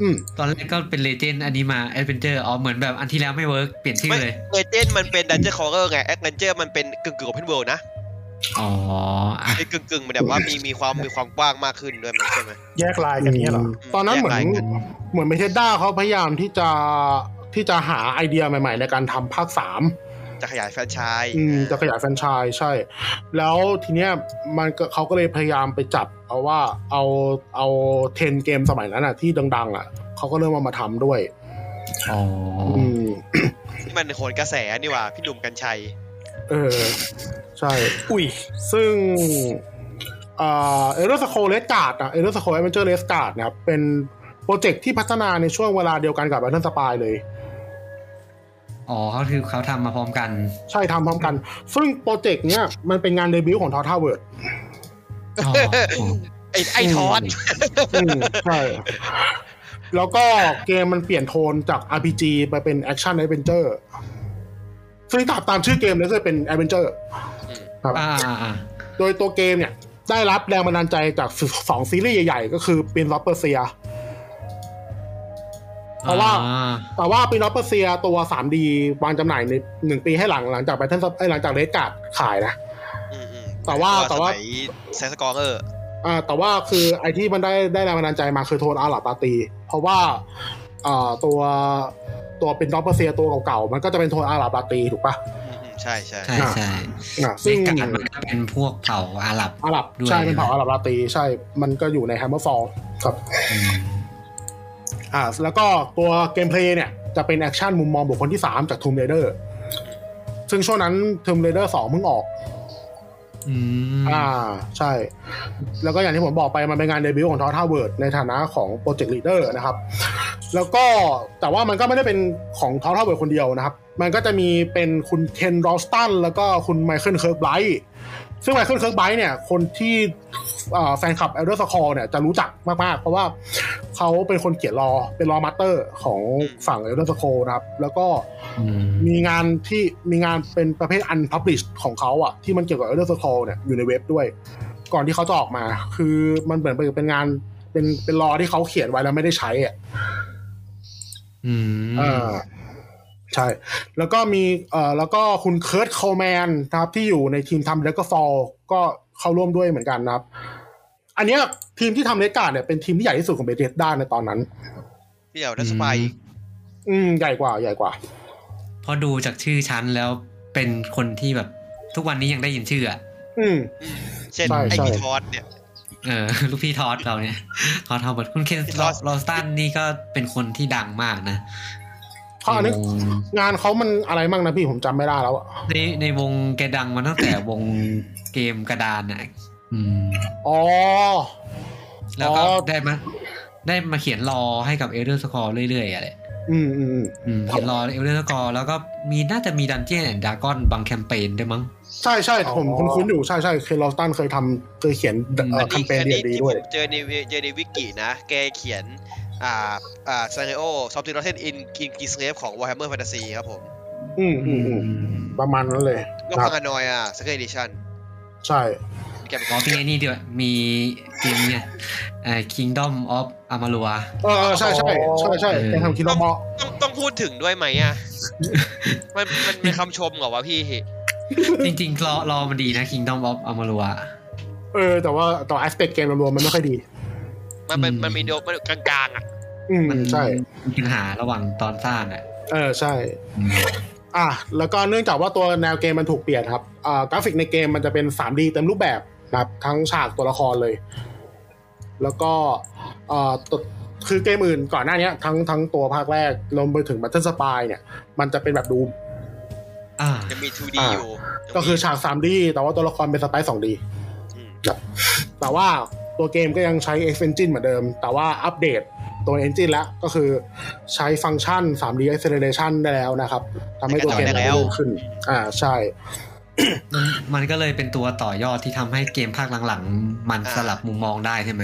[SPEAKER 5] อืม
[SPEAKER 1] ตอนแรกก็เป็นเลเจนด์อันนี้มาแอดเวนเจอร์อ๋อเหมือนแบบอันที่แล้วไม่เวิร์กเปลี่ยนชื่อ
[SPEAKER 2] ไม่
[SPEAKER 1] เลย
[SPEAKER 2] เอเจนต์มันเป็นดันเจอร์คอร์เรอร์ไงแอคเนเจอร์มันเป็นกึ่งๆกับเพนเวิลด์นะ
[SPEAKER 1] อ๋ออ่ะ
[SPEAKER 2] ไอ้กึ่งๆมันแบบว่ามีมีความมีความกว้างมากขึ้นด้วยมั้งใช่ไหม
[SPEAKER 4] แยกลายกันเนี้ยเหรอ
[SPEAKER 5] ตอนนั้นเหมือน
[SPEAKER 2] แยกรายกัน
[SPEAKER 5] เหมือนเมเทด้าเขาพยายามที่จะที่จะหาไอเดียใหม่ๆ ในการทำภาคสาม
[SPEAKER 2] จะขยายแฟรนไชส์
[SPEAKER 5] อืมจะขยายแฟรนไชส์ใช่ แล้วทีเนี้ยมันก็เขาก็เลยพยายามไปจับ เอาว่าเอาเอาเทนเกมสมัยนั้นอ่ะ ที่ดัง ๆ อ่ะเขาก็เริ่มเอามาทำด้วย
[SPEAKER 1] อ๋อ
[SPEAKER 5] อืม
[SPEAKER 2] ที่มันโหนกระแสนี่หว่าพี่หนุ่มกัญชัย
[SPEAKER 5] เออ ใช่
[SPEAKER 4] อุ้ย
[SPEAKER 5] ซึ่งเอเดอร์สโคเลสการ์ดนะเอเดอร์สโคเอเวนเจอร์เลสการ์ดนะครับ เป็นโปรเจกต์ที่พัฒนาในช่วงเวลาเดียวกันกับแบทเทิลสปายเลย
[SPEAKER 1] อ๋อเขาคือเขาทำมาพร้อมกัน
[SPEAKER 5] ใช่ทำพร้อมกัน ซึ่งโปรเจกต์เนี้ยมันเป็นงานเดบิวต์ของทอท่าเวิร์ด
[SPEAKER 1] อ๋อ
[SPEAKER 2] ไอ้ไอ้ทอด
[SPEAKER 5] ใช่ แล้วก็เกมมันเปลี่ยนโทนจาก RPG ไปเป็นแอคชั่นแอดเวนเจอร์ซึ่งตามตามชื่อเกมเลยคือเป็นแอดเวนเจอร์ครับ
[SPEAKER 1] อ่าอ่าอ่า
[SPEAKER 5] โดยตัวเกมเนี่ย ได้รับแรงบันดาลใจจากสองซีรีส์ใหญ่ๆ ก็คือปินล็อปเปอร์เซีย เพราะว่า
[SPEAKER 1] อ่
[SPEAKER 5] แต่ว่าปินล็อปเปอร์เซียตัว 3D วางจำหน่ายในหนึ่งปีให้หลังหลังจากไปท่านหลังจากเลสการ์ดขายนะ
[SPEAKER 2] อืมๆ
[SPEAKER 5] แต่ว่าแต่ว่า
[SPEAKER 2] สมัยแซสกอร์เออร์
[SPEAKER 5] อ่าแต่ว่าคือไอที่มันได้ได้แรงบันดาลใจมาคือโทนอาหรับปาตี เพราะว่าอ่าตัวตัวเป็นดอปเปอร์เซียตัวเก่าๆ มันก็จะเป็นโทนอาหรับปาตีถูกปะ
[SPEAKER 2] อืมๆใช่ใช่
[SPEAKER 1] ใช่ใช่
[SPEAKER 5] อ่ะ
[SPEAKER 1] ซึ่
[SPEAKER 5] ซึ่
[SPEAKER 1] ง
[SPEAKER 5] ง
[SPEAKER 1] การมันก็เป็นพวกเผ่าอาหรับ
[SPEAKER 5] อาหรับ
[SPEAKER 1] ด้วย
[SPEAKER 5] ใช่เป็นเผ่าอาหรับปาตี ใช่มันก็อยู่ในแฮมเมอร์ฟอลครับ
[SPEAKER 1] อืม
[SPEAKER 5] อ่าแล้วก็ตัวเกมเพลย์เนี่ยจะเป็นแอคชั่นมุมมองบุคคลที่ 3 จาก Tomb Raider ซึ่งช่วงนั้น Tomb Raider 2เพิ่งออก
[SPEAKER 1] อืม
[SPEAKER 5] อ่าใช่ แล้วก็อย่างที่ผมบอกไปมันเป็นงานเดบิวต์ของทอท่าเวิร์ดในฐานะของโปรเจกต์ลีดเดอร์นะครับ แล้วก็แต่ว่ามันก็ไม่ได้เป็นของทอท่าเวิร์ดคนเดียวนะครับ มันก็จะมีเป็นคุณเคนรอสตันแล้วก็คุณไมเคิลเคิร์กไบรท์ซึ่งไมเคิลเคิร์กไบรท์เนี่ยคนที่อ่าแฟนคลับเอลเดอร์สคอเนี่ยจะรู้จักมาก ๆ เพราะว่าเขาเป็นคนเขียนรอเป็นรอมาสเตอร์ของฝั่งเอลเดอร์สคอนะครับ แล้วก็
[SPEAKER 1] อืม
[SPEAKER 5] มีงานที่มีงานเป็นประเภท unpublished ของเขาอะที่มันเกี่ยวกับ Elder Scroll เนี่ยอยู่ในเว็บด้วย ก่อนที่เขาจะออกมา คือมันเหมือนเป็นงานเป็นเป็นรอที่เขาเขียนไว้แล้วไม่ได้ใช้อะ
[SPEAKER 1] อืม
[SPEAKER 5] อ่าใช่ แล้วก็มีเอ่อแล้วก็คุณเคิร์ตโคลแมนนะครับที่อยู่ในทีมทำ d ล a g o n f a l l ก็เข้าร่วมด้วยเหมือนกันนะครับ อันเนี้ยทีมที่ทำเลกาเนี่ยเป็นทีมที่ใหญ่ที่สุดของเบเดด้าในตอนนั้น
[SPEAKER 2] พี่เดี๋ยวนัสไปาย
[SPEAKER 5] อืมใหญ่กว่าใหญ่กว่า
[SPEAKER 1] พอดูจากชื่อชั้นแล้วเป็นคนที่แบบทุกวันนี้ยังได้ยินชื่ออะ
[SPEAKER 5] อืม
[SPEAKER 2] เช่น
[SPEAKER 5] ใช่
[SPEAKER 2] ไอ
[SPEAKER 5] ใช่
[SPEAKER 2] พีทอสเนี่ย
[SPEAKER 1] เออ ลูกพี่ทอสเราเนี่ย ทอสเฮาเบิร์ตคุณเคน
[SPEAKER 2] พี่ทอส
[SPEAKER 1] ลอสตันนี่ก็เป็นคนที่ดังมากนะ
[SPEAKER 5] เพราะอันนี้
[SPEAKER 1] ในวง
[SPEAKER 5] งานเขามันอะไรมั่งนะพี่ผมจำไม่ได้แล้วอะ
[SPEAKER 1] ในในวงแกดังมาตั้งแต่วงเกมกระดานน่ะอืม
[SPEAKER 5] อ๋อ
[SPEAKER 1] แล้วก็
[SPEAKER 5] อ๋อ
[SPEAKER 1] ได้มาได้มาเขียนรอให้กับเอ d เดอร์สกอร์เรื่อยๆอะไร
[SPEAKER 5] อืมอืมอืม
[SPEAKER 1] เขียนรอเอ d เดอร์สกอร์แล้วก็มีน่าจะมีดันเจียนแอนด์ดากอนบางแคมเปญด้วยมั้ง
[SPEAKER 5] ใช่ใช่ผม
[SPEAKER 4] อ๋อ
[SPEAKER 5] คุ้นๆอยู่ใช่ใช่เคยลอสตันเคยทำเคยเขียนเอ่อ
[SPEAKER 1] อั
[SPEAKER 5] แคมเปญ
[SPEAKER 2] อัน
[SPEAKER 5] ดี
[SPEAKER 2] นี้
[SPEAKER 5] ดี
[SPEAKER 2] ที่
[SPEAKER 5] ๆ
[SPEAKER 2] ผ
[SPEAKER 5] ด้วย
[SPEAKER 2] มเจอในเวเจอในวิกินะ แกเขียน อ่า อ่าซาเนโอซอฟต์ดิโนเทนอินกินกีสเลฟของ Warhammer Fantasy ครับผม
[SPEAKER 5] อืมอืมอืมประมาณนั้นเลย
[SPEAKER 2] ก็
[SPEAKER 5] ครั
[SPEAKER 2] พั
[SPEAKER 5] บ
[SPEAKER 2] งานอยอ่ะสเกดิชั่น
[SPEAKER 5] ใช่
[SPEAKER 2] แกเป็น
[SPEAKER 1] อ๋อมีไอ้นี่ด้วย มีเกมเนี่ยเอ่อ Kingdom of Amalur
[SPEAKER 5] เออเออใช่ใช่ใช่ใช่
[SPEAKER 1] เออ
[SPEAKER 5] แกทำคิโนมอ
[SPEAKER 2] ต้องต้องพูดถึงด้วยไหม อ่ะ มันมันเป็นคำชมเหรอวะพี่
[SPEAKER 1] จริงๆรอ รอมันดีนะ Kingdom of Amalur
[SPEAKER 5] เออ แต่ว่าต่อแอสเปกเกมรวมๆมันไม่ค่อยดี
[SPEAKER 2] มันเป็น
[SPEAKER 1] อืม
[SPEAKER 2] มันมีโดมันกลางๆอ่ะ
[SPEAKER 5] อืม
[SPEAKER 1] มั
[SPEAKER 5] ใช่
[SPEAKER 1] มีปัญหาระหว่างตอนสร้างอ่ะ
[SPEAKER 5] เออใช่ อ่ะแล้วก็เนื่องจากว่าตัวแนวเกมมันถูกเปลี่ยนครับอ่ากราฟิกในเกมมันจะเป็น 3D เต็มรูปแบบนะครับทั้งฉากตัวละครเลย แล้วก็อ่าตัวคือเกมอื่นก่อนหน้าเนี้ยทั้งทั้งตัวภาคแรกรวมไปถึง Battle Spy เนี่ย มันจะเป็นแบบดูม
[SPEAKER 1] อ่า
[SPEAKER 2] ยังมี 2D
[SPEAKER 5] อ่า
[SPEAKER 2] อยู่ยังมี
[SPEAKER 5] ก็คือฉาก 3D แต่ว่าตัวละครเป็นสไตล์ 2D
[SPEAKER 2] อืม
[SPEAKER 5] แต่ว่าตัวเกมก็ยังใช้ X Engine เหมือนเดิม แต่ว่าอัปเดตตัว Engine แล้วก็คือใช้ฟังก์ชัน 3D Acceleration ได้แล้วนะครับทำให้ตัวเกมมันลื่นขึ้น อ่าใช่
[SPEAKER 1] มันมันก็เลยเป็นตัวต่อยอดที่ทำให้เกมภาคหลังๆ มันสลับมุมมองได้ใช่ไหม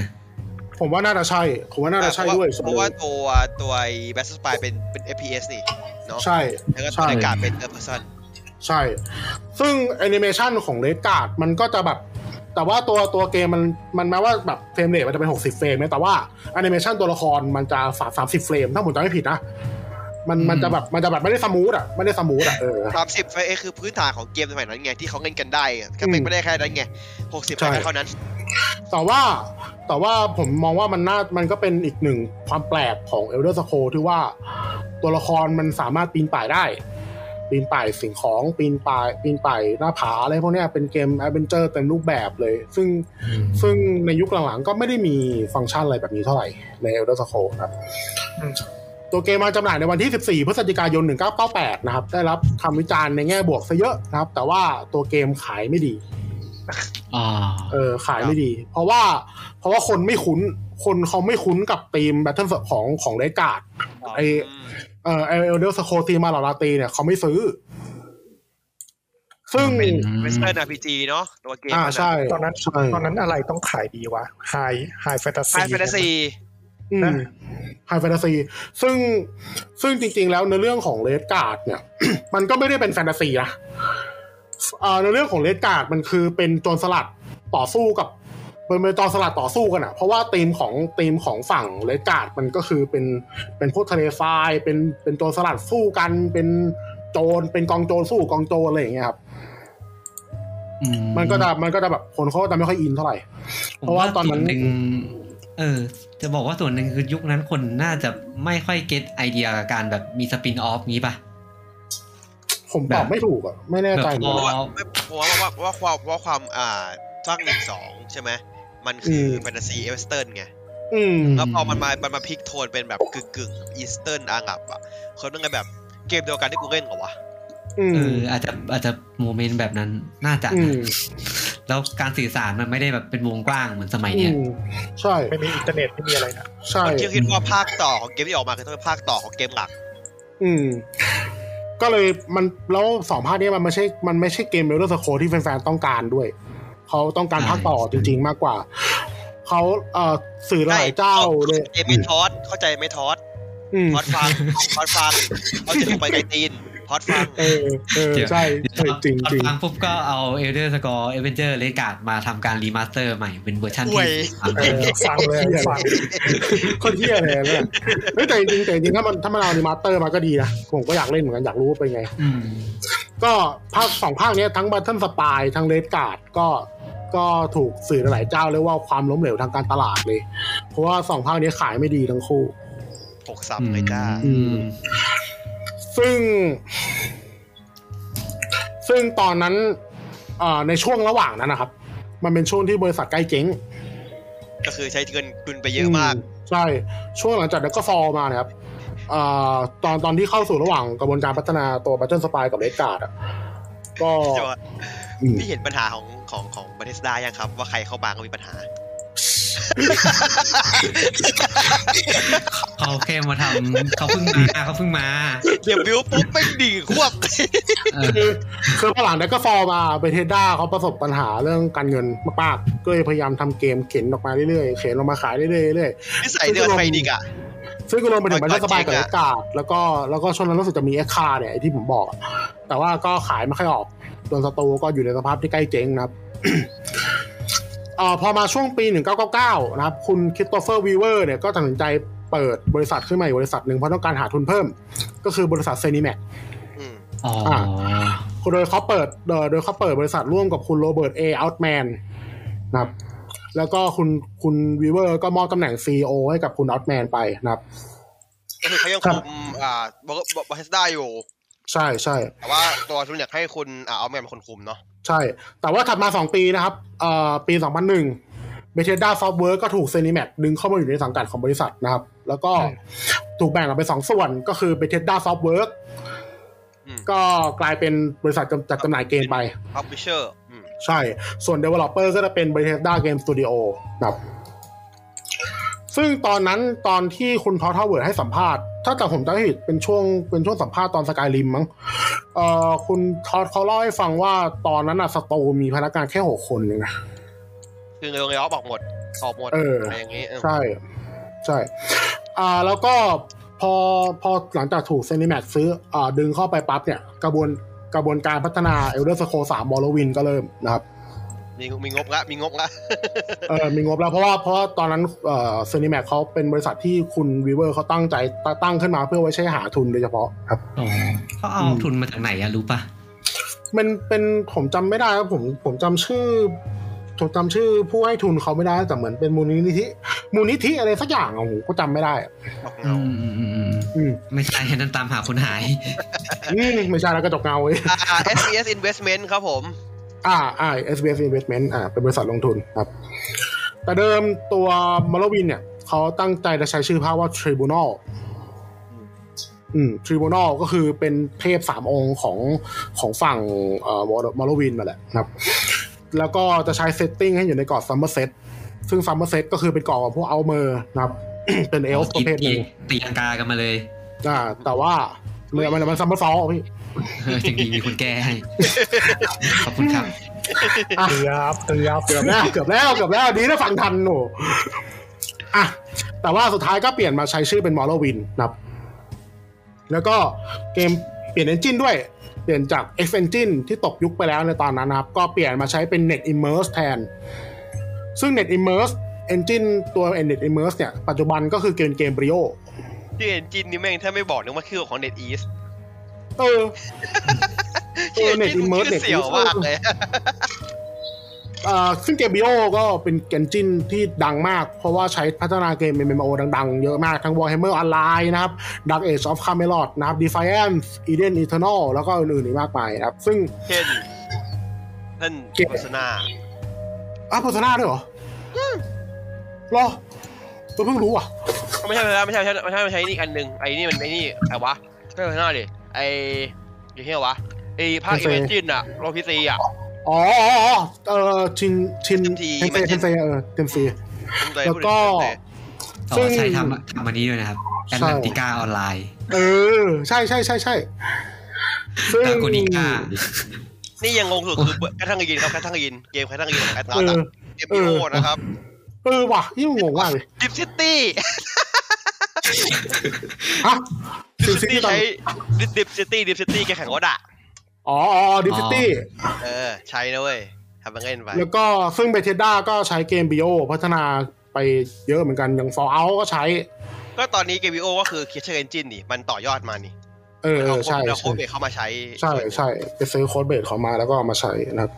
[SPEAKER 5] ผมว่าน่าจะใช่ ผมว่าน่าจะใช่
[SPEAKER 2] เพระ
[SPEAKER 5] ด้วย
[SPEAKER 2] เพราะว่าตัวตัวไอ้ Battle Spy เป็นเป็น FPS นี่ เนาะ
[SPEAKER 5] ใช่
[SPEAKER 2] แล้วก็
[SPEAKER 5] ใช่
[SPEAKER 2] ตัวอากาศเป็น Third Person
[SPEAKER 5] ใช่ ซึ่งแอนิเมชันของเ e ดการ์ดมันก็จะแบบ แต่ว่าตัวตัวเกมมันมันแม้ว่าแบบเฟรมเรทมันจะเป็น 60 เฟรมนะแต่ว่าแอนิเมชันตัวละครมันจะฝาด30 เฟรม ถ้าผมจำไม่ผิดนะ มัน
[SPEAKER 1] อืม
[SPEAKER 5] มันจะแบบมันจะแบบไม่ได้สมูทอ่ะ ไม่ได้สมูทอ่ะ เออ
[SPEAKER 2] สามสิบเอคือพื้นฐานของเกมสมัยนั้นไง ที่เขาเล่นกันได้อะก็เป็
[SPEAKER 5] อื
[SPEAKER 2] น
[SPEAKER 5] ม
[SPEAKER 2] ไม่ได้แค่นั้นไงหกสิบ
[SPEAKER 5] ใช่
[SPEAKER 2] แค่เท่านั้น
[SPEAKER 5] แต่ว่าแต่ว่าผมมองว่ามันน่ามันก็เป็นอีกหนึ่งความแปลกของเอลเดอร์สโคที่ว่าตัวละครมันสามารถปีนป่ายได้ ปีนป่ายสิ่งของปีนป่ายปีนป่ายหน้าผาอะไรพวกเนี้ยเป็นเกมแอดเวนเจอร์เต็มรูปแบบเลย ซึ่งซึ่งในยุคหลังๆก็ไม่ได้มีฟังก์ชันอะไรแบบนี้เท่าไหร่ในเอลเดอร์สโคครับ ตัวเกมมาจำหน่ายในวันที่ 14 พฤศจิกายน 1998 นะครับ ได้รับคำวิจารณ์ในแง่บวกซะเยอะนะครับ แต่ว่าตัวเกมขายไม่ดี
[SPEAKER 1] อ่า
[SPEAKER 5] เออขายไม่ดี เพราะว่าเพราะว่าคนไม่คุ้น คนเขาไม่คุ้นกับธีมแบทเทิลของของเรกาด ไอ้ เออเอลเดอร์สโคตีมาหลอราตีเนี่ยเขาไม่ซื้อ ซึ่ง
[SPEAKER 1] มันเป็น
[SPEAKER 2] เวสเทิร์นอาร์พีจีเนาะตัวเกม
[SPEAKER 5] อ่า
[SPEAKER 2] มันอะ
[SPEAKER 5] ใช่
[SPEAKER 4] ตอนนั้น
[SPEAKER 5] ใช่
[SPEAKER 4] ตอนนั้นอะไรต้องขายดีวะไฮไฮแฟนตาซี
[SPEAKER 2] ไฮแฟนตาซี
[SPEAKER 4] นะ
[SPEAKER 5] ไฮแฟนตาซีซึ่งซึ่งจริงๆแล้วในเรื่องของเรดการ์ดเนี่ย มันก็ไม่ได้เป็นแฟนตาซีนะเอ่อในเรื่องของเรดการ์ดมันคือเป็นโจรสลัดต่อสู้กับเป็นเป็นโจรสลัดต่อสู้กันอะเพราะว่าธีมของธีมของฝั่งเรดการ์ดมันก็คือเป็นเป็นพวกทะเลทรายเป็นเป็นโจรสลัดสู้กัน เป็นโจรเป็นกองโจรสู้กองโจรอะไรอย่างเงี้ยครับ
[SPEAKER 1] อื
[SPEAKER 5] มันก็จะมันก็จะแบบคนเขาก็จะไม่ค่อยอินเท่าไหร่
[SPEAKER 1] ผม
[SPEAKER 5] เพราะว่าตอนนั้น
[SPEAKER 1] ส่หงเออ จะบอกว่าส่วนหนึ่งคือยุคนั้นคนน่าจะไม่ค่อยเก็ตไอเดียกับการแบบมีสปินออฟงี้ป่ะ
[SPEAKER 5] ผมตอบไม่ถูกอะไม่แน่ใจเหมือน
[SPEAKER 2] เพ
[SPEAKER 5] กั
[SPEAKER 2] ราะ
[SPEAKER 5] น
[SPEAKER 2] ว่าเพราะว่าว่าว่าความว่าความอ่าสร้างหนึ่งสองใช่ไหมมันคืออ
[SPEAKER 5] ม
[SPEAKER 2] แฟนตาซีเอเวสเทิร์นไง
[SPEAKER 5] อืม
[SPEAKER 2] แล้วพอมันมา มันมาพลิกโทนเป็นแบบกึ่งกึ่งอีสเทิร์นอางับอ่ะเขาต้องไงแบบเกมเดียวกันที่กูเล่นเหรอวะ
[SPEAKER 5] อืม
[SPEAKER 1] เอออาจจะอาจจะโมเมนต์แบบนั้นน่าจะ
[SPEAKER 5] อื
[SPEAKER 1] นะ
[SPEAKER 5] ม
[SPEAKER 1] แล้วการสื่อสารมันไม่ได้แบบเป็นวงกว้างเหมือนสมัยเนี้ย
[SPEAKER 5] อืมใช่
[SPEAKER 4] ไม่มีอินเทอร์เน็ตไม่มีอะไรนะ
[SPEAKER 5] ใช่
[SPEAKER 2] คนที่คิดว่าภาคต่อของเกมที่ออกมาคือต้องเป็นภาคต่อของเกมหลัก
[SPEAKER 5] อืม ก็เลยมันแล้วสองภาคเนี้ยมันไม่ใช่มันไม่ใช่เกมเรเดอร์สโคที่แฟนๆต้องการด้วย เขาต้องการภาคต่อ
[SPEAKER 1] ใช่
[SPEAKER 5] จริง ๆ มากกว่า เขาเอ่อสื่อหลายเจ้าเลย
[SPEAKER 2] เกมไม่ทอดเข้าใจไหม่ทอด
[SPEAKER 5] อืม
[SPEAKER 2] ทอดฟังทอดฟังเขาจะลงไปไกลตีนทอดฟัง
[SPEAKER 5] เออเออใช่ใช่จริง
[SPEAKER 1] ตอน
[SPEAKER 5] จริง
[SPEAKER 1] ฟังปุ๊บก็เอา Elder Score Avenger l e g a d มาทำการรีมาสเตอร์ใหม่เป็นเวอร์ชัน
[SPEAKER 2] อว
[SPEAKER 1] ที่
[SPEAKER 2] ย
[SPEAKER 1] ฟัง
[SPEAKER 4] เออฟังเลยฟัง
[SPEAKER 5] ๆคนเที่ยเลยเนี่ยเฮ้ยแต่จริงๆแต่จริงๆถ้ามันถ้ามันเอาดีมาสเตอร์มาก็ดีนะผมก็อยากเล่นเหมือนกันอยากรู้ว่าเป็นไง
[SPEAKER 1] อืม
[SPEAKER 5] ก็ภาคสองภาคเนี้ยทั้งบัตเทิลสปายทั้งเลดการ์ดก็ก็ถูกสื่อหลายเจ้าเรียกว่าความล้มเหลวทางการตลาดเลย เพราะว่าสองภาคเนี้ยขายไม่ดีทั้งคู่
[SPEAKER 2] หกสามเลยจ้า
[SPEAKER 1] อืม
[SPEAKER 5] ซึ่ง ซึ่งตอนนั้นเอ่อในช่วงระหว่างนั้นนะครับ มันเป็นช่วงที่บริษัทใกล้เจ๊ง
[SPEAKER 2] ก็คือใช้เงินดุนไปเยอะมาก
[SPEAKER 5] ใช่ ช่วงหลังจากนั้นก็ฟอลมานะครับเอ่อตอนตอนที่เข้าสู่ระหว่างกระบวนการพัฒนาตัวบัตเทิลสปายกับเลดการ์ดอ่ะก็
[SPEAKER 2] ใช่ปะ
[SPEAKER 5] อืม
[SPEAKER 2] พี่เห็นปัญหาของของของบาเทสดายังครับ ว่าใครเข้าบางก็มีปัญหา
[SPEAKER 1] เขาแค่มาทำเขาเพิ่ง มาเขาเพิ่งมา
[SPEAKER 2] เดี๋ยวบิวปุ๊บไม่ดีควบ
[SPEAKER 1] เออ
[SPEAKER 5] คือคือพอหลังได้ก็ฟอร์มาเบเทด้าเขาประสบปัญหาเรื่องการเงินมากๆก็เลยพยายามทำเกมเข็นออกมาเรื่อยๆ เข็นออกมาขายเรื่อยๆเรื่อย
[SPEAKER 2] นิสัยเดียวกับไทยดิกอะ
[SPEAKER 5] ๆซึ่งก็รวมไปถึง
[SPEAKER 2] มั
[SPEAKER 5] มันน
[SPEAKER 2] ก็
[SPEAKER 5] ก็สบายกับ
[SPEAKER 2] เจ๊ง
[SPEAKER 5] เอ
[SPEAKER 2] อะ
[SPEAKER 5] กาดแล้วก็แล้วก็ช่วงนั้นรู้สึกจะมีเอ็กคาเนี่ยไอ้ที่ผมบอกอะแต่ว่าก็ขายไม่ค่อยออกโดนสตูก็อยู่ในสภาพที่ใกล้เจ๊งนะครับ เอ่อพอมาช่วงปี 1999 นะครับ คุณคริสโตเฟอร์วีเวอร์เนี่ยก็ตัดสินใจเปิดบริษัทขึ้นมาอีกบริษัทหนึ่งเพราะต้องการหาทุนเพิ่ม ก็คือบริษัทเซนิแม
[SPEAKER 2] อืม
[SPEAKER 1] อ๋อ
[SPEAKER 5] โดยเขาเปิดโดยโดยเขาเปิดบริษัทร่วมกับคุณโรเบิร์ตเออัลแมนนะครับ แล้วก็คุณคุณวีเวอร์ก็มอบตำแหน่ง CEO ให้กับคุณอัลแมนไปนะครับ
[SPEAKER 2] ก็คือเขายัง
[SPEAKER 5] ครั
[SPEAKER 2] คุ
[SPEAKER 5] บ
[SPEAKER 2] มอ่าบาบาเทสดาอยู่
[SPEAKER 5] ใช่ใช่
[SPEAKER 2] แต่ว่าตัวทุนอยากให้คุณอ่าเอาแมนเป็นคนคุมเนาะ
[SPEAKER 5] ใช่ แต่ว่าถัดมา 2 ปีนะครับเอ่อปี 2001 b e t h e d a Software ก็ถูก Cinemax ดึงเข้ามาอยู่ในสังกัดของบริษัทนะครับ แล้วก็ถูกแบ่งออกเป็นสองส่วนก็คือ b e t h e d a Software
[SPEAKER 2] อืม
[SPEAKER 5] ก็กลายเป็นบริษัทกำจัดจำหน่ายเกมไป
[SPEAKER 2] พับลิเชอร์อืม
[SPEAKER 5] ใช่ ส่วน Developer ก็จะเป็น Bethesda Game Studio นะครับ ซึ่งตอนนั้นตอนที่คุณทอทาวเวิร์ดให้สัมภาษณ์ ถ้าแต่ผมจำไม่ผิดเป็นช่วงเป็นช่วงสัมภาษณ์ตอนสกายริมมั้งเอ่อคุณทอทเขาเล่าให้ฟังว่าตอนนั้นอะสตูมีพนักงานแค่หกคนเองนะ
[SPEAKER 2] คือเงินเลยออฟออกหมดออกหมด
[SPEAKER 5] เอออ
[SPEAKER 2] อะไรอย่างงี้เออ
[SPEAKER 5] ใช่ ใช่อ่าแล้วก็พอพอหลังจากถูกเซนิแม็กซื้ออ่าดึงเข้าไปปั๊บเนี่ย กระบวนกระบวนการพัฒนาเอลเดอร์สโคสามบอลวินก็เริ่มนะครับ
[SPEAKER 2] มีมีงบละมีงบละ
[SPEAKER 5] เออมีงบแล้วเพราะว่าเพราะว่าตอนนั้นเอ่อซีนิแม็กเขาเป็นบริษัทที่คุณวีเวอร์เขาตั้งใจตตั้งขึ้นมาเพื่อไว้ใช้หาทุนโดยเฉพาะครับ
[SPEAKER 1] อ๋อเขาเอา
[SPEAKER 5] อืม
[SPEAKER 1] ทุนมาจากไหนอะรู้ปะ
[SPEAKER 5] มันเป็นผมจำไม่ได้ครับผมผมจำชื่อผมจำชื่อผู้ให้ทุนเขาไม่ได้แต่เหมือนเป็นมูลนิธิมูลนิธิอะไรสักอย่างอะผมก็จำไม่ได้อะ
[SPEAKER 2] ออก
[SPEAKER 1] อื
[SPEAKER 2] เงาม
[SPEAKER 1] อืมอืมอืม
[SPEAKER 5] อืม
[SPEAKER 1] ไม่ใช่อันนั้นตามหาคนหาย
[SPEAKER 5] อืมไม่ใช่แล้วกระจกเงาเว้ย
[SPEAKER 2] อ่า SBS Investment ครับผม
[SPEAKER 5] อ่าอ่า SBS Investment อ่าเป็นบริษัทลงทุนครับ แต่เดิมตัวมาลวินเนี่ยเขาตั้งใจจะใช้ชื่อภาพว่า Tribunal อืมทริบูนอลก็คือเป็นเทพสามองค์ของของฝั่งเอ่อมอร์วินมาแหละนะครับ แล้วก็จะใช้เซตติ้งให้อยู่ในเกาะซัมเมอร์เซตซึ่งซัมเมอร์เซตก็คือเป็นเกาะของพวกเอาเมอร์นะครับ เป็นเอลฟ์ประเภทหนึ่ง
[SPEAKER 1] ตีลังกากันมาเลย
[SPEAKER 5] อ่าแต่ว่ามันมันมันซัมเมอร์ซอลพี่
[SPEAKER 1] เออจริงๆมีคนแก้ให้ ขอบคุณครับ
[SPEAKER 5] อ่ะ
[SPEAKER 4] เตือบเตือบ
[SPEAKER 5] เกือบแล้วเกือบแล้วเกือบแล้วดีนะฟังทันหนูอ่ะแต่ว่าสุดท้ายก็เปลี่ยนมาใช้ชื่อเป็นมอร์วินนะครับ แล้วก็เกมเปลี่ยนเอนจินด้วย เปลี่ยนจาก X Engine ที่ตกยุคไปแล้วในตอนนั้นนะครับ ก็เปลี่ยนมาใช้เป็น Net Immerse แทน ซึ่ง Net Immerse Engine ตัว Net Immerse เนี่ย ปัจจุบันก็คือเกมเกมบริโอ
[SPEAKER 2] ชื่อเอนจินนี่แม่งถ้าไม่บอกนึกว่าคือของ NetEase
[SPEAKER 5] เออ เอ
[SPEAKER 2] ชื่อ
[SPEAKER 5] อ
[SPEAKER 2] เอนจิน
[SPEAKER 5] NetEase
[SPEAKER 2] ชื่อเสียวมากเลย
[SPEAKER 5] เอ่อซึ่งเกมบริโอก็เป็นเกมจินที่ดังมาก เพราะว่าใช้พัฒนาเกม MMO ดังๆ เยอะมาก ทั้ง Warhammer Online นะครับ Dark Age of Camelot นะครับ Defiance Eden Eternal แล้วก็อื่นๆอีกมากมายนะครับ ซึ่ง
[SPEAKER 2] เช่นท่าน
[SPEAKER 5] เกม
[SPEAKER 2] โฆษณา
[SPEAKER 5] อ้าวโฆษณาด้วยเหรอเหรอ ก็เพิ่งรู้อ่ะ
[SPEAKER 2] ไม่ใช่ไม่ใช่ไม่ใช่ไม่ใช่ไม่ใช่ไม่ใช่นี่อันหนึ่งไอ้นี่มันไอ้นี่ไอ้วะไม่ใช่หน้าดิไอ้ไอ้เหี้ยวะไอ้ภาคอีเวนจินอะโรพิซีอะ
[SPEAKER 5] อ๋ออ๋ออ๋อเออชินชิน
[SPEAKER 2] เต็มที
[SPEAKER 5] เซเทนเซเออเต็มซี
[SPEAKER 2] ผมเคย
[SPEAKER 5] แล้ว
[SPEAKER 2] พูด
[SPEAKER 5] ก็
[SPEAKER 2] ถึงเลย
[SPEAKER 1] ต่
[SPEAKER 5] ซึ่
[SPEAKER 1] อง ใช้ทำทำอันนี้ด้วยนะครับแอตแลนติก้าออนไลน์
[SPEAKER 5] เออ ใช่ใช่ใช่ใช่ซึ่ง
[SPEAKER 1] ตาโกนิก้า
[SPEAKER 2] นี่ยังงงสุดคือแคททังกินครับแคททังกินเกมแคททังกินของแอดลา
[SPEAKER 5] เอ
[SPEAKER 2] ส
[SPEAKER 5] อ
[SPEAKER 2] เกมพีโอนะครับ
[SPEAKER 5] เออว่ะยิ่งงงมากเลย
[SPEAKER 2] ดิฟซิตี้
[SPEAKER 5] ฮะ
[SPEAKER 2] ดิฟ
[SPEAKER 5] ซิล
[SPEAKER 2] ซิ
[SPEAKER 5] ซิ
[SPEAKER 2] ตี้
[SPEAKER 5] ตี้ตอน
[SPEAKER 2] ใช้ดิฟซิตี้ดิฟซิตี้แกแข่งรถอ่ะ
[SPEAKER 5] อ๋ออ๋อดิฟซิตี้
[SPEAKER 2] เออ ใช้นะเว้ยทำเป็นเล่นไป
[SPEAKER 5] แล้วก็ซึ่งเบเทด้าก็ใช้เกมบิโอพัฒนาไปเยอะเหมือนกัน อย่างฟอ l เอาก็ใช้
[SPEAKER 2] ก็ตอนนี้เกมพีโอก็คือคิชเชอร์เอนจินนี่ มันต่อยอดมานี่
[SPEAKER 5] เออเออใช่
[SPEAKER 2] เราโค้
[SPEAKER 5] ใช่
[SPEAKER 2] ดเบรเข้ามาใช้
[SPEAKER 5] ใช่ใช่ไปซื้อโค้ดเบสเขามาแล้วก็เอามาใช้นะครับ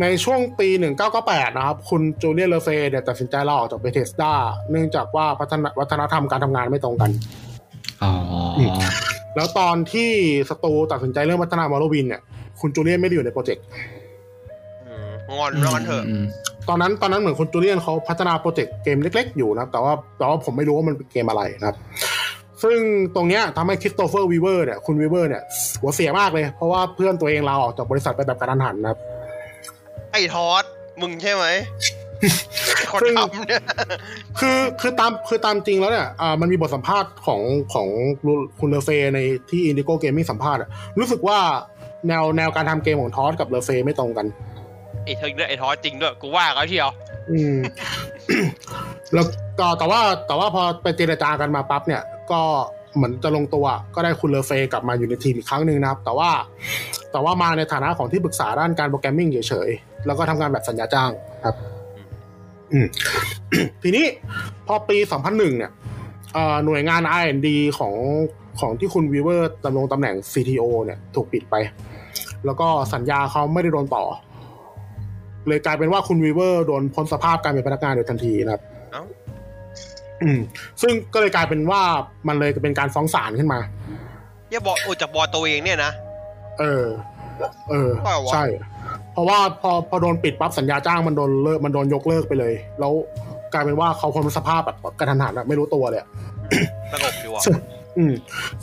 [SPEAKER 5] ในช่วงปี 1998 นะครับ คุณจูเลียนเลอเฟเนี่ยตัดสินใจลาออกจากเบเทสดาเนื่องจากว่าพัฒนาวัฒนธรรมการทำงานไม่ตรงกัน
[SPEAKER 1] อ๋ออ
[SPEAKER 5] แล้วตอนที่สตูตัดสินใจเรื่องพัฒนาวอลโลวินเนี่ยคุณจูเลียนไม่ได้อยู่ในโปรเจกต์
[SPEAKER 2] อืมงอนแล้วมันเถอะ
[SPEAKER 1] อืม
[SPEAKER 5] ตอนนั้นตอนนั้นเหมือนคุณจูเลียนเขาพัฒนาโปรเจกต์เกมเล็กๆอยู่นะครับ แต่ว่าแต่ว่าผมไม่รู้ว่ามันเป็นเกมอะไรนะครับ ซึ่งตรงเนี้ยทำให้คริสโตเฟอร์วีเวอร์เนี่ยคุณวีเวอร์เนี่ยหัวเสียมากเลย เพราะว่าเพื่อนตัวเองลาออกจากบริษัทไปแบบกระทันหันนะครับ
[SPEAKER 2] ไอ้ทอสมึงใช่ไหม คน
[SPEAKER 5] ซึ่ง
[SPEAKER 2] ทำเนี่ย
[SPEAKER 5] คือคือตามคือตามจริงแล้วเนี่ยอ่ามันมีบทสัมภาษณ์ของของคุณเลอเฟในที่อินดิโกเกมมิ่งสัมภาษณ์อะรู้สึกว่าแนวแนวการทำเกมของทอสกับเลอเฟไม่ตรงกัน
[SPEAKER 2] ไอ้เธอเนี่ยไอ้ทอสจริงด้วยกูว่าเขาเที่ยว
[SPEAKER 5] อืม แล้ว ก็แต่ว่าแต่ว่าพอไปเจรจากันมาปั๊บเนี่ย ก็เหมือนจะลงตัวก็ได้คุณเลอเฟย์กลับมาอยู่ในทีมอีกครั้งหนึ่งนะครับ แต่ว่า แต่ว่ามาในฐานะของที่ปรึกษาด้านการโปรแกรมมิ่งเฉยๆ แล้วก็ทำงานแบบสัญญาจ้างครับ อืม ทีนี้พอปี 2001 เนี่ยเอ่อหน่วยงาน R&D ของของที่คุณวีเวอร์ดำรงตำแหน่ง CTO เนี่ย ถูกปิดไป แล้วก็สัญญาเขาไม่ได้โดนต่อ เลยกลายเป็นว่าคุณวีเวอร์โดนพ้นสภาพการเป็นพนักงานโดยทันทีนะครับ
[SPEAKER 2] เอ้า
[SPEAKER 5] อืม ซึ่งก็เลยกลายเป็นว่ามันเลยเป็นการฟ้องศาลขึ้นมา
[SPEAKER 2] อย่าบอกโอ้จากบอลตัวเองเนี่ยนะ
[SPEAKER 5] เออ เออ
[SPEAKER 2] ว่าวะ
[SPEAKER 5] ใช่ เพราะว่าพอพอโดนปิดปั๊บสัญญาจ้างมันโดนเลิกมันโดนยกเลิกไปเลย แล้วกลายเป็นว่าเขาพ้นสภาพแบบกระทันหันอะไม่รู้ตัวเลยอะ
[SPEAKER 2] สงบดีว่ะ
[SPEAKER 5] อืม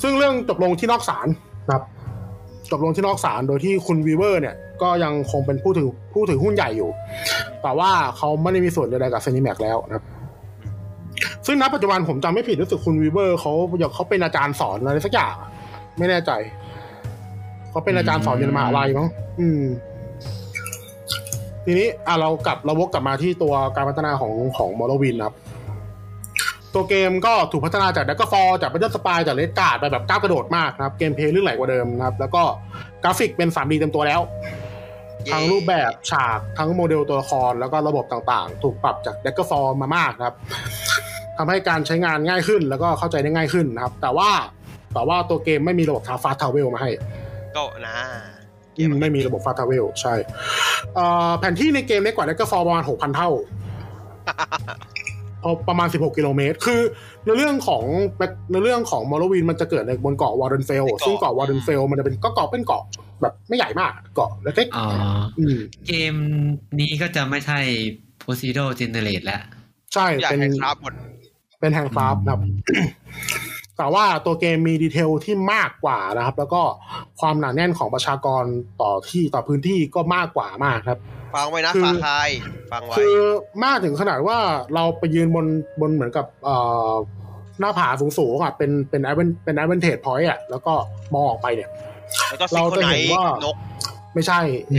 [SPEAKER 5] ซึ่งเรื่องจบลงที่นอกศาลนะครับ จบลงที่นอกศาลโดยที่คุณวีเวอร์เนี่ยก็ยังคงเป็นผู้ถือผู้ถือหุ้นใหญ่อยู่ แต่ว่าเขาไม่ได้มีส่วนใดๆกับเซนิแม็กแล้วนะครับ ซึ่งณปัจจุบันผมจำไม่ผิดรู้สึกคุณวีเวอร์เขาอย่างเขาเป็นอาจารย์สอนอะไรสักอย่างอะไม่แน่ใจเขาเป็นอาจารย์สอนอยู่ในมหาลัยมั้งอืม ทีนี้อ่ะเรากลับเราวกกลับมาที่ตัวการพัฒนาของของมอร์วินนะครับ ตัวเกมก็ถูกพัฒนาจากดักฟอร์จากบัตเตอร์สปายจากเลดการ์ดไปแบบก้าวกระโดดมากนะครับ เกมเพลย์ลื่นไหลกว่าเดิมนะครับ แล้วก็กราฟิกเป็น 3D เต็มตัวแล้ว ทั้งรูปแบบฉากทั้งโมเดลตัวละครแล้วก็ระบบต่างๆ ถูกปรับจาก d a g g e r f a l l มามากนะครับทำให้การใช้งานง่ายขึ้นแล้วก็เข้าใจได้ง่ายขึ้นนะครับ แต่ว่าแต่ว่าตัวเกมไม่มีระบบทาฟาทาวเวลมาให้
[SPEAKER 2] ก็นะ
[SPEAKER 5] อืมไม่มีระบบฟาทาเวลใช่เอ่อแผนที่ในเกมเล็กกว่า d a g g e r f a l l ประมาณ 6,000 เท่า เอาประมาณ 16 กิโลเมตร คือในเรื่องของในเรื่องของมอร์วินมันจะเกิดในบนเกาะวอร์เดนเฟลซึ่งเกาะวอร์เดนเฟลมันจะเป็นก็เกาะเป็นเกาะแบบไม่ใหญ่มากเกาะเล็ก
[SPEAKER 1] อ๋อ
[SPEAKER 5] ๆอืม
[SPEAKER 1] เกมนี้ก็จะไม่ใช่ procedural generate แล้ว
[SPEAKER 5] ใช่
[SPEAKER 2] อยาก
[SPEAKER 5] เป็น
[SPEAKER 2] ให้ครับหมด
[SPEAKER 5] เป็นแฮงด์คราฟต์นะครับ แต่ว่าตัวเกมมีดีเทลที่มากกว่านะครับ แล้วก็ความหนาแน่นของประชากรต่อที่ต่อพื้นที่ก็มากกว่ามากครับ
[SPEAKER 2] ฟังไว้นะ
[SPEAKER 5] คือ
[SPEAKER 2] ฟาคาย ฟังไว้
[SPEAKER 5] คือมากถึงขนาดว่าเราไปยืนบนบนเหมือนกับเอ่อหน้าผาสูงๆอ่ะเป็นเป็นแอเวนเป็นแอเวนเทจพอยต์อ่ะแล้วก็มองออกไปเนี่ย
[SPEAKER 2] แล้วก็ซิ
[SPEAKER 5] เรา
[SPEAKER 2] งโคร
[SPEAKER 5] จะ
[SPEAKER 2] ไน
[SPEAKER 5] เห็น
[SPEAKER 2] ซ์
[SPEAKER 5] ว่า
[SPEAKER 2] นก
[SPEAKER 5] ไม่ใช่ ไ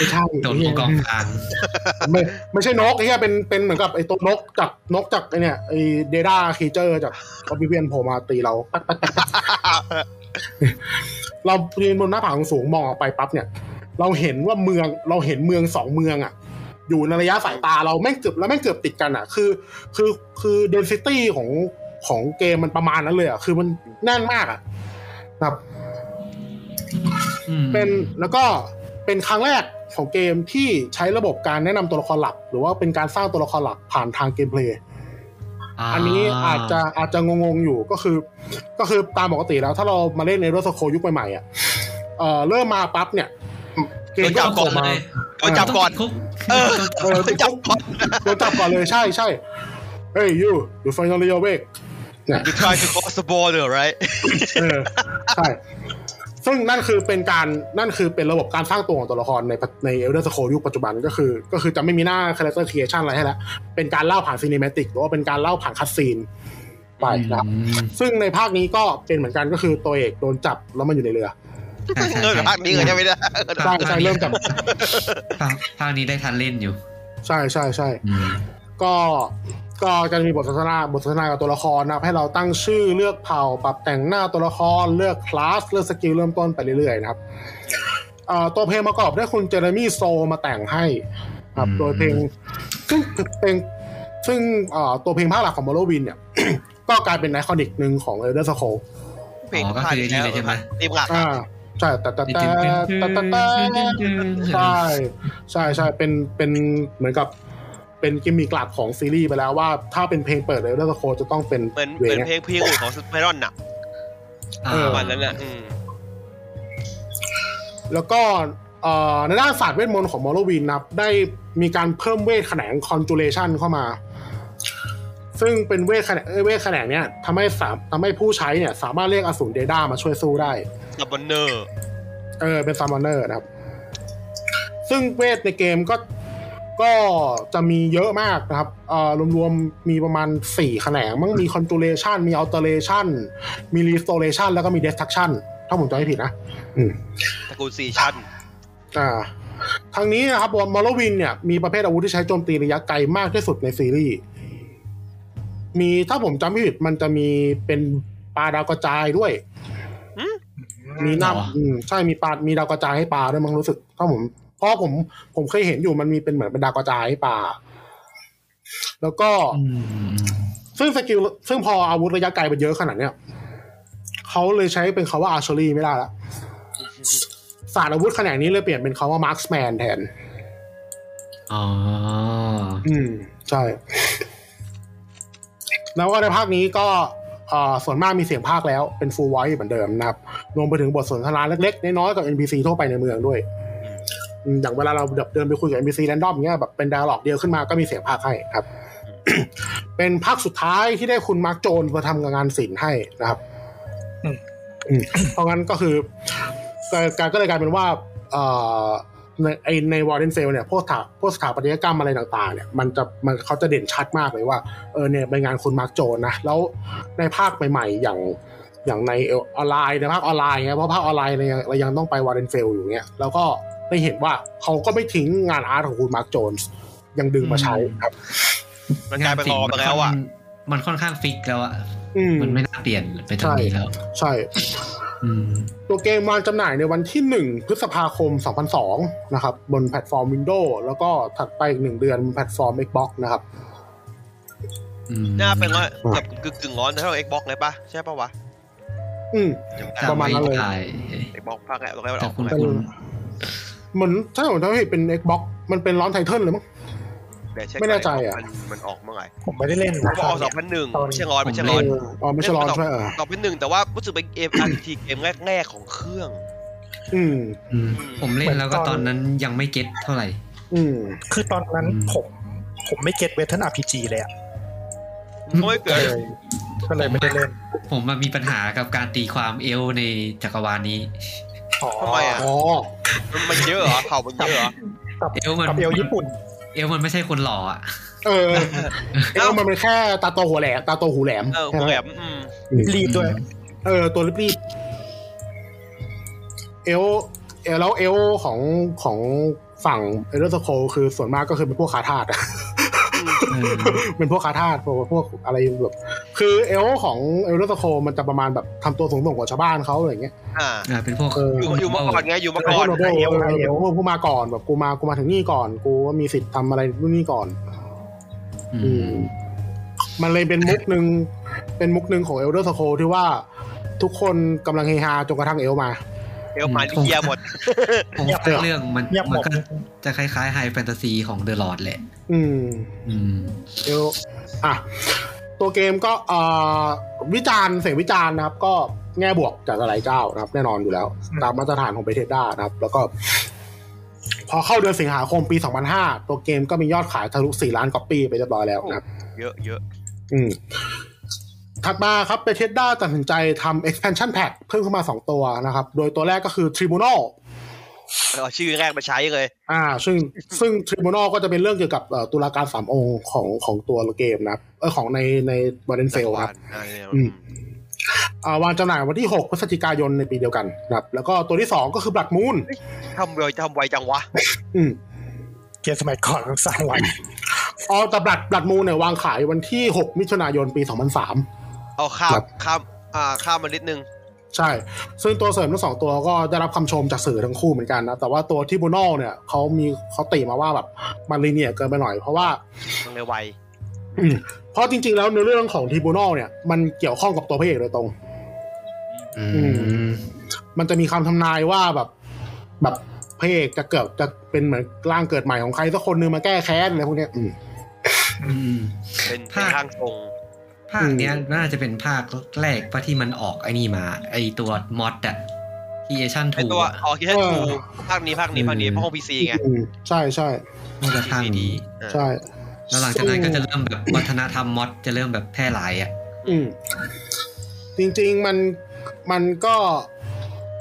[SPEAKER 5] ม่ใช่
[SPEAKER 1] โดนผู้กองกลาง
[SPEAKER 5] ไม่ไม่ใช่นกไอ้เหี้ยเป็นเป็นเหมือนกับไอ้ตัวนกจากนกจากไอ้เนี่ยไอ้เดด้าคีเจอร์จากอบิเวียนโผล่มาตีเรา เรายืนบนหน้าผาสูงๆมองออกไปปั๊บเนี่ย เราเห็นว่าเมืองเราเห็นเมืองสองเมืองอ่ะ อยู่ในระยะสายตาเราแม่งเกือบแล้วแม่งเกือบติดกันอ่ะ คือ คือคือเดนซิตี้ของของเกมมันประมาณนั้นเลยอ่ะคือมันแน่นมากอ่ะครับ
[SPEAKER 1] อืม
[SPEAKER 5] เป็นแล้วก็เป็นครั้งแรกของเกมที่ใช้ระบบการแนะนำตัวละครหลัก หรือว่าเป็นการสร้างตัวละครหลักผ่านทางเกมเพลย์
[SPEAKER 1] า
[SPEAKER 5] อันนี้อาจจะอาจจะงงๆอยู่ก็คือ ก็คือตามปกติแล้ว ถ้าเรามาเล่นในรถสโคยุคใหม่ๆอ่ะเอ่อเริ่มมาปั๊บเนี่ย เกมก็จะโผล่มา
[SPEAKER 2] โด นจับก่อน
[SPEAKER 1] ต้งติดคุก
[SPEAKER 2] เออ
[SPEAKER 5] เออ
[SPEAKER 2] โดนจับก่อน
[SPEAKER 5] โดนจับก่อนเลยใช่ใช่เฮ้ยยูดูไฟนอลเรียเวก
[SPEAKER 2] you try to cross the border right
[SPEAKER 5] เออใช่ ซึ่งนั่นคือเป็นการนั่นคือเป็นระบบการสร้างตัวของตัวละครในในเอลเดอร์สโคยุคปัจจุบันก็คือ ก็คือจะไม่มีหน้าคาแรคเตอร์ครีเอชันอะไรให้แล้ว เป็นการเล่าผ่านซีนิเมติกหรือว่าเป็นการเล่าผ่านคัดซีนไปนะครับ
[SPEAKER 1] อืม
[SPEAKER 5] ซึ่งในภาคนี้ก็เป็นเหมือนกันก็คือตัวเอกโดนจับแล้วมัน อยู่ในเรือ
[SPEAKER 1] ใช่ใช่
[SPEAKER 2] เงิน
[SPEAKER 1] ใช่
[SPEAKER 2] ภาคนี้เลยใช่ไหมเนี่ย
[SPEAKER 5] ใช่ใช่เริ่มจับ
[SPEAKER 1] ภาคภาคนี้ได้ทันเล่นอยู่
[SPEAKER 5] ใช่ใช่ใช่
[SPEAKER 1] อืม
[SPEAKER 5] ก็ก็จะมีบทสนทนาบทสนทนากับตัวละครนะครับให้เราตั้งชื่อเลือกเผ่าปรับแต่งหน้าตัวละครเลือกคลาสเลือกสกิลเริ่มต้นไปเรื่อยๆนะครับเอ่อตัวเพลงประกอบด้วยคุณเจอร์มี่โซมาแต่งให้ครับ
[SPEAKER 1] อืม
[SPEAKER 5] โดยเพลงซึ่งเพลงซึ่งเอ่อตัวเพลงภาคหลักของบอลวินเนี่ย ก็กลายเป็นไอคอนิกหนึ่งของเอเดอร์สโค
[SPEAKER 1] อ๋อก็คือนี่เลยใช่ไหม
[SPEAKER 2] ทีมหลัก
[SPEAKER 5] อ่าใช่แต่แต่แต่แต่แต่แต่ใช่ใช่ใช่เป็นเป็นเหมือนกับเป็นกิมมิกหลักของซีรีส์ไปแล้วว่าถ้าเป็นเพลงเปิดเอเดอร์สโคจะต้องเป็น
[SPEAKER 2] เหมือน
[SPEAKER 5] ว
[SPEAKER 2] เหมือน
[SPEAKER 5] นี้ย
[SPEAKER 2] เพลงเพลงอุ่นของสไปรอนน่ะ
[SPEAKER 1] อ่า
[SPEAKER 5] เออ
[SPEAKER 2] วันนั้นน่ะอืม
[SPEAKER 5] แล้วก็เอ่อในด้านศาสตร์เวทมนต์ของมอร์วินนะครับได้มีการเพิ่มเวทแขนงคอนจูเลชันเข้ามา ซึ่งเป็นเวทแขนงเอ้ยเวทแขนงเนี้ยทำให้สามทำให้ผู้ใช้เนี่ย สามารถเรียกอสูรเดด้ามาช่วยสู้ได้
[SPEAKER 2] ดับเบิลเนอร์
[SPEAKER 5] เออเป็นซามอนเนอร์นะครับ ซึ่งเวทในเกมก็ก็จะมีเยอะมากนะครับเอ่อรวมๆ มีประมาณ 4 แขนงมั้งมีคอนจูเลชันมีอัลเทเลชันมีรีสโตเลชันแล้วก็มีเดสทักชันถ้าผมจำไม่ผิดนะ
[SPEAKER 2] ตระกูลซีชั่น
[SPEAKER 5] อ่าทางนี้นะครับมอลวินเนี่ยมีประเภทอาวุธที่ใช้โจมตีระยะไกลมากที่สุดในซีรีส์ มีถ้าผมจำไม่ผิดมันจะมีเป็นปลาดาวกระจายด้วย มีหน้า
[SPEAKER 1] เหรอ
[SPEAKER 5] อืมใช่มีปลา มีดาวกระจายให้ปลาด้วยมั้งรู้สึกถ้าผมเพราะผมผมเคยเห็นอยู่มันมีเป็นเหมือนเป็นดาวกระจายให้ปลา แล้วก็
[SPEAKER 1] อืม
[SPEAKER 5] ซึ่งสกิลซึ่งพออาวุธระยะไกลมันเยอะขนาดเนี้ยเขาเลยใช้เป็นคาว่าอาร์ชอรี่ไม่ได้ละศาสตร์อาวุธขนาดนี้เลยเปลี่ยนเป็นคาว่ามาร์คแมนแทน
[SPEAKER 1] อ๋อ
[SPEAKER 5] อืม ใช่ แล้วก็ในภาคนี้ก็เอ่อส่วนมากมีเสียงภาคแล้วเป็นฟูลไว i ์เหมือนเดิมนะครับรวมไปถึงบทสนทนาเล็กๆ น้อยๆกับ NPC ทั่วไปในเมืองด้วยอืมอย่างเวลาเราเดินไปคุยกับ NPC แรนดอมเงี้ยแบบเป็นดาล็อกเดียวขึ้นมาก็มีเสียงภาคให้ครับ เป็นภาคสุดท้ายที่ได้คุณมาร์คโจนมาทำงานศิลป์ให้นะครับ
[SPEAKER 4] อืม
[SPEAKER 5] อืมเพราะงั้นก็คือการก็เลยกลายเป็นว่าเอ่อ ในไอในวอร์เดนเซลเนี่ยพวกสถาพวกสถาปัตยกรรมอะไรต่างๆเนี่ยมันจะมันเขาจะเด่นชัดมากเลยว่าเออเนี่ยเป็นงานคุณมาร์กโจนนะ แล้วในภาคใหม่ๆ อย่างอย่างในเออออนไลน์ในภาคออนไลน์เนี่ยเพราะภาคออนไลน์เนี่ยเรายังต้องไปวอร์เดนเซลอยู่เนี่ยแล้วก็ได้เห็นว่าเขาก็ไม่ทิ้งงานอาร์ตของคุณมาร์กโจนยังดึงมาใช้ครับ
[SPEAKER 2] มันกลายเป็นรอไปแล้วอ่ะ
[SPEAKER 1] มันค่อนข้างฟิกแล้วอะ
[SPEAKER 5] อืม
[SPEAKER 1] มันไม่น่าเปลี่ยนไปทางนี้แล้ว
[SPEAKER 5] ใช่
[SPEAKER 1] อืม
[SPEAKER 5] ตัวเกมวางจำหน่ายในวันที่ 1 พฤษภาคม 2002 นะครับ บนแพลตฟอร์ม Windows แล้วก็ถัดไปอีกหนึ่งเดือนบนแพลตฟอร์ม Xbox นะครับ
[SPEAKER 1] อืม
[SPEAKER 2] น่าเป็นว่าแบบกึ่งกึ่งๆร้อนเท่า Xbox เลยปะใช่ปะวะ
[SPEAKER 5] อืม
[SPEAKER 2] จำ
[SPEAKER 5] ประมาณนั้นเลย
[SPEAKER 1] จำไได้
[SPEAKER 2] Xbox ภาคแรกแล้วก็
[SPEAKER 1] แต่
[SPEAKER 2] ออก
[SPEAKER 1] คุณ
[SPEAKER 2] มา
[SPEAKER 5] เป็น
[SPEAKER 1] คุณ
[SPEAKER 5] เหมือนถ้าผมจำไม่ผิดเป็น Xbox มันเป็นร้อนไทเทิลเลยมั้ง
[SPEAKER 2] แต่เช็ค
[SPEAKER 5] ไม่แน่ใจอะ
[SPEAKER 2] มันมันออกเมื่อไหร่
[SPEAKER 4] ผมไม่ได้เล่น
[SPEAKER 2] ผม
[SPEAKER 4] นะ
[SPEAKER 2] ออกสองพันหนึ่งไม่ใช่ร้อนไม่ใช่
[SPEAKER 5] เอ
[SPEAKER 2] ร้อน
[SPEAKER 5] ออ๋อไม่ใช่ร้อนใช่ไหมเออ
[SPEAKER 2] สองพันหนึ่งแต่ว่ารู้สึกเป็นเกม RPG เกมแรกๆของเครื่อง
[SPEAKER 5] อืม
[SPEAKER 1] อืมผมเล่นแล้วก็
[SPEAKER 4] เหมือนต
[SPEAKER 1] ต
[SPEAKER 4] อ
[SPEAKER 1] อ
[SPEAKER 4] น
[SPEAKER 1] นนั้นยังไม่เก็ตเท่าไหร่
[SPEAKER 5] อืม
[SPEAKER 4] คือตอนนั้น
[SPEAKER 1] อืม
[SPEAKER 4] ผมผมไม่เก็ตเวทเทิร์นอาร์พีจีเลยอ่ะ
[SPEAKER 2] ก็ไม่
[SPEAKER 4] ก็
[SPEAKER 2] เกิด
[SPEAKER 4] เลยก็เลยไม่ได้เล่น
[SPEAKER 1] ผมมามีปัญหากับการตีความเอลในจักรวาลนี้
[SPEAKER 4] อ๋อ
[SPEAKER 2] ทำไมอ่ะ
[SPEAKER 5] อ๋อ
[SPEAKER 2] มันมันเยอะเหรอเผ่ามันเยอะเหรอ
[SPEAKER 1] เอลมัน
[SPEAKER 4] กับเอลญี่ปุ่น
[SPEAKER 1] เอลมันไม่ใช่คนหล่ออะ
[SPEAKER 5] เอ อเอ
[SPEAKER 2] เอ้า
[SPEAKER 5] อมันเป็นแค่ตาโตหัวแหลมตาโตหูแหลม
[SPEAKER 2] เออ
[SPEAKER 5] แค่นั้น
[SPEAKER 2] แหลมอืม
[SPEAKER 4] รีบด้วย
[SPEAKER 5] เออ ตัวรีบๆเอลเอลแล้วเอลของของฝั่งเอเดอร์สโคคือส่วนมากก็คือเป็นพวกขาทาสอะ
[SPEAKER 1] เออ
[SPEAKER 5] เป็นพวกคาทาสพวกพวกอะไรแบบคือเอลของเอลโรสโคมันจะประมาณแบบทำตัวสูงส่งกว่าชาวบ้านเขาอะไรอย่างเงี้ย
[SPEAKER 2] อ่า
[SPEAKER 1] อ่าเป็นพวก
[SPEAKER 5] เออ
[SPEAKER 2] อยู่อยู่มาก่อนไงอยู่มาก่อน
[SPEAKER 5] ไอเอล
[SPEAKER 4] ไอเอล
[SPEAKER 5] พวกผู้มาก่อนแบบกูมากูมาถึงนี่ก่อน กูว่ามีสิทธิ์ทำอะไรนู่นนี่ก่อน
[SPEAKER 1] อื
[SPEAKER 5] อื
[SPEAKER 1] ม
[SPEAKER 5] ม มันเลยเป็นมุกหนึ่งเป็นมุกหนึ่งของเอลโรสโคที่ว่าทุกคนกำลังเฮฮาจนกระทั่งเอลมา
[SPEAKER 2] เอลมาลิเกียหมด
[SPEAKER 1] ผม
[SPEAKER 4] เงียบหมด
[SPEAKER 1] เรื่องมัน
[SPEAKER 4] เงียบห
[SPEAKER 1] มั
[SPEAKER 4] ม
[SPEAKER 1] น
[SPEAKER 4] ด
[SPEAKER 1] ก็จะคล้ายๆไฮแฟนตาซีของเดอะลอดแหละ
[SPEAKER 5] อืม
[SPEAKER 1] อืม
[SPEAKER 5] เอลอ่ะ ตัวเกมก็เอ่อวิจารณ์เสียงวิจารณ์นะครับ ก็แง่บวกจากหลายๆเจ้านะครับ แน่นอนอยู่แล้ว ตามมาตรฐานของเบเทด้านะครับ แล้วก็ พอเข้าเดือนสิงหาคมปี 2005 ตัวเกมก็มียอดขายทะลุ 4 ล้านก๊อปปี้ไปเรียบร้อยแล้วนะครับ
[SPEAKER 2] เยอะเยอะ
[SPEAKER 5] อืมถัดมาครับเบ e ด d าตัดสินใจทำ expansion pack เพิ่มขึ้นมา 2 ตัวนะครับ โดยตัวแรกก็คือ tribunal
[SPEAKER 2] เอาชื่อแรกมาใช้เลย
[SPEAKER 5] อ่า ซึ่งซึ่ง tribunal ก็จะเป็นเรื่องเกี่ยวกับเอ่อตุลาการสามองค์ของของตัวเกมนะครับเออของในในบอลเลนเซลครับ
[SPEAKER 2] อ่าเนี่ย
[SPEAKER 5] อืม อ่าวางจำหน่ายวันที่ 6 พฤศจิกายนในปีเดียวกันนะครับ แล้วก็ตัวที่ 2 ก็คือ Blood Moon
[SPEAKER 2] ทำไวทำไวจังวะ
[SPEAKER 5] อืม
[SPEAKER 4] เกมสมัยก่อนมันสร้างไว้
[SPEAKER 5] อ๋อแต่ Blood Blood Moon เนี่ยวางขายวันที่ 6 มิถุนายนปี 2003
[SPEAKER 2] เอาข้าม
[SPEAKER 5] ครับ
[SPEAKER 2] ข้ามอ่าข้ามมานิดนึง
[SPEAKER 5] ใช่ ซึ่งตัวเสริมทั้งสองตัวก็ได้รับคำชมจากสื่อทั้งคู่เหมือนกันนะ แต่ว่าตัวที่บูนอลเนี่ยเขามีเขาติมาว่าแบบมันลีเนียร์เกินไปหน่อย เพราะว่า
[SPEAKER 2] ตรงในวัย
[SPEAKER 5] เพราะจริงๆแล้วในเรื่องของทีบูนอลเนี่ยมันเกี่ยวข้องกับตัวพระเอกโดยตรง
[SPEAKER 1] อืม
[SPEAKER 5] มันจะมีคำทำนายว่าแบบแบบพระเอกจะเกิดจะเป็นเหมือนร่างเกิดใหม่ของใครสักคนหนึงมาแก้แค้นอะไรพวกเนี้ยอืม
[SPEAKER 1] อืม
[SPEAKER 2] เป็น
[SPEAKER 1] ถ้า
[SPEAKER 2] เป็นร่างทรง
[SPEAKER 1] ภาคเนี้ยน่าจะเป็นภาคแรกปะที่มันออกไอ้นี่มา ไอ้ตัวมอดอะทีเอชั่น
[SPEAKER 2] ไอ
[SPEAKER 1] ถูก
[SPEAKER 2] ตัวออคิเทน
[SPEAKER 5] เออ
[SPEAKER 2] ทูภาคนี้ภาคนี้ภาคนี้ภาคพีซีไง
[SPEAKER 5] อืมใช่ใช่
[SPEAKER 1] มันจะทางดี
[SPEAKER 2] เออ
[SPEAKER 5] ใช่
[SPEAKER 1] แล้วหลังจากนั้นก็จะเริ่มแบบวัฒนธรรมมอดจะเริ่มแบบแพร่หลายอ่ะ
[SPEAKER 5] อืมจริงๆมันมันก็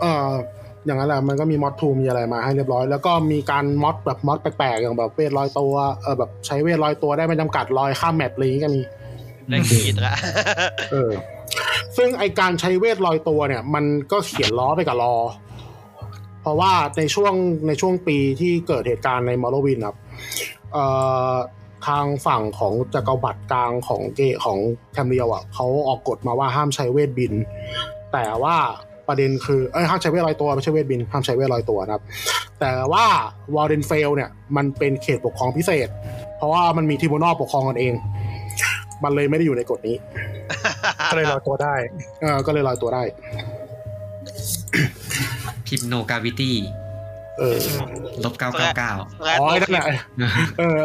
[SPEAKER 5] เอ่ออย่างนั้นแหละมันก็มีมอดทูมีอะไรมาให้เรียบร้อย แล้วก็มีการมอดแบบมอดแปลกๆอย่างแบบเวทลอยตัวเออแบบใช้เวทลอยตัวได้ไม่จำกัดลอยข้ามแมปอะไรอย่างงี้ก็มี
[SPEAKER 2] ได้ขีดละ
[SPEAKER 5] เออ ซึ่งไอการใช้เวทลอยตัวเนี่ย มันก็เขียนล้อไปกับรอ เพราะว่าในช่วงในช่วงปีที่เกิดเหตุการณ์ในมอร์วินครับเอ่อทางฝั่งของจักรวรรดิกลางของเกของแคมเรียวอ่ะเขาออกกฎมาว่าห้ามใช้เวทบิน แต่ว่าประเด็นคือเอ้ยห้ามใช้เวทลอยตัวไม่ใช่เวทบินห้ามใช้เวทลอยตัวนะครับ แต่ว่าวอร์เดนเฟลเนี่ยมันเป็นเขตปกครองพิเศษ เพราะว่ามันมีทริบูนอลปกครองกันเอง มันเลยไม่ได้อยู่ในกฎนี้
[SPEAKER 4] ก็เลยลอยตัวได้
[SPEAKER 5] เออก็เลยลอยตัวได้
[SPEAKER 1] พิมโนกาวิตี้
[SPEAKER 5] เออ
[SPEAKER 1] ลบเก้าเก้าเก้า
[SPEAKER 2] แรด
[SPEAKER 5] อ๋อ
[SPEAKER 2] โล
[SPEAKER 5] ไอ้
[SPEAKER 2] ก
[SPEAKER 5] นั่นแหละ เออ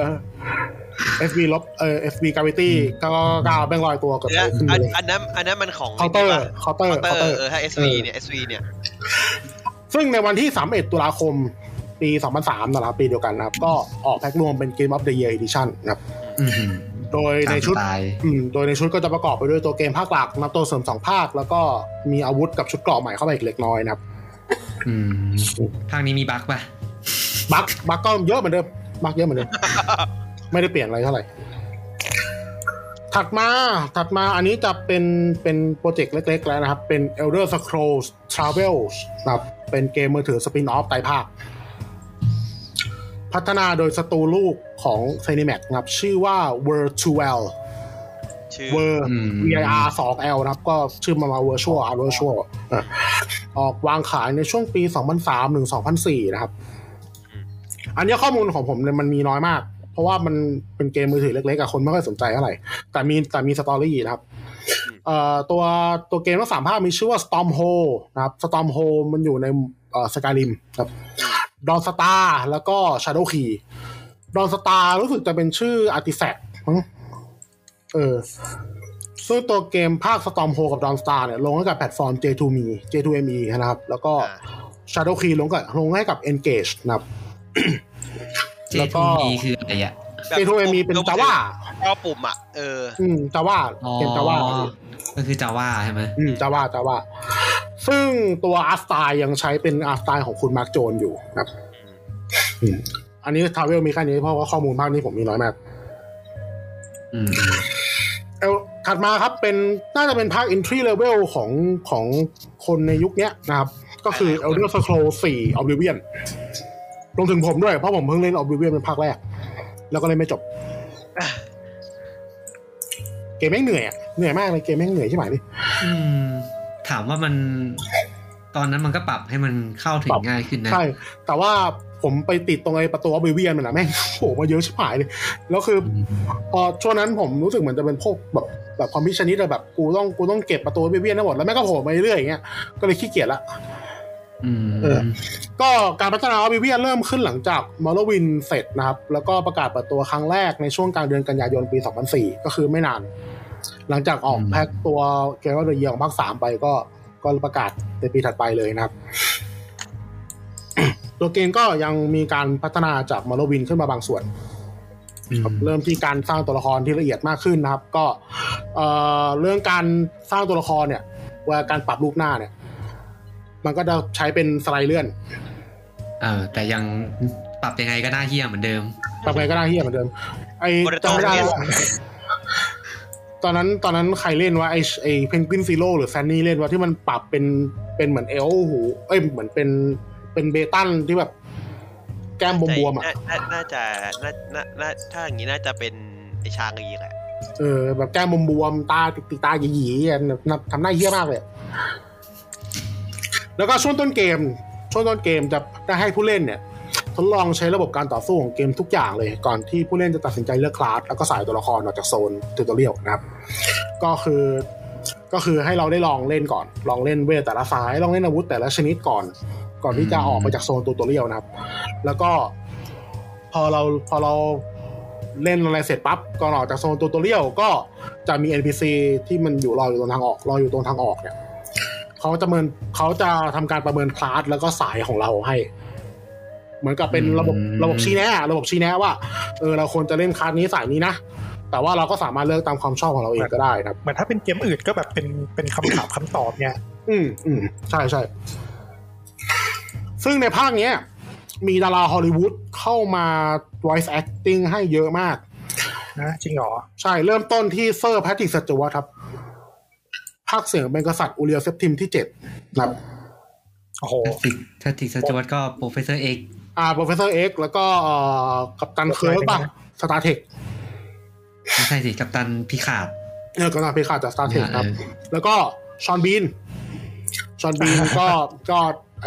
[SPEAKER 5] FB ลบเออ FB gravity ก็ก้าวแบ่งลอยตัวกับ
[SPEAKER 2] เนี่ย
[SPEAKER 5] ขึ้นไป
[SPEAKER 2] อัน
[SPEAKER 5] เลย
[SPEAKER 2] อันนั้นอันนั้นมันของ
[SPEAKER 5] เคาน์เตอร์เคาน์เตอร์
[SPEAKER 2] เคาน์เตอ
[SPEAKER 5] เคาน์เตอ
[SPEAKER 2] ร์
[SPEAKER 5] ร์
[SPEAKER 2] เออถ้า SV เนี่ย SV เนี่ย
[SPEAKER 5] ซึ่งในวันที่ 31 ตุลาคม ปี 2003นะครับปีเดียวกันนะครับ ก็ออกแพ็ครวมเป็น Game of the Year Edition นะครับ โดยในชุด
[SPEAKER 1] ตาย
[SPEAKER 5] อืม โดยในชุดก็จะประกอบไปด้วยตัวเกมภาคหลักนะครับตัวเสริมสองภาค แล้วก็มีอาวุธกับชุดเกราะใหม่เข้าไปอีกเล็กน้อยนะครับ
[SPEAKER 1] อืมภาคนี้มีบั๊กป่ะ
[SPEAKER 5] บักบักก็เยอะเหมือนเดิมบักเยอะเหมือนเดิม ไม่ได้เปลี่ยนอะไรเท่าไหร่ ถัดมาถัดมาอันนี้จะเป็นเป็นโปรเจกต์เล็ก ๆ แล้วนะครับ เป็น Elder Scrolls Travels นะครับเป็นเกมมือถือสปินออฟไตรภาค พัฒนาโดยสตูลูกของ c i n e m a x นะครับ ชื่อว่า Virtual
[SPEAKER 2] ชื่อ
[SPEAKER 5] Vir
[SPEAKER 1] อืม
[SPEAKER 5] VIR 2L นะครับ ก็ชื่อมามา Virtual R Virtual อ่ะออกวางขายในช่วงปี 2003ถึง2004 นะครับ อันเนี้ยข้อมูลของผมเนี่ยมันมีน้อยมาก เพราะว่ามันเป็นเกมมือถือเล็กๆอะคนไม่ค่อยสนใจเท่าไหร่ แต่มีแต่มีสตอรี่นะครับเอ่อตัวตัวเกมทั้งสามภาคมีชื่อว่า Stormhold นะครับ Stormhold มันอยู่ในเอ่อสกายริมครับ ดอนสตาร์แล้วก็ Shadow Key ดอนสตาร์รู้สึกจะเป็นชื่ออาร์ติแฟกต์เออ ซึ่งตัวเกมภาค Stormhold กับ Dawn Star เนี่ยลงให้กับแพลตฟอร์ม J2Me J2ME นะครับ แล้วก็
[SPEAKER 2] อ่า
[SPEAKER 5] Shadow Key ลงกับลงให้กับ Engage นะครับ
[SPEAKER 1] เจ
[SPEAKER 5] แล้วก็
[SPEAKER 1] ทูดีคืออะไรอ่ะ
[SPEAKER 2] แบบ
[SPEAKER 5] J2ME เป็น Java
[SPEAKER 2] เอาปุ่มอ่ะเออ
[SPEAKER 5] อืม Java
[SPEAKER 1] อ๋อ
[SPEAKER 5] เกม Java
[SPEAKER 1] ก็คือจาว่าใช่ไหม
[SPEAKER 5] อืม Java Java ซึ่งตัว Art Style ยังใช้เป็น Art Style ของคุณมาร์ j โจนอยู่นะครับอืมอันนี้ทาวเวลมีแค่นี้เพราะว่าข้อมูลภาคนี้ผมมีน้อยมาก
[SPEAKER 1] อืม
[SPEAKER 5] เอลถัดมาครับเป็นน่าจะเป็นภาค entry level ของของคนในยุคเนี้ยนะครับ ก็คือ
[SPEAKER 2] หลายๆคน
[SPEAKER 5] Elder Scrolls 4 Oblivion รวมถึงผมด้วย เพราะผมเพิ่งเล่น Oblivion เป็นภาคแรก แล้วก็เลยไม่จบ เกมแม่งเหนื่อยอะเหนื่อยมากเลยเกมแม่งเหนื่อยใช่ไหมดิ
[SPEAKER 1] อืม ถามว่ามัน ตอนนั้นมันก็ปรับให้มันเข้าถึ
[SPEAKER 5] ปรั
[SPEAKER 1] ง
[SPEAKER 5] บ
[SPEAKER 1] ง่ายขึ้นนะ
[SPEAKER 5] ใช่ แต่ว่าผมไปติดตรงไอ้ประตู Oblivion มันอะแม่ง โผล่มาเยอะชิบหายเลย แล้วคือ พอช่วงนั้นผมรู้สึกเหมือนจะเป็นพวกแบบแบบความพิชชนิดอะแบบกูต้องกูต้องเก็บประตูไปเบี้ยนทั้งหมดแล้วแม่งก็โผล่มาเรื่อยอย่างเงี้ยก็เลยขี้เกียจละ
[SPEAKER 1] อืม
[SPEAKER 5] เออ ก็การพัฒนาออบิเวียเริ่มขึ้นหลังจากมอร์วินเสร็จนะครับ แล้วก็ประกาศเปิดตัวครั้งแรกในช่วงกลางเดือนกันยายนปี 2004 ก็คือไม่นาน หลังจากออกแพ็คตัวเกมว่าเดียของภาคสามไปก็ก็ประกาศในปีถัดไปเลยนะครับ ตัวเกมก็ยังมีการพัฒนาจากมาโลวินขึ้นมาบางส่วน ครับเริ่มที่การสร้างตัวละครที่ละเอียดมากขึ้นนะครับ ก็เอ่อเรื่องการสร้างตัวละครเนี่ยเวลาการปรับรูปหน้าเนี่ย มันก็จะใช้เป็นสไลด์เลื่อน
[SPEAKER 1] เออแต่ยังปรับยังไงก็น่าเฮี้ยเหมือนเดิม
[SPEAKER 5] ปรับไงก็ได้เฮียเหมือนเดิม ไอ้
[SPEAKER 2] โมเดล
[SPEAKER 5] จำไม่ได้
[SPEAKER 2] เล่น
[SPEAKER 5] แล้วตอนนั้นตอนนั้นใครเล่นว่าไอ้ไอ้เพนกวินซีโร่หรือแซนนี่เล่นว่าที่มันปรับเป็นเป็นเหมือนเอลหูเอ้ยเหมือนเป็นเป็นเบตันที่แบบ แก้มบวมๆอ่ะ
[SPEAKER 2] น่าน่าน่าจะน่าน่าน่าถ้าอย่างนี้น่าจะเป็นไอชางอีกแหละ
[SPEAKER 5] เออแบบแก้มบวมๆตาติดๆตาหยีๆอะทำทำหน้าเหี้ยมากเลยอะแล้วก็ช่วงต้นเกม ช่วงต้นเกมจะได้ให้ผู้เล่นเนี่ย ทดลองใช้ระบบการต่อสู้ของเกมทุกอย่างเลย ก่อนที่ผู้เล่นจะตัดสินใจเลือกคลาสแล้วก็สายตัวละครออกจากโซนติวตอเรียลนะครับ ก็คือก็คือให้เราได้ลองเล่นก่อน ลองเล่นเวทแต่ละสาย ลองเล่นอาวุธแต่ละชนิดก่อน ก่อนที่จะออกมาจากโซนตัวตัวเรียวนะครับ แล้วก็พอเราพอเราเล่นอะไรเสร็จปั๊บก่อนออกจากโซนตัวตัวเรียวก็จะมี NPC ที่มันอยู่รออยู่ตรงทางออกรออยู่ตรงทางออกเนี่ยเขาจะเมินเขาจะทำการประเมินคลาสแล้วก็สายของเราให้ เหมือนกับเป็นระบบ
[SPEAKER 1] อืม
[SPEAKER 5] ระบบชี้แนะอะระบบชี้แนะว่าเออเราควรจะเล่นคลาสนี้สายนี้นะแต่ว่าเราก็สามารถเลือกตามความชอบของเราเองก็ได้นะครับ
[SPEAKER 4] เหมือนถ้าเป็นเกมอื่นก็แบบเป็นเป็นคำถาม คำตอบเนี่ย
[SPEAKER 5] อืมอืมใช่ใช่ซึ่งในภาคเนี้ย มีดาราฮอลลีวูดเข้ามา voice acting ให้เยอะมาก
[SPEAKER 4] นะจริงเหรอ
[SPEAKER 5] ใช่เริ่มต้นที่เซอร์แพทริกสจวตครับ ภาคเสียงเป็นกษัตริย์อูเรียลเซปทิมที่เจ็ดนะครับ
[SPEAKER 4] โอ้โห
[SPEAKER 1] ถ้าติกสจวตก็โปรเฟสเซอร์เอก
[SPEAKER 5] อ่า โปรเฟสเซอร์เอ็กแล้วก็เอ่อกัปตันเคิร์กป่ะสตาร์เทค
[SPEAKER 1] ไม่ใช่สิกัปตันพิขาด
[SPEAKER 5] เออกัปตันเพคาจากสตาร์เทคครับ
[SPEAKER 1] เออ
[SPEAKER 5] แล้วก็ชอนบีน ชอนบีนก็ ก็ไอ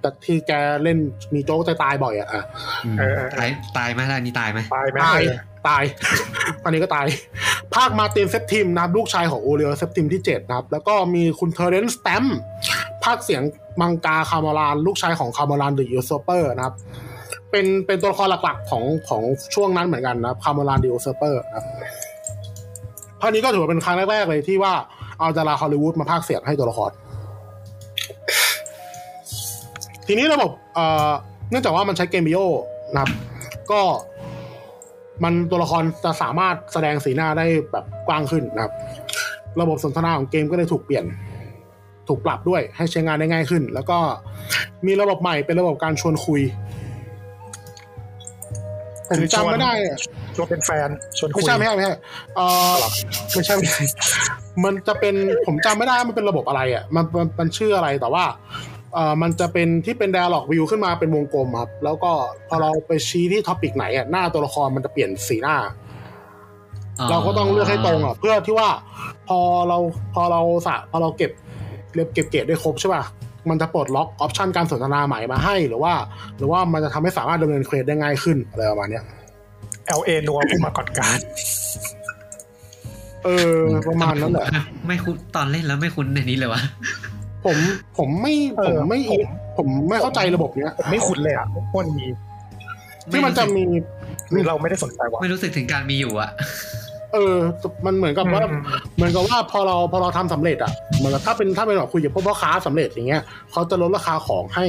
[SPEAKER 5] แต่ที่แกเล่นมีโจ๊กตายๆบ่อยอะอ่ะ
[SPEAKER 1] อืม
[SPEAKER 4] เออเออเออ
[SPEAKER 1] ตายตายไหมล่ะอันนี้ตายไหม
[SPEAKER 4] ตายไหม
[SPEAKER 5] ตาย ตาย ตอนนี้ก็ตาย ภาคมาร์ตินเซปทิมนะครับลูกชายของโอเรียลเซปทิมที่ 7 นะครับ แล้วก็มีคุณเทเรนส t แตมภาคเสียงมังกาคาร์มารานลูกชายของคาร์มารานเดอะยูโซเปอร์นะครับ เป็นเป็นตัวละครหลักๆของของช่วงนั้นเหมือนกันนะครับคาร์มารานเดอะยูโซเปอร์นะครับภาคนี้ก็ถือว่าเป็นครั้งแรกๆเลยที่ว่าเอาดาราฮอลลีวูดมาภาคเสียงให้ตัวละคร ทีนี้ระบบเอ่อเนื่องจากว่ามันใช้เกมบิโอนะครับ ก็มันตัวละครจะสามารถแสดงสีหน้าได้แบบกว้างขึ้นนะครับ ระบบสนทนาของเกมก็เลยถูกเปลี่ยน ถูกปรับด้วยให้ใช้งานได้ง่ายขึ้น แล้วก็มีระบบใหม่เป็นระบบการชวนคุยผม
[SPEAKER 4] คือชวน
[SPEAKER 5] จำไม่ได้
[SPEAKER 4] ชวนเป็นแฟนชวนคุย
[SPEAKER 5] ไม่ใช่ไม่ใช่ไม่ใช่เออ
[SPEAKER 4] ครับ
[SPEAKER 5] ไม่ใช่ไม่ใช่ มันจะเป็นผมจำไม่ได้ว่ามันเป็นระบบอะไรอ่ะมันมันมันชื่ออะไรแต่ว่าเออมันจะเป็นที่เป็น dialog view ขึ้นมาเป็นวงกลมครับ แล้วก็พอเราไปชี้ที่ท็อปิกไหนอ่ะหน้าตัวละครมันจะเปลี่ยนสีหน้า เราก็ต้องเลือกให้ตรงอ่ะเพื่อที่ว่าพอเราพอเราสะพอเราเก็บเรียบเก็บเกรดได้ครบใช่ป่ะมันจะปลดล็อกออปชันการสนทนาใหม่มาให้หรือว่า หรือว่ามันจะทำให้สามารถดำเนินเควสได้ง่ายขึ้นอะไรประมาณเนี้ย
[SPEAKER 4] LA นัวผู้มาก่อนการ
[SPEAKER 5] เออประมาณนั้นแหละ
[SPEAKER 1] ไม่คุ้นตอนเล่นแล้วไม่คุ้นในนี้เลยวะ
[SPEAKER 5] ผมผมไม่ผมไม่
[SPEAKER 4] ผ
[SPEAKER 5] อิ
[SPEAKER 4] ม
[SPEAKER 5] นผมไม่เข้าใจระบบเนี้ย
[SPEAKER 4] ผมไม่คุ้นเลยอ่ะวันมี
[SPEAKER 5] ที่มันจะมี
[SPEAKER 4] หรือเราไม่ได้สนใจวะ
[SPEAKER 1] ไม่รู้สึกถึงการมีอยู่อะ
[SPEAKER 5] เออ มันเหมือนกับว่า
[SPEAKER 4] อืม
[SPEAKER 5] เหมือนกับว่าพอเราพอเราทำสำเร็จอ่ะเหมือนกับถ้าเป็นถ้าเป็นแบบคุยกับพวกพ่อค้าสำเร็จอย่างเงี้ยเขาจะลดราคาของให้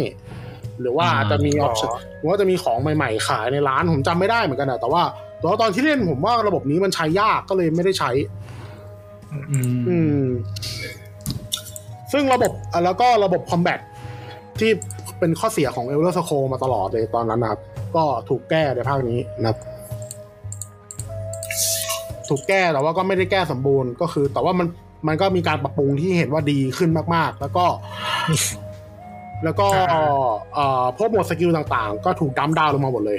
[SPEAKER 5] หรือว่าจะมีอ
[SPEAKER 4] อ๋อ
[SPEAKER 5] อปชั่นว่าจะมีของใหม่ๆขายในร้านผมจำไม่ได้เหมือนกันอะแต่ว่าแต่ว่าตอนที่เล่นผมว่าระบบนี้มันใช้ยากก็เลยไม่ได้ใช้ อืม ซึ่งระบบอ่ะแล้วก็ระบบคอมแบทที่เป็นข้อเสียของเอลเลอร์สโคมาตลอดเลยตอนนั้นนะครับ ก็ถูกแก้ในภาคนี้นะครับ ถูกแก้แต่ว่าก็ไม่ได้แก้สมบูรณ์ก็คือ แต่ว่ามันมันก็มีการปรับปรุงที่เห็นว่าดีขึ้นมาก ๆ แล้วก็ แล้วก็เอ่อพวกหมวดสกิลต่างๆ ก็ถูกดัมดาวน์ลงมาหมดเลย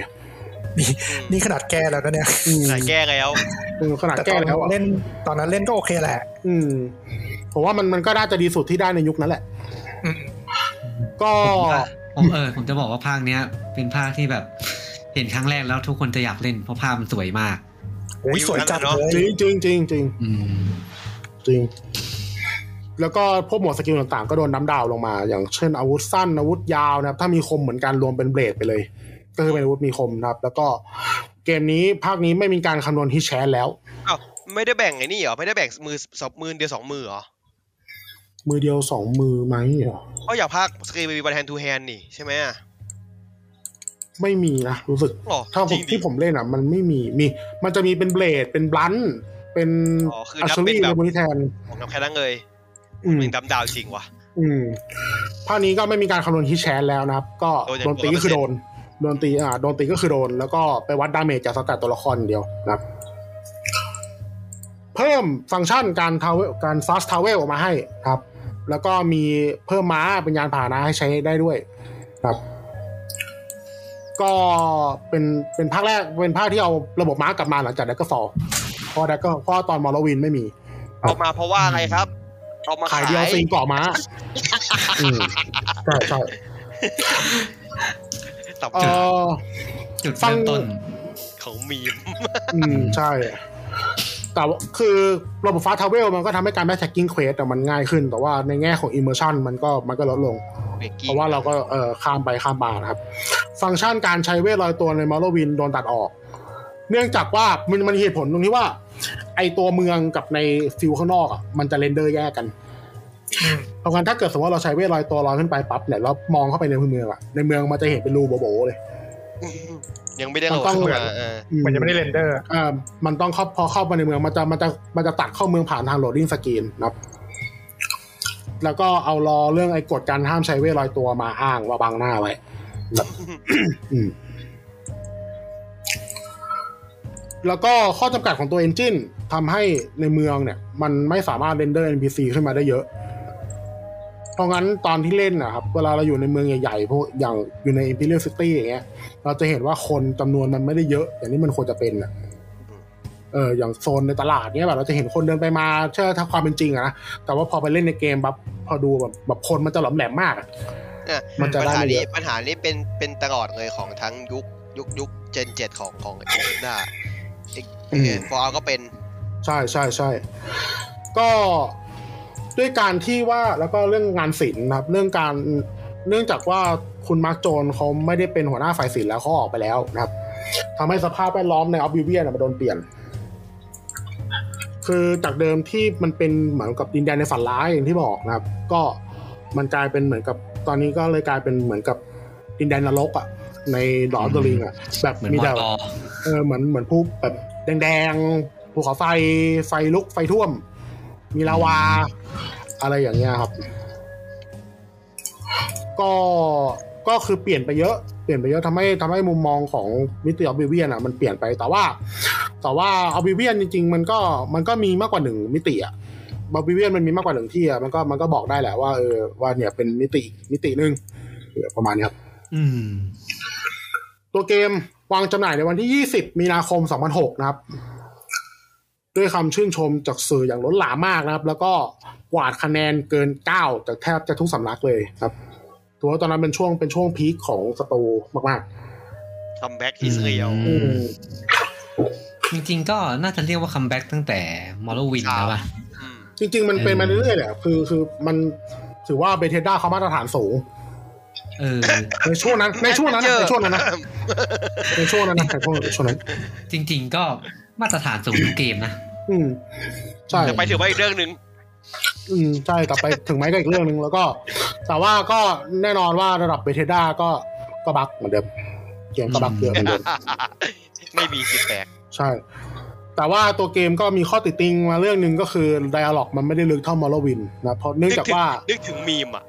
[SPEAKER 4] นี่ขนาดแก้แล้วนะเนี่ย
[SPEAKER 5] อืม
[SPEAKER 2] แต่แก้แล้ว
[SPEAKER 5] อืมขนาด
[SPEAKER 4] แต่
[SPEAKER 5] แก้
[SPEAKER 4] ตอน
[SPEAKER 5] แล้วอะ
[SPEAKER 4] เล่นตอนนั้นเล่นก็โอเคแหละ
[SPEAKER 5] อืมผมว่ามันมันก็น่าจะดีสุดที่ได้ในยุคนั้นแหละ
[SPEAKER 4] อืม
[SPEAKER 5] ก็
[SPEAKER 1] ผมว่าผมเออ ผมจะบอกว่าภาคเนี้ย เป็นภาคที่แบบ เห็นครั้งแรกแล้วทุกคนจะอยากเล่นเพราะภาพมันสวยมาก
[SPEAKER 4] โอ้ยสวยจัดเลย
[SPEAKER 5] จริงจริงจริงจริง
[SPEAKER 1] อืม
[SPEAKER 5] จริง แล้วก็พวกหมวดสกิลต่างๆ ก็โดนน้ำดาวน์ลงมา อย่างเช่นอาวุธสั้นอาวุธยาวนะครับ ถ้ามีคมเหมือนกันรวมเป็นเบลดไปเลย ก็คือเป็นอาวุธมีคมนะครับ แล้วก็เกมนี้ภาคนี้ไม่มีการคำนวณฮิตแชทแล้ว
[SPEAKER 2] เอ้าไม่ได้แบ่งไอ้นี่เหรอ ไม่ได้แบ่งมือสองมือเดียวสองมือเหรอ
[SPEAKER 5] มือเดียวสองมือไหมเหรอ
[SPEAKER 2] เพราะอยากพากสกรีนมีบันแฮนทูแฮนนี่ใช่ไหมอะ
[SPEAKER 5] ไม่มีนะรู้สึก
[SPEAKER 2] หรอ
[SPEAKER 5] ถ้าผ
[SPEAKER 2] จ
[SPEAKER 5] ม
[SPEAKER 2] ริงดิ
[SPEAKER 5] ที่ผมเล่นอ่ะ มันไม่มีมี มันจะมีเป็นเบลดเป็นบลันท์เป็น
[SPEAKER 2] อ๋อคือนั
[SPEAKER 5] อั
[SPEAKER 2] บ
[SPEAKER 5] ช
[SPEAKER 2] เป็น
[SPEAKER 5] ลี่
[SPEAKER 2] แบบ
[SPEAKER 5] เลมอนิแทน
[SPEAKER 2] ผมจำแค่นั้นเลย
[SPEAKER 5] อืม
[SPEAKER 2] มึงดำดาวจริงว่ะ
[SPEAKER 5] อืมภาคนี้ก็ไม่มีการคำนวณฮิตแชนแล้วนะครับ ก็โด
[SPEAKER 2] โด
[SPEAKER 5] น
[SPEAKER 2] นตี
[SPEAKER 5] ตีก็คือโดน โดนตีอ่าโดนตีก็คือโดน แล้วก็ไปวัดดาเมจจากสกัดตัวละครอย่างเดียวนะครับ เพิ่มฟังก์ชันการทาวการซัสทาวเวลออกมาให้ครับ แล้วก็มีเพิ่มม้าเป็นยานพาหนะให้ใช้ได้ด้วยครับ ก็เป็นเป็นภาคแรกเป็นภาคที่เอาระบบม้ากลับมาหลังจากดักเกอร์ฟอลเพราะดักเกอร์เพราะตอนมอร์วินไม่มี ครับ
[SPEAKER 2] เอามาเพราะว่าอะไรครับ เอามา
[SPEAKER 5] ขายเดียวซีเกาะม้าอืมใช่ใช่
[SPEAKER 2] ตับ
[SPEAKER 5] เออ
[SPEAKER 1] จุดเริ่มต้น
[SPEAKER 2] ของมีม
[SPEAKER 5] อืม ใช่ แต่ว่าคือระบบฟ้าทาวเวลมันก็ทำให้การแมทแท็กกิ้งเควสแต่มันง่ายขึ้น แต่ว่าในแง่ของอิมเมอร์ชันมันก็มันก็ลดลง เพราะว่าเราก็เอ่อข้ามไปข้ามมานะครับ ฟังก์ชันการใช้เวทลอยตัวในมอลวินโดนตัดออก เนื่องจากว่ามันมันเหตุผลตรงที่ว่า ไอตัวเมืองกับในฟิลข้างนอกอ่ะมันจะเรนเดอร์แยกกัน เพราะงั้นถ้าเกิดสมมติว่าเราใช้เวทลอยตัวลอยขึ้นไปปั๊บเนี่ยแล้วมองเข้าไปในเมืองอ่ะในเมืองมันจะเห็นเป็นรูโบๆเลย
[SPEAKER 2] ยังไม่ได้
[SPEAKER 5] มั
[SPEAKER 2] โห
[SPEAKER 5] น
[SPEAKER 2] ลด
[SPEAKER 5] ต้อง
[SPEAKER 2] เข้า
[SPEAKER 5] เหมือ
[SPEAKER 2] มาน เออ
[SPEAKER 5] อื
[SPEAKER 4] มันยังไม่ได้เรนเดอร์
[SPEAKER 5] เอ่อมันต้องเข้าพอเข้ามาในเมืองมันจะมันจะมันจะตัดเข้าเมืองผ่านทางโหลดดิ้งสกรีนนะครับ แล้วก็เอารอเรื่องไอ้กฎการห้ามใช้เวทลอยตัวมาอ้างว่าบังหน้าไว้นะครับ อืมแล้วก็ข้อจำกัดของตัวเอนจินทำให้ในเมืองเนี่ย มันไม่สามารถเรนเดอร์ NPC ขึ้นมาได้เยอะ เพราะงั้นตอนที่เล่นนะครับ เวลาเราอยู่ในเมืองใหญ่ๆพวกอย่างอยู่ใน Imperial City อย่างเงี้ย เราจะเห็นว่าคนจำนวนมันไม่ได้เยอะ อย่างนี้มันควรจะเป็นอ่ะ เอออย่างโซนในตลาดเนี้ยแบบเราจะเห็นคนเดินไปมาเชื่อถ้าความเป็นจริงอะนะแต่ว่าพอไปเล่นในเกมแบบพอดูแบบแบบคนมันจะหลอมแหลมมากอะ
[SPEAKER 2] อ่ะ
[SPEAKER 5] มันจะ
[SPEAKER 2] ปัญ
[SPEAKER 5] ได้
[SPEAKER 2] หา
[SPEAKER 5] ไม่เย
[SPEAKER 2] นี้
[SPEAKER 5] อะ
[SPEAKER 2] ปัญหานี้เป็นเป็นตลอดเลยของทั้งยุคยุคยุคเจนเจ็ดของของเอ็นด้า
[SPEAKER 5] อืม
[SPEAKER 2] ฟอร์ก็เป็น
[SPEAKER 5] ใช่ใช่ใช่ก็ด้วยการที่ว่าแล้วก็เรื่องงานศิลป์นะครับ เรื่องการเนื่องจากว่าคุณมาร์กโจนเขาไม่ได้เป็นหัวหน้าฝ่ายศิลป์แล้วเขาออกไปแล้วนะครับทำให้สภาพแวดล้อมในออฟบิเวียนะมันโดนเปลี่ยน คือจากเดิมที่มันเป็นเหมือนกับดินแดนในฝันร้ายอย่างที่บอกนะครับ ก็มันกลายเป็นเหมือนกับตอนนี้ก็เลยกลายเป็นเหมือนกับดินแดนนรกอะในดอทเดลิงอะแบบ
[SPEAKER 1] เหมือน
[SPEAKER 5] มี
[SPEAKER 1] มอ
[SPEAKER 5] แต่
[SPEAKER 1] ตอ
[SPEAKER 5] เออเหมือนเหมือนภูแบบแดงๆภูเขาไฟไฟลุกไฟท่วม มีลาวา อะไรอย่างเงี้ยครับ ก็ก็คือเปลี่ยนไปเยอะเปลี่ยนไปเยอะทำให้ทำให้มุมมองของมิติออบิเวียนอ่ะมันเปลี่ยนไปแต่ว่า แต่ว่าออบิเวียนจริง ๆ มันก็มันก็มีมากกว่าหนึ่งมิติอ่ะออบิเวียนมันมีมากกว่าหนึ่งที่อ่ะมันก็มันก็บอกได้แหละว่าเออว่าเนี่ยเป็นมิติมิติหนึ่งเออประมาณเนี้ยครับ
[SPEAKER 1] อืม
[SPEAKER 5] ตัวเกมวางจำหน่ายในวันที่ 20 มีนาคม 2006 นะครับ ด้วยคำชื่นชมจากสื่ออย่างล้นหลามมากนะครับ แล้วก็กวาดคะแนนเกิน 9 จากแทบจะทุกสำนักเลยครับถือว่าตอนนั้นเป็นช่วงเป็นช่วงพีคของสตูมาก
[SPEAKER 2] คัมแบ็กอิสเรียล
[SPEAKER 1] อื
[SPEAKER 5] ๆอืม
[SPEAKER 1] จริงๆก็น่าจะเรียกว่าคัมแบ็กตั้งแต่มอร์วินแล้วป่ะ
[SPEAKER 5] จริง ๆ มันเป็นมาเรื่อยๆแหละคือคือมันถือว่าเบเทด้าเขามาตรฐานสูง
[SPEAKER 1] เออ
[SPEAKER 5] ในช่วงนั้น ในช่วงนั้นนะ
[SPEAKER 2] Adventure
[SPEAKER 5] ในช่วงนั้นนะในช่วงนั้นนะในช่วงในช่วงนั้น
[SPEAKER 1] จริง ๆ ก็มาตรฐานสูงทุกเกมนะ
[SPEAKER 5] อืมใช่
[SPEAKER 2] แต่ไปถือว่าอีกเรื่อง หนึ่ง
[SPEAKER 5] อืมใช่กลับไปถึงไหมก็อีกเรื่องหนึ่งแล้วก็ แต่ว่าก็แน่นอนว่าระดับเบเทด้าก็ก็บักเหมือนเดิมเกมก็บักเยอะเหมือนเดิม
[SPEAKER 2] ไม่มีสิบแปก
[SPEAKER 5] ใช่ แต่ว่าตัวเกมก็มีข้อติดติงมาเรื่องหนึ่งก็คือไดอะล็อกมันไม่ได้ลึกเท่ามอร์วินนะเพราะเนื่องจากว่า
[SPEAKER 2] นึกถึงมีมอ่ะ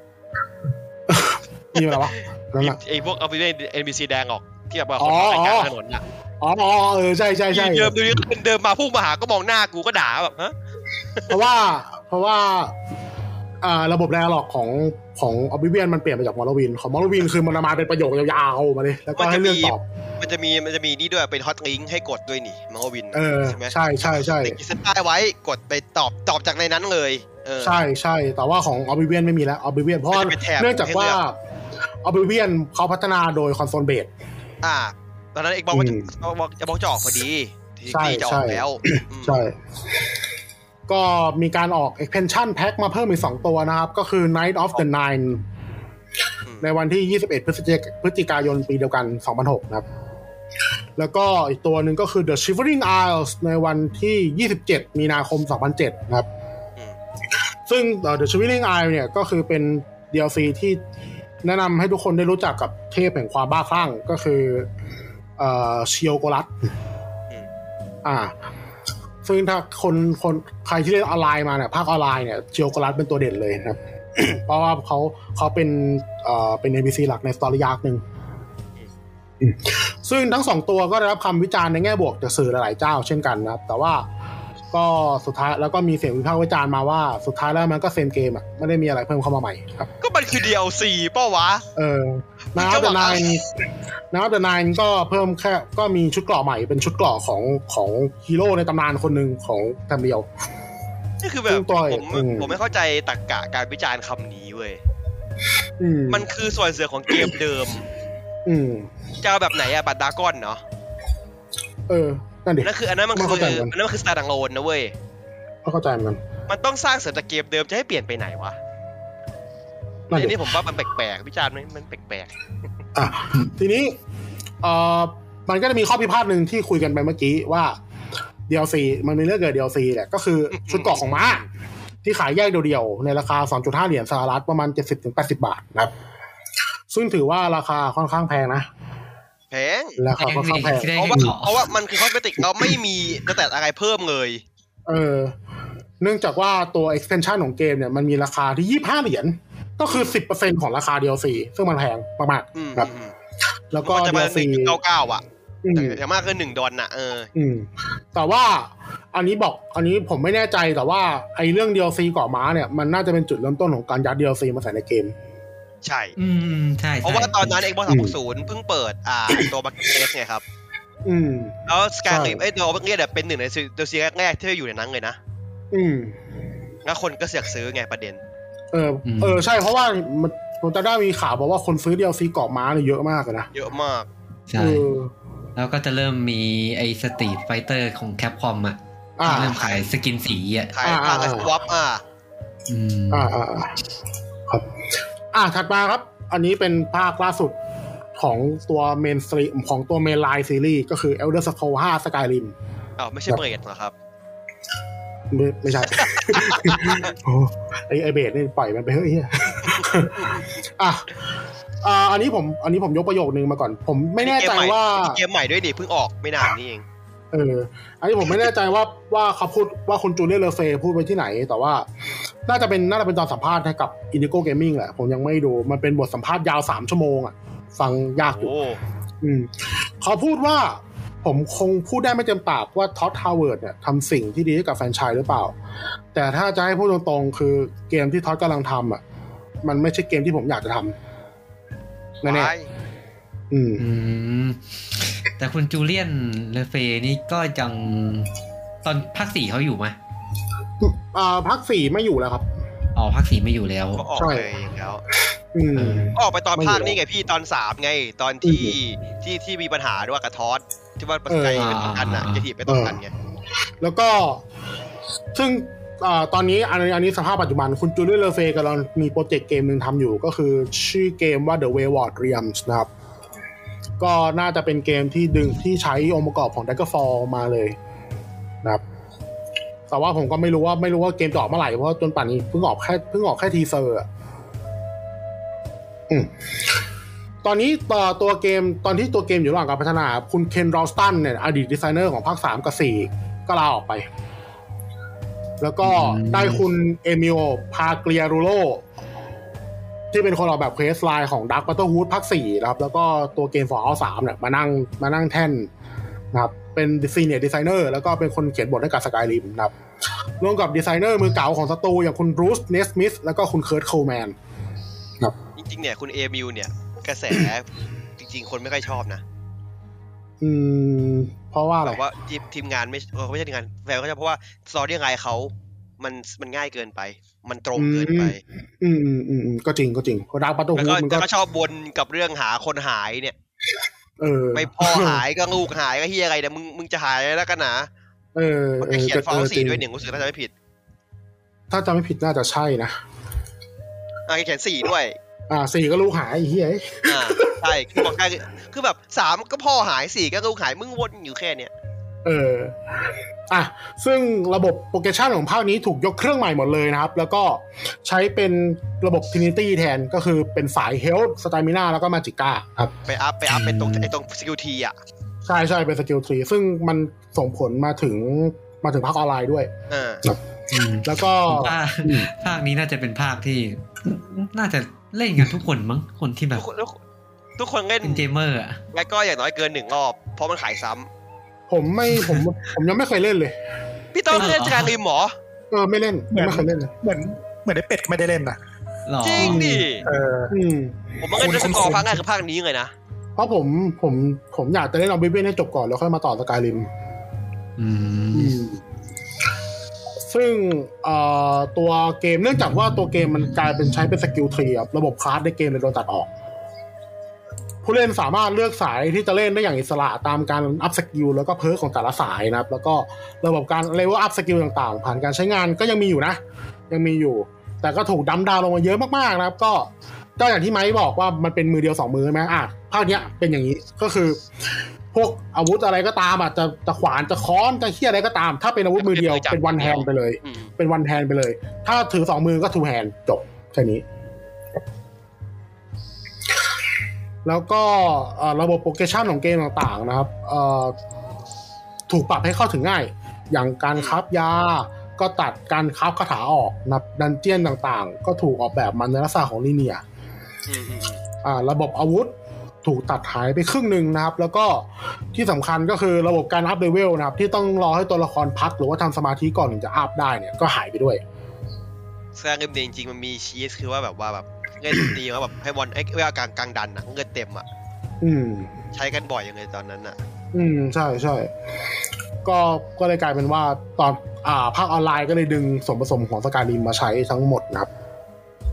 [SPEAKER 5] มีอะไรวะ นั่น
[SPEAKER 2] มีม
[SPEAKER 5] น่ะ
[SPEAKER 2] ไอ้พวกเอาไปเล่นเอ็นบีซีแดงออก ที่แบบว่า
[SPEAKER 5] อ๋
[SPEAKER 2] ค
[SPEAKER 5] อ
[SPEAKER 2] นขับไปกลางถนนอ่ะ
[SPEAKER 5] อ๋ออ๋อเออใช่ใช่ใช่
[SPEAKER 2] เดิมดูนี่เดิมมาพุ่งมาหาก็มองหน้ากูก็ด่าแบบฮะ
[SPEAKER 5] เพราะว่าเพราะว่าอ่าระบบไดอะล็อกของของออบิเวียนมันเปลี่ยนไปจากมอร์วินของมอร์วินคือมันมาเป็นประโยคยาวๆมาเลยแล้วก็ให้เรื่องตอบ
[SPEAKER 2] มันจะมีมันจะมีนี่ด้วยเป็นฮอตลิงก์ให้กดด้วยนี่มังกวิน
[SPEAKER 5] เออ
[SPEAKER 2] ใช่ไหม
[SPEAKER 5] ใช่ใช่ใช่
[SPEAKER 2] ติดขีดเส้นใต้ไว้กดไปตอบตอบจากในนั้นเลยเออ
[SPEAKER 5] ใช่ใช่แต่ว่าของออบิเวียนไม่มีแล้วออบิเวียนเพราะว่า
[SPEAKER 2] มันจะเป็นแถบ
[SPEAKER 5] เนื่องจากว่าออบิเวียนเขาพัฒนาโดยคอนโซลเบส
[SPEAKER 2] อ่า ตอนนั้นเอกบอกว่า
[SPEAKER 5] อืม
[SPEAKER 2] จะบอกจะบอกจะออกพอดีที่
[SPEAKER 5] ใช่
[SPEAKER 2] ที่จะอ
[SPEAKER 5] ใช่
[SPEAKER 2] อกแล้วอืม
[SPEAKER 5] ใช่ ก็มีการออก expansion pack มาเพิ่มอีก 2 ตัวนะครับ ก็คือ Night of the Nine
[SPEAKER 2] อืม
[SPEAKER 5] ในวันที่ 21 พฤศจิกพฤศจิกายนปีเดียวกัน 2006 นะครับ แล้วก็อีกตัวหนึ่งก็คือ The Shivering Isles ในวันที่ 27 มีนาคม 2007 นะครับ ซึ่งเอ่อ The Shivering Isles เนี่ยก็คือเป็น DLC ที่ แนะนำให้ทุกคนได้รู้จักกับเทพแห่งความบ้าคลั่งก็คือเอ่อเชียวโกรัต
[SPEAKER 2] อืม
[SPEAKER 5] อ่า ซึ่งถ้าคนคนใครที่เล่นออนไลน์มาเนี่ยภาคออนไลน์เนี่ยเชียวโกรัตเป็นตัวเด่นเลยนะครับ เพราะว่าเขาเขาเป็นเอ่อเป็น NPC หลักในสตอรี่ยากหนึ่งอืมซึ่งทั้งสองตัวก็ได้รับคำวิจารณ์ในแง่บวกจากสื่อหลายๆเจ้าเช่นกันนะครับ แต่ว่าก็สุดท้ายแล้วก็มีเสียงวิพากษ์วิจารณ์มาว่าสุดท้ายแล้วมันก็เซมเกมอ่ะไม่ได้มีอะไรเพิ่มเข้ามาใหม่ครับ
[SPEAKER 2] ก็มันคือ DLC เป้าวะ
[SPEAKER 5] เออนา
[SPEAKER 2] เจ้า
[SPEAKER 5] เด
[SPEAKER 2] บ่า
[SPEAKER 5] อะ
[SPEAKER 2] ว
[SPEAKER 5] นายนาเดอะนายก็เพิ่มแค่ ก็มีชุดเกราะใหม่เป็นชุดเกราะของของฮีโร่ในตำนานคนหนึ่งของแทมเบียว
[SPEAKER 2] นี่คือแบบ
[SPEAKER 5] ซึ่งตัว
[SPEAKER 2] ผม
[SPEAKER 5] อืม
[SPEAKER 2] ผมไม่เข้าใจตรรกะการวิจารณ์คำนี้เว้ย
[SPEAKER 5] อืม
[SPEAKER 2] มันคือส่วนเสือของเกมเดิม
[SPEAKER 5] อืม
[SPEAKER 2] จะเอาแบบไหนอะบัตรดราก้อนเนาะ
[SPEAKER 5] เออ นั่นดิ
[SPEAKER 2] นั่นคืออันนั้นมันคื
[SPEAKER 5] ไม่
[SPEAKER 2] อ
[SPEAKER 5] เข้าใจเหมือนกัน
[SPEAKER 2] อันนั้นมันคือสตาร์ดังโลนนะเว้ย
[SPEAKER 5] ก็เข้าใจเหมือนกัน
[SPEAKER 2] มันต้องสร้างเสริมจากเกมเดิมจะให้เปลี่ยนไปไหนวะ
[SPEAKER 5] นั่น
[SPEAKER 2] อัน
[SPEAKER 5] ดิ
[SPEAKER 2] นี้ผมว่ามันแปลกๆวิจารณ์มันมันแปลก
[SPEAKER 5] อ่ะทีนี้เอ่อมันก็จะมีข้อพิพาทหนึ่งที่คุยกันไปเมื่อกี้ว่า DLC มันมีเรื่องเกิด DLC แหละก็คือชุดเกราะของม้า ที่ขายแยกเดียวๆในราคา 2.5 เหรียญสหรัฐประมาณ 70-80 บาทนะครับ ซึ่งถือว่าราคาค่อนข้างแพงนะ
[SPEAKER 2] ๆแพง
[SPEAKER 5] ราคาค่อนข้างแพง
[SPEAKER 1] ที่ได้
[SPEAKER 2] เพราะ
[SPEAKER 1] ให้
[SPEAKER 2] ว่า
[SPEAKER 1] ขอ
[SPEAKER 2] เพราะว่ามันคือคอสเมติกเราไม่มีกระแตอะไรเพิ่มเลย
[SPEAKER 5] เออ เนื่องจากว่าตัว extension ของเกมเนี่ยมันมีราคาที่ 25 เหรียญ ก็คือ 10%ของราคา DLC ซึ่งมันแพงมาก
[SPEAKER 2] อืม
[SPEAKER 5] ๆครับ
[SPEAKER 2] อืม
[SPEAKER 5] แล้วก็
[SPEAKER 2] มันจะมา
[SPEAKER 5] DLC
[SPEAKER 2] หนึ่งเก้าเก้าอ่ะ
[SPEAKER 5] อืม
[SPEAKER 2] แต่อย่างมากคือหนึ่งดอลน่ะเออ
[SPEAKER 5] อืม แต่ว่าอันนี้บอก อันนี้ผมไม่แน่ใจแต่ว่าไอ้เรื่อง DLC ก่อม้าเนี่ย มันน่าจะเป็นจุดเริ่มต้นของการยัด DLC มาใส่ในเกม
[SPEAKER 2] ใช่
[SPEAKER 1] อืมใช่ใช่
[SPEAKER 2] เพราะว่าตอนนั้น Xbox 360 เพิ่งเปิดอ่า ตัวบัคเกสไงครับ
[SPEAKER 5] อืม
[SPEAKER 2] แล้วสกาย
[SPEAKER 5] ใช่
[SPEAKER 2] เอ้ยตัวบัคเกสเนี่ยเป็นหนึ่งในตัวซีแรกๆที่อยู่ในนั้นเลยนะ
[SPEAKER 5] อืม
[SPEAKER 2] แล้วคนก็เสียกซื้อไงประเด็น
[SPEAKER 5] เออ เออ ใช่ เพราะว่ามันผมจะได้มีข่าวบอกว่าคนซื้อ DLC ก่อม้าเนี่ยเยอะมากเลยนะ
[SPEAKER 2] เยอะมาก
[SPEAKER 1] ใช่
[SPEAKER 5] เออ
[SPEAKER 1] แล้วก็จะเริ่มมีไอ้สตรีทไฟเตอร์ของแคปคอมอ่ะ
[SPEAKER 5] อ่า
[SPEAKER 1] เริ่มขายสกินสีอ่ะ
[SPEAKER 2] ขาย
[SPEAKER 5] อ่า
[SPEAKER 2] ผ้า
[SPEAKER 5] อ่า
[SPEAKER 2] กับสวอปอ่ะ
[SPEAKER 1] อืม
[SPEAKER 5] อ่าอ่าอ่าครับ อ่าถัดมาครับ อันนี้เป็นภาคล่าสุดของตัวเมนสตรีมของตัวเมนไลน์ซีรีส์ก็คือ Elder Scrolls 5 Skyrim
[SPEAKER 2] อ้าวไม่ใช่เบรดเหรอครับ
[SPEAKER 5] ไม่ไม่ ใช่ โอ้ไอไอเบสนี่ปล่อยมันไปเฮ้ยเหี้ย อ่ะอ่าอันนี้ผมอันนี้ผมยกประโยคนึงมาก่อน ผมไม่แน่ใจว่า
[SPEAKER 2] เกมใหม่ด้วยดิเพิ่งออกไม่นานนี่เอง
[SPEAKER 5] เออ อันนี้ผมไม่แน่ใจว่าว่าเขาพูดว่าคุณจูเลียเลอเฟย์พูดไปที่ไหน แต่ว่า น่าจะเป็นน่าจะเป็นตอนสัมภาษณ์ให้กับอินดิโกเกมมิ่งแหละ ผมยังไม่ดู มันเป็นบทสัมภาษณ์ยาวสามชั่วโมงอ่ะ ฟังยากอยู่
[SPEAKER 2] โอ้
[SPEAKER 5] อืมเขาพูดว่า ผมคงพูดได้ไม่เต็มปากว่าท็อตทาวเวิร์ดเนี่ยทำสิ่งที่ดีให้กับแฟรนไชายหรือเปล่า แต่ถ้าจะให้พูดตรงๆ คือเกมที่ท็อตกำลังทำอ่ะ มันไม่ใช่เกมที่ผมอยากจะทำแน่
[SPEAKER 2] ว้าย
[SPEAKER 5] ๆอืม
[SPEAKER 1] อืมแต่คุณจูเลียนเลเฟนี่ก็ยังตอนภาคสี่เขาอยู่ไหม
[SPEAKER 5] อ่าพักสี่ไม่อยู่แล้วครับ
[SPEAKER 1] อ๋อภาคสี่ไม่อยู่แล้ว
[SPEAKER 2] ก็ออก
[SPEAKER 5] ใช่
[SPEAKER 2] เลยอย่างแล้ว
[SPEAKER 5] อืม
[SPEAKER 2] ออกไปตอน
[SPEAKER 5] ไม่
[SPEAKER 2] ภาค
[SPEAKER 5] อยู่
[SPEAKER 2] นี่ไงพี่ตอนสามไง ตอนที่ที่ที่มีปัญหาด้วยกับทอสที่ว่าปัจจัยเป็นต้องกันอ่ะ
[SPEAKER 1] เออ
[SPEAKER 2] จะถีบไปต้องกันไง
[SPEAKER 5] แล้วก็ซึ่งอาตอนนี้อันนี้อันนี้สภาพปัจจุบันคุณจูเลียเลเฟย์กำลังมีโปรเจกต์เกมหนึ่งทำอยู่ ก็คือชื่อเกมว่า The Wayward Realms นะครับ ก็น่าจะเป็นเกมที่ดึงที่ใช้องค์ประกอบของ Daggerfall มาเลยนะครับ แต่ว่าผมก็ไม่รู้ว่าไม่รู้ว่าเกมจะออกเมื่อไหร่ เพราะจนป่านนี้เพิ่งออกแค่เพิ่งออกแค่ทีเซอร์อะอืมตอนนี้ต่อตัวเกมตอนที่ตัวเกมอยู่ระหว่างการพัฒนา คุณเคนรอลสตันเนี่ยอดีตดีไซเนอร์ของภาคสามกับสี่ ก็ลาออกไป แล้วก็
[SPEAKER 1] อืม
[SPEAKER 5] ได้คุณเอมิโอพาเกลียรูโรที่เป็นคนออกแบบเควสไลน์ของดักบัตเตอร์ฮูดภาคสี่นะครับ แล้วก็ตัวเกมฟอร์เอาสามเนี่ยมานั่งมานั่งแท่นนะครับ เป็นซีเนียร์ดีไซเนอร์แล้วก็เป็นคนเขียนบทให้กับสกายริมนะครับ ร่วมกับดีไซเนอร์มือเก่าของสตูอย่างคุณรูสเนสมิธแล้วก็คุณเคิร์ตโคลแมน
[SPEAKER 2] จริงๆเนี่ยคุณเอมิวเนี่ย กระแส จริง ๆ คนไม่ค่อยชอบนะ
[SPEAKER 5] อืม เพราะว่าอะไร
[SPEAKER 2] แต่ว่าทีมทีมงานไม่เออไม่ใช่ทีมงานแฟนเขาจะเพราะว่าสตอรี่ไงเขามันมันง่ายเกินไป มันตรงเกินไป
[SPEAKER 5] อืมอืมอืมอืมก็จริงก็จริงเพราะดักบัตเตอร์
[SPEAKER 2] แล้ว
[SPEAKER 5] ฮู
[SPEAKER 2] ก็
[SPEAKER 5] ดมัน
[SPEAKER 2] แล้
[SPEAKER 5] ก็
[SPEAKER 2] วก็ชอบวนกับเรื่องหาคนหายเนี่ย
[SPEAKER 5] เออ
[SPEAKER 2] ไม่พ่อหายก็ลูกหายก็เฮียอะไรเนี่ยมึงมึงจะหายแล้วกันนะ
[SPEAKER 5] เออ
[SPEAKER 2] มัน
[SPEAKER 5] เอ
[SPEAKER 2] ก็
[SPEAKER 5] อ
[SPEAKER 2] เขียนฟอง
[SPEAKER 5] จ
[SPEAKER 2] สี่
[SPEAKER 5] ริง
[SPEAKER 2] ด้วยหนึ่งรู้สึกถ้าจะไม่ผิด
[SPEAKER 5] ถ้าจำไม่ผิดน่าจะใช่นะ
[SPEAKER 2] อ่ะเขียนสี่ด้วย
[SPEAKER 5] อ่าสี่ก็รู้หายไอ้เฮีย
[SPEAKER 2] อ่าใช่คือบอกได้คือแบบสามก็พ่อหายสี่ก็ลูกหายมึงวนอยู่แค่เนี้ย
[SPEAKER 5] เอออ่ะซึ่งระบบโปรเกชันของภาคนี้ถูกยกเครื่องใหม่หมดเลยนะครับ แล้วก็ใช้เป็นระบบ Trinity แทนก็คือเป็นสาย Health Stamina แล้วก็ Magica ครับ
[SPEAKER 2] ไปอัพไปอัพเป็นตรงไอ้ตรงสกิลทีอ่ะ
[SPEAKER 5] ใช่ใช่เป็นสกิลทรีซึ่งมันส่งผลมาถึงมาถึงภาคออนไลน์ด้วย
[SPEAKER 2] เออ
[SPEAKER 1] อืม
[SPEAKER 5] แล้วก็
[SPEAKER 1] ผมว่าภาคนี้น่าจะเป็นภาคที่ น่าจะเล่นกันทุกคนมั้งคนที่แบ
[SPEAKER 2] ทุ
[SPEAKER 1] บ
[SPEAKER 2] กคนทุกทุกคนเล่น
[SPEAKER 1] เป็นเกมเมอร์อะ
[SPEAKER 2] แล้วก็อย่างน้อยเกินหนึ่งรอบ เพราะมันขายซ้
[SPEAKER 5] ผมไม่ผมผมยังไม่เคยเล่นเลย
[SPEAKER 2] ำพี่ต้องเล่นจางริมหมอ
[SPEAKER 5] เออไม่เล่นไม่เคยเล่นเลย
[SPEAKER 4] เหมือนเหมือนได้เป็ดก็ไม่ได้เล่นนะ
[SPEAKER 1] หรอ
[SPEAKER 2] จริงดิ
[SPEAKER 4] เออ
[SPEAKER 5] อืม
[SPEAKER 2] ผมว่าเล่นด้วยสกอร์ภาคแรกคือภาคนี้เลยนะ
[SPEAKER 5] เพราะผมผมผมอยากจะเล่นเอาบิเบนให้จบก่อนแล้วค่อยมาต่อสกายริม
[SPEAKER 1] อืม
[SPEAKER 5] ซึ่งเอ่อตัวเกมเนื่องจากว่าตัวเกมมันกลายเป็นใช้เป็นสกิลทรีครับระบบคลาสในเกมเลยโดนตัดออก ผู้เล่นสามารถเลือกสายที่จะเล่นได้อย่างอิสระตามการอัพสกิลแล้วก็เพิร์กของแต่ละสายนะครับ แล้วก็ระบบการเลเวลอัพสกิลต่างๆ ผ่านการใช้งานก็ยังมีอยู่นะ ยังมีอยู่ แต่ก็ถูกดัมดาวลงมาเยอะมากๆนะครับ ก็ก็อย่างที่ไม้บอกว่ามันเป็นมือเดียวสองมือใช่ไหมอ่ะภาคเนี้ยเป็นอย่างนี้ก็คือ พวกอาวุธอะไรก็ตามอ่ะจะจะขวานจะค้อนจะเคี้ยอะไรก็ตาม ถ้าเป็นอาวุธมือเดียวเป็นวันแฮนไปเลย
[SPEAKER 2] อืม
[SPEAKER 5] เป็นวันแทนไปเลย ถ้าถือสองมือก็ทูแฮนจบแค่นี้ แล้วก็เอ่อระบบโปรเกรสชันของเกมต่างๆนะครับเอ่อถูกปรับให้เข้าถึงง่าย อย่างการคราฟยา ก็ตัดการคราฟคาถาออกนับดันเจียนต่างๆ ก็ถูกออกแบบมาในลักษณะของลิเนียร์
[SPEAKER 2] อืมอืม
[SPEAKER 5] อ่าระบบอาวุธถูกตัดหายไปครึ่งหนึ่งนะครับ แล้วก็ที่สำคัญก็คือระบบการอัพเลเวลนะครับ ที่ต้องรอให้ตัวละครพักหรือว่าทำสมาธิก่อนถึงจะอัพได้เนี่ยก็หายไปด้วย
[SPEAKER 2] แซงเกมเดยจริงๆมันมีชีสคือว่าแบบว่าแบบเล่นดีว่าแบบให้บอลไอ้เวลากลางกลางดันนะเงินเต็มอ่ะ
[SPEAKER 5] อืม
[SPEAKER 2] ใช้กันบ่อยอย่างเลยตอนนั้นอ่ะ
[SPEAKER 5] อืม ใช่ใช่ก็ก็เลยกลายเป็นว่าตอนอ่าภาคออนไลน์ก็เลยดึงส่วนผสมของสกายริมมาใช้ทั้งหมดนะครับ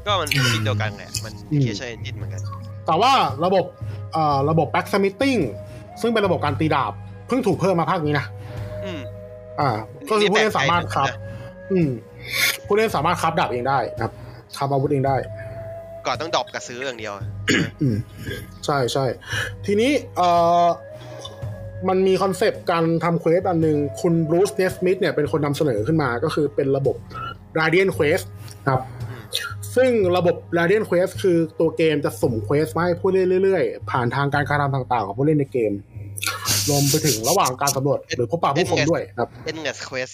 [SPEAKER 2] ก็มันเป็นชิ้นเดียวกันแหละมัน
[SPEAKER 5] อืม
[SPEAKER 2] เคชั่นเอนจินเหมือนกัน
[SPEAKER 5] แต่ว่าระบบเอ่อระบบแบ็กสมิ t ิ n งซึ่งเป็นระบบการตีดาบ เพิ่งถูกเพิ่มมาภาคนี้นะ
[SPEAKER 2] อืม
[SPEAKER 5] อ่าก็คือผู้เล่นสามารถครับ
[SPEAKER 2] นี่แปลกใจเหมือนกันนะ
[SPEAKER 5] อืม ผู้เล่นสามารถครับดาบเองได้นะครับครับอาวุธเองได้
[SPEAKER 2] ก่อนต้องดรอปกับซื้ออย่างเดียว
[SPEAKER 5] อืม ใช่ใช่ทีนี้เอ่อมันมีคอนเซปต์การทำเควสอันหนึ่งคุณบรูซเนสมิธเนี่ยเป็นคนนำเสนอขึ้นมาก็คือเป็นระบบ r a d i a n Quest ครับ
[SPEAKER 2] อืม
[SPEAKER 5] ซึ่งระบบ r a d i a n Quest คือตัวเกมจะสุ่มเควสมาให้ผู้เล่นเรื่อยๆ ผ่านทางการกระทำต่างๆ ของผู้เล่นในเกม รวมไปถึงระหว่างการสำรวจหรือพบปะผู้คนด้วยครับ
[SPEAKER 2] เอ็นเนสเควส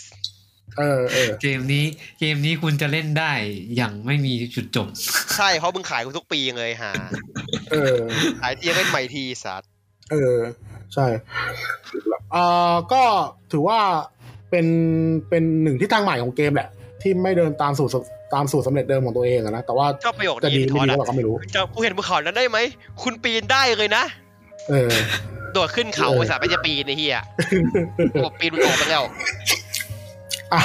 [SPEAKER 5] เออเออ
[SPEAKER 1] เกมนี้เกมนี้คุณจะเล่นได้อย่างไม่มีจุดจบ
[SPEAKER 2] ใช่เพราะมึงขายกูทุกปีเลยฮะ
[SPEAKER 5] เออ
[SPEAKER 2] ขายเทียเล่นใหม่ทีสัตว์
[SPEAKER 5] เออ ใช่เอ่อก็ถือว่าเป็นเป็นหนึ่งที่ทางใหม่ของเกมแหละ ที่ไม่เดินตามสูตรสตามสูตรสำเร็จเดิมของตัวเองอะนะ แต่ว่า
[SPEAKER 2] ชอบประโยค
[SPEAKER 5] จะ
[SPEAKER 2] นี้
[SPEAKER 5] ดี
[SPEAKER 2] ที่ทอ
[SPEAKER 5] ไม่
[SPEAKER 2] ด
[SPEAKER 5] ดีหรือเปล่า
[SPEAKER 2] อ่ะ
[SPEAKER 5] ก็ไม่รู้
[SPEAKER 2] จะกูเห็นบนเขานั้นได้ไหม คุณปีนได้เลยนะ
[SPEAKER 5] เออ
[SPEAKER 2] โดดขึ้นเขา
[SPEAKER 5] เออ
[SPEAKER 2] ไอ้สัตว์ไม่จะปีนไอ้เหี้ยบอกปีนมึงออกไปแล้ว
[SPEAKER 5] อ่ะ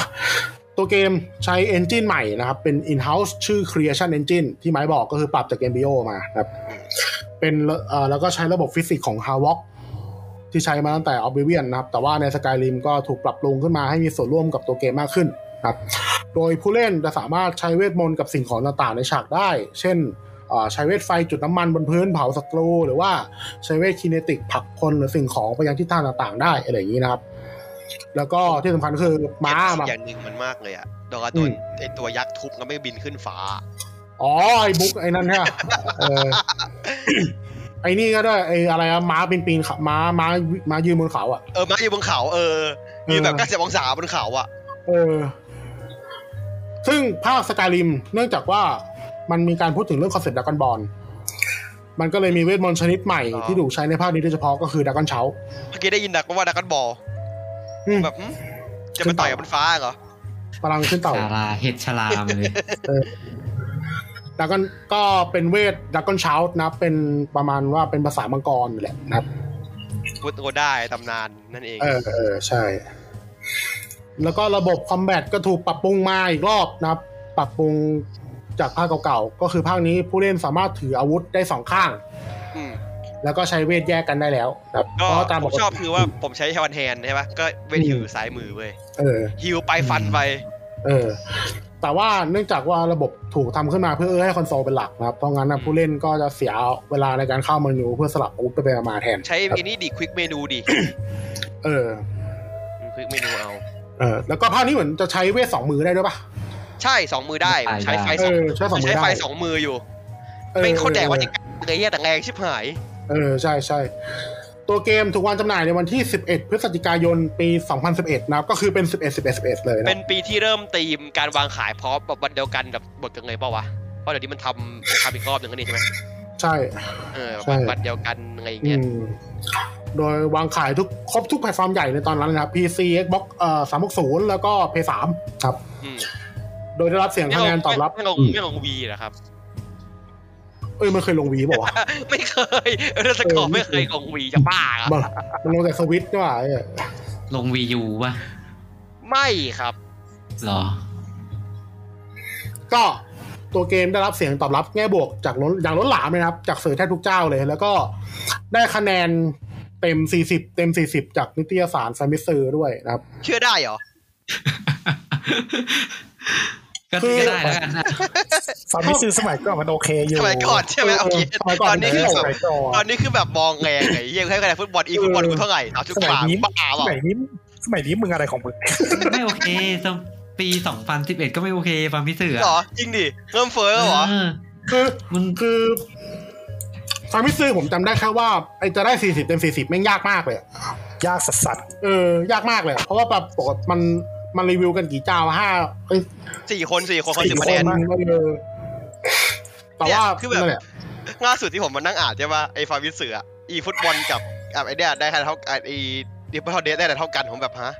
[SPEAKER 5] ตัวเกมใช้ Engine ใหม่นะครับ เป็น in-house ชื่อ Creation Engine ที่ไม้บอกก็คือปรับจากเกม b ิโอมานะครับ เป็นเอ่อแล้วก็ใช้ระบบฟิสิกส์ของ h a w o c ที่ใช้มาตั้งแต่ Oblivion นะครับ แต่ว่าใน Skyrim ก็ถูกปรับปรุงขึ้นมาให้มีส่วนร่วมกับตัวเกมมากขึ้นนะครับ โดยผู้เล่นจะสามารถใช้เวทมนต์กับสิ่งของต่างๆในฉากได้ เช่นเอ่อใช้เวทไฟจุดน้ำมันบนพื้นเผาศัตรู หรือว่าใช้เวทคิเนติกผลักคนหรือสิ่งของไปยังทิศทางต่างๆ ได้อะไรอย่างนี้นะครับ แล้วก็ที่สำคัญก็คือม้ามา
[SPEAKER 2] อย่างหนึ่งมันมากเลยอ่ะดอกระ
[SPEAKER 5] อื
[SPEAKER 2] โดน
[SPEAKER 5] ม
[SPEAKER 2] ไอตัวยักษ์ทุบก็ไม่บินขึ้นฟ้า
[SPEAKER 5] อ๋อไอ้บุ๊กไอ้นั่นเนี่ยเออ ไอ้นี่ก็ได้ไอ้อะไรอะม้าปีนปีนเขาม้าม้าม้ายืนบนเขาอ่ะ
[SPEAKER 2] เออมาอยู่บนเขา เออยืนแบบก้าสิบ90องศาบนเขาอ่ะ
[SPEAKER 5] เออ ซึ่งภาคสกายริม เนื่องจากว่ามันมีการพูดถึงเรื่องคอนเซ็ปต์ดากอนบอลมันก็เลยมีเวทมนต์ชนิดใหม่
[SPEAKER 2] อ๋อ
[SPEAKER 5] ที่ถูกใช้ในภาคนี้โดยเฉพาะก็คือดากอนเช้า
[SPEAKER 2] เมื่อกี้ได้ยินดักว่าดักกันบอล
[SPEAKER 5] อืม
[SPEAKER 2] แบบหึจะมาต่อยกับบนฟ้าเหรอ
[SPEAKER 5] พลังขึ้นเต่า
[SPEAKER 1] ชาราเฮ็ดชารามาเลย
[SPEAKER 5] ดราก้อนก็เป็นเวทดราก้อนเช้านะครับเป็นประมาณว่าเป็นภาษามังกรนี่แหละนะครับ
[SPEAKER 2] พุทโกได้ตำนานนั่นเอง
[SPEAKER 5] เออเออใช่ แล้วก็ระบบคอมแบทก็ถูกปรับปรุงมาอีกรอบนะครับ ปรับปรุงจากภาคเก่าๆ ก็คือภาคนี้ผู้เล่นสามารถถืออาวุธได้สองข้าง
[SPEAKER 2] อืม
[SPEAKER 5] แล้วก็ใช้เวทแยกกันได้แล้วนะครับ
[SPEAKER 2] ก็
[SPEAKER 5] เพราะตาม
[SPEAKER 2] ผ
[SPEAKER 5] ป
[SPEAKER 2] ม
[SPEAKER 5] กติ
[SPEAKER 2] ชอบคือว่าผมใช้ชาวันแฮนใช่ปะก็เวทฮิวซ้ายมือเว้ย
[SPEAKER 5] เออ
[SPEAKER 2] ฮิวไปฟันไป
[SPEAKER 5] เออ แต่ว่าเนื่องจากว่าระบบถูกทำขึ้นมาเพื่อเอื้อให้คอนโซลเป็นหลักนะครับ เพราะงั้นนะผู้เล่นก็จะเสียเวลาในการเข้าเมนูเพื่อสลับอาวุธไปไปมาๆแทน
[SPEAKER 2] ใช้ไอ้นี่ดิควิกเมนูดิ
[SPEAKER 5] เออ
[SPEAKER 2] คลิกเมนูเอา
[SPEAKER 5] เออแล้วก็ภาคนี้เหมือนจะใช้เวทสองมือได้ด้วยปะ
[SPEAKER 2] ใช่ สองมือได้
[SPEAKER 1] ได้
[SPEAKER 2] ใช้ไฟ
[SPEAKER 1] ได้
[SPEAKER 2] สอง
[SPEAKER 5] เออใช้สองมือ
[SPEAKER 2] ใช้ไฟ
[SPEAKER 5] ได้
[SPEAKER 2] สองมืออยู่
[SPEAKER 5] ออ
[SPEAKER 2] เป็นคนแดกว่าจะเกยเหี้ยแต่แรงชิบหาย
[SPEAKER 5] เออใช่ใช่ตัวเกมถูกวางจำหน่ายในวันที่ 11 พฤศจิกายนปี 2011 นะครับก็คือเป็น 11 11 11 เลยนะ
[SPEAKER 2] เป็นปีที่เริ่มตีมการวางขายพร้อมแบบวันเดียวกันแบบบทกันเลยเปล่าวะ เพราะเดี๋ยวนี้มันทำทำอีกรอบหนึ่งก็นี่ใช่ไหม
[SPEAKER 5] ใช่
[SPEAKER 2] เออ
[SPEAKER 5] ใช่
[SPEAKER 2] วันเดียวกันอะไรอย่าง
[SPEAKER 5] อื
[SPEAKER 2] เงี้ย
[SPEAKER 5] มโดยวางขายทุกครบทุกแพลตฟอร์มใหญ่ในตอนนั้นนะครับ PC Xbox เอ่อ360 แล้วก็ PS3 ครับ
[SPEAKER 2] อืม
[SPEAKER 5] โดยได้รับเสียง
[SPEAKER 2] ไม่
[SPEAKER 5] คะแน
[SPEAKER 2] ล
[SPEAKER 5] น
[SPEAKER 2] ง
[SPEAKER 5] ตอบรับ
[SPEAKER 2] ไม่ลงไม่ลงวีนะครับ
[SPEAKER 5] เอ้ย มันเคยลงวีบอกว่าวะ
[SPEAKER 2] ไม่เคยเรื่องสกอร์ไม่เคยลงวีจะบ้าเหรอ
[SPEAKER 5] มันมันลงแต่สวิตช์นี่หว่าเออ
[SPEAKER 1] ลงวียูป่ะ
[SPEAKER 2] ไม่ครับ
[SPEAKER 1] หรอ
[SPEAKER 5] ก็ตัวเกมได้รับเสียงตอบรับแง่บวกจากล้นอย่างล้นหลามเลยนะครับ จากสื่อแทบทุกเจ้าเลย แล้วก็ได้คะแนนเต็ม 40 เต็ม 40 จากนิตยสารแฟมิซือด้วยนะครับ
[SPEAKER 2] เชื่อได้เหรอ
[SPEAKER 1] ก็ถือก็ได้แล้วกันนะ
[SPEAKER 4] ฟาร์มิซื้อสมัยก่อนมันโอเคอยู่
[SPEAKER 2] สมัยก่อนใช่ไหมเอา
[SPEAKER 5] เออ
[SPEAKER 2] งี้
[SPEAKER 5] สมัยก่อน
[SPEAKER 2] ตอนนี้คือ
[SPEAKER 5] เออ
[SPEAKER 2] แบบ
[SPEAKER 4] สมัยก่อน
[SPEAKER 2] ตอนนี้คือแบบมองแรงไงเหี้ยังให้คะแนนฟุตบอลอีฟุตบอลกูเท่าไหร่เอาชุด
[SPEAKER 4] สมั
[SPEAKER 2] ก
[SPEAKER 4] ย
[SPEAKER 2] ลาง
[SPEAKER 4] นี้
[SPEAKER 2] บ้า
[SPEAKER 4] ส
[SPEAKER 2] เปล่า
[SPEAKER 4] มัยนี้สมัยนี้มึงอะไรของมึง
[SPEAKER 1] ไม่โอเคสมปี 2011 ก็ไม่โอเคฟังพี่เสือ
[SPEAKER 2] เหรอจริงดิเริ่มเฟ้อแล้วเหรอ
[SPEAKER 1] เออ
[SPEAKER 5] คือ
[SPEAKER 1] มัน
[SPEAKER 5] คือแฟมิซือผมจำได้แค่ว่าไอ้จะได้ 40 เต็ม 40 แม่งยากมากเลยอะ
[SPEAKER 4] ยากสัสสัส
[SPEAKER 5] เออยากมากเลยอะเพราะว่าแบบปกติมันมันรีวิวกันกี่เจ้าห้าเอ้ย
[SPEAKER 2] สี่คนสี่คนคน
[SPEAKER 5] สี่
[SPEAKER 2] สิบ
[SPEAKER 5] ค
[SPEAKER 2] คะแนน
[SPEAKER 5] นเออแต่ว่า
[SPEAKER 2] เนี่ยคือแบบ
[SPEAKER 5] นั่นแหละ
[SPEAKER 2] ล่าสุดที่ผมมานั่งอ่านใช่ป่ะไอ้ฟาวิสเสืออีฟุตบอลกับอ่ะไอ้เนี่ยได้คะแนนเท่าไอ้ไอ้ดิปเปิลเดสได้คะแนนเท่ากันผมแบบฮะ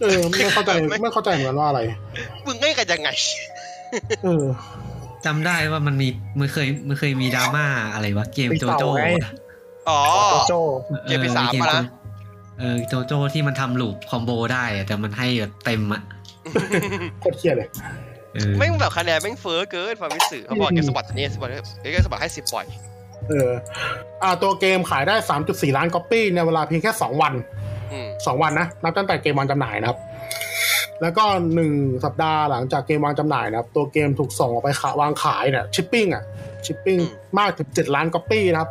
[SPEAKER 5] เออไม่เข้าใจ
[SPEAKER 2] ไม่
[SPEAKER 5] ไม่เข้าใจเหมือนกันว่าอะไร
[SPEAKER 2] มึงง่ายกันยังไง
[SPEAKER 5] เออ
[SPEAKER 1] จำได้ว่ามันมีมันเคยมันเคยมีดราม่าอะไรวะเกมโจโจ้อะ
[SPEAKER 2] อ๋อ
[SPEAKER 4] โตโจ
[SPEAKER 1] ออ
[SPEAKER 2] เกมที่สาม
[SPEAKER 1] เก
[SPEAKER 2] ปะนะ
[SPEAKER 1] เออโจโจ้ที่มันทำลูปคอมโบได้อะแต่มันให้แบบเต็มอะ
[SPEAKER 5] โคตรเครียดเลย
[SPEAKER 1] เออ
[SPEAKER 2] แม่งแบบคะแนนแม่งเฟ้อเกินฟาวิสเสือเขาบอกเกมสมบัติเนี่ยสมบัติเอ้ยเกมสมบัติให้สิบบ่อย
[SPEAKER 5] เออ อ่าตัวเกมขายได้ 3.4 ล้านก๊อปปี้ในเวลาเพียงแค่ 2 วัน
[SPEAKER 2] อืม
[SPEAKER 5] 2 วันนะ นับตั้งแต่เกมวางจำหน่ายนะครับ แล้วก็ 1 สัปดาห์หลังจากเกมวางจำหน่ายนะครับ ตัวเกมถูกส่งออกไปขายวางขายเนี่ยชิปปิ้งอ่ะชิปปิ้งมากถึง 7 ล้านก๊อปปี้นะครับ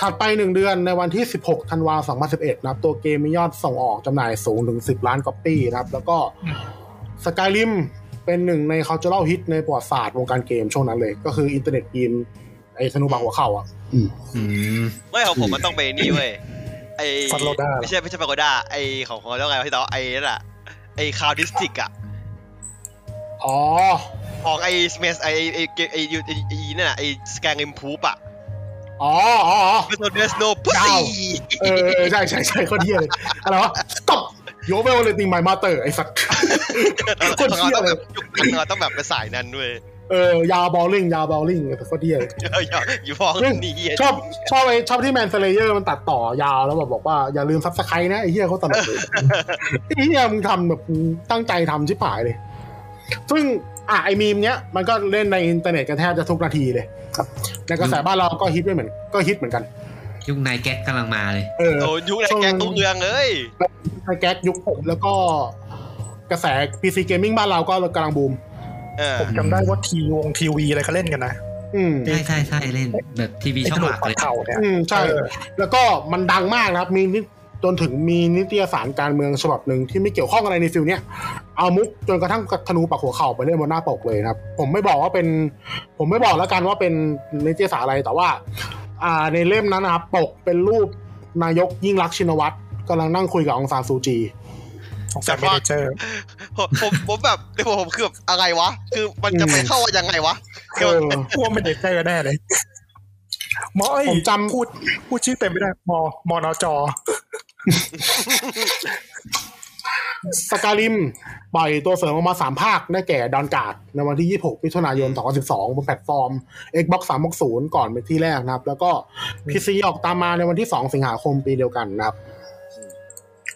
[SPEAKER 5] ถัดไป 1 เดือนในวันที่ 16 ธันวาคม 2011 นะครับ ตัวเกมมียอดส่งออกจำหน่ายสูงถึง 10 ล้านก๊อปปี้นะครับ แล้วก็สกาย i ิมเป็นหนึ่งใน cultural hit ในประวัติศาสตร์วงการเกมช่วงนั้นเลย ก็คืออินเทอร์เน็ตบีมไอ้ธนูบังหัวเข่าอ่ะ
[SPEAKER 1] อืม
[SPEAKER 2] ไม่ของผมมันต้องไปนี่เว้ยไอ
[SPEAKER 4] ฟันโลด้า
[SPEAKER 2] ไม่ใช่ไม่ใช่ปาโกด้าไอของของเรื่องอะไรวะที่ต่อไอนั่นอะไอคาวดิสติกอะ
[SPEAKER 5] อ๋อ
[SPEAKER 2] ของไอสเมสไอไอเกมไอยูไอนั่นอะไอสแกงอิมพูปอะ
[SPEAKER 5] อ๋ออ๋ออ๋อ
[SPEAKER 2] เป็นตัวเดสโนพุซี่
[SPEAKER 5] เออเออใช่ใช่ใช่โคนเทียเลยอะไรวะตบโยเวลเลยติงไมมาเตอร์ไอ้สัก โคตรเหี้ย
[SPEAKER 2] เราต้อง
[SPEAKER 5] เล
[SPEAKER 2] แบบ
[SPEAKER 5] ย
[SPEAKER 2] ยุคนั้นเราต้องแบบไปนสายนั้นเว้ย
[SPEAKER 5] เออยาวบอลลิงยาวบอลลิงแต่โคนเทียเลย
[SPEAKER 2] เดี๋ยวๆอยู่ฟ้อง
[SPEAKER 5] เรื่อง
[SPEAKER 2] นี่เหี้ย
[SPEAKER 5] ชอบชอบไอ้ชอบที่แมนสเลเยอร์มันตัดต่อยาวแล้วแบบบอกว่าอย่าลืมซับสไครต์นะไอ้เหี้ยเขาตลกเลยไอ้เหี้ยมึงทำแบบตั้งใจทำชิบหายเลย ซึ่งอ่ะไอ้มีมเนี้ยมันก็เล่นในอินเทอร์เน็ตกันแทบจะทุกนาทีเลยครับในกระแสบ้านเราก็ฮิตด้วยเหมือนก็ฮิตเหมือนกัน
[SPEAKER 1] ยุคนายแก๊กกำลังมาเลย
[SPEAKER 5] เออ
[SPEAKER 2] โดนยุคไหนแกงตุ้งเรืองเอ้ย
[SPEAKER 5] แก๊กยุคผมแล้วก็กระแส PC Gaming บ้านเราก็กำลังบูม
[SPEAKER 2] เออ
[SPEAKER 4] ผมจำได้ว่าทีวงทีวีอะไรก็เล่นกันนะ
[SPEAKER 5] อืม
[SPEAKER 1] ใช่ใช่ใช่เล่นแบบทีวี
[SPEAKER 4] ไอ้
[SPEAKER 1] ช่อ
[SPEAKER 4] ถ
[SPEAKER 1] ง
[SPEAKER 4] น
[SPEAKER 1] ห
[SPEAKER 4] น
[SPEAKER 1] ลัก
[SPEAKER 4] ปั
[SPEAKER 1] เล
[SPEAKER 4] ก
[SPEAKER 1] ย
[SPEAKER 4] เข่าเนี่ย
[SPEAKER 5] อืมใช่
[SPEAKER 4] เออ
[SPEAKER 5] แล้วก็มันดังมากนะครับ มีนิจนถึงมีนิตยสารการเมืองฉบับหนึ่งที่ไม่เกี่ยวข้องอะไรในฟิลเนี้ยเอามุกจนกระทั่งธนูปักหัวเข่าไปเล่นบนหน้าปกเลยนะครับ ผมไม่บอกว่าเป็น ผมไม่บอกแล้วกันว่าเป็นนิตยสารอะไรแต่ว่า อ่าในเล่มนั้นนะครับปกเป็นรูปนายกยิ่งรักษณ์ชินวัตรกำลังนั่งคุยกับองซานซูจี
[SPEAKER 4] สงสัยเมเนเจอร์
[SPEAKER 2] ผมผมผมแบบในหัวผมคือแบบอะไรวะ คือมันจะไปเข้าว่ายังไงวะ
[SPEAKER 5] เออ
[SPEAKER 4] ว่ามันเด็กใจกันแน่เลยหมอไอ้
[SPEAKER 5] ผมจำ
[SPEAKER 4] พูดพูดชื่อเต็มไม่ได้มอมอนอจอ
[SPEAKER 5] สกาลิมปล่อยตัวเสริมออกมา 3 ภาค ได้แก่ดอนการ์ดในวันที่ 26มิถุนายน 2012 บนแพลตฟอร์ม Xbox 360 ก่อนเป็นที่แรกนะครับ แล้วก็ PC ออกตามมาในวันที่ 2 สิงหาคมปีเดียวกันนะครับ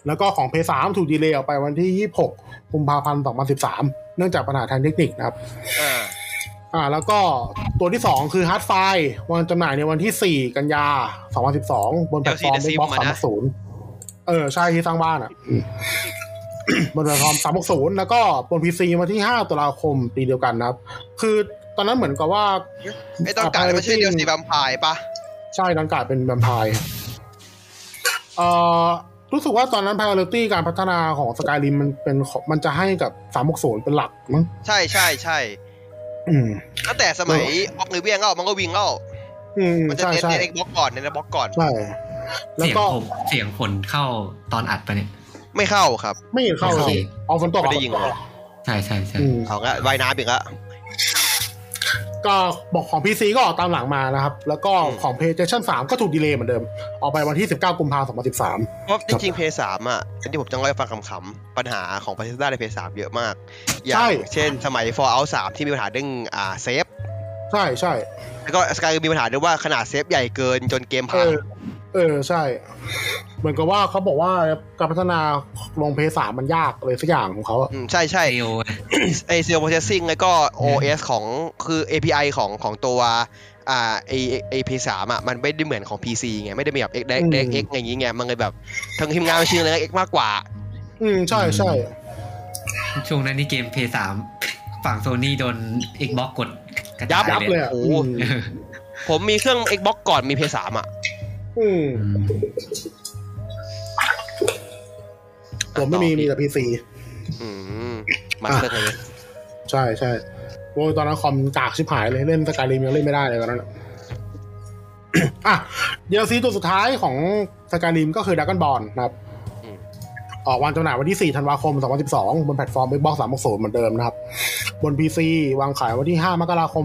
[SPEAKER 5] แล้วก็ของ PS3 ถูกดีเลย์ออกไปวันที่ 26กุมภาพันธ์ 2013 เนื่องจากปัญหาทางเทคนิคนะครับ
[SPEAKER 2] เออ
[SPEAKER 5] อ่าแล้วก็ตัวที่ 2 คือฮาร์ดไฟวางจำหน่ายในวันที่ 4 กันยา 2012 บนแพลตฟอร์ม Xbox 360 เออ ใช่ที่สร้างบ้านอ่ะ บนแพลตฟอร์ม 360 แล้วก็บน PC วันที่ 5 ตุลาคมปีเดียวกันนะครับ คือตอนนั้นเหมือนกับว่า
[SPEAKER 2] ไอ้ต้องการมันไม่ใช่เดียวสีแวมไพร์ปะ
[SPEAKER 5] ใช่ดังกลายเป็นแวมไพร์ เอ่อรู้สึกว่าตอนนั้น priority การพัฒนาของสกายริมมันเป็นของมันจะให้กับ360เป็นหลักมั้ง
[SPEAKER 2] ใช่ใช่ใช่
[SPEAKER 5] อืม
[SPEAKER 2] ตั้งแต่สมัย
[SPEAKER 5] เออ
[SPEAKER 2] ออกหรือเบี้ยงเล่ามันก็วิ่งเล่า
[SPEAKER 5] อืม
[SPEAKER 2] มันจะ
[SPEAKER 5] ใช่
[SPEAKER 2] เน้น
[SPEAKER 5] ใช่
[SPEAKER 2] ในเอกบ็อกก่อนในเอกบ็อกก่อน
[SPEAKER 5] ใช่แล้
[SPEAKER 1] เสี
[SPEAKER 5] วย
[SPEAKER 1] ง
[SPEAKER 5] ก็
[SPEAKER 1] ผมเสียงฝนเข้าตอนอัดไปเนี่ย
[SPEAKER 2] ไม่เข้าครับ
[SPEAKER 5] ไม่เห็นเข้า
[SPEAKER 1] โอเค
[SPEAKER 5] สิเอาฝนตก
[SPEAKER 2] ไม่ได้ยิงเลย
[SPEAKER 1] ใช่ใช่ใช่
[SPEAKER 5] อืม
[SPEAKER 2] เอาละว่ายน้ำอีกละ
[SPEAKER 5] ก็บอกของ PC ก็ออกตามหลังมานะครับ แล้วก็
[SPEAKER 2] อืม
[SPEAKER 5] ของ PlayStation 3 ก็ถูกดีเลย์เหมือนเดิม ออกไปวันที่ 19 กุมภาพันธ์
[SPEAKER 2] เพราะจริงๆเพย์สามอ่ะอันที่ผมจะเล่าให้ฟังขำๆปัญหาของพาร์ทด้าในเพย์สามเยอะมาก อย่าง
[SPEAKER 5] ใช่
[SPEAKER 2] เช่นสมัย Fallout 3 ที่มีปัญหาเรื่องอ่าเซฟ
[SPEAKER 5] 2013 ใช่ใช่
[SPEAKER 2] แล้วก็สกายมีปัญหาด้วยว่าขนาดเซฟใหญ่เกินจนเกม
[SPEAKER 5] เอ
[SPEAKER 2] พัง
[SPEAKER 5] อ เออ ใช่ เหมือนกับว่าเขาบอกว่าการพัฒนาลง PS3 มันยากเลยสักอย่างของเขาอะ
[SPEAKER 2] มใช่ใช่
[SPEAKER 1] เซลล์
[SPEAKER 2] ไอเซลโปรเซสซิ่งแล้วก็ OS ของคือ API ของของตัวอ่าไอไอพีสามอ่ะมันไม่ได้เหมือนของ PC ไงไม่ได้มีแบบ X ได้ X อย่างงี้ไงมันเลยแบบทางทีมงานมันชื่ออะไร X มากกว่า
[SPEAKER 5] อืม ใช่ใช่
[SPEAKER 1] ช่วงนั้นนี่เกมเพย์สาม ฝั่งโซนี่โดน Xbox กดกระจา
[SPEAKER 5] ยับ
[SPEAKER 1] ย
[SPEAKER 5] เล
[SPEAKER 1] เลย ย
[SPEAKER 5] อะ
[SPEAKER 2] โอ้
[SPEAKER 5] อืม
[SPEAKER 1] เออ
[SPEAKER 2] ผมมีเครื่อง Xbox ก่อนมีเพย์สามอ่ะ
[SPEAKER 5] อืม
[SPEAKER 1] อืม
[SPEAKER 5] ผมไม่มีมีแต่ PC
[SPEAKER 2] อืมมันเลิกเลย
[SPEAKER 5] ใช่ใช่โอ้ยตอนนั้นคอมกากชิบหายเลย เล่นสกายริมยังเล่นไม่ได้เลยตอนนั้นอะ อ่ะเดลซีตัวสุดท้ายของสกายริมก็คือดักกันบอลนะครับ
[SPEAKER 2] อืม
[SPEAKER 5] ออกวางจำหน่ายวันที่ 4 ธันวาคม 2012 บนแพลตฟอร์ม Xbox 360 เหมือนเดิมนะครับ บน PC วางขายวันที่ 5 มกราคม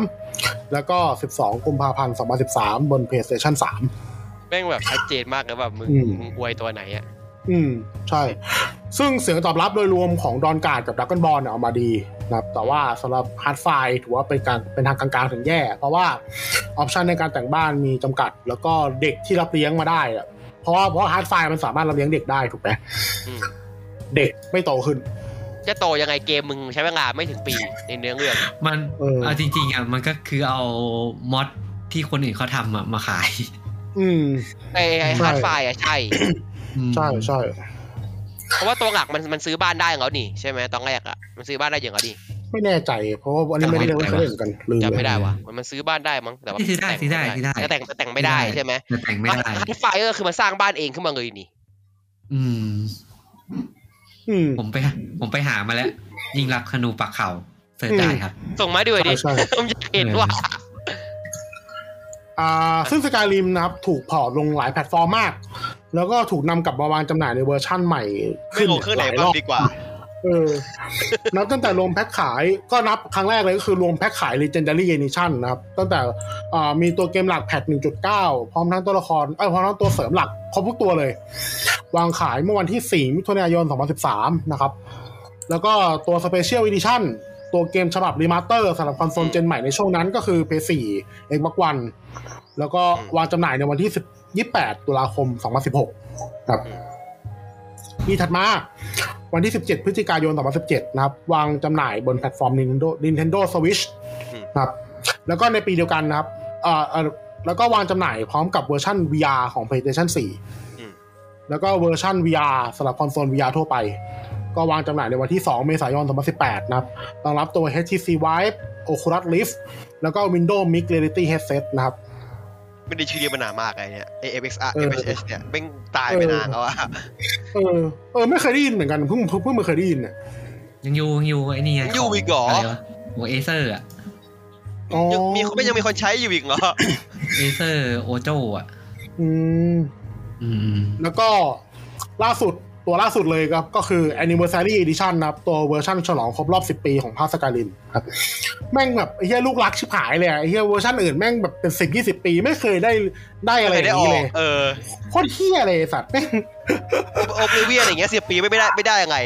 [SPEAKER 5] 2013 แล้วก็ 12 กุมภาพันธ์ 2013 บน PlayStation 3
[SPEAKER 2] แม่งแบบชัดเจนมากเลยว่ามึง
[SPEAKER 5] อืม
[SPEAKER 2] มึงอวยตัวไหนอ่ะ
[SPEAKER 5] อืม ใช่ ซึ่งเสียงตอบรับโดยรวมของดอนการ์ดกับดักกันบอลเนี่ยออกมาดีนะครับ แต่ว่าสำหรับฮาร์ดไฟถือว่าเป็นการเป็นทางกลางๆถึงแย่ เพราะว่าออปชันในการแต่งบ้านมีจำกัด แล้วก็เด็กที่รับเลี้ยงมาได้อะเพราะว่าเพราะฮาร์ดไฟมันสามารถรับเลี้ยงเด็กได้ถูกไหม
[SPEAKER 2] อืม
[SPEAKER 5] เด็กไม่โตขึ้น
[SPEAKER 2] จะโตยังไงเกมมึงใช้เวลาไม่ถึงปีในเนื้อเรื่อง
[SPEAKER 1] มัน
[SPEAKER 5] เออ
[SPEAKER 1] เอาจริงๆอ่ะมันก็คือเอามอดที่คนอื่นเขาทำอะมาขาย
[SPEAKER 5] อืม
[SPEAKER 2] ไอ้ไอ้
[SPEAKER 5] ใช่
[SPEAKER 2] ฮาร์ดไฟล์อ่ะใช่
[SPEAKER 1] อืม
[SPEAKER 5] ใช่ใช่
[SPEAKER 2] เพราะว่าตัวหลักมันมันซื้อบ้านได้แล้วนี่ใช่ไหมตอนแรกอ่ะมันซื้อบ้านได้อย่างแล้วนี่
[SPEAKER 5] ไม่แน่ใจ เพราะว่าอันนี้ไม่ได้เล่นเคยเล่นกันลืม
[SPEAKER 2] จำไม่
[SPEAKER 5] เลย
[SPEAKER 2] ได้วะมันมันซื้อบ้านได้มั้งแต่ว่า
[SPEAKER 1] ที่ซื้อได้
[SPEAKER 2] แต่ง
[SPEAKER 1] ซื้อได้ซื้อได้
[SPEAKER 2] แต่แต่งแต่แต่งไม่ได้ใช่ไหม
[SPEAKER 1] แต่แต่งไม่ได้
[SPEAKER 2] ฮาร์ดไฟล์ก็คือมันสร้างบ้านเองขึ้นมาเลยนี่
[SPEAKER 1] อืม
[SPEAKER 5] อืม
[SPEAKER 1] ผมไปหาผมไปหามาแล้ว ยิงรักขนูปักเข่าเสิร์ชได้ครับ
[SPEAKER 2] ส่งมาด้วย
[SPEAKER 5] ใช่
[SPEAKER 2] ดิ
[SPEAKER 5] ใช่
[SPEAKER 2] ผมอยากเห็นว่า
[SPEAKER 5] อ่าซึ่งสกายริมนะครับ ถูกพอร์ตลงหลายแพลตฟอร์มมาก แล้วก็ถูกนำกลับมาวางจำหน่ายในเวอร์ชั่นใหม่
[SPEAKER 2] ไม่ลงเครื่องไหนบ้างดีกว่า
[SPEAKER 5] เออ นับตั้งแต่รวมแพ็คขายก็นับครั้งแรกเลยก็คือรวมแพ็คขาย Legendary Edition นะครับ ตั้งแต่อ่ามีตัวเกมหลักแพท1.9 พร้อมทั้งตัวละครเอ้ยพร้อมทั้งตัวเสริมหลัก ครบทุกตัวเลย วางขายเมื่อวันที่ 4 มิถุนายน 2013 นะครับ แล้วก็ตัว Special Edition ตัวเกมฉบับรีมาสเตอร์สำหรับคอนโซลเจนใหม่ในช่วงนั้นก็คือ PS4 Xbox One แล้วก็วางจำหน่ายในวันที่10 28 ตุลาคม 2016 ครับ มีถัดมาวันที่ 17 พฤศจิกายน 2017 นะครับ วางจำหน่ายบนแพลตฟอร์ม Nintendo Nintendo Switch
[SPEAKER 2] อืม
[SPEAKER 5] นะครับ แล้วก็ในปีเดียวกันนะครับเอ่อเอ่อแล้วก็วางจำหน่ายพร้อมกับเวอร์ชัน VR ของ PlayStation
[SPEAKER 2] อืม
[SPEAKER 5] 4 แล้วก็เวอร์ชัน VR สำหรับคอนโซล VR ทั่วไป ก็วางจำหน่ายในวันที่ 2 เมษายน 2018 นะครับรองรับตัว HTC Vive Oculus Rift แล้วก็ Windows Mixed Reality Headset นะครับ
[SPEAKER 2] ไม่ได้ชื่อเรียกมานานมากไอ้เนี่ย AFXR
[SPEAKER 5] เออ
[SPEAKER 2] FHS เนี่ยแม่งตายไปนานแล้วอะ
[SPEAKER 5] เออ เออ ไม่เคยได้ยินเหมือนกันเพิ่งเพิ่งเพิ่งมาเคยได้ยินเนี่ย
[SPEAKER 1] ยังอยู่ยังอยู่ไอ้นี่ไง
[SPEAKER 2] ยังอยู่อีกเหรอ
[SPEAKER 1] อะไรวะโอเอเซอร์อะ
[SPEAKER 5] อ๋อ
[SPEAKER 2] ยังมีไม่ยังมีคนใช้อยู่อีกเหรอ
[SPEAKER 1] เอเซอร์โอโจอะ
[SPEAKER 5] อืม
[SPEAKER 1] อืม
[SPEAKER 5] แล้วก็ล่าสุดตัวล่าสุดเลยครับ ก็คือ Anniversary Edition นะครับ ตัวเวอร์ชันฉลองครบรอบ 10 ปีของภาคสกายรินครับ แม่งแบบไอ้เหี้ยลูกรักชิบหายเลยอะไอ้เหี้ยเวอร์ชันอื่นแม่งแบบเป็น 10 20 ปีไม่เคยได้ได้อะไรอ
[SPEAKER 2] ไม่ได้อ
[SPEAKER 5] ย่าง
[SPEAKER 2] อ
[SPEAKER 5] นี้
[SPEAKER 2] ก
[SPEAKER 5] เลย
[SPEAKER 2] เออ
[SPEAKER 5] โคตรเหี้ยเลยไอ้สัตว์แม่ง
[SPEAKER 2] โอเปเวียนอย่างเงี้ยสิปีไม่ได้ไม่ได้ยังไง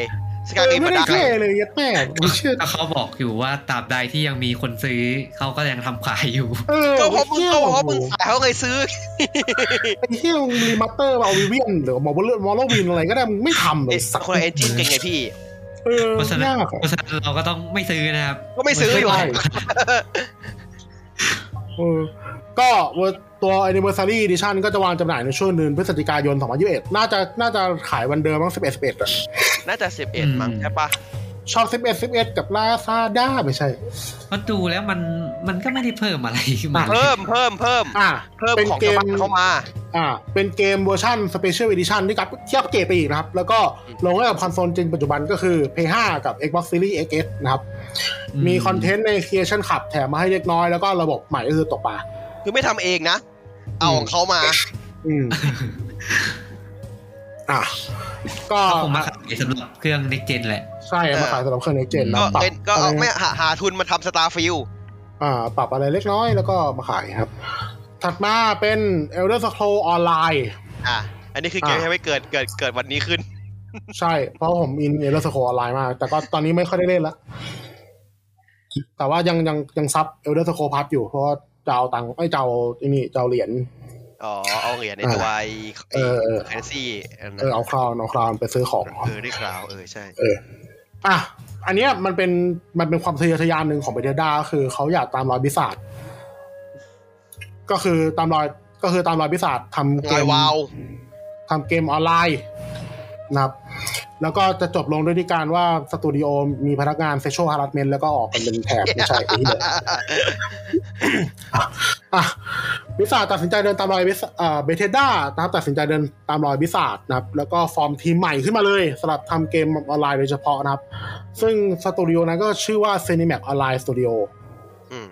[SPEAKER 2] สกาย
[SPEAKER 5] เอ
[SPEAKER 2] มี
[SPEAKER 5] อไม่
[SPEAKER 2] มา
[SPEAKER 5] ได้
[SPEAKER 2] ได้
[SPEAKER 5] เท่เลยยัดแม่ไม่เชื่อ
[SPEAKER 1] ก็เขาบอกอยู่ว่าตราบใดที่ยังมีคนซื้อเขาก็ยังทำขายอยู่
[SPEAKER 5] เออ
[SPEAKER 2] ก็เพราะมึง
[SPEAKER 5] ไอ้เหี้ย
[SPEAKER 2] ก็เพราะมึงขายเขาเลยซื้อ
[SPEAKER 5] ไอ้เหี้ยมึงรีมาสเตอร์มาเอาวิเวียนหรือมอลเลอร์มอลเลอร์วินอะไรก็ได้มึงไม่ทำเลย
[SPEAKER 2] เอ๊ะ
[SPEAKER 5] สัตว์
[SPEAKER 2] คนละเอนจินเก่งไงพี่
[SPEAKER 5] เออ
[SPEAKER 1] เพราะฉะนั้น
[SPEAKER 5] ยากอะ
[SPEAKER 1] เพราะฉะนั้นเราก็ต้องไม่ซื้อนะครับ
[SPEAKER 2] ก็ไม่ซื้ออยู่
[SPEAKER 5] ใช่ เออก็ตัว Anniversary Edition ก็จะวางจำหน่ายในช่วงเดือนพฤศจิกายน 2021 น่าจะน่าจะขายวันเดิมมั้ง11 11อ่ะ
[SPEAKER 2] น่าจะสิบเอ็ดมั้งใช่ปะ
[SPEAKER 5] ชอบสิบเอ็ดสิบเอ็ดกับลาซาด้าไม่ใช่
[SPEAKER 1] เพราะดูแล้วมันมันก็ไม่ได้เพิ่มอะไรขึ้นมาลย
[SPEAKER 2] เพิ่มเพิ่มเพิ่ม
[SPEAKER 5] อ่า
[SPEAKER 2] เพิ่ม
[SPEAKER 5] เป็น
[SPEAKER 2] ของ
[SPEAKER 5] เก
[SPEAKER 2] ชาว
[SPEAKER 5] ม
[SPEAKER 2] บ้านเข้ามา
[SPEAKER 5] อ่า เป็นเกมเวอร์ชันสเปเชียล d i t i ชันที่กับเทียบเกรดไปอีกนะครับ แล้วก็ลงให้กับคอนโซลจริงปัจจุบันก็คือ p 5กับ Xbox Series XS นะครับ มีคอนเทนต์ใน Creation Club แถมมาให้เล็กน้อยแล้วก็ระบบใหม่ก็คือตกปลา
[SPEAKER 2] คือไม่ทำเองนะ เอาของเขามา
[SPEAKER 5] อืม อ่ะ ก็
[SPEAKER 1] ก็คงมาขายสำหรับเครื่อง next gen แหละ
[SPEAKER 5] ใช่เอามาขายสำหรับเครื่องเนเจนแล้ว
[SPEAKER 2] ก็
[SPEAKER 5] ปรับ
[SPEAKER 2] เป็นก็
[SPEAKER 5] อะไร
[SPEAKER 2] เอาไม่
[SPEAKER 5] นะ
[SPEAKER 2] หาหาทุนมาทำสตาร์ฟิล
[SPEAKER 5] อ่า ปรับอะไรเล็กน้อยแล้วก็มาขายครับ ถัดมาเป็น Elder Scroll Online
[SPEAKER 2] อ่ะ อันนี้คือเกม
[SPEAKER 5] อ่ะ
[SPEAKER 2] ที่ไม่เกิดเกิดเกิดวันนี้ขึ้น
[SPEAKER 5] ใช่ เพราะผมอิน Elder Scroll Online มาก แต่ก็ตอนนี้ไม่ค่อยได้เล่นละ แต่ว่ายังยังยังซับ Elder Scroll Pass อยู่ เพราะว่าจะเอาตังค์ไอ้ยจะเอาไอ้นี่จะเอาเหรียญ
[SPEAKER 2] อ๋อ เอาเหรียญใน
[SPEAKER 5] อ่ะ
[SPEAKER 2] ตัวไอ้ไอ้
[SPEAKER 5] เออเออ
[SPEAKER 2] แคนซี่อันนั้น
[SPEAKER 5] เออเอาคราวน์เอาคราวน์ไปซื้อของ
[SPEAKER 2] เออได้คราว เออ ใช่
[SPEAKER 5] อ่ะ อันเนี้ยมันเป็นมันเป็นความทะเยอทะยานหนึ่งของเบเดด้าคือเขาอยากตามรอยบิสซาร์ดก็คือตามรอยก็คือตามรอยบิสซาร์ดทำเก
[SPEAKER 2] ลอย
[SPEAKER 5] ม
[SPEAKER 2] วาว
[SPEAKER 5] ทำเกมออนไลน์นะครับ แล้วก็จะจบลงด้วยที่การว่าสตูดิโอมีพนักงานเซชชวลฮาร์ดเมนแล้วก็ออกกันเป็นแถบไม่ใช่ไอ้เหี้ย อ่ะบิสซาร์ดตัดสินใจเดินตามรอยบิสเอ่อเบเทด้านะครับตัดสินใจเดินตามรอยบิสซาร์ดนะครับ แล้วก็ฟอร์มทีมใหม่ขึ้นมาเลยสำหรับทำเกมออนไลน์โดยเฉพาะนะครับ ซึ่งสตูดิโอนั้นก็ชื่อว่า Cinemax Online Studio
[SPEAKER 2] อืม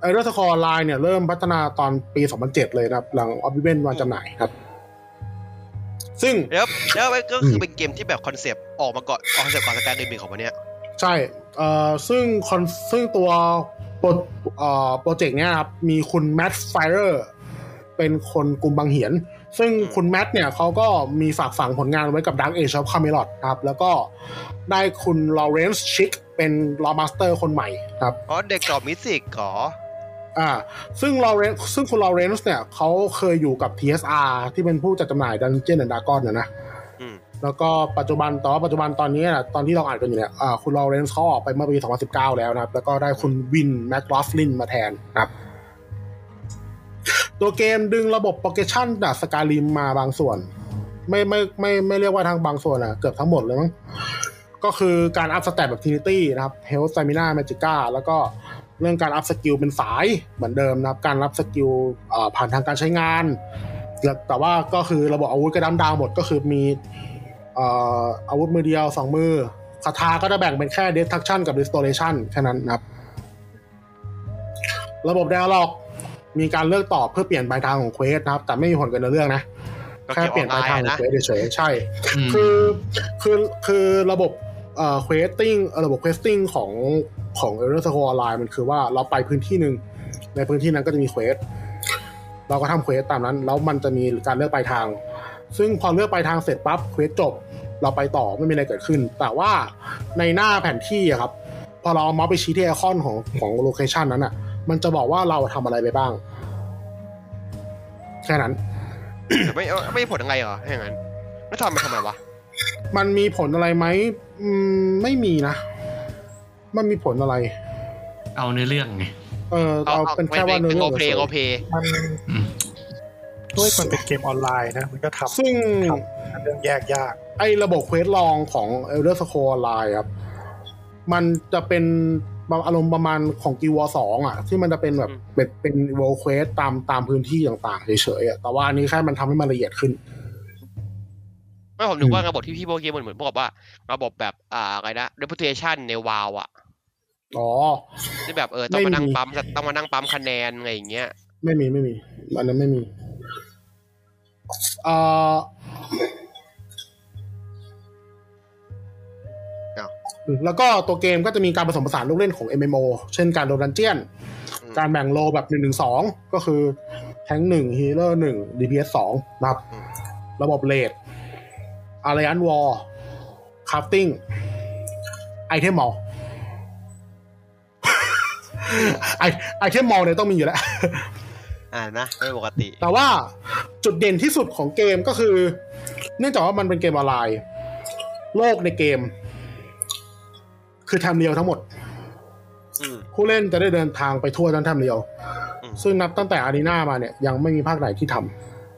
[SPEAKER 5] ไอเรื่องสกอร์ไลน์เนี่ยเริ่มพัฒนาตอนปี 2007 เลยนะครับ หลังออฟฟิเวนวางจำหน่ายครับ ซึ่ง
[SPEAKER 2] แล้วแล้วมันก็คือเป็นเกมที่แบบคอนเซปต์ออกมาก่อนออกคอนเซปต์ก่อนสกายเดนบิงของวันเนี้ย
[SPEAKER 5] ใช่เอ่อซึ่งคอนซึ่งตัวโปรเอ่อโปรเจกต์เนี้ยครับ มีคุณแมทไฟเ e อร์เป็นคนกลุ่มบางเหียน ซึ่งคุณแมทเนี่ยเขาก็มีฝากฝังผลงานไว้กับ Dark Age of Camelot ครับ แล้วก็ได้คุณลอเรนซ์ชิกเป็นลอมาสเตอร์คนใหม่ครับ
[SPEAKER 2] อ๋อ เด็กกรอบมิสิกเหรอ
[SPEAKER 5] อ่า ซึ่งลอเรนซึ่งคุณลอเรนซ์เนี่ยเขาเคยอยู่กับ TSR ที่เป็นผู้จัดจำหน่าย Dungeon and Dragon นะนะ
[SPEAKER 2] อืม
[SPEAKER 5] แล้วก็ปัจจุบันแต่ว่าปัจจุบันตอนนี้นะตอนที่เราอ่านกันอยู่เนี่ยอ่าคุณลอเรนซ์เขาออกไปเมื่อปี 2019 แล้วนะครับ แล้วก็ได้คุณวินแม c ลอฟลินมาแทนนะครับ ตัวเกมดึงระบบโปเกชั่นจากสกาลิมมาบางส่วน ไม่ไม่ไม่ไม่เรียกว่าทางบางส่วนอะเกือบทั้งหมดเลยมั้งก็คือการอัพสแตทแบบทินิตี้นะครับเฮล t ์ t ตมิน่าแมจิก้าแล้วก็เรื่องการอัพสกิลเป็นสายเหมือนเดิมนะครับ การรับสกิลอ่าผ่านทางการใช้งานแล้วแต่ว่าก็คือระบบอาวุธกระดำดาวหมดก็คือมีเอ่ออาวุธมือเดียวสองมือคาถาก็จะแบ่งเป็นแค่เดสทักชั่นกับ r ิสโต r รชั o นแค่นั้นนะครับ ระบบไดอะล็อกมีการเลือกตอบเพื่อเปลี่ยนปลายทางของเควสนะครับ แต่ไม่มีผลกับเนื้อเรื่องนะ
[SPEAKER 2] ก็เกี่
[SPEAKER 5] แค่
[SPEAKER 2] ยว
[SPEAKER 5] เปลี่ยนปลายทางข
[SPEAKER 2] ออนไลน์
[SPEAKER 5] อง
[SPEAKER 2] นะ
[SPEAKER 5] เควสเฉยๆใช่
[SPEAKER 1] อืม
[SPEAKER 5] คือคือคือระบบเอ่อเควสติ้งระบบเควสติ้งของของเอเ e อร์สโคออนไลน์มันคือว่าเราไปพื้นที่หนึ่งในพื้นที่นั้นก็จะมีเควสเราก็ทำเควสตามนั้น แล้วมันจะมีการเลือกปลายทาง ซึ่งพอเลือกปลายทางเสร็จปั๊บเควสจบ เราไปต่อไม่มีอะไรเกิดขึ้น แต่ว่าในหน้าแผนที่อะครับ พอเราเอาเมาส์ไปชี้ที่ไอคอนของของโลเคชันนั้นอ่ะ มันจะบอกว่าเราทำอะไรไปบ้าง แค่นั้น
[SPEAKER 2] แต่ไม่ไม่มีผลยังไงเหรอถ้าอย่างนั้นแล้วทำไปทำไมวะ
[SPEAKER 5] มันมีผลอะไรไหมอืมไม่มีนะ มันมีผลอะไร
[SPEAKER 1] เอาเนื้อเรื่องไง
[SPEAKER 5] เออเราเป็นแค่ว่าเนื้อ
[SPEAKER 2] เป็น
[SPEAKER 5] เรื่
[SPEAKER 2] โอ
[SPEAKER 5] อง
[SPEAKER 2] เพ
[SPEAKER 5] เฉย
[SPEAKER 2] โอเพ
[SPEAKER 4] มัน
[SPEAKER 1] อืม
[SPEAKER 4] ด้วยมันเป็นเกมออนไลน์นะ มันก็ทำ
[SPEAKER 5] ๆซึ่ง
[SPEAKER 4] เรื่องแยกยาก
[SPEAKER 5] ไอ้ระบบเควสลองของ Elder Scrolls Online ครับ มันจะเป็นอารมณ์ประมาณของ Guild Wars 2อ่ะ ที่มันจะเป็นแบบเป็นเป็น world quest ตามตามพื้นที่ต่างๆเฉยๆอ่ะแต่ว่าอันนี้แค่มันทำให้มันละเอียดขึ้น
[SPEAKER 2] ไม่ผมนึกว่าระบบที่พี่โบเกมมันเหมือนพวกแบบว่าระบบแบบอ่าอะไรนะ reputation ในวาวอะ
[SPEAKER 5] อ๋อ
[SPEAKER 2] ที่แบบเออต้องมานั่ง
[SPEAKER 5] ไม่มี
[SPEAKER 2] ปั๊มต้องมานั่งปั๊มคะแนนอะไรอย่างเงี้ย
[SPEAKER 5] ไม่มีไม่มี อันนั้นไม่มีเอ่อ
[SPEAKER 2] อ้าว
[SPEAKER 5] แล้วก็ตัวเกมก็จะมีการผสมผสานลูกเล่นของ MMO เช่นการโดดันเจียน
[SPEAKER 2] อืม
[SPEAKER 5] การแบ่งโลแบบ1นึก็คือแทงหนึ่งฮีเลอร์หนึ่ง DPS สองนะครับ
[SPEAKER 2] อืม
[SPEAKER 5] ระบบเลดอารยันวอลคราฟติ้ง ไอเทมมอล ไอไอเทมมอลเนี่ยต้องมีอยู่แล้ว
[SPEAKER 2] อ่านะไม่ปกติ
[SPEAKER 5] แต่ว่าจุดเด่นที่สุดของเกมก็คือ เนื่องจากว่ามันเป็นเกมออนไลน์ โลกในเกม คือแทมเรียวทั้งหมด
[SPEAKER 2] อืม
[SPEAKER 5] ผู้เล่นจะได้เดินทางไปทั่วทั้งแทมเรียว
[SPEAKER 2] อืม
[SPEAKER 5] ซึ่งนับตั้งแต่อารีนามาเนี่ยยังไม่มีภาคไหนที่ท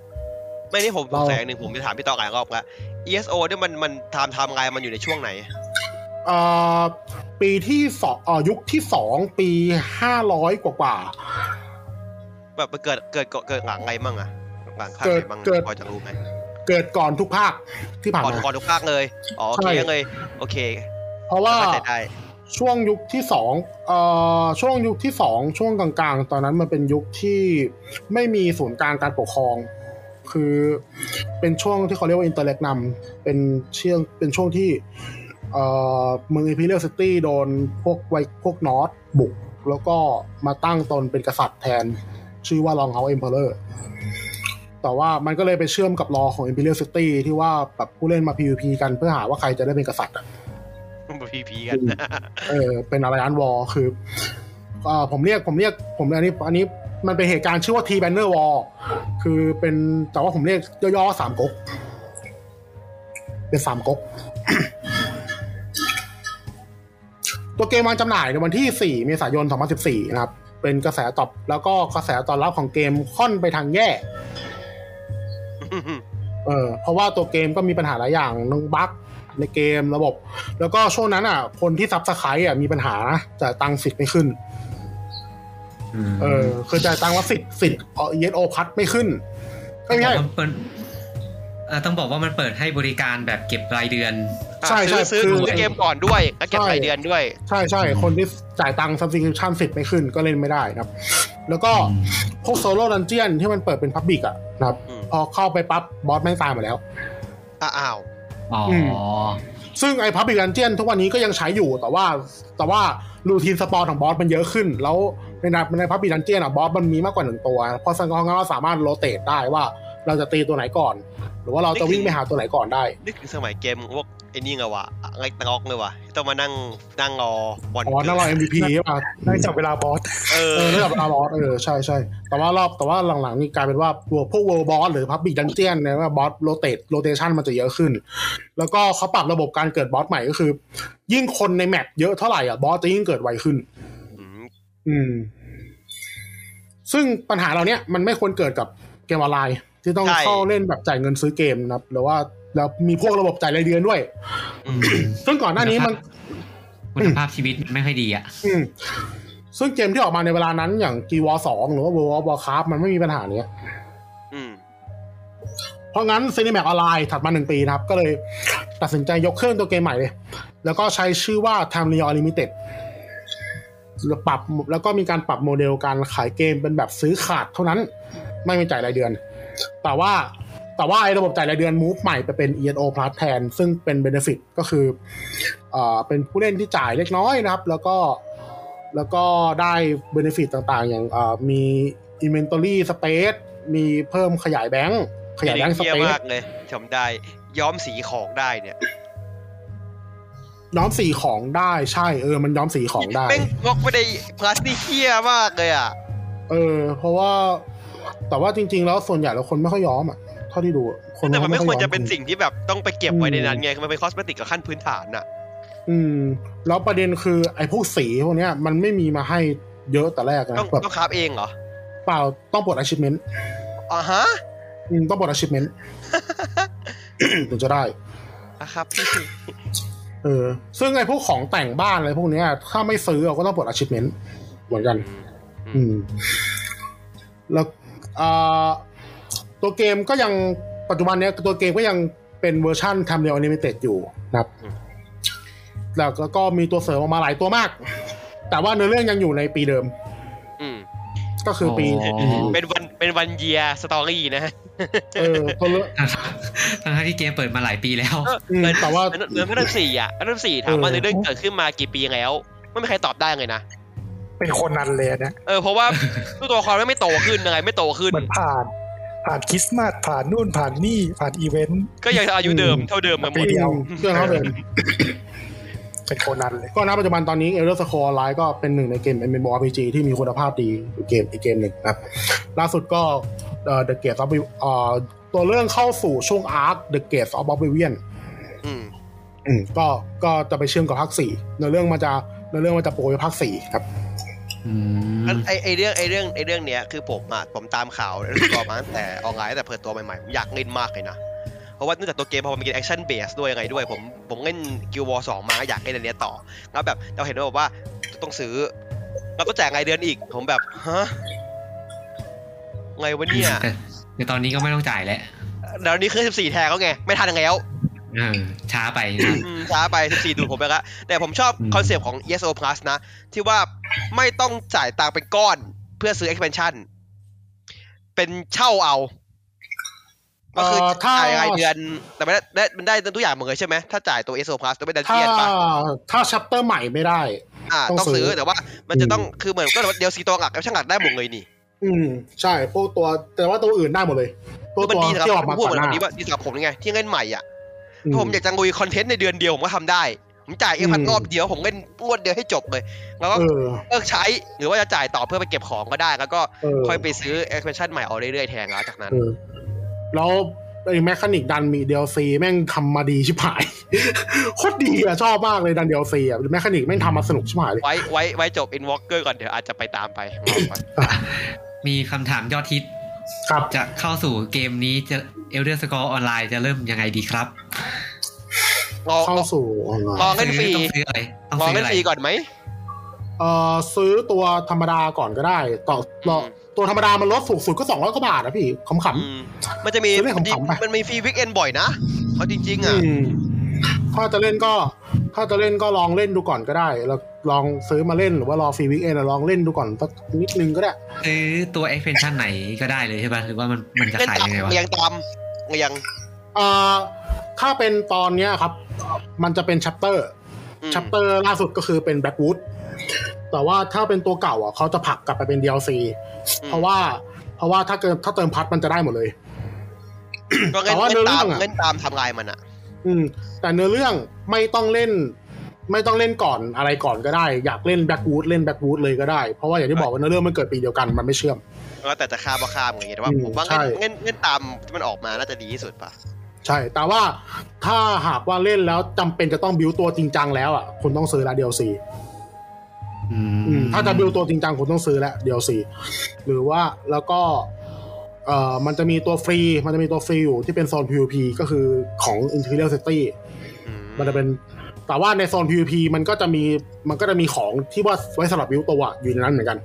[SPEAKER 5] ำ
[SPEAKER 2] ไม่นี่ผมส
[SPEAKER 5] เรา
[SPEAKER 2] งสัยอย่างหนึ่งผมจะถามพี่ต่อหลายรอบละ ESO เนี่ยมันมันไทม์ไทม์ไลน์มันอยู่ในช่วงไหน
[SPEAKER 5] เอ่อปีที่สองเอ่อยุคที่สองปีห้าร้อยกว่ากว่า
[SPEAKER 2] แบบมันเกิดเกิดเกิดหลังอะไรมั่งอะหลังข้าง
[SPEAKER 5] เกิ
[SPEAKER 2] ไห
[SPEAKER 5] ด
[SPEAKER 2] นมั่ง
[SPEAKER 5] เกิด
[SPEAKER 2] พอจะรู้ไหม
[SPEAKER 5] เกิดก่อนทุกภาคที่ผ่าน
[SPEAKER 2] ก่อน
[SPEAKER 5] มา
[SPEAKER 2] ก่อนทุกภาคเลยอ๋อโอเค
[SPEAKER 5] ใช่
[SPEAKER 2] เลยโอเค
[SPEAKER 5] เพราะว่า
[SPEAKER 2] เข้าใจได้
[SPEAKER 5] ช่วงยุคที่สองเอ่อช่วงยุคที่สองช่วงกลางๆ ตอนนั้นมันเป็นยุคที่ไม่มีศูนย์กลางการปกครอง คือเป็นช่วงที่เขาเรียกว่าอินเตอร์เล็กนำเป็นเชื่องเป็นช่วงที่เอ่อเมืองอิพีเรียลซิตี้โดนพวกไวพวกนอตบุก แล้วก็มาตั้งตนเป็นกษัตริย์แทน ชื่อว่าลองเฮาเอ็มเพลเลอร์ แต่ว่ามันก็เลยไปเชื่อมกับรอของ Imperial City ที่ว่าแบบผู้เล่นมา PVP กันเพื่อหาว่าใครจะได้เป็นกษัตริย์อะ
[SPEAKER 2] พีพีกัน
[SPEAKER 5] เออเป็นอะไรอันวอลคือเอ่อผมเรียกผมเรียกผมอันนี้อันนี้มันเป็นเหตุการณ์ชื่อว่าทีแบนเนอร์วอลคือเป็นแต่ว่าผมเรียกย่อๆสามก๊กเป็นสามก๊ก ตัวเกมวางจำหน่ายในวันที่ 4 เมษายน 2014 นะครับ เป็นกระแสตอบแล้วก็กระแสตอบรับของเกมค่อนไปทางแย่ เออเพราะว่าตัวเกมก็มีปัญหาหลายอย่างทั้งบั๊กในเกมระบบ แล้วก็ช่วงนั้นอ่ะ คนที่ซับสไครต์อ่ะมีปัญหาจ่ายตังค์สิทธิ์ไม่ขึ้น เออคือจ่ายตังค์ว่าสิทธิ์สิทธิ์เยสโอพัดไม่ขึ้นก็ไม่ใช่
[SPEAKER 1] ต้องบอกว่ามันเปิดอ่าต้องบอกว่ามันเปิดให้บริการแบบเก็บรายเดือน
[SPEAKER 5] ใช่ใช่
[SPEAKER 2] อ่ะซื้อ
[SPEAKER 5] คื
[SPEAKER 2] ซื้
[SPEAKER 5] อ
[SPEAKER 2] อซื้อเกมก่อนด้วยแล้วเก็บ
[SPEAKER 5] ใช่
[SPEAKER 2] รายเดือนด้วย
[SPEAKER 5] ใช่ใช่
[SPEAKER 1] อืม
[SPEAKER 5] คนที่จ่ายตังค์ซับสคริปชั่นสิทธิ์ไม่ขึ้นก็เล่นไม่ได้นะครับ แล้วก็
[SPEAKER 1] อืม
[SPEAKER 5] พวกโซโล่ดันเจียนที่มันเปิดเป็นพับบิกอ่ะนะครับ
[SPEAKER 2] อืม
[SPEAKER 5] พอเข้าไปปั๊บบอสแม่งตายหมดแล้ว
[SPEAKER 2] อ่ะอ้าว
[SPEAKER 1] อ๋ออ
[SPEAKER 5] ม ซึ่งไอ้พับบิกดันเจียนทุกวันนี้ก็ยังใช้อยู่แต่ว่าแต่ว่ารูทีนสปอร์ของบอสมันเยอะขึ้น แล้วในนับในพับบิกดันเจียนอ่ะบอสมันมีมากกว่าหนึ่งตัว เพราะสังกองก็สามารถโรเตทได้ว่าเราจะตีตัวไหนก่อน หรือว่าเราจะวิ่งไปหาตัวไหนก่อนได้
[SPEAKER 2] นึกถึงสมัยเกมพวกไอ้นี่ไงวะอะไรตะลอกเลยวะต้องมานั่งนั่งรอบอล
[SPEAKER 5] อ๋อนั่นเรา MVP ใช่ปะ
[SPEAKER 4] ได้จับเวลาบอส
[SPEAKER 2] เอ
[SPEAKER 5] เอ
[SPEAKER 2] อ
[SPEAKER 5] อนั่นเราอาร์บอสเออใช่ใช่แต่ว่ารอบแต่ว่าหลังๆนี่กลายเป็นว่าตัวพวกเวิร์บอสหรือพับบิกดันเจียนเนี่ยว่าบอสโรเตทโรเตชันมันจะเยอะขึ้น แล้วก็เขาปรับระบบการเกิดบอสใหม่ก็คือ ยิ่งคนในแมปเยอะเท่าไหร่อ่ะบอสจะยิ่งเกิดไวขึ้น
[SPEAKER 2] ม
[SPEAKER 5] อืม ซึ่งปัญหาเราเนี้ยมันไม่ควรเกิดกับเกมออนไลน์ที่ต้องเข้าเล่นแบบจ่ายเงินซื้อเกมนะครับหรือว่าแล้วมีพวกระบบจ่ายรายเดือนด้วย
[SPEAKER 2] อืม
[SPEAKER 5] ซึ่งก่อนหน้านี้มัน
[SPEAKER 1] คุณภาพชีวิตไม่ค่อยดี อ่ะ
[SPEAKER 5] อืม ซึ่งเกมที่ออกมาในเวลานั้นอย่างกีวอสองหรือว่า World of Warcraft มันไม่มีปัญหาเนี้ย
[SPEAKER 2] อืม
[SPEAKER 5] เพราะงั้น Cinemax Online ถัดมาหนึ่งปีนะครับ ก็เลยตัดสินใจยกเครื่องตัวเกมใหม่เลย แล้วก็ใช้ชื่อว่า Time Real Limited แล้วปรับแล้วก็มีการปรับโมเดลการขายเกมเป็นแบบซื้อขาดเท่านั้น ไม่มีจ่ายรายเดือน แต่ว่าแต่ว่าไอ้ระบบจ่ายรายเดือน move ใหม่ไปเป็น ENO Plus แทน ซึ่งเป็น benefit ก็คือเอ่อเป็นผู้เล่นที่จ่ายเล็กน้อยนะครับ แล้วก็แล้วก็ได้ benefit ต่างๆ อย่างเอ่อมี inventory space มีเพิ่มขยายแบงค์ขยายแบงค์
[SPEAKER 2] เยี่ย
[SPEAKER 5] space
[SPEAKER 2] มากเลยจำได้ย้อมสีของได้เนี่ย
[SPEAKER 5] ย้อมสีของได้ใช่เออมันย้อมสีของได้
[SPEAKER 2] แม่งงอกไปในพลาสติกเฮียมากเลยอ่ะ
[SPEAKER 5] เออ เพราะว่า แต่ว่าจริง ๆ แล้วส่วนใหญ่แล้วคนไม่ค่อยย้อมอ่ะเท่าที่ดูคน
[SPEAKER 2] แต่มันไม่
[SPEAKER 5] อย
[SPEAKER 2] ควร
[SPEAKER 5] ย้อ
[SPEAKER 2] จะเป็นสิ่งที่แบบต้องไปเก็บไว้ในนั้นไงมันเป็นคอสเมติกกับขั้นพื้นฐานอ่ะ
[SPEAKER 5] อืม แล้วประเด็นคือไอ้พวกสีพวกเนี้ยมันไม่มีมาให้เยอะแต่แรกนะ
[SPEAKER 2] ต้อง
[SPEAKER 5] แบบ
[SPEAKER 2] ต้องคราฟเองเหรอ
[SPEAKER 5] เปล่าต้องปลด achievement
[SPEAKER 2] อ่ะฮะ
[SPEAKER 5] อืมต้องปลด achievement ถึงจะได้
[SPEAKER 2] นะครับพี่
[SPEAKER 5] เออ ซึ่งไอ้พวกของแต่งบ้านอะไรพวกเนี้ย ถ้าไม่ซื้อเราก็ต้องปลด achievement เหมือนกัน อืม แล้วอ่าตัวเกมก็ยังปัจจุบันเนี้ยตัวเกมก็ยังเป็นเวอร์ชันทำเรียลอนิเมเต็ดอยู่นะครับ แล้วแล้วก็มีตัวเสริมออกมาหลายตัวมาก แต่ว่าเนื้อเรื่องยังอยู่ในปีเดิม
[SPEAKER 2] อืม
[SPEAKER 5] ก็คือปี
[SPEAKER 1] อ๋อ
[SPEAKER 2] เป็นวันเป็นวันเยียสตอรี่นะฮะ
[SPEAKER 5] เออตัวเลือก
[SPEAKER 1] ทั้งๆที่เกมเปิดมาหลายปีแล้ว
[SPEAKER 5] อืมแต่ว่า
[SPEAKER 2] เรื่องเรื่องสี่อ่ะเรื่องสี่ถามว่า
[SPEAKER 5] เออ
[SPEAKER 2] เรื่องเกิดขึ้นมากี่ปีแล้ว ไม่มีใครตอบได้เลยนะ
[SPEAKER 4] เป็นคนนั้นเลยอันเนี่ย
[SPEAKER 2] เออเพราะว่า ตัวละครไม่โตขึ้นอะไรไม่โตขึ้น
[SPEAKER 4] เหมือนผ่าน ผ่านคริสต์มาสผ่านนู่นผ่านนี่ผ่านอีเวนต์
[SPEAKER 2] ก็ยังอายุเดิมเท่าเดิมกันหม
[SPEAKER 4] ปี
[SPEAKER 2] ด
[SPEAKER 4] เดียว
[SPEAKER 5] เครื่องเขาเป็น
[SPEAKER 4] เป็นคนนั้นเลย
[SPEAKER 5] ก็ณปัจจุบันตอนนี้ Elder Scrolls Online ก็เป็นหนึ่งในเกม MMORPG ที่มีคุณภาพดีอยู่เกมอีกเกมหนึ่งนะครับ ล่าสุดก็เอ่อ The Gates of Obliv- เอ่อตัวเรื่องเข้าสู่ช่วง Arc The Gates of Oblivion
[SPEAKER 2] อืม
[SPEAKER 5] อืมก็ก็จะไปเชื่อมกับภาคสี่ในเรื่องมันจะในเรื่องมันจะโปรยไปภาคสี่ครับ
[SPEAKER 1] อืม
[SPEAKER 2] ไอไอเรื่องไอเรื่องไอเรื่องเนี้ยคือผมอ่ะผมตามข่าวเรื่องตัวมาตั้งแต่ออนไลน์ตั้งแต่เปิดตัวใหม่ๆผมอยากเล่นมากเลยนะผ ราะว่าเนื่องจากตัวเกมพอมันเป็นแอคชั่นเบสด้วยอะไรด้วย ผมผมเล่นกิววอสองมาอยากเล่นอันเนี้ยต่อ แล้วแบบเราเห็นว่าแบบว่าต้องซื้อแล้วก็แจกรายเดือนอีก ผมแบบฮะไงวะเนี่ย
[SPEAKER 1] แต่ในตอนนี้ก็ไม่ต้องจ่ายแล้ว
[SPEAKER 2] เดี๋ยวนี้คือ14แทนแล้วไงไม่ทันแล้ว
[SPEAKER 1] เออช้าไปนะ
[SPEAKER 2] อืมช้าไป 14 ดูดผมไปละแต่ผมชอบ
[SPEAKER 1] อืม
[SPEAKER 2] คอนเซปต์ของ ESO Plus นะ ที่ว่าไม่ต้องจ่ายตังค์เป็นก้อนเพื่อซื้อ expansion เป็นเช่าเอา ก็คือ
[SPEAKER 5] เอ่อถ้า
[SPEAKER 2] จ่ายรายเดือน แต่ไม่ได้ได้มันได้ตัวอย่างเหมือนเลยใช่ไหม ถ้าจ่ายตัว ESO Plus ตัวไม่ดัน
[SPEAKER 5] ถ้า
[SPEAKER 2] เจียนปะ
[SPEAKER 5] ถ้าชัปเตอร์ใหม่ไม่ได้
[SPEAKER 2] อ่า
[SPEAKER 5] ต้
[SPEAKER 2] ต้อ
[SPEAKER 5] อง งซื้
[SPEAKER 2] ซื้อ
[SPEAKER 5] อ
[SPEAKER 2] แต่ว่ามันจะต้องคือเหมือนก็เดี๋ยวซีตัวหลักกับช่างหลักได้หมดเลยนี่
[SPEAKER 5] อืม ใช่พวกตัวแต่ว่าตัวอื่นได้หมดเลย ตัว
[SPEAKER 2] มัน
[SPEAKER 5] ตัว
[SPEAKER 2] ดีสำหรับ
[SPEAKER 5] ที่ออกมา
[SPEAKER 2] พูด
[SPEAKER 5] ก่
[SPEAKER 2] เหมื
[SPEAKER 5] อน
[SPEAKER 2] อน
[SPEAKER 5] หน้า
[SPEAKER 2] นี้ว่าดีสำหรับผมยังไง ที่เล่นใหม่อ่ะ
[SPEAKER 5] อื
[SPEAKER 2] ถ้าผมอยากจะลุยคอนเทนต์ในเดือนเดียวผมก็ทำได้ ผมจ่ายเอ็กพัน
[SPEAKER 5] อืม
[SPEAKER 2] รอบเดียวผมเล่นรวดเดียวให้จบเลยแล้วก็
[SPEAKER 5] เออ
[SPEAKER 2] เลิกใช้หรือว่าจะจ่ายต่อเพื่อไปเก็บของก็ได้ แล้วก็
[SPEAKER 5] เออ
[SPEAKER 2] ค่อยไปซื้อ expansion ใหม่เอาเรื่อยๆแทนแล้วจากนั้น
[SPEAKER 5] เออแล้วไอ้แมคานิกดันมี DLC แม่งทำมาดีชิบหาย โคตรดีอะชอบมากเลยดัน DLC อะแมคานิกแม่งทำมาสนุกชิบหายเลย
[SPEAKER 2] ไว้ไว้ไว้จบ inwalker ก่อนเดี๋ยวอาจจะไป ตามไปรอก่อน
[SPEAKER 1] มีคำถามยอดฮิต
[SPEAKER 5] ครับ
[SPEAKER 1] จะเข้าสู่เกมนี้จะ Elder Scrolls Online จะเริ่มยังไงดีครับ
[SPEAKER 2] รอร
[SPEAKER 5] เข้า
[SPEAKER 2] อ
[SPEAKER 5] สู่ออนไล
[SPEAKER 2] ร
[SPEAKER 5] น์
[SPEAKER 2] อเล่นฟรี
[SPEAKER 1] ต้องซื้ออะไรต้อง
[SPEAKER 2] รอ
[SPEAKER 1] ซื้อ
[SPEAKER 2] เล่
[SPEAKER 1] อะ
[SPEAKER 2] น
[SPEAKER 1] ไร
[SPEAKER 2] ฟรีก่อนไหม
[SPEAKER 5] เอ่อซื้อตัวธรรมดาก่อนก็ได้ต่อต่อ
[SPEAKER 2] อืม
[SPEAKER 5] ตัวธรรมดามันลดสูงสุดก็สองร้อยกว่าบาทนะพี่ขำ
[SPEAKER 2] อื
[SPEAKER 5] ๆ
[SPEAKER 2] มมันจะมี
[SPEAKER 5] ซื้อเรื่องขำๆไป
[SPEAKER 2] มันมีฟรีวิกเอนบ่อยนะเอาจริง ๆ อ่ะ
[SPEAKER 5] อืมถ้าจะเล่นก็ ถ้าจะเล่นก็ลองเล่นดูก่อนก็ได้แล้วลองซื้อมาเล่นหรือว่ารอฟรีวิกเอนลองเล่นดูก่อนสักนิดนึงก็ได้
[SPEAKER 1] ซื้อตัว expansion ไหนก็ได้เลยใช่ป่ะหรือว่ามันมันจะ
[SPEAKER 2] เล่น
[SPEAKER 1] ขาย
[SPEAKER 2] ตาม
[SPEAKER 1] ยังไงวะ
[SPEAKER 2] เรียงตามเรียง
[SPEAKER 5] เอ่อถ้าเป็นตอนเนี้ยครับ มันจะเป็นชัปเตอร์
[SPEAKER 2] อืม
[SPEAKER 5] ชัปเตอร์ล่าสุดก็คือเป็นแบ็กวูดแต่ว่าถ้าเป็นตัวเก่าอ่ะเขาจะผลักกลับไปเป็น DLC เพราะว่า เพราะว่าถ้าเกิดถ้าเติมพัทมันจะได้หมดเลย
[SPEAKER 2] ก็เล่น
[SPEAKER 5] แต่ว่า
[SPEAKER 2] เล่นตาม
[SPEAKER 5] เนื้อเรื่องอะ
[SPEAKER 2] เล่นตามไทำลายมันอ่ะ
[SPEAKER 5] อืม แต่เนื้อเรื่องไม่ต้องเล่น ไม่ต้องเล่นก่อนอะไรก่อนก็ได้ อยากเล่นแบ็กวูดเล่นแบ็กวูดเลยก็ได้ เพราะว่าอย่างที่บอกว่าเนื้อเรื่องมันเกิดปีเดียวกันมันไม่เชื่อม
[SPEAKER 2] แล้วแต่จะข้ามก็ข้ามอะไรอย่างเงี้ยแต่ว่า
[SPEAKER 5] อืม
[SPEAKER 2] ผมว่า
[SPEAKER 5] ใช่
[SPEAKER 2] เล่นเล่นเล่นตามที่มันออกมาน่าจะดีที่สุดป่ะ
[SPEAKER 5] ใช่ แต่ว่าถ้าหากว่าเล่นแล้วจำเป็นจะต้องบิวตัวจริงจังแล้วอ่ะคุณต้องซื้อละ DLC อืมถ้าจะบิวตัวจริงจังคุณต้องซื้อละ DLC หรือว่าแล้วก็เอ่อมันจะมีตัวฟรีมันจะมีตัวฟรีอยู่ที่เป็นโซน PVP ก็คือของ Imperial City
[SPEAKER 2] อืม
[SPEAKER 5] มันจะเป็นแต่ว่าในโซน PVP มันก็จะมีมันก็จะมีของที่ว่าไว้สำหรับบิวตัวอะอยู่ในนั้นเหมือนกัน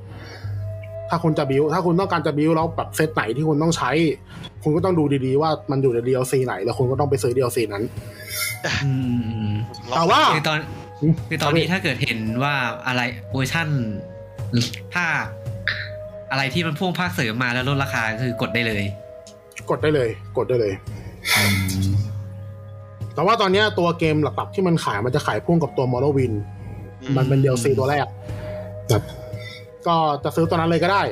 [SPEAKER 5] ถ้าคุณจะบิวถ้าคุณต้องการจะบิวแล้วแบบเซตไหนที่คุณต้องใช้ คุณก็ต้องดูดีๆว่ามันอยู่ใน DLC ไหน แล้วคุณก็ต้องไปซื้อ DLC นั้น
[SPEAKER 1] อืมอืมอืม
[SPEAKER 5] แต่ว่า
[SPEAKER 1] คือตอน
[SPEAKER 5] อืม
[SPEAKER 1] คือตอนนี้ถ้าเกิดเห็นว่าอะไรเวอร์ชั่นภาคอะไรที่มันพ่วงภาคเสริมมาแล้วลดราคาคือกดได้เลย
[SPEAKER 5] กดได้เลย กดได้เลย แต่ว่าตอนเนี้ยตัวเกมหลักๆที่มันขายมันจะขายพ่วงกับตัว Morrowind
[SPEAKER 2] อื
[SPEAKER 5] มันเป็น DLC
[SPEAKER 1] อืม
[SPEAKER 5] ตัวแรกครับก็จะซื้อตัวนั้นเลยก็ได้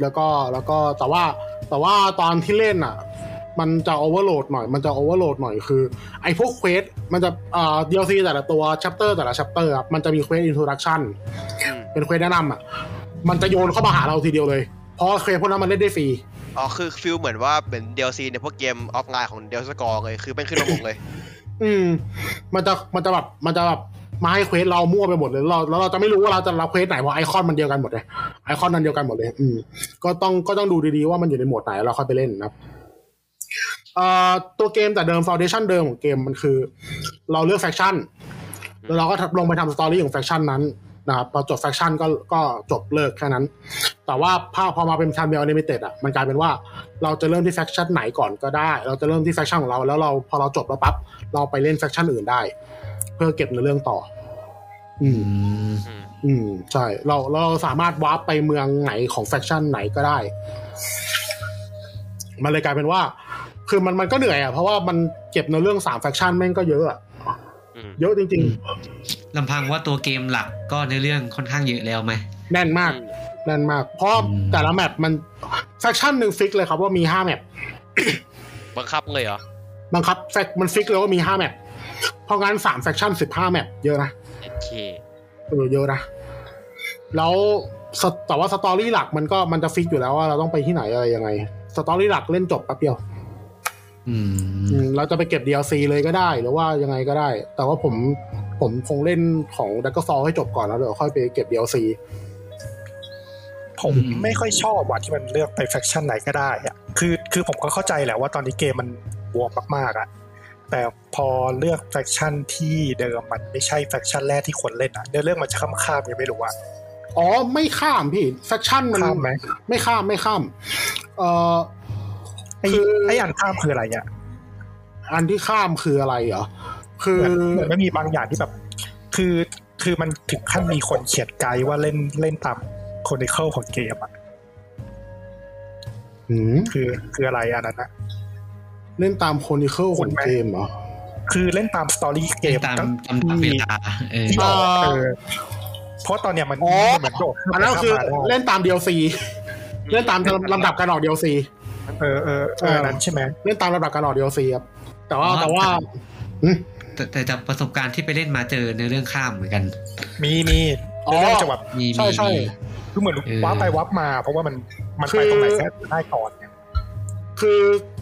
[SPEAKER 5] แล้วก็แล้วก็แต่ว่าแต่ว่าตอนที่เล่นอ่ะ มันจะโอเวอร์โหลดหน่อย มันจะโอเวอร์โหลดหน่อยคือ ไอ้พวกเควสมันจะอ่า DLC แต่ละตัวชัปเตอร์แต่ละชัปเตอร์มันจะมีเควสอินโทรดักชั่น
[SPEAKER 2] อืม
[SPEAKER 5] เป็นเควสแนะนำอ่ะ มันจะโยนเข้ามาหาเราทีเดียวเลย เพราะเควสพวกนั้นมันเล่นได้ฟรี
[SPEAKER 2] อ๋อคือฟิลเหมือนว่าเป็น DLC ในพวกเกมออฟไลน์ของ DLC กอเลยคือเป็นขึ้นมาหมดเลย
[SPEAKER 5] อืม มันจะมันจะแบบมันจะแบบมาให้เควสเรามั่วไปหมดเลยเราแล้วเราจะไม่รู้ว่าเราจะรับเควสไหนเพราะไอคอนมันเดียวกันหมดเลยไอคอนนั้นเดียวกันหมดเลย อืม ก็ต้องก็ต้องดูดีๆว่ามันอยู่ในโหมดไหนแล้วเราค่อยไปเล่นนะครับเอ่อตัวเกมแต่เดิมฟ u n เดชั่นเดิมของเกมมันคือ เราเลือกแฟคชั่นแล้วเราก็ลงไปทำสตอรี่ของแฟคชั่นนั้นนะครับพอจบแฟคชั่นก็ก็จบเลิกแค่นั้น แต่ว่าภาพพอมาเป็นคันเบลนิเมเต็ดอ่ะมันกลายเป็นว่าเราจะเริ่มที่แฟคชั่นไหนก่อนก็ได้ เราจะเริ่มที่แฟคชั่นของเราแล้วเราพอเราจบแล้วปั๊บ เราไปเล่นแฟคชั่นอื่นได้ เพื่อเก็บในอเรื่องต่อ อืม
[SPEAKER 2] อืม
[SPEAKER 5] อืม ใช่ เราเราสามารถวาร์ปไปเมืองไหนของแฟคชั่นไหนก็ได้ มันเลยกลายเป็นว่า คือมันมันก็เหนื่อยอ่ะ เพราะว่ามันเก็บในอเรื่องสามแฟคชั่นแม่งก็เยอะอะ
[SPEAKER 2] อืม
[SPEAKER 5] เยอะจริง
[SPEAKER 1] ลำพังว่าตัวเกมหลักก็ในเรื่องค่อนข้างเยอะแล้วไหม
[SPEAKER 5] ๆ แน่นมาก แน่นมาก เพราะ
[SPEAKER 1] อืม
[SPEAKER 5] แต่ละแมปมันแฟคชั่นหนึ่งฟิกเลยครับว่ามีห้าแมป
[SPEAKER 2] บังคับเลยเหรอ
[SPEAKER 5] บังคับแฟคมันฟิกเลยว่ามีห้าแมป เพราะงั้นสามแฟคชั่นสิบห้าแมปเยอะนะ
[SPEAKER 2] โอเค
[SPEAKER 5] เออเยอะนะ แล้วสตแต่ว่าสตอรี่หลักมันก็มันจะฟิกอยู่แล้วว่าเราต้องไปที่ไหนอะไรยังไง สตอรี่หลักเล่นจบแป๊บเดียว
[SPEAKER 1] อืม
[SPEAKER 5] อืมเราจะไปเก็บ DLC เลยก็ได้ หรือว่ายังไงก็ได้ แต่ว่าผมผมคงเล่นของดักก็ซอให้จบก่อนแล้วเดี๋ยวค่อยไปเก็บ DLC
[SPEAKER 4] ผมไม่ค่อยชอบว่ะที่มันเลือกไปแฟคชั่นไหนก็ได้อะคือคือผมก็เข้าใจแหละว่าตอนนี้เกมมัน บวมมากๆอะแต่พอเลือกแฟคชั่นที่เดิมมันไม่ใช่แฟคชั่นแรกที่ควรเล่นอะเนื้อเรื่องมันจะข้ามข้ามๆยังไม่รู้อะ
[SPEAKER 5] อ๋อไม่ข้ามพี่แฟคชั่นมัน
[SPEAKER 4] ข้ามไหม
[SPEAKER 5] ไม่ข้ามไม่ข้าม เอ่อ
[SPEAKER 4] ไอ้
[SPEAKER 5] คือ
[SPEAKER 4] ไอ้อันข้ามคืออะไรเนี่ย
[SPEAKER 5] อันที่ข้ามคืออะไรเหรอคือ
[SPEAKER 4] เหมือนไม่มีบางอย่างที่แบบ คือคือมันถึงขั้นมีคนเขียนไกด์ว่าเล่นเล่นตามคนในเข้าของเกมอะ
[SPEAKER 5] หืม
[SPEAKER 4] คือคืออะไรอันนั้นอะ
[SPEAKER 5] เล่นตามโคนิเคิลข
[SPEAKER 4] คุ
[SPEAKER 5] อ
[SPEAKER 4] ณ
[SPEAKER 5] ง
[SPEAKER 4] ไหม
[SPEAKER 5] เกมเหรอ
[SPEAKER 4] คือเล่นตามสตอรี่เกม
[SPEAKER 1] ตาม
[SPEAKER 4] ตั้ง
[SPEAKER 1] ตามตามเวลาเออ
[SPEAKER 4] ที่ออกอะ
[SPEAKER 5] เออ
[SPEAKER 4] เออเพราะตอนเนี้ยมัน
[SPEAKER 5] อ๋อ
[SPEAKER 4] เหมือนโดดข้าม
[SPEAKER 5] อันนั้น
[SPEAKER 4] ไป
[SPEAKER 5] คือ
[SPEAKER 4] ข้ามมาได้
[SPEAKER 5] เล่นตาม DLC เล่นตามลำดับการออก DLC
[SPEAKER 4] เออเออเออนั้นใช่ไหม
[SPEAKER 5] เล่นตามลำดับการออก DLC ครับแต่ว่า
[SPEAKER 1] อ๋อ
[SPEAKER 5] แต่ว่า
[SPEAKER 1] แต่แต่จากประสบการณ์ที่ไปเล่นมาเจอในเรื่องข้ามเหมือนกัน
[SPEAKER 4] มีมี
[SPEAKER 5] อ๋อ
[SPEAKER 4] เรื่องจะแบบ
[SPEAKER 1] มี
[SPEAKER 5] ใช่
[SPEAKER 1] มี
[SPEAKER 5] ใช่
[SPEAKER 1] มี
[SPEAKER 4] คือเหมือน
[SPEAKER 1] เออ
[SPEAKER 4] ว้าไปวับมา เพราะว่ามันมัน
[SPEAKER 5] คือ
[SPEAKER 4] ไปตรงไหนก็ได้ก่อนเนี่ย
[SPEAKER 5] คือ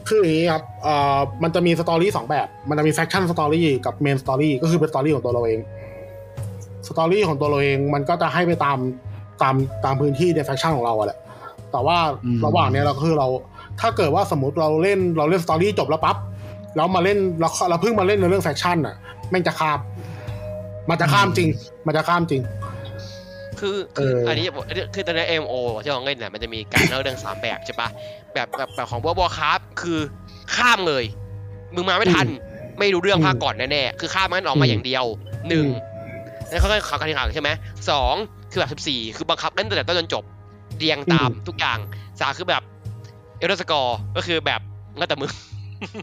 [SPEAKER 5] คืออย่างนี้ครับเอ่อมันจะมีสตอรี่สองแบบ มันจะมีแฟคชั่นสตอรี่กับเมนสตอรี่ก็คือเป็นสตอรี่ของตัวเราเองสตอรี่ของตัวเราเองมันก็จะให้ไปตามตามตามพื้นที่ในแฟคชั่นของเราอะแหละแต่ว่า
[SPEAKER 1] อืม
[SPEAKER 5] ระหว่างเนี้ยเราก็คือเรา ถ้าเกิดว่าสมมติเราเล่นเราเล่นสตอรี่จบแล้วปั๊บแล้วมาเล่นเราเราเพิ่งมาเล่นในเรื่องแฟคชั่นอ่ะแม่งจะข้ามมันจะข้ามจริง มันจะข้ามจริง
[SPEAKER 7] คือคือ
[SPEAKER 5] เอออั
[SPEAKER 7] อันนี้จะบอกคือตอนนี้เอ็มโอที่เราเล่นเนี่ยมันจะมีการเล่าเรื่องสามแบบใช่ปะแบบแบบแบบของบอบอครับคือข้ามเลย มึงมาไม่ทัน ไม่รู้เรื่องภาคก่อนแน่ๆคือข้ามมันออกมาอย่างเดียวหนึ่งนั่นเขาก็ข่าวการแข่งขันใช่ไหมสองคือแบบสิบสี่คือบังคับเล่นตั้งแต่ต้นจนจบเรียงตามทุกอย่างสามคือแบบเอลสกอร์ก็คือแบบแล้วแต่มึง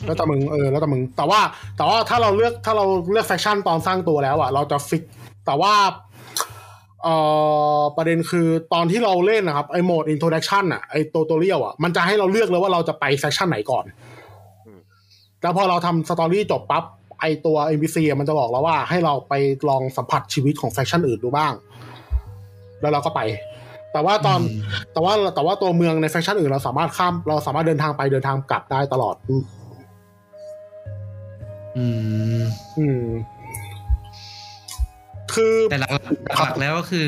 [SPEAKER 5] แล้วแต่มึงเออแล้วแต่มึงแต่ว่าแต่ว่าถ้าเราเลือกถ้าเราเลือกแฟคชั่นตอนสร้างตัวแล้วอะเราจะฟิกแต่ว่าเอ่อประเด็นคือตอนที่เราเล่นนะครับไอ้โหมดอินโทรดักชันอะไอ้ตัวตัวเรียวอะมันจะให้เราเลือกเลยว่าเราจะไปแฟคชั่นไหนก่อน
[SPEAKER 2] อืม
[SPEAKER 5] แล้วพอเราทำสตอรี่จบปั๊บไอ้ตัว NPC อะมันจะบอกเราว่าให้เราไปลองสัมผัสชีวิตของแฟคชั่นอื่นดูบ้าง แล้วเราก็ไป แต่ว่าตอน
[SPEAKER 1] ม
[SPEAKER 5] แต่ว่าแต่ว่าตัวเมืองในแฟคชั่นอื่นเราสามารถข้ามเราสามารถเดินทางไปเดินทางกลับได้ตลอด
[SPEAKER 1] อืม
[SPEAKER 5] อืม คือ
[SPEAKER 1] แต่หลักหลักๆแล้วก็คือ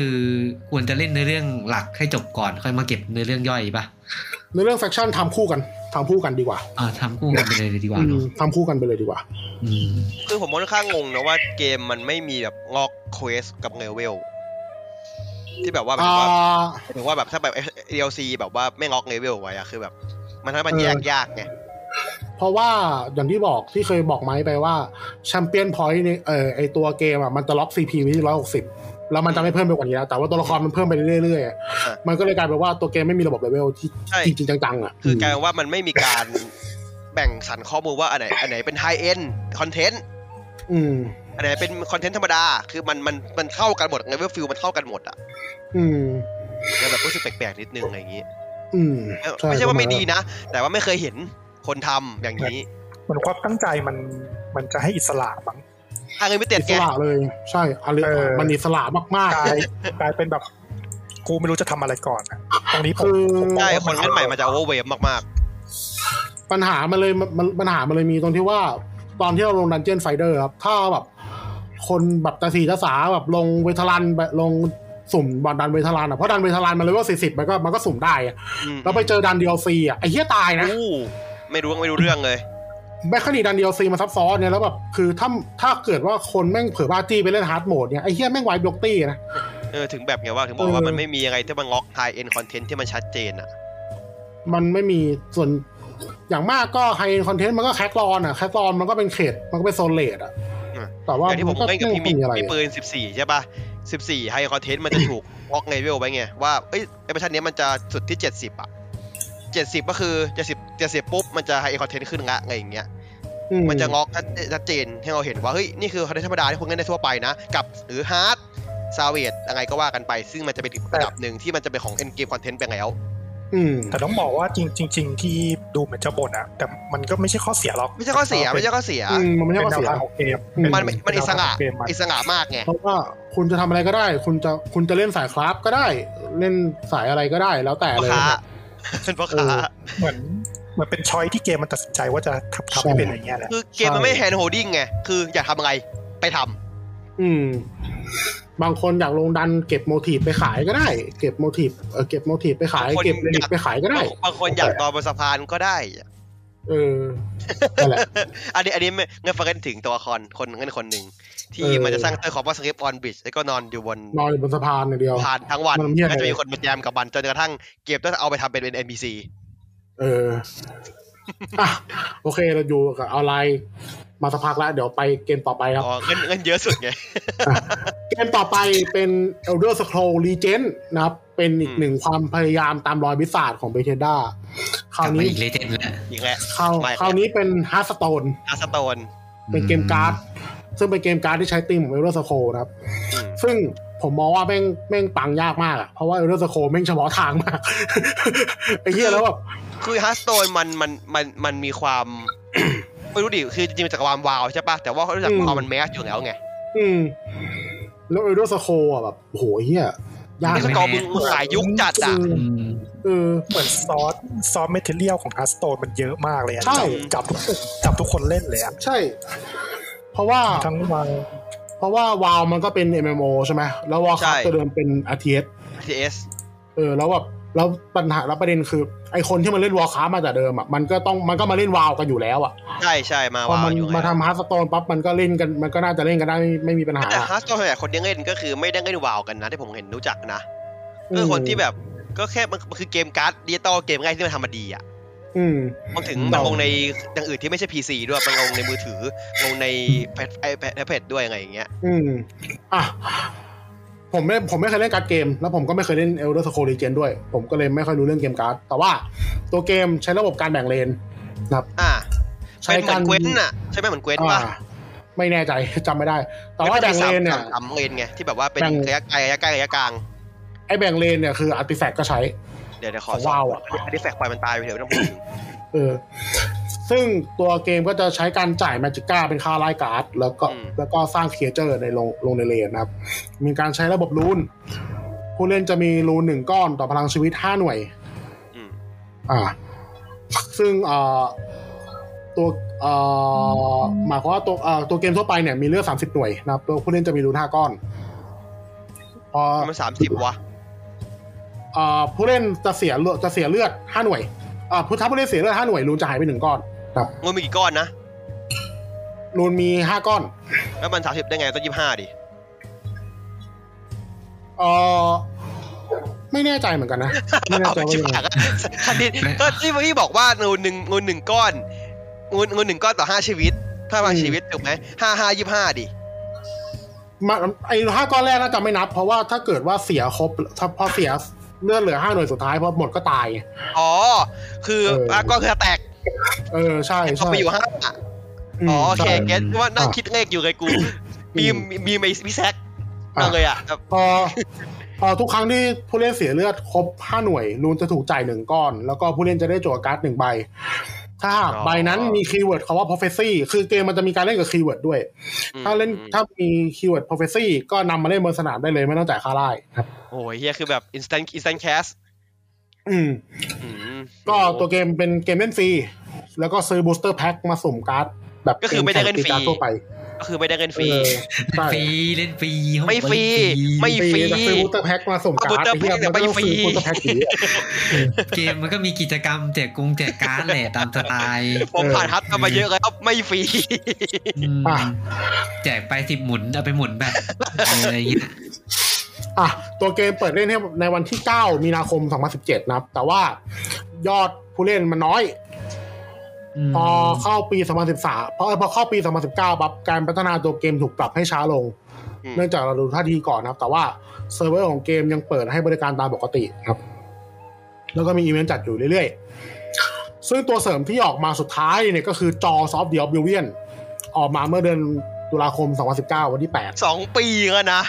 [SPEAKER 1] ควรจะเล่นในเรื่องหลักให้จบก่อน ค่อยมาเก็บในเรื่องย่อยป่ะ
[SPEAKER 5] ในเรื่องแฟคชั่นทำคู่กันทำคู่กันดีกว่า
[SPEAKER 1] อ่าทำคู่กันไปเลยดีกว่า
[SPEAKER 5] อืม
[SPEAKER 1] เนาะ
[SPEAKER 5] ทำคู่กันไปเลยดีกว่า
[SPEAKER 1] อืม
[SPEAKER 2] คือผมค่อนข้างงงนะว่าเกมมันไม่มีแบบงอกเควสกับเลเวลที่แบบว่าแบบ
[SPEAKER 5] อ่า
[SPEAKER 2] ว่า ถึงว่าแบบถ้าแบบ DLC แบบว่าไม่ล็อกเลเวลไว้อะคือแบบ มันทำให้มันแยกยากไง
[SPEAKER 5] เพราะว่าอย่างที่บอกที่เคยบอกไม้ไปว่าแชมเปี้ยนพอยต์ในเออไอตัวเกมอ่ะมันจะล็อกซีพีไว้ที่ร้อยหกสิบแล้วมันจะไม่เพิ่มไปกว่านี้แล้วแต่ว่าตัวละครมันเพิ่มไปเรื่อยๆอะ
[SPEAKER 2] อ่ะ
[SPEAKER 5] มันก็เลยกลายเป็นว่าตัวเกมไม่มีระบบเลเวลที่
[SPEAKER 2] ใช่
[SPEAKER 5] จริงๆจังๆอ่ะ
[SPEAKER 2] คือกลายเป็นว่ามันไม่มีการแบ่งสรรข้อมูลว่าอันไหนอันไหนเป็นไฮเอ็นคอนเทนต์
[SPEAKER 5] อืม
[SPEAKER 2] อันไหนเป็นคอนเทนต์ธรรมดา คือมันมันมันเข้ากันหมดเลเวลฟิลมันเข้ากันหมดอะ
[SPEAKER 5] อืม
[SPEAKER 2] แล้วแบบรู้สึกแปลกๆนิดนึงอะไรอย่างงี้
[SPEAKER 5] อืม
[SPEAKER 2] ไม่ไม่ใช่ว่าไม่ดี
[SPEAKER 5] ประณนั้น
[SPEAKER 2] นะ แต่ว่าไม่เคยเห็นคนทำอย่างนี้
[SPEAKER 4] มันความตั้งใจมันมันจะให้อิสระมั้ง
[SPEAKER 2] อ่ะเงินไม่เต็ด
[SPEAKER 5] อิส
[SPEAKER 2] แก
[SPEAKER 5] ระเลยใช่อะไร
[SPEAKER 4] เออ
[SPEAKER 5] มันอิสระมาก
[SPEAKER 4] กลายกลายเป็นแบบกูไม่รู้จะทำอะไรก่อนอะตรงนี้ผม
[SPEAKER 5] คือ
[SPEAKER 4] ผมมอง
[SPEAKER 2] ใช่
[SPEAKER 4] ว่า
[SPEAKER 2] คนเล่นใหม่มันจะโอเวอร์เวมมาก
[SPEAKER 5] ๆ ปัญหามันเลยมันมันปัญหามันเลยมีตรงที่ว่า ตอนที่เราลงดันเจียนไฟเดอร์ครับ ถ้าแบบ คนแบบตาสีตาสาแบบลงเวทลันแบบลงสุ่มบอลดันเวทลันอ่ะเพราะดันเวทลันมันเลเวลสี่สิบมันก็มันก็สุ่มได้อะ
[SPEAKER 2] ๆอืม
[SPEAKER 5] แล้วไปเจอดันดีเอซีอ่ะไอ้เหี้ยตายนะ
[SPEAKER 2] อู้ไม่รู้ไม่รู้เรื่องเลย
[SPEAKER 5] แมคคานิดันดีเอซีมาซับซ้อนเนี่ยแล้วแบบคือถ้าถ้าเกิดว่าคนแม่งเผลอบ้าจี้ไปเล่นฮาร์ดโหมดเนี่ยไอ้เหี้ยแม่งไวบล็อกตี้นะ
[SPEAKER 2] เออถึงแบบไงว่าถึงบอกว่า
[SPEAKER 5] เออ
[SPEAKER 2] มันไม่มีอะไรที่มันล็อกไฮเอ็นคอนเทนต์ที่มันชัดเจนอะ
[SPEAKER 5] มันไม่มีส่วนอย่างมากก็ไฮคอนเทนต์มันก็แคคลอนอ่ะแคคลอนมันก็เป็นเขตมันก็เป็นโซนเลดอ่ะ
[SPEAKER 2] อืม
[SPEAKER 5] แต่ว่า
[SPEAKER 2] อย่างที่ผม
[SPEAKER 5] ก็
[SPEAKER 2] เล่นกับพี่มิก
[SPEAKER 5] มีอะไร
[SPEAKER 2] มีปืน 14 ใช่ป่ะ 14 ไฮคอนเทนต์มันจะถูก ล็อกเลเวลไว้ไง ว่า เอ้ยไอเวอร์ชันนี้ยมันจะสุดที่ 70 อ่ะ 70 ก็คือ 70 70 ปุ๊บ มันจะไฮคอนเทนต์ขึ้นละอะไรอย่างเงี้ย
[SPEAKER 5] อื
[SPEAKER 2] มันจะล็อกชัดชัดเจนให้เราเห็นว่า เฮ้ย นี่คือคอนเทนต์ธรรมดาที่คนเล่นได้ทั่วไปนะ กับหรือฮาร์ดซาเวดอะไรก็ว่ากันไป ซึ่งมันจะเป็นอีกระดับหนึ่งที่มันจะเป็นของเอ็นเกมคอนเทนต์ไปแล้ว
[SPEAKER 5] อืม
[SPEAKER 4] แต่ต้องบอกว่าจริงจริง ๆ ที่ดูเหมือนจะบ่นอะแต่มันก็ไม่ใช่ข้อเสียหรอก
[SPEAKER 2] ไม่ใช่ข้อเสีย ไม่ใช่ข้อเสีย
[SPEAKER 5] อืมมันไม่
[SPEAKER 4] เป็น
[SPEAKER 5] ใช่ข้อ
[SPEAKER 4] แนว
[SPEAKER 5] เสีย
[SPEAKER 4] ทางของเกม
[SPEAKER 5] อืม
[SPEAKER 2] มันมันอิสระ
[SPEAKER 4] เป็แนวทางของเกมมัน
[SPEAKER 2] อิสระมากไง
[SPEAKER 5] เพราะว่าคุณจะทำอะไรก็ได้ คุณจะคุณจะเล่นสายคราฟก็ได้ เล่นสายอะไรก็ได้แล้วแต่
[SPEAKER 2] พ่อ
[SPEAKER 5] เลย
[SPEAKER 2] ค้าเป็นพ่อค้า
[SPEAKER 5] เออ
[SPEAKER 4] เหมือนเหมือนเป็นช้อยที่เกมมันตัดสินใจว่าจะทำทำ
[SPEAKER 5] ใช่
[SPEAKER 4] ให้เป็นอย่างเงี้ยแหละ
[SPEAKER 2] คือเกมมันไม่แฮนด์โฮดิ้งไง คืออยากทำอะไรไปทำ
[SPEAKER 5] อืม บางคนอยากลงดันเก็บโมทีฟไปขายก็ได้ เก็บโมทีฟเออเก็บโมทีฟไปขาย
[SPEAKER 2] บางคน
[SPEAKER 5] เก็บเล
[SPEAKER 2] อน ยาก
[SPEAKER 5] ไปขายก็ได้
[SPEAKER 2] บางคนอยากนอนบนสะพานก็ได้
[SPEAKER 5] เ เออนั่นแหละ
[SPEAKER 2] อันนี้อันนี้ไม่เงินฟังกันถึงตัวละครคนเงินคนหนึ่งที่
[SPEAKER 5] เออ
[SPEAKER 2] มันจะสร้างเตอร์คอปสคริปต์ออนบิชแล้วก็นอนอยู่บน
[SPEAKER 5] นอนอยู่บนสะพานอย่างเดียว
[SPEAKER 2] ผ่านทั้งวัน
[SPEAKER 5] มันเงียบ
[SPEAKER 2] แล้วจะมีคนมาแจมกับมันจนกระทั่งเกมต้องเอาไปทำเป็นเป็น NPC
[SPEAKER 5] เอออ่ะโอเคเราอยู่กับออนไลน์มาสักพักแล้ว เดี๋ยวไปเกมต่อไปครับ
[SPEAKER 2] อ๋อเงินเงินเยอะสุดไง
[SPEAKER 5] เกมต่อไปเป็น Elder Scroll Legend นะครับ เป็นอีก
[SPEAKER 2] อืม
[SPEAKER 5] หนึ่งความพยายามตามรอยวิสาดของเบเทดาค
[SPEAKER 1] ก
[SPEAKER 5] ราว
[SPEAKER 1] ลับมา
[SPEAKER 5] นี้
[SPEAKER 1] อีกเลเจนด์แล้ว
[SPEAKER 2] อีกแล้ว
[SPEAKER 5] คราว
[SPEAKER 2] มาอีก
[SPEAKER 5] คราวนี้เป็น Hearthstone
[SPEAKER 2] อาสโตน
[SPEAKER 5] เป็นเกมการ์ด ซึ่งเป็นเกมการ์ดที่ใช้ธีมของ Elder Scroll นะครับ
[SPEAKER 2] อืม
[SPEAKER 5] ซึ่งผมมองว่าแม่งแม่งปังยากมากอะเพราะว่า Elder Scroll แม่งเฉพาะทางมาก ไอ้เหี้ยแล้วแบบ
[SPEAKER 2] คือฮัสโตนมันมันมันมันมีความ ไม่รู้ดิคือจริงๆมันจากความวาวใช่ปะแต่ว่าเขารู้จัก
[SPEAKER 5] อืม
[SPEAKER 2] ความมันแมสอยู่แล้วไง
[SPEAKER 5] อืม แล้ว Elder Scroll อะแบบโหเหี้ยยาก
[SPEAKER 2] นี่สกอร์มึงมึงหลายยุคจัดอ่ะ
[SPEAKER 1] อืม
[SPEAKER 5] เออ
[SPEAKER 4] เหมือนซอสซอสเมทเทเรียลของฮัสโตนมันเยอะมากเลยอะ
[SPEAKER 5] ใช่
[SPEAKER 4] จับจับทุกจับทุกคนเล่นเลยอะ
[SPEAKER 5] ใช่ เพราะว่า
[SPEAKER 4] ทั้งวัน
[SPEAKER 5] เพราะว่าวาวมันก็เป็น MMO ใช่ไหม แล้ววอล
[SPEAKER 2] ใช่
[SPEAKER 5] คัพจะเดิมเป็น RTS
[SPEAKER 2] RTS
[SPEAKER 5] เออ แล้วแบบแล้วปัญหาแล้วประเด็นคือ ไอคนที่มันเล่นวอลคัพมาแต่เดิมอ่ะ มันก็ต้องมันก็มาเล่นวาวกันอยู่แล้วอ่ะ
[SPEAKER 2] ใช่ใช่มา
[SPEAKER 5] พอ
[SPEAKER 2] วาว
[SPEAKER 5] มัน
[SPEAKER 2] อยู่ไง
[SPEAKER 5] มาทำฮาร์สโตนปั๊บ มันก็เล่นกัน มันก็น่าจะเล่นกันได้ไม่ไม่มีปัญหา
[SPEAKER 2] แต่ฮัสโตนส่วนใหญ่คนที่เล่นก็คือไม่ได้เล่นวาวกันนะที่ผมเห็นรู้จักนะคือ
[SPEAKER 5] ม
[SPEAKER 2] คนที่แบบก็แค่มันมันคือเกมการ์ดดิจิตอลเกมง่ายที่มันทำมาดีอ่ะ
[SPEAKER 5] อืม
[SPEAKER 2] มันถึง
[SPEAKER 5] อืม
[SPEAKER 2] มันลงในอย่างอื่นที่ไม่ใช่ PC ด้วยมันลงในมือถือลงในแพทไอแพทเพจด้วยอะไรอย่างเงี้ย
[SPEAKER 5] อืม อ่ะ ผมไม่ ผมไม่เคยเล่นการ์ดเกม แล้วผมก็ไม่เคยเล่น Elder Scrolls Legend ด้วย ผมก็เลยไม่ค่อยรู้เรื่องเกมการ์ด แต่ว่าตัวเกมใช้ระบบการแบ่งเลนนะครับ
[SPEAKER 2] อ่า
[SPEAKER 5] ใช้
[SPEAKER 2] เป็นเหมื
[SPEAKER 5] กา
[SPEAKER 2] อ
[SPEAKER 5] ร
[SPEAKER 2] นเกวนน่ะใช่ไหมเหมือนเกวนป่ะ
[SPEAKER 5] อ่าไม่แน่ใจ จำไม่ได้ แต่ว่าแบ่งเลนเนี่ย
[SPEAKER 2] สามสามเลนไงที่แบบว่าเป็น
[SPEAKER 5] แบ่ง
[SPEAKER 2] ระยะไกลระยะใกล้ระยะกลาง
[SPEAKER 5] ไอ้แบ่งเลนเนี่ยคืออาร์ติแฟกต์ก็ใช้
[SPEAKER 2] เดี๋ยวเดี๋ยวขอ
[SPEAKER 5] ของว้าวอะ
[SPEAKER 2] อันนี้แฟกปล่อยมันตายไปเถอะไม่ต้องพูดถึง
[SPEAKER 5] เออ ซึ่งตัวเกมก็จะใช้การจ่ายแมจิก้าเป็นค่าไล่การ์ด แล้วก็แล้วก็สร้างเคเจอร์ในลงลงในเลนนะครับ มีการใช้ระบบรูน ผู้เล่นจะมีรูนหนึ่งก้อนต่อพลังชีวิตห้าหน่วย
[SPEAKER 2] อืม
[SPEAKER 5] อ่า ซึ่งเอ่อตัวเอ่อหมายความว่าตัวเอ่อตัวเกมทั่วไปเนี่ยมีเลือดสามสิบหน่วยนะครับตัวผู้เล่นจะมีรูนห้าก้อน พอ
[SPEAKER 2] มันสามสิบวะ
[SPEAKER 5] เอ่อผู้เล่นจะเสียเลือดจะเสียเลือดห้าหน่วยเอ่อผู้ท้าผู้เล่นเสียเลือดห้าหน่วยรูนจะหายไปหนึ่งก้อนครับ
[SPEAKER 2] งูมีกี่ก้อนนะ
[SPEAKER 5] รูนมีห้าก้อน
[SPEAKER 2] แล้วมันสามสิบได้ไงต้องยี่ห้าดิ
[SPEAKER 5] เอ่อไม่แน่ใจเหมือนกันนะไม่แน่
[SPEAKER 2] เอาไป
[SPEAKER 5] ใจว่า
[SPEAKER 2] ชิบ
[SPEAKER 5] ยังไง
[SPEAKER 2] หายคันนี้ก็ที่พี่บอกว่างูหนึ่งงูหนึ่งก้อนงูงูหนึ่งก้อนต่อห้าชีวิต ถ้าบางชีวิตถูกไหมห้าห้ายี่ห้าดิ
[SPEAKER 5] มาไอ้ห้าก้อนแรกน่าจะไม่นับ เพราะว่าถ้าเกิดว่าเสียครบถ้าพอเสียเลือดเหลือห้าหน่วยสุดท้ายพอหมดก็ตาย
[SPEAKER 2] อ๋อ คือ
[SPEAKER 5] เอออ่
[SPEAKER 2] ะก็คือแตก
[SPEAKER 5] เออใช่
[SPEAKER 2] เขา
[SPEAKER 5] ใช่
[SPEAKER 2] ไปอยู่ห้า
[SPEAKER 5] ม
[SPEAKER 2] อ๋อโอเค
[SPEAKER 5] ใช่
[SPEAKER 2] เก็ตว่านั่ง
[SPEAKER 5] อ่ะ
[SPEAKER 2] คิดเลขอยู่ไงกูมี
[SPEAKER 5] อืม
[SPEAKER 2] มีมีมีมีแซก
[SPEAKER 5] อ่ะ
[SPEAKER 2] มาเลยอ่ะแบบ
[SPEAKER 5] พอ พอทุกครั้งที่ผู้เล่นเสียเลือดครบห้าหน่วยรูนจะถูกจ่ายหนึ่งก้อน แล้วก็ผู้เล่นจะได้จั่วการ์ดหนึ่งใบ ถ้าหาก
[SPEAKER 2] อ๋อ
[SPEAKER 5] ใบนั้นมีคีย์เวิร์ดคำว่า prophecy คือเกมมันจะมีการเล่นกับคีย์เวิร์ดด้วย ถ้าเล่น
[SPEAKER 2] อืม
[SPEAKER 5] ถ้ามีคีย์เวิร์ด prophecy ก็นำมาเล่นบนสนามได้เลยไม่ต้องจ่ายค่าไล่ครับ
[SPEAKER 2] โอ้ยเฮียคือแบบ instant instant cast
[SPEAKER 5] อืม
[SPEAKER 2] อืม
[SPEAKER 5] ก็ตัวเกมเป็นเกมเล่นฟรี แล้วก็ซื้อ booster pack มาสุ่มการ์ด แบบ
[SPEAKER 2] ก็คือไม่ได้เงินฟรี
[SPEAKER 5] กมแข่งตีการ์ดทั่วไป
[SPEAKER 2] ก็คือไม่ได้เงินฟรี
[SPEAKER 5] เออใช่
[SPEAKER 1] ฟรีเล่นฟรี
[SPEAKER 2] ไม่ฟรีไม่
[SPEAKER 5] ฟรีแต่ซื้อ booster pack มาสุ่มการ์ด
[SPEAKER 2] booster
[SPEAKER 5] ไอ้เหี้ย
[SPEAKER 2] pack แต่
[SPEAKER 5] มัน
[SPEAKER 2] ไม่
[SPEAKER 5] ก็ต้อง
[SPEAKER 2] ฟรี
[SPEAKER 5] ซื้อ booster pack ฟรีอะ
[SPEAKER 1] เกมมันก็มีกิจกรรมแจกกงแจกการ์ดแหละต ามสไตล์
[SPEAKER 2] ผมผ่านฮัทมาเยอะแล้วไม่ฟรี
[SPEAKER 1] อืมแจกไปสิบหมุนเอาไปหมุน แบบอะไรอย่างเงี้ย
[SPEAKER 5] อ่ะตัวเกมเปิดเล่นให้ในวันที่ 9 มีนาคม 2017 นะครับ แต่ว่ายอดผู้เล่นมันน้อย พอเข้าปี 2013 พอพอเข้าปี 2019ปั๊บการพัฒนาตัวเกมถูกปรับให้ช้าลง
[SPEAKER 2] อืม
[SPEAKER 5] เนื่องจากเราดูท่าทีก่อนนะครับ แต่ว่าเซิร์ฟเวอร์ของเกมยังเปิดให้บริการตามปกติครับ แล้วก็มีอีเวนต์จัดอยู่เรื่อยๆ ซึ่งตัวเสริมที่ออกมาสุดท้ายเนี่ยก็คือจอซอฟต์เดียบเวียนออกมาเมื่อเดือนตุลาคม 2019 วันที่ 8
[SPEAKER 2] สองปีแล้วนะ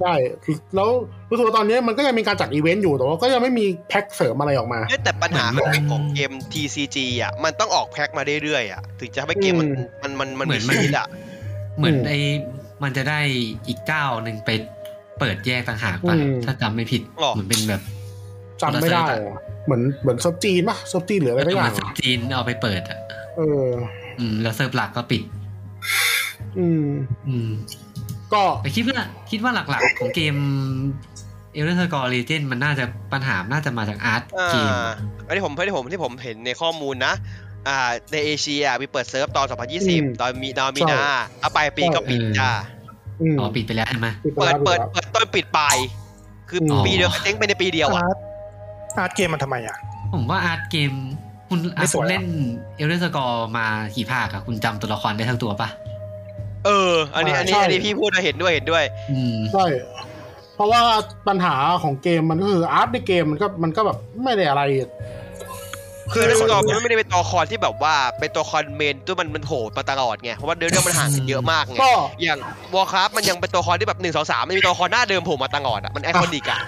[SPEAKER 5] ใช่คือแล้วรู้สึกว่าตอนนี้มันก็ยังมีการจัดอีเวนต์อยู่ แต่ว่าก็ยังไม่มีแพ็คเสริมอะไรออกมา
[SPEAKER 2] เนี่ยแต่ปัญหา
[SPEAKER 1] เหมื
[SPEAKER 2] ข
[SPEAKER 1] อ
[SPEAKER 2] อนง
[SPEAKER 1] มัน
[SPEAKER 2] ของเกม TCG อ่ะ มันต้องออกแพ็คมาเรื่อยๆอ่ะ ถึงจะทำให้เกมมัน
[SPEAKER 5] อืม
[SPEAKER 2] มันมันมัน
[SPEAKER 1] เหมือน
[SPEAKER 2] มี
[SPEAKER 1] มัน
[SPEAKER 2] ชีวิตอ่ะ
[SPEAKER 1] เหมือนไอ้มันจะได้อีกเจ้าหนึ่งไปเปิดแยกต่างหากป่ะ
[SPEAKER 5] อืม
[SPEAKER 1] ถ้าจำไม่ผิด
[SPEAKER 2] หรอ
[SPEAKER 1] เหมือนเป็นแบบ
[SPEAKER 5] จำไม่ได้อะเหมือนเหมือนซอบจีนปะซอบจีนหรืออะไรก็อย่าง
[SPEAKER 1] เจ้าจีนเอาไปเปิดอ่ะ
[SPEAKER 5] เออ
[SPEAKER 1] อืมแล้วเซิร์ฟหลักก็ปิด
[SPEAKER 5] อืม
[SPEAKER 1] อืม
[SPEAKER 5] ก็
[SPEAKER 1] แต่คิดว่าคิดว่าหลักๆของเกมเอลเดอร์กอร์เลเจนมันน่าจะปัญหาน่าจะมาจากอาร์ต
[SPEAKER 2] อ่
[SPEAKER 1] เกมา
[SPEAKER 2] อันนี้ผมที่ผมที่ผมเห็นในข้อมูลนะ อ่าในเอเชียมีเปิดเซิร์ฟตอน
[SPEAKER 5] ม
[SPEAKER 2] 2020 ตอนมีตอนมีนาเอาไปลายปี
[SPEAKER 5] ใช่
[SPEAKER 2] ก็ปิดจ้า
[SPEAKER 5] อืม
[SPEAKER 1] อ๋อปิดไปแล้วใช่ไหม
[SPEAKER 2] เปิดเปิด
[SPEAKER 5] แล้ว
[SPEAKER 2] เปิดต้นปิดปลายคืออ
[SPEAKER 5] ม
[SPEAKER 2] ปีเดียวเจ๊งไปในปีเดียวอ่ะ
[SPEAKER 4] อาร์ตอาร์ตเกมมันทำไมอ่ะ
[SPEAKER 1] ผมว่าอาร์ตเกม คุณ
[SPEAKER 4] ไม่
[SPEAKER 1] อาร์ต
[SPEAKER 4] สวยหรอ
[SPEAKER 1] เล่นเอลเดอร์สกอร์มากี่ภาคอะคุณจำตัวละครได้ทั้งตัวปะ
[SPEAKER 2] เออ อันนี้
[SPEAKER 5] อ่า
[SPEAKER 2] อันนี้
[SPEAKER 5] ใช่
[SPEAKER 2] อันนี้พี่พูดนะเห็นด้วยเห็นด้วย
[SPEAKER 1] อืม
[SPEAKER 5] ใช่เพราะว่าปัญหาของเกมมันก็คืออาร์ตในเกมมันก็มันก็แบบไม่ได้อะไร
[SPEAKER 2] คือเรื่อง
[SPEAKER 4] ส่วน
[SPEAKER 2] ตัว
[SPEAKER 4] ใหญ่
[SPEAKER 2] มันไม่ได้เป็นตัวละครที่แบบว่าเป็นตัวละครเมนตัวมันมันโหดมาตลอดไงเพราะว่าเนื้อเรื่องมันห่างกันเยอะมากไง
[SPEAKER 5] ก็
[SPEAKER 2] อย่างวอลคราฟมันยังเป็นตัวละครที่แบบหนึ่งสองสามมันมีตัวละครหน้าเดิมโผล่มาตลอดอ่ะมันไอคอนิ กอ่ะ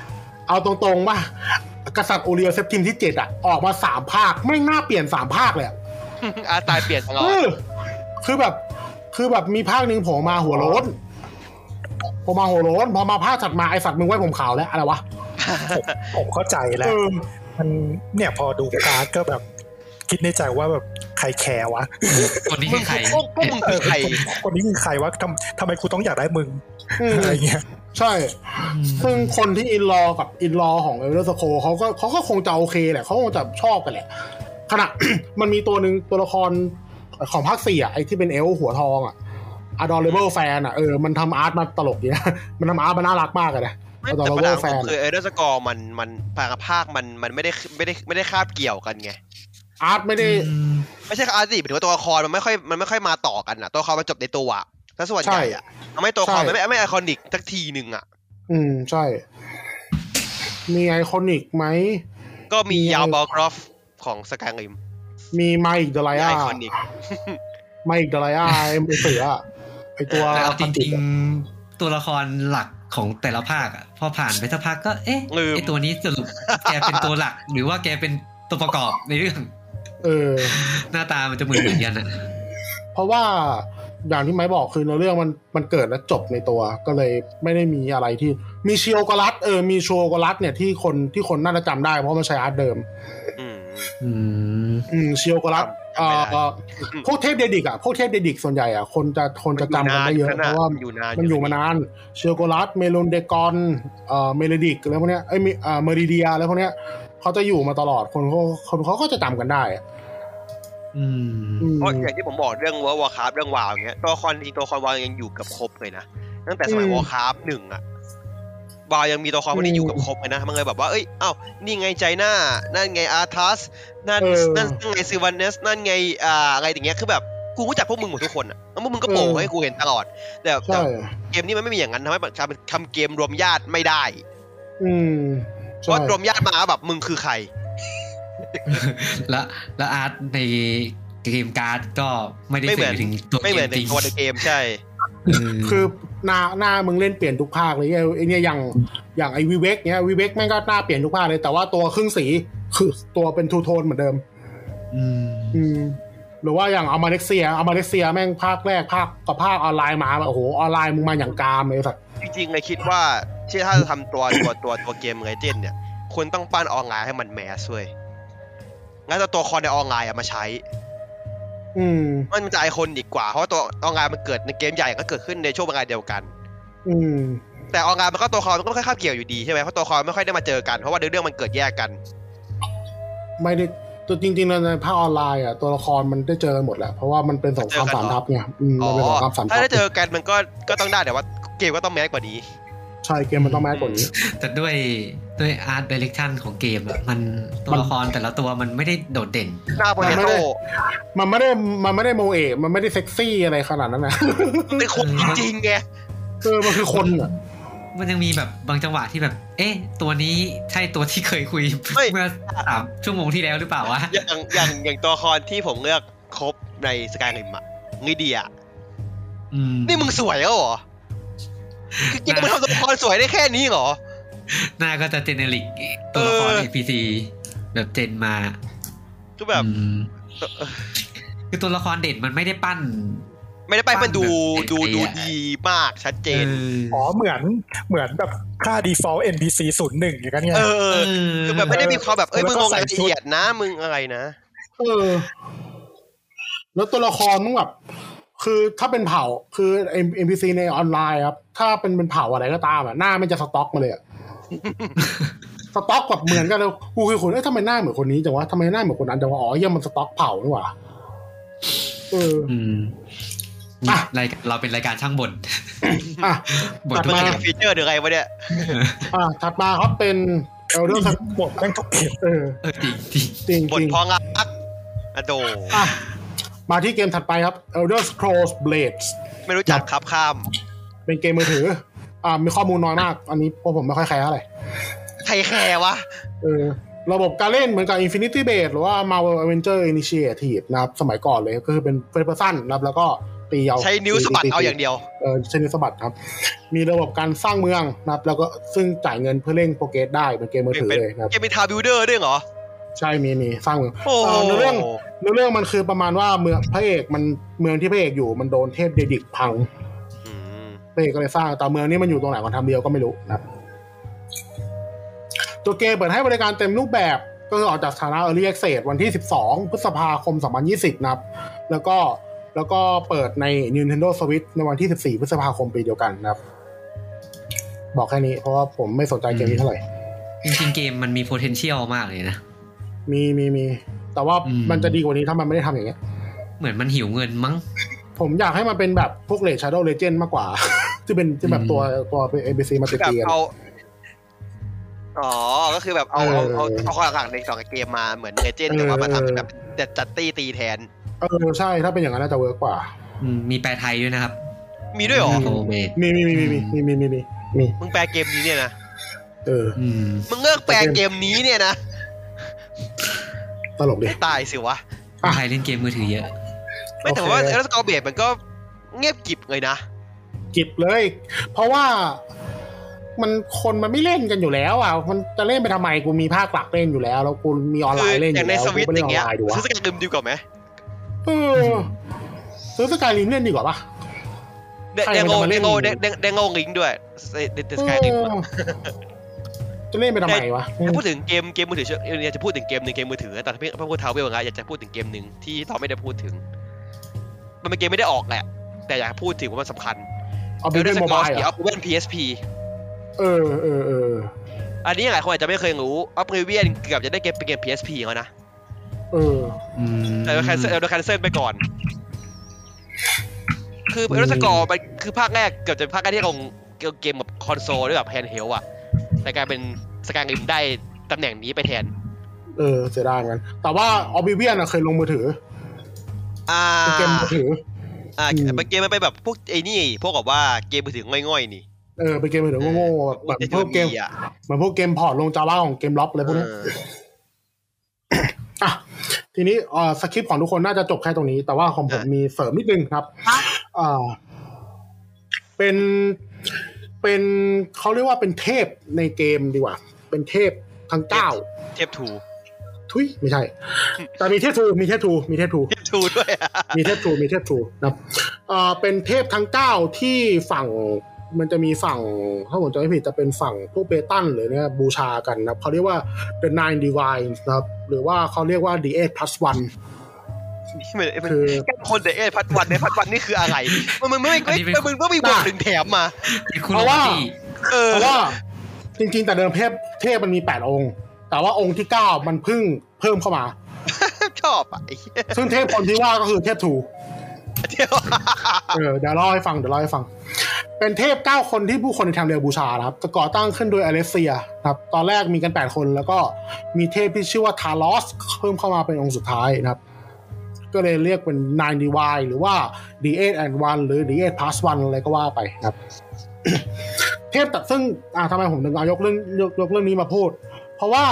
[SPEAKER 5] เอาตรงๆป่ะกษัตริย์โอเรียลเซปทิมที่เจ็ดอ่ะ ออกมาสามภาคไม่น่าเปลี่ยนสามภาคเลยอะ
[SPEAKER 2] อาตายเปลี่ยนตลอ
[SPEAKER 5] เอ
[SPEAKER 2] ด
[SPEAKER 5] อคือแบบ คือแบบมีภาคหนึ่งผมมาหัวโล้นผมมาหัวโล้นพอมาภาคถัดมาไอสัตว์มึงไว้ผมขาวแล้วอะไรวะ
[SPEAKER 4] ผมเข้าใจแล้
[SPEAKER 5] เอ
[SPEAKER 4] ว
[SPEAKER 5] อ
[SPEAKER 4] มันเนี่ยพอดูการ์ดก็แบบ คิดในใจว่าแบบใครแคร์วะ
[SPEAKER 1] คนนี้
[SPEAKER 2] มึ
[SPEAKER 1] คื
[SPEAKER 2] ง
[SPEAKER 1] อใคร
[SPEAKER 2] พวกพวกมึงคือใคร
[SPEAKER 4] คนนี้คือใครวะทำทำไมกูต้องอยากได้มึง
[SPEAKER 5] อืม
[SPEAKER 4] อะไรเงี้ย
[SPEAKER 5] ใช่ ซึ่งคนที่อินรอกับอินรอของเอลเดอร์สโคเขาก็เขาก็คงจะโอเคแหละเขาคงจะชอบกันแหละขณะ มันมีตัวหนึ่งตัวละครของภาคสี่อ่ะไอที่เป็นเอลฟ์หัวทองอ่ะอดอลเลเบลแฟนอ่ะเออมันทำอาร์ตมาตลกดีนะ มันทำอาร์ตมาน่ารักมากเลยนะ
[SPEAKER 2] ไม่
[SPEAKER 5] ตัว
[SPEAKER 2] แต่ปั
[SPEAKER 5] ละ
[SPEAKER 2] ญหา
[SPEAKER 5] แฟ
[SPEAKER 2] ขอน งคือเอเดอร์สกอร์มันมันภาคภาคมันมันไม่ได้ไม่ได้ไม่ได้คาบเกี่ยวกันไง
[SPEAKER 5] อาร์ตไม่ได้
[SPEAKER 2] ไม่ใช่อาร์ติเป็นว่าตัวละครมันไม่ค่อยมันไม่ค่อยมาต่อกันอ่ะตัวละครมันจบในตัวอ่ะถ้าส่วนใหญ่อ่ะทำให้ตัวละครมันไม่ไม่ไอคอนิกสักทีหนึ่งอ่ะ
[SPEAKER 5] อืม ใช่ มีไอคอนิกไหม
[SPEAKER 2] ก็มี
[SPEAKER 5] มี
[SPEAKER 2] ยาว
[SPEAKER 5] อะไร
[SPEAKER 2] บอลกรอฟของสแกงริม
[SPEAKER 5] มีไมค์เดลายา
[SPEAKER 2] ไอคอนิก
[SPEAKER 5] ไมค์เดลายาไอเสืออะไอตัว
[SPEAKER 1] แต่เอาจ
[SPEAKER 5] พัน
[SPEAKER 1] ริ
[SPEAKER 5] ติ
[SPEAKER 1] งๆ ตัวละครหลักของแต่ละภาคอะพอผ่านไปสักพักก็เอ๊ะ
[SPEAKER 2] ลืม
[SPEAKER 1] ไอตัวนี้สรุปแกเป็นตัวหลัก หรือว่าแกเป็นตัวประกอบในเรื่อง
[SPEAKER 5] เออ
[SPEAKER 1] หน้าตามันจะเหมือนเหมือนกันอะ
[SPEAKER 5] เพราะว่าอย่างที่ไม้บอกคือเนื้อเรื่องมันมันเกิดและจบในตัว ก็เลยไม่ได้มีอะไรที่ มีเชียวกรัตเออมีโชโกรัตเนี่ยที่คนที่คนน่าจะจำได้เพราะมันใช้อาร์ตเดิม
[SPEAKER 2] อืม
[SPEAKER 1] อืม
[SPEAKER 5] อืมเชียวกรัตเอ่
[SPEAKER 2] จำไม่ได้
[SPEAKER 5] อพวกเทพเดดิกอะพวกเทพเดดิกส่วนใหญ่อะคนจะคนจะจำกันได้เยอะเพราะว่า
[SPEAKER 2] อยู่นาน
[SPEAKER 5] มันอยู่มานาน เชลโกลัสเมลอนเดกอนเอ่อเมเลดิกอะไรพวกเนี้ยเอ้ยเอ่อเมริเดียอะไรพวกเนี้ยเขาจะอยู่มาตลอดคนเขาคนเขาก็จะจำกันได้อะ
[SPEAKER 1] อืม
[SPEAKER 5] อืม
[SPEAKER 2] เพราะอย่างที่ผมบอกเรื่องวอลวอลคราฟเรื่องวาวอย่างเงี้ยตัวละครจริงตัวละครวาวยังอยู่กับครบเลยนะตั้งแต่สมัยวอลคราฟหนึ่งอะวาวยังมีตัวละครพวกนี้อยู่กับครบเลยนะมันเลยแบบว่าเอ้ยเอ้านี่ไงใจหน้านั่นไงอาร์ทัสนั่นนั่นนั่นไงซิวันเนสนั่นไงอ่าอะไรอย่างเงี้ยคือแบบกูรู้จักพวกมึงหมดทุกคนอะแล้วพวกมึงก็โผล่ให้กูเห็นตลอดแต่แต่
[SPEAKER 5] ใช่
[SPEAKER 2] เกมนี้มันไม่มีอย่างนั้นทำให้ทำทำเกมรวมญาติไม่ได้
[SPEAKER 5] อืม
[SPEAKER 2] เพ
[SPEAKER 5] ใช่
[SPEAKER 2] ราะรวมญาติมาแบบมึงคือใคร
[SPEAKER 1] และและอาร์ตในเกมการ์ดก็ไม่ได้
[SPEAKER 2] ไม่เหมื
[SPEAKER 1] สื่
[SPEAKER 2] อน
[SPEAKER 1] อถึงตัว
[SPEAKER 2] ไม่
[SPEAKER 1] เก
[SPEAKER 2] เหมือ
[SPEAKER 1] ม
[SPEAKER 2] น
[SPEAKER 1] จริง
[SPEAKER 2] ตัวในเกมใช่
[SPEAKER 5] คือหน้าหน้ามึงเล่นเปลี่ยนทุกภาคเลยไอ้ไอ้เนี่ยอย่างอย่างไอวิเวกเนี้ยวิเวกแม่งก็หน้าเปลี่ยนทุกภาคเลยแต่ว่าตัวครึ่งสีคือตัวเป็นทูโทนเหมือนเดิม
[SPEAKER 1] ม
[SPEAKER 5] อืมหรือว่าอย่างอมาเลเซียอมาเลเซียแม่งภาคแรกภาคกับภาคออนไลน์มาแบบโอ้โหออนไลน์มึงมาอย่างกามเลยสัตว์
[SPEAKER 2] จริงๆเลยคิดว่าที่ถ้า จะทำตัวตัวตัวตัวเกมไรเจนเนี่ยควรต้องปั้นออนไลน์ให้มันแมสเว้ยงั้นเอาตัวคอนในออนไลน์อะมาใช้
[SPEAKER 5] อืม
[SPEAKER 2] มันจะไอคอนดีกว่า เพราะว่าตัวออนไลน์มันเกิดในเกมใหญ่ก็เกิดขึ้นในช่วงเวลาเดียวกัน
[SPEAKER 5] อืม
[SPEAKER 2] แต่ออนไลน์มันก็ตัวคอนมันก็ไม่ค่อยคาบเกี่ยวอยู่ดีใช่ไหมเพราะตัวคอนไม่ค่อยได้มาเจอกันเพราะว่าเนื้อเรื่องมันเกิดแยกกัน
[SPEAKER 5] ไม่ได้ตัวจริงๆแล้วในภาคออนไลน์อ่ะตัวละครมันได้เจอกันหมดแหละเพราะว่ามันเป็นสงครามสามทัพไงอืม
[SPEAKER 2] อ๋อน
[SPEAKER 5] มัเป็นสงครามสามทัพ
[SPEAKER 2] ถ้าได้เจอกันมันก็ก็ต้องได้แต่ว่าเกมก็ต้องแมสกว่านี้
[SPEAKER 5] ใช่เกมมันต้องแม่กว่านี้
[SPEAKER 1] แต่ด้วยด้วยอาร์ตเดเรคชั่นของเกมอะมันตัวละครแต่ละตัวมันไม่ได้โดดเด่น
[SPEAKER 2] หน้าโปเต
[SPEAKER 5] ไม่ได้
[SPEAKER 2] โต้
[SPEAKER 5] มันไม่ได้มันไม่ได้โมเอะมันไม่ได้เซ็กซี่อะไรขนาดนั้นนะ
[SPEAKER 2] เป็นคนจริงๆไง
[SPEAKER 5] เออมันคือคนอ่ะ
[SPEAKER 1] มันยังมีแบบบางจังหวะที่แบบ เอ๊ะ ตัวนี้ใช่ตัวที่เคยคุย
[SPEAKER 2] เฮ้ย
[SPEAKER 1] เมื่อสามชั่วโมงที่แล้วหรือเปล่าวะ
[SPEAKER 2] อย่างอย่างอย่างตัวละครที่ผมเลือกครบในสกายริมอะงีเดีย
[SPEAKER 1] อืม
[SPEAKER 2] นี่มึงสวยแล้วเหรอ คือเกมมันทำตัวละครสวยได้แค่นี้เหรอ
[SPEAKER 1] หน้าก็จะเจเนริกตัวละคร
[SPEAKER 2] เออ
[SPEAKER 1] NPC แบบเจนมา
[SPEAKER 2] คือแบบ
[SPEAKER 1] อืม
[SPEAKER 2] เอ่อ
[SPEAKER 1] คือตัวละครเด่นมันไม่ได้ปั้น
[SPEAKER 2] ไม่ได้ไปมันดู
[SPEAKER 1] ปั้นแบบ
[SPEAKER 2] ดูดู
[SPEAKER 1] ไอ้
[SPEAKER 2] ดีมากชัดเจน
[SPEAKER 4] อ๋อเหมือนเหมือนแบบค่า default NPC ศูนย์หนึ่งอย่างเงี้ย
[SPEAKER 2] เอ
[SPEAKER 1] เอ
[SPEAKER 2] อ
[SPEAKER 1] อ
[SPEAKER 2] คือแบบไม่ได้มีความแบบเอ้ย
[SPEAKER 4] แล้
[SPEAKER 2] มึ
[SPEAKER 4] ว
[SPEAKER 2] ง
[SPEAKER 4] ก็
[SPEAKER 2] ลงรา
[SPEAKER 4] ใส่
[SPEAKER 2] ยละ
[SPEAKER 4] ชุด
[SPEAKER 2] เอียดนะมึงอะไรนะ
[SPEAKER 5] เออ แล้วตัวละครมึงแบบคือถ้าเป็นเผ่า คือเอ็มพีซีในออนไลน์ครับ ถ้าเป็นเป็นเผ่าอะไรก็ตามอ่ะหน้ามันจะสต็อกมาเลยอะ สต็อกแบบเหมือนกันเลยกูคือคนเอ้ยทำไมหน้าเหมือนคนนี้จังวะทำไมหน้าเหมือนคนนั้นจังวะอ๋อเหี้ยังมันสต็อกเผานี่หว่าเออ
[SPEAKER 1] อืม
[SPEAKER 5] อ่ะ
[SPEAKER 1] รายการเราเป็นรายการช่างบ่น
[SPEAKER 5] อ่ะ
[SPEAKER 1] บ่นทุ
[SPEAKER 2] มั
[SPEAKER 1] ก
[SPEAKER 2] น
[SPEAKER 5] มา
[SPEAKER 1] เกม
[SPEAKER 2] เป็นฟีเจอร์หรืออะไรวะเนี่ย
[SPEAKER 5] อ่ะถัดมาครับเป็นเอลเดอร์
[SPEAKER 4] หมดแม่งทุกเกม
[SPEAKER 5] เออ
[SPEAKER 1] เออจริงจริง
[SPEAKER 5] จริง
[SPEAKER 2] บท
[SPEAKER 5] จริง
[SPEAKER 2] พองอักอะโด
[SPEAKER 5] อ่ะมาที่เกมถัดไปครับ Elder Scrolls Blades
[SPEAKER 2] ไม่รู้จักครับข้าม
[SPEAKER 5] เป็นเกมมือถือ อ่ามีข้อมูลน้อยมาก อันนี้เพราะผมไม่ค่อยแคร์อะไร
[SPEAKER 2] ใครแคร์วะ
[SPEAKER 5] เออระบบการเล่นเหมือนกับ Infinity Blade หรือว่า Marvel Avenger Initiative นะครับ สมัยก่อนเลยก็คือเป็นเฟร p เ r อร์ซันนะครับ แล้วก็ตีเอา
[SPEAKER 2] ใช้นิ้วสะบัดเอาอย่างเดียว
[SPEAKER 5] เออใช้นิ้วสะบัดครับ มีระบบการสร้างเมืองนะครับ แล้วก็ซึ่งจ่ายเงินเพื่อเร่งโปรเกรสได้เป็นเกมมือถือ
[SPEAKER 2] เป็น
[SPEAKER 5] เลยนะครับ
[SPEAKER 2] เกมมีทาวน์บิวเดอร์ด้วยเหรอ
[SPEAKER 5] ใช่มีมีสร้างเมือง
[SPEAKER 2] โอ้โห
[SPEAKER 5] เอ่อในเรื่อง แล้วเรื่องมันคือประมาณว่าเมืองพระเอกมันเมืองที่พระเอกอยู่มันโดนเทพเดดิกพัง
[SPEAKER 2] อืม
[SPEAKER 5] พระเอกก็เลยสร้างแต่เมืองนี้มันอยู่ตรงไหนของทำเดียวก็ไม่รู้นะครับตัวเกมเปิดให้บริการเต็มรูปแบบก็คือออกจากสถานะ Early Access วันที่ 12 พฤษภาคม 2020 นะครับ แล้วก็แล้วก็เปิดใน Nintendo Switch ในวันที่ 14 พฤษภาคมปีเดียวกันนะครับ บอกแค่นี้เพราะว่าผมไม่สนใจเกมนี้เท่าไหร่
[SPEAKER 1] จริงๆเกมมันมี potential มากเลยนะ
[SPEAKER 5] มีมีมีแต่ว่า
[SPEAKER 1] อืม
[SPEAKER 5] มันจะดีกว่านี้ถ้ามันไม่ได้ทำอย่างเงี้ย
[SPEAKER 1] เหมือนมันหิวเงินมั้ง
[SPEAKER 5] ผมอยากให้มันเป็นแบบพวกเลดชาร์โดเลเจนมากกว่า ที่เป็นที่แบบตัวตัวเป็นเอ c ซีมา
[SPEAKER 2] คื
[SPEAKER 5] ติ
[SPEAKER 2] อ
[SPEAKER 5] ด
[SPEAKER 2] แบบ
[SPEAKER 5] เตียน
[SPEAKER 2] เอา อ๋อ ก็คือแบบเอาเอา
[SPEAKER 5] เออ
[SPEAKER 2] เอาเอาข้อหลักๆในสองเกมมาเหมือนเลเจน
[SPEAKER 5] เออ
[SPEAKER 2] แต่ว่ามาทำแบบจัดจัดตี้ตีแทน
[SPEAKER 5] เออใช่ถ้าเป็นอย่างนั้นน่าจะเวิร์กกว่า
[SPEAKER 1] อืมมีแปลไทยด้วยนะครับ
[SPEAKER 2] มีด้วยเหรอ
[SPEAKER 5] อื
[SPEAKER 1] โอเมด
[SPEAKER 5] มีมีมีมีมีมีมีมีมี
[SPEAKER 2] มึงแปลเกมนี้เนี่ยนะ
[SPEAKER 5] เออ
[SPEAKER 1] อืม
[SPEAKER 2] มึงเลิกแปลเกมนี้เนี่ยนะ
[SPEAKER 5] ตลกดิ
[SPEAKER 2] ตายสิวะ
[SPEAKER 1] คนไทยเล่นเกมมือถือเยอะ
[SPEAKER 2] ไม่แต่
[SPEAKER 5] โอเค
[SPEAKER 2] ว่าเอลสกอเบดมันก็เงียบกริบเลยนะ
[SPEAKER 5] กิบเลย เพราะว่ามันคนมันไม่เล่นกันอยู่แล้วอ่ะ มันจะเล่นไปทำไมกูมีภาคหลักเล่นอยู่แล้ว แล้วกูมีออนไล
[SPEAKER 2] คือ
[SPEAKER 5] น์เล่นอ
[SPEAKER 2] อย่าง
[SPEAKER 5] ยู่
[SPEAKER 2] ใน
[SPEAKER 5] แล้ว
[SPEAKER 2] ส
[SPEAKER 5] กู
[SPEAKER 2] วิต
[SPEAKER 5] ไม่
[SPEAKER 2] อ
[SPEAKER 5] เล่นอย่าง อน
[SPEAKER 2] เงี้ย
[SPEAKER 5] ไลน์ดีกว่า
[SPEAKER 2] ซื้อสกัดลืมดีกว่าไหม
[SPEAKER 5] เออซื้อสกายลิมเล่นดีกว่าปะ
[SPEAKER 2] เดง
[SPEAKER 5] ใคร
[SPEAKER 2] เดงโง
[SPEAKER 5] มันจะมา
[SPEAKER 2] เด
[SPEAKER 5] เล่
[SPEAKER 2] ง
[SPEAKER 5] น
[SPEAKER 2] โงเดงเดงเดงโงลิงก์ด้วยเดงสกายลิงก์
[SPEAKER 5] เออจะเล่นไปทำไมวะ
[SPEAKER 2] ถ้าพูดถึงเกมเกมมือถือเชื่อเนี่ยจะพูดถึงเกมหนึ่งเกมมือถือแต่ถ้าพี่ถ้าพูดเท้าเวลไงอยากจะพูดถึงเกมหนึ่งที่ตอนไม่ได้พูดถึง มันเป็นเกมไม่ได้ออกแหละ แต่อยากพูดถึงว่ามันสำคัญ
[SPEAKER 5] เอาไปเล่นโมบายเหร
[SPEAKER 2] เอา
[SPEAKER 5] อ
[SPEAKER 2] เวนพีเอสพี
[SPEAKER 5] เออเออเออ
[SPEAKER 2] อันนี้หลายคนอาจจะไม่เคยรู้อัพเวียนเกือบจะได้เกมเป็นเกม PSP แล้วนะ
[SPEAKER 5] เออ
[SPEAKER 1] อืม
[SPEAKER 2] แต่โดนแคนเซิลโดนแคนเซิลไปก่อน คือเอลสกอร์มันคือภาคแรกเกือบจะเป็นภาคแรกที่ลงเกมแบบคอนโซลด้วยแบบแฮนด์เฮลอะแต่กลายเป็นสกายริมได้ตำแหน่งนี้ไปแทน
[SPEAKER 5] เออเสียดายเหมือนกัน แต่ว่าออบิเวียนะเคยลงมือถือ
[SPEAKER 2] อ่า
[SPEAKER 5] เป็นเกมมือถือ
[SPEAKER 2] อ่า
[SPEAKER 5] อืม
[SPEAKER 2] เกมมันไปนแบบพวกไอ้นี่ พวกแบบว่าเกมมือถือง่อยๆนี่
[SPEAKER 5] เออเป็นเกมมือถือโง่ๆแบบพวกเกม
[SPEAKER 2] อ่ะ
[SPEAKER 5] เหมือนพวกเกมพอร์ตลงจาว่าของเกมล็อกเลยพวกนี้
[SPEAKER 2] เออ
[SPEAKER 5] อ่ะทีนี้เอ่อสคริปต์ของทุกคนน่าจะจบแค่ตรงนี้ แต่ว่าของผมมีเสริมนิดนึงครับเอ่อเป็นเป็นเขาเรียกว่าเป็นเทพในเกมดีกว่า เป็นเทพทั้งเก้า
[SPEAKER 2] เทปทู
[SPEAKER 5] ทุยไม่ใช่ แต่มีเทพทูมีเทพทูมีเทพทู
[SPEAKER 2] เทปทูด้วยอ่ะ
[SPEAKER 5] มีเทพทรูมีเทพทรูนะครับเอ่อเป็นเทพทั้งเก้าที่ฝั่งมันจะมีฝั่งถ้าผมจำไม่ผิดจะเป็นฝั่งพวกเบตันหรือเนี่ยบูชากันนะครับเขาเรียกว่า the nine divines นะครับหรือว่าเขาเรียกว่า the eight plus one
[SPEAKER 2] มันมัน
[SPEAKER 5] คือ
[SPEAKER 2] คนเดเอพัดวันในพัดวันนี่คืออะไร มันมึงไม่ไม่มึงก็มีบวกหนึ่งแถมมา
[SPEAKER 1] คุณ
[SPEAKER 5] เพราะว่า
[SPEAKER 1] ที่
[SPEAKER 2] เออ
[SPEAKER 5] เพราะว่าจริงๆแต่เดิมเทพเทพมันมี 8 องค์ แต่ว่าองค์ที่ 9 มันเพิ่งเพิ่มเข้ามา
[SPEAKER 2] ชอบอ่ะไอ้เหี้ย
[SPEAKER 5] ซึ่งเทพคนที่ว่าก็คือเทพทรู
[SPEAKER 2] เดี๋ยว
[SPEAKER 5] เออเดี๋ยวเล่าให้ฟังเดี๋ยวเล่าให้ฟัง เป็นเทพเก้าคนที่ผู้คนในแทมเรียบูชานะครับก่อตั้งขึ้นโดยอเลเซียนะครับ ตอนแรกมีกันแปดคนแล้วก็มีเทพที่ชื่อว่าทาลอสเพิ่มเข้ามาเป็นองค์สุดท้ายนะครับ ก็เลยเรียกเป็น nine divine หรือว่า d 8 and 1หรือ d 8 plus 1อะไรก็ว่าไปนะครับ เทพแต่ซึ่งอ่าทำไมผมถึงเอายกเรื่องยกยกเรื่องนี้มาพูด เพราะว่า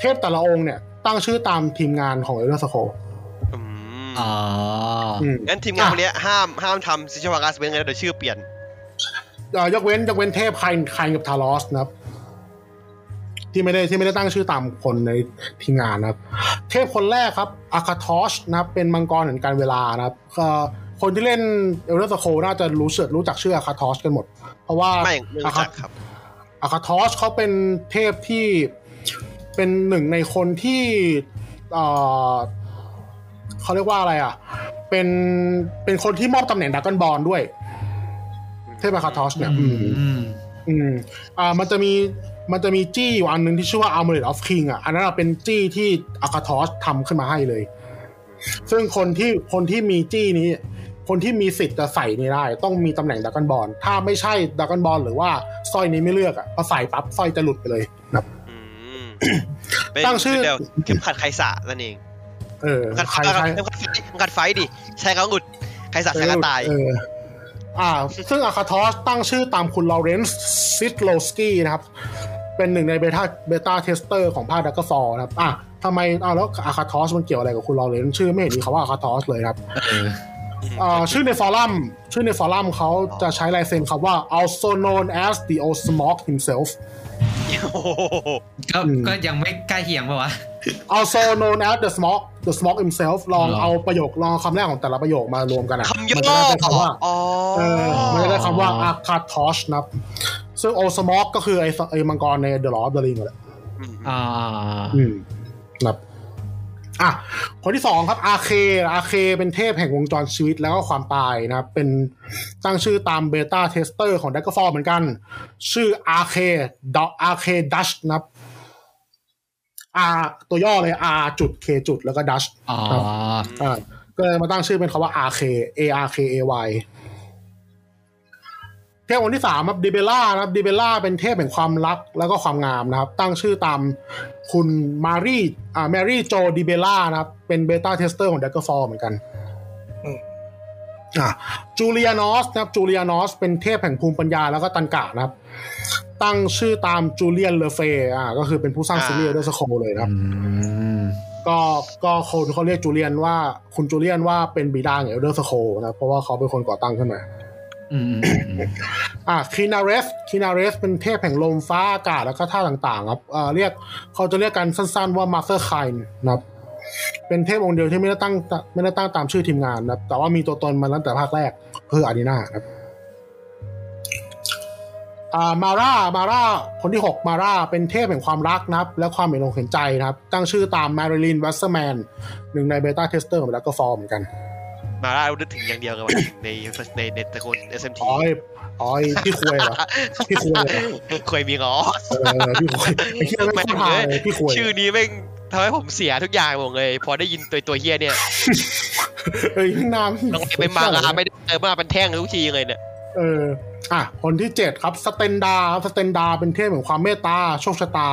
[SPEAKER 5] เทพแต่ละองค์เนี่ย ตั้งชื่อตามทีมงานของเอลเดอร์สโค
[SPEAKER 2] อืม
[SPEAKER 1] อ๋อ
[SPEAKER 2] งั้นทีมงานคนเนี้ยห้ามห้ามทำซิชวากัสเป็นไงเดี๋ยวชื่อเปลี่ยน
[SPEAKER 5] ยกเว้นยกเว้นเทพไคน์ไคน์กับทารอสนะครับ ที่ไม่ได้ที่ไม่ได้ตั้งชื่อตามคนในทีมงานนะครับ เทพคนแรกครับอาคาทอชนะครับเป็นมังกรแห่งการเวลานะครับเอ่อคนที่เล่นเอลเดอร์สโคน่าจะรู้เสือรู้จักชื่ออาคาทอชกันหมด เพราะว่า
[SPEAKER 2] ไม่ไม่รู้จักครับ
[SPEAKER 5] อาคาทอสเขาเป็นเทพที่เป็นหนึ่งในคนที่เอ่อเขาเรียกว่าอะไรอ่ะ เป็นเป็นคนที่มอบตำแหน่งดักกันบอลด้วย เทพอาคาทอสเนี่ย
[SPEAKER 1] อืม
[SPEAKER 5] อืมอ่ามันจะมี มันจะมีจี้อยู่อันหนึ่งที่ชื่อว่า Amulet of King อ่ะ อันนั้นอะเป็นจี้ที่อ a คาทอสทำขึ้นมาให้เลย ซึ่งคนที่คนที่มีจี้นี้ คนที่มีสิทธิ์จะใส่นี่ได้ ต้องมีตำแหน่งดักกันบอลถ้าไม่ใช่ดักกันบอลหรือว่าสร้อยนี้ไม่เลือกอ่ะพอใส่ปั๊บสร้อยจะหลุดไปเลยนะครับ
[SPEAKER 2] อืมเป็น
[SPEAKER 5] ตั้งชื่อ
[SPEAKER 2] เดี๋ยวเข็มขัดไคสะนั่นเอง
[SPEAKER 5] เออ
[SPEAKER 2] เข็มขัด
[SPEAKER 5] ใครใคร
[SPEAKER 2] เข็มขัดไฟเข็มขัดไฟดิใช้คำอุดไคสะใช้คำตาย
[SPEAKER 5] เอออ่า ซึ่งอาคาทอสตั้งชื่อตามคุณลอเรนซ์ซิตโลสกี้นะครับ เป็นหนึ่งในเบต้าเบต้าเทสเตอร์ของภาคดักกอร์ฟอร์นะครับ อ่ะทำไมอ่าแล้วอาคาทอสมันเกี่ยวอะไรกับคุณลอเรนซ์ชื่อไม่เห็นมีคำว่าอาคาทอสเลยครับ
[SPEAKER 1] เออ
[SPEAKER 5] อ่าชื่อในฟอรัมชื่อในฟอรัมเขาจะใช้ลายเซ็นคำว่า also known as the old smog himself
[SPEAKER 2] โอ้โห
[SPEAKER 1] ก็
[SPEAKER 5] อืม
[SPEAKER 1] ก็ยังไม่ใกล้เคียงปะวะ
[SPEAKER 5] also known as the smog the smog himself ลอง
[SPEAKER 1] อ๋อ
[SPEAKER 5] เอาประโยคลองเอาคำแรกของแต่ละประโยคมารวมกันอ่ะ
[SPEAKER 2] คำย่
[SPEAKER 5] มั
[SPEAKER 2] อ
[SPEAKER 5] จะได้เป็นคำว่า
[SPEAKER 2] อ๋อ
[SPEAKER 5] เออมันจะได้คำว่าอาคาทอชนะครับ ซึ่งโอสมอกก็คือไอ้สไอ้มังกรในเดอะลอฟเดอะริงแหละ
[SPEAKER 2] อืม
[SPEAKER 1] อ่า
[SPEAKER 5] อืมนะครับอ่ะ คนที่สองครับอาเคอาเคเป็นเทพแห่งวงจรชีวิตแล้วก็ความตายนะครับ เป็นตั้งชื่อตามเบต้าเทสเตอร์ของดักกอร์ฟอร์เหมือนกัน ชื่ออาเคดออาเคดัชนะครับอาตัวย่อเลยอาจุดเคจุดแล้วก็ดัช
[SPEAKER 1] อ๋อ
[SPEAKER 5] อ่าก็เลยมาตั้งชื่อเป็นคาว่า RK A R K A Y เทพองค์ที่สามครับดิเบล่านะครับดิเบล่าเป็นเทพแห่งความรักแล้วก็ความงามนะครับ ตั้งชื่อตามคุณมารีอ่าแมรี่โจดิเบล่านะครับ เป็นเบต้าเทสเตอร์ของ d a g g e r f a l l เหมือนกัน
[SPEAKER 4] อืม
[SPEAKER 5] อ่าจูเลียนอสนะครับจูเลียนอสเป็นเทพแห่งภูมิปัญญาแล้วก็ตันกะนะครับ ตั้งชื่อตามจูเลียนเลเฟอ่าก็คือเป็นผู้สร้างซีรีส์เดอร์สโคเลยนะครับ ก็ก็คนเขาเรียกจูเลียนว่าคุณจูเลียนว่าเป็นบิดาของเอลเดอร์สโคนะเพราะว่าเขาเป็นคนก่อตั้งขึ้นมา
[SPEAKER 1] อืมอืม
[SPEAKER 5] อ่ะคินาเรสคินาเรสเป็นเทพแห่งลมฟ้าอากาศแล้วก็ท่าต่างๆครับเอ่อเรียกเขาจะเรียกกันสั้นๆว่ามาสเตอร์คายนะครับเป็นเทพองค์เดียวที่ไม่ได้ตั้งไม่ได้ตั้งตามชื่อทีมงานนะครับแต่ว่ามีตัวตนมาตั้งแต่ภาคแรกคืออารีนาครับอ่ามาร่ามาร่าคนที่ 6 มาร่าเป็นเทพแห่งความรักนะครับ และความเห็นอกเห็นใจนะครับ ตั้งชื่อตามมาริลินวัสเซอร์แมนหนึ่งในเบต้าเทสเตอร์ของดักกอร์ฟอร์เหมือนกัน
[SPEAKER 7] มาล่านึกถึงอย่างเดียวกันวะในในในตระกูล SMT
[SPEAKER 5] อ๋อยอ๋อยที่คุยเหรอ ที่คุยเหรอ
[SPEAKER 7] เคยมีงอ
[SPEAKER 5] เออที่คุยไอ้เหี้ยไม่เข้าทางเลยที่คุย
[SPEAKER 7] ชื่อนี้แม่งทำให้ผมเสียทุกอย่างหมดเลย พอได้ยินตัวตัวเฮียเนี่ย
[SPEAKER 5] เอ้ยน้
[SPEAKER 7] ลง
[SPEAKER 5] ำ
[SPEAKER 7] ไปมางาไม่ได้เจอมาเป็นแท่งทุกทีเลยเนี่ย
[SPEAKER 5] เออ อ่ะ คนที่เจ็ดครับสเตนดาครับสเตนดาเป็นเทพแห่งความเมตตา โชคชะตา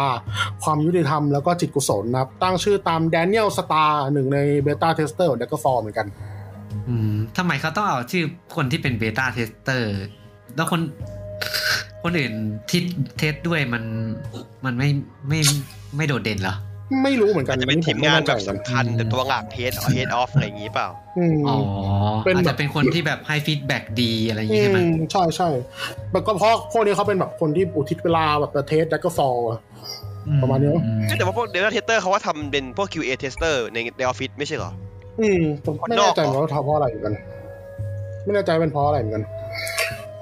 [SPEAKER 5] ความยุติธรรมแล้วก็จิตกุศลนะครับ ตั้งชื่อตามแดเนียลสตาร์หนึ่งในเบต้าเทสเตอร์ของเดกฟอร์เหมือนกัน
[SPEAKER 1] อืมทำไมเขาต้องเอาชื่อคนที่เป็นเบต้าเทสเตอร์ แล้วคน คนอื่นที่เทสด้วยมัน มันไม่ไม่ไม่โดดเด่นเหรอ
[SPEAKER 5] ไม่รู้เหมือนกั
[SPEAKER 2] อาจ
[SPEAKER 5] น
[SPEAKER 2] จะเป็นทีมงานแบบสำคัญ
[SPEAKER 1] อืม
[SPEAKER 2] แต่ตัวหลักเฮดเฮดออฟอะไรอย่างงี้เปล่า
[SPEAKER 5] อืม
[SPEAKER 1] อ๋อ
[SPEAKER 5] เป็นแบบ
[SPEAKER 1] อาจจะเป็นคนที่แบบให้ฟีดแบ็กดีอะไรอย่าง
[SPEAKER 5] อื
[SPEAKER 1] งี้ใช่ไหม
[SPEAKER 5] มใช่ใช่มันก็เพราะพวกนี้เขาเป็นแบบคนที่อุทิศเวลาแบบประเทศเดกฟอร์ ประมาณนี้มั้ง
[SPEAKER 1] อืม
[SPEAKER 2] แต่ว่าพวกเดลต้าเทสเตอร์เขาว่าทำเป็นพวก QA เทสเตอร์ในในออฟฟิศไม่ใช่เหรอ
[SPEAKER 5] อืมผมไม่แน่ใจเหมือนกันว่าเพราะอะไรเหมือนกัน ไม่แน่ใจเป็นเพราะอะไรเหมือนกัน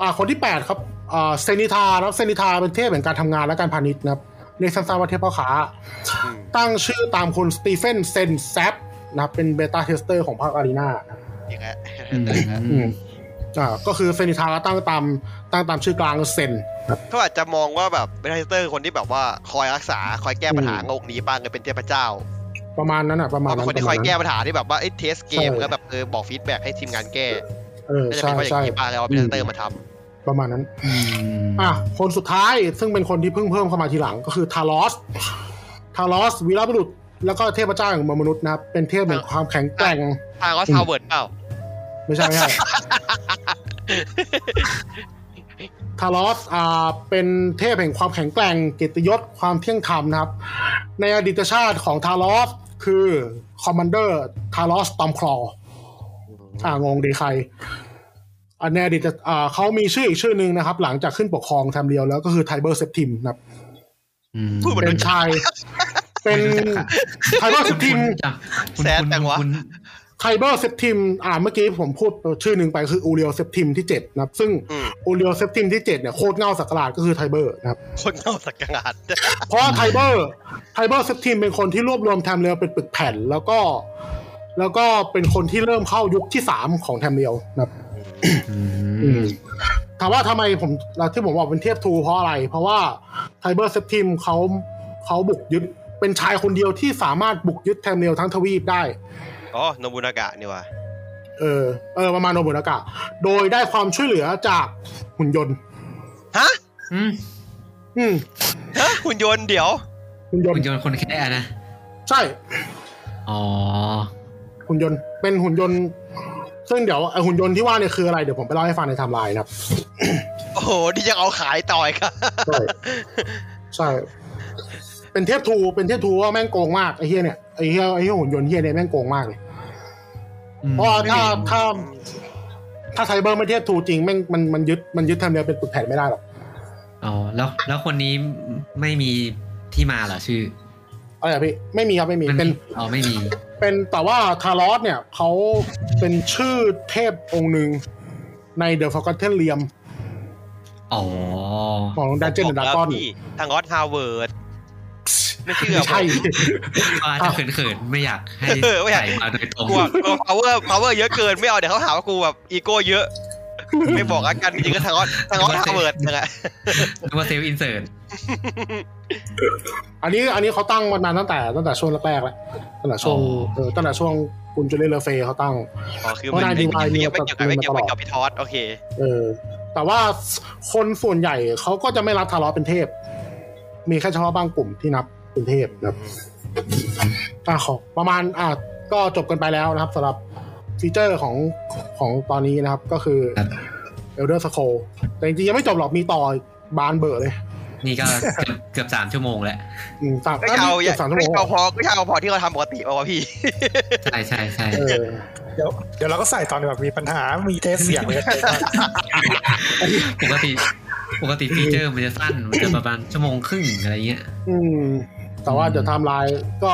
[SPEAKER 5] อ่า คนที่แปดครับอ่าเซนิทานะครับเซนิทาเป็นเทพแห่งการทำงานและการพาณิชย์นะครับเรียกสั้นๆว่าเทพพ่อค้า
[SPEAKER 2] อืม
[SPEAKER 5] ตั้งชื่อตามคุณสตีเฟนเซนแซปนะครับเป็นเบต้าเทสเตอร์ของภาคอารีนา
[SPEAKER 2] อย่างเงี้ย
[SPEAKER 1] อืม
[SPEAKER 5] อืมอ่า ก็คือเซนิทาตั้งตามตั้งตามชื่อกลางคือเซน
[SPEAKER 2] เขาอาจจะมองว่าแบบเดลต้าเทสเตอร์คนที่แบบว่าคอยรักษาคอยแก้ปัญหา
[SPEAKER 5] อืม
[SPEAKER 2] โลกนี้บ้างเลยเป็นเทพเจ้า
[SPEAKER 5] ประมาณนั้นอ่ะ ประมาณ
[SPEAKER 2] เขาเป็ค
[SPEAKER 5] นั้น น
[SPEAKER 2] นที่
[SPEAKER 5] ป
[SPEAKER 2] ค
[SPEAKER 5] ระมา
[SPEAKER 2] อย
[SPEAKER 5] ณนั้น
[SPEAKER 2] แก้ปัญหาที่แบบว่าเอ้ยเทสเกม
[SPEAKER 5] ใช่
[SPEAKER 2] แล้วแบบเออบอกฟีดแบ็กให้ทีมงานแก้
[SPEAKER 5] เออ
[SPEAKER 2] น่าจะเป็
[SPEAKER 5] ใช่
[SPEAKER 2] นเพราะอย่าง
[SPEAKER 5] ใช่
[SPEAKER 2] นี้บ้างแล้วเอาเดลต้าเทสเตอร์มาทำ
[SPEAKER 5] ประมาณนั้น อ่ะคนสุดท้ายซึ่งเป็นคนที่เพิ่งเพิ่มเข้ามาทีหลังก็คือทารอส ทารอสวีรบุรุษ แล้วก็เทพเจ้าแห่งมนุษย์นะครับ เป็นเทพแห่งความแข็งแกร่ง
[SPEAKER 7] ทางก็ทาวเวิร์ดเปล่า
[SPEAKER 5] ไม่ใช่ไม่ใช่ ทารอสอ่าเป็นเทพแห่งความแข็งแกร่งเกียรติยศความเที่ยงธรรมนะครับ ในอดีตชาติของทารอสคือคอมมานเดอร์ทารอสตอมคลออ่างงดีใครอันในอดีตอ่าเขามีชื่ออีกชื่อหนึ่งนะครับ หลังจากขึ้นปกครองแทมเรียวแล้วก็คือไทเบอร์เซปทิมนะครับ
[SPEAKER 2] พูดเหมือน
[SPEAKER 5] เป็นชาย เป็นไทเบอร์เซปทิม
[SPEAKER 2] แซดจังวะ
[SPEAKER 5] ไทเบอร์เซปทิม อ่า เมื่อกี้ผมพูดชื่อหนึ่งไปคืออูเรียลเซปทิมที่เจ็ดนะครับ ซึ่ง
[SPEAKER 2] อืม
[SPEAKER 5] อูเรียลเซปทิมที่เจ็ดเนี่ยโคตรเงาสักหลาดก็คือไทเบอร์นะครับ
[SPEAKER 2] คนเอาสักการะ
[SPEAKER 5] เพราะว่าไทเบอร์ ไทเบอร์เซปทิมเป็นคนที่รวบรวมแทมเรียลเป็นปึกแผ่น แล้วก็ แล้วก็เป็นคนที่เริ่มเข้ายุคที่สามของแทมเรียลนะครับ อืมไท ามว่าทำไมผมที่ผมบอกเป็นเทียบทูเพราะอะไร เพราะว่าไทเบอร์เซ t ทีมเขาเขาบุกยึดเป็นชายคนเดียวที่สามารถบุกยึดแทมเนลทั้งทวีปได้
[SPEAKER 2] อ๋อโนบุนากะนี่ว่ะ
[SPEAKER 5] เออเออประมาณโนบุนากะ โดยได้ความช่วยเหลือจากหุ่นยนต์
[SPEAKER 2] ฮะ
[SPEAKER 1] อืม
[SPEAKER 5] อืม
[SPEAKER 2] ฮะหุ่นยนต์เดี๋ยว
[SPEAKER 5] หุ่นยน
[SPEAKER 1] คุ
[SPEAKER 5] ต์
[SPEAKER 1] ณโยนคนแค่นะ
[SPEAKER 5] ใช่
[SPEAKER 1] อ๋อ
[SPEAKER 5] หุ่นยนต์เป็นหุ่นยนต์ ซึ่งเดี๋ยวไอหุ่นยนต์ที่ว่าเนี่ยคืออะไรเดี๋ยวผมไปเล่าให้ฟังในไทม์ไลน์นะครับ
[SPEAKER 2] โอ้โหนี่ยังเอาขายต่อยครับ
[SPEAKER 5] ใช่ ใช่ เป็นเทพทูเป็นเทพทูว่าแม่งโกงมากไอ้เฮียเนี่ยไอ้เฮียไอ้เฮียหุ่นยนต์เฮียเนี่ยแม่งโกงมากเลย
[SPEAKER 1] อืม
[SPEAKER 5] เพราะว่าถ้าถ้าถ้าไซเบอร์ไม่เทพทูจริงแม่งมันมันยึดมันยึดทำเนียบเป็นปึกแผ่นไม่ได้หรอก
[SPEAKER 1] อ๋อแล้วแล้วคนนี้ไม่มีที่มาเหรอชื่อ
[SPEAKER 5] อะไรอะพี่ไม่มีครับไม่มี
[SPEAKER 1] มั
[SPEAKER 5] เป็น
[SPEAKER 1] อ๋อไม่มี
[SPEAKER 5] เป็นแต่ว่าทารอสเนี่ยเขาเป็นชื่อเทพองค์หนึ่งในเดอะฟอ t เทนเลียม
[SPEAKER 1] อ๋อ
[SPEAKER 5] ของดันเจนดัก
[SPEAKER 2] แล้ว
[SPEAKER 5] กอน
[SPEAKER 2] พี่ทางออสฮาวเวิร์ด ไม่เชื่อ
[SPEAKER 5] ไม่ใช่
[SPEAKER 1] ว่าจะเขินๆ ไม่อยากให้
[SPEAKER 2] เออไม่อยาก
[SPEAKER 1] ใส่มาโดยตรง
[SPEAKER 2] กลัวกลัว power power เยอะเกินไม่เอาเดี๋ยวเขาหาว่ากูแบบอีโก้เยอะ ไม่บอกอากันจริงๆก็ทางออส ทางออสฮาวเวิร์ดนะฮะ
[SPEAKER 1] นึกว่าเซลล์อินเสิร์ต
[SPEAKER 5] อันนี้อันนี้เขาตั้งมานานตั้งแต่ตั้งแต่ช่วงแรกๆแล้วตั้งแต่ช่วงเออตั้งแต่ช่วงคุณจูเลียเลอเฟย์เขาตั้ง
[SPEAKER 2] อ๋อคือมัน
[SPEAKER 5] เพราะนาย
[SPEAKER 2] ไม่ไม่
[SPEAKER 5] divine
[SPEAKER 2] เกี่ยวไม่เกี่ยวกับไม่เกี่ยวไม่เกี่ยวกับพี่ทอสโอเค
[SPEAKER 5] เออแต่ว่าคนส่วนใหญ่เขาก็จะไม่รับทารอสเป็นเทพ มีแค่เฉพาะบางกลุ่มที่นับเป็นเทพนะครับอ่ะขอประมาณอ่ะก็จบกันไปแล้วนะครับสำหรับฟีเจอร์ของของตอนนี้นะครับ ก็คือ Elder Scroll แต่จริงๆ ยังไม่จบหรอกมีต่อบานเบอร์เลย
[SPEAKER 1] นี่ก็เกือบเกือบสามชั่วโมงแล้ว
[SPEAKER 5] อืมสาม
[SPEAKER 2] ก็ยาว
[SPEAKER 5] เอ้ย
[SPEAKER 2] อย่าง
[SPEAKER 5] สามชั่วโม
[SPEAKER 2] ก็
[SPEAKER 5] ง
[SPEAKER 2] ยาวพอก็ยาวพอที่เราทำปกติเอาวะ พี่
[SPEAKER 1] ใช่ใช่ใช่
[SPEAKER 5] เออ
[SPEAKER 4] เดี๋ยวเดี๋ยวเราก็ใส่ตอนแบบมีปัญหา มีเทสเสีย งเลย
[SPEAKER 1] ปกติปกติฟีเจอร์มันจะสั้น มันจะประมาณชั่วโมงครึ่งอะไรเงี้ย
[SPEAKER 5] อืม แต่ว่าเดี๋ยวไทม์ไลน์ก็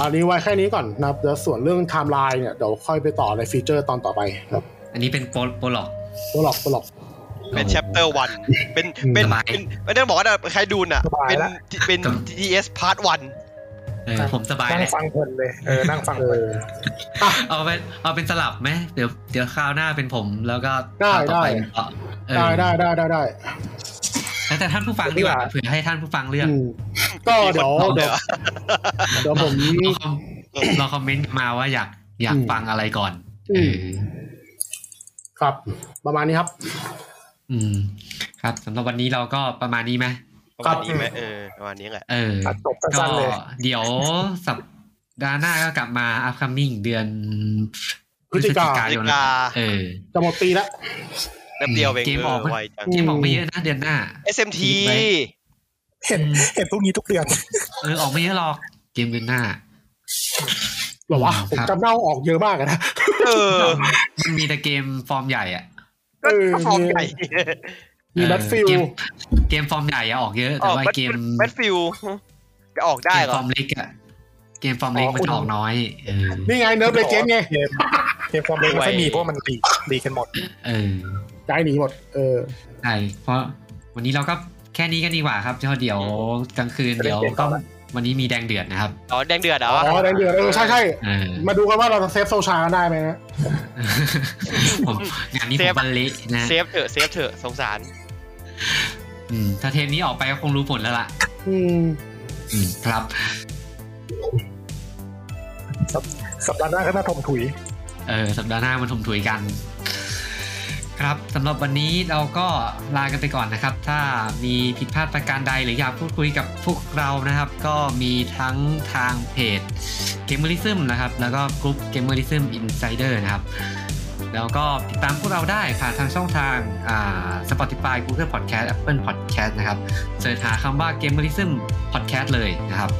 [SPEAKER 5] อันนี้ไว้แค่นี้ก่อนนะครับเดี๋ยวส่วนเรื่องไทม์ไลน์เนี่ยเดี๋ยวค่อยไปต่อในฟีเจอร์ตอนต่อไปนะครับ
[SPEAKER 1] อันนี้เป็นโปรโปรล็อก
[SPEAKER 5] ตัวหลอกตัวหลอก
[SPEAKER 2] เป็น chapter one เป็นเป็น
[SPEAKER 1] สบาย
[SPEAKER 2] เป็นไม่ได้บอกว่าใครดูน่ะ
[SPEAKER 4] สบาย
[SPEAKER 2] เป็น
[SPEAKER 4] ละ
[SPEAKER 2] เป็น TS part one
[SPEAKER 1] เออผมสบาย
[SPEAKER 4] นั่
[SPEAKER 1] แห
[SPEAKER 4] ง
[SPEAKER 1] ละ
[SPEAKER 4] ฟังเพลินเลย เอ อ นั่งฟัง
[SPEAKER 5] เอ
[SPEAKER 4] เพลิน
[SPEAKER 5] อ
[SPEAKER 1] เอาเป็นเอาเป็นสลับไหมเดี๋ยวเดี๋ยวคราวหน้าเป็นผมแล้วก็
[SPEAKER 5] ได้
[SPEAKER 1] คราวต่อไป
[SPEAKER 5] ได้
[SPEAKER 1] เอาเออ
[SPEAKER 5] ได้ได้ได้ได้ได้
[SPEAKER 1] แล้วแต่ท่านผู้ฟังดีกว่าเผื่อให้ท่านผู้ฟังเลือก
[SPEAKER 5] อืมก็เดี๋ยว
[SPEAKER 2] มีคนบอก
[SPEAKER 5] เดี๋ยว
[SPEAKER 2] เหรอ
[SPEAKER 5] เดี๋ยวผม
[SPEAKER 1] รอคอมรอคอมเมนต์มาว่าอยากอยาก
[SPEAKER 5] อืม
[SPEAKER 1] ฟังอะไรก่อน
[SPEAKER 5] อื
[SPEAKER 1] เอ
[SPEAKER 5] ม
[SPEAKER 1] อ
[SPEAKER 5] ครับ ประมาณนี้ครับ
[SPEAKER 1] อืม ครับสำหรับวันนี้เราก็ประมาณนี้ไหม
[SPEAKER 2] ประมาณนี้ไหมเออประมาณนี้แหละ
[SPEAKER 1] เออ
[SPEAKER 4] ตัดจบ
[SPEAKER 1] ก็
[SPEAKER 4] สั้นๆเลย
[SPEAKER 1] เดี๋ยวสัปดาห์หน้าก็กลับมา upcoming เดือน
[SPEAKER 5] พฤศจิกา
[SPEAKER 1] ยน
[SPEAKER 2] พฤศจิกา
[SPEAKER 1] เออ
[SPEAKER 5] จะหมดปีแล้ว
[SPEAKER 2] แป๊บเดียวเอง
[SPEAKER 1] เกมออกมั้ย
[SPEAKER 2] ไวจัง
[SPEAKER 1] ที่บอกไม่เยอะนะเดือนหน้า
[SPEAKER 2] SMT
[SPEAKER 1] ไหม
[SPEAKER 4] เห็นเห็นพวกนี้ทุกเดือน
[SPEAKER 1] เออออกไม่เยอะหรอกเกมเดือนหน้า
[SPEAKER 5] เหรอวะ
[SPEAKER 1] อืม
[SPEAKER 5] ผม
[SPEAKER 1] ครับ
[SPEAKER 5] จำเน่าออกเยอะมากอะนะ
[SPEAKER 2] เออ
[SPEAKER 1] มันมีแต่เกมฟอร์มใหญ่อะ
[SPEAKER 2] ก็ก็ฟอร์มใหญ่
[SPEAKER 5] มี
[SPEAKER 1] เออ
[SPEAKER 5] บัตฟิล
[SPEAKER 1] เกมเกมฟอร์มใหญ่อะออกเยอะ
[SPEAKER 2] อ
[SPEAKER 1] แต่
[SPEAKER 2] อก
[SPEAKER 1] ว่า
[SPEAKER 2] แบท
[SPEAKER 1] เกม
[SPEAKER 2] แบทฟิล จะออก
[SPEAKER 1] เก
[SPEAKER 2] ได้
[SPEAKER 1] ม
[SPEAKER 2] เหร
[SPEAKER 1] ฟ
[SPEAKER 2] อ
[SPEAKER 1] อร์มเล็กอะเกมฟอร์มเล็กมันออกน้อยเออ
[SPEAKER 5] นี่ไงเนิร์ฟเลเจนไง
[SPEAKER 4] เกมเกมความเร็วไม่ค่อยมีเพราะว่ามันดีดีกันหมด
[SPEAKER 1] เออ
[SPEAKER 5] ย้ายหนีหมด เออ
[SPEAKER 1] ใช่เพราะวันนี้เราก็แค่นี้กันดีกว่าครับเดี๋ยวเดี๋ยวกลางคืนเดี๋ยวก็วันนี้มีแดงเดือดนะครับ
[SPEAKER 2] อ๋อแดงเดือดเหรอ
[SPEAKER 5] อ๋อแดงเดือดเออใช่ใช่
[SPEAKER 1] เอ อ
[SPEAKER 5] มาดูกันว่าเราจะเซฟโซชาได้ไหมนะ
[SPEAKER 1] ผมงานนี้ผมบันเละนะ
[SPEAKER 2] เซฟเถอะเซฟเถอะสงสาร
[SPEAKER 1] อืมถ้าเทปนี้ออกไปก็คงรู้ผลแล้วล่ะ
[SPEAKER 5] อืม
[SPEAKER 1] อืมครับ
[SPEAKER 4] สัปดาห์หน้าก็น่าทมถุย
[SPEAKER 1] เออสัปดาห์หน้ามาทมถุยกัน ครับสำหรับวันนี้เราก็ลากันไปก่อนนะครับ ถ้ามีผิดพลาดประการใดหรืออยากพูดคุยกับพวกเรานะครับ ก็มีทั้งทางเพจ Gamerism นะครับ แล้วก็กลุ่ม Gamerism Insider นะครับ แล้วก็ติดตามพวกเราได้ผ่านทางช่องทางอ่า Spotify Google Podcast Apple Podcast นะครับเสิร์ชหาคำว่า Gamerism Podcast เลยนะครับ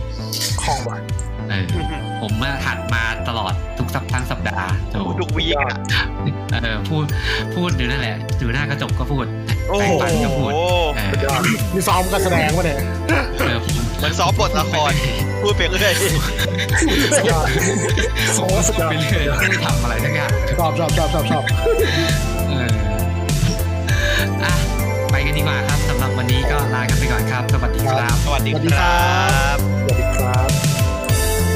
[SPEAKER 4] ของหวาน
[SPEAKER 1] เออ ผมมาหัดมาตลอดทุกสัปทั้งสัปดาห์โถ
[SPEAKER 2] ทุกวีคอะ
[SPEAKER 1] เออพูดพูดอยู่นั่นแหละอยู่หน้ากระจกก็พูด
[SPEAKER 2] โอ้
[SPEAKER 1] แต่ง
[SPEAKER 2] โห
[SPEAKER 1] ฟันก็พูดเออ
[SPEAKER 5] มีซ้อมการแสดงวะเนี่ย
[SPEAKER 1] เออผม
[SPEAKER 2] เหมือนซ้อมบทละครพูดไปเรื่อย
[SPEAKER 1] ผมก็พูดไปเรื่อยไม่ได้ทำอะไรสักอย่าง
[SPEAKER 5] ชอบชอบชอบชอบชอบ
[SPEAKER 1] เอออ่ะไปกันดีกว่าครับสำหรับวันนี้ก็ลากันไปก่อนครับ สวัสดีครับ
[SPEAKER 2] สวัสดีครับ
[SPEAKER 5] สวัสดีครับ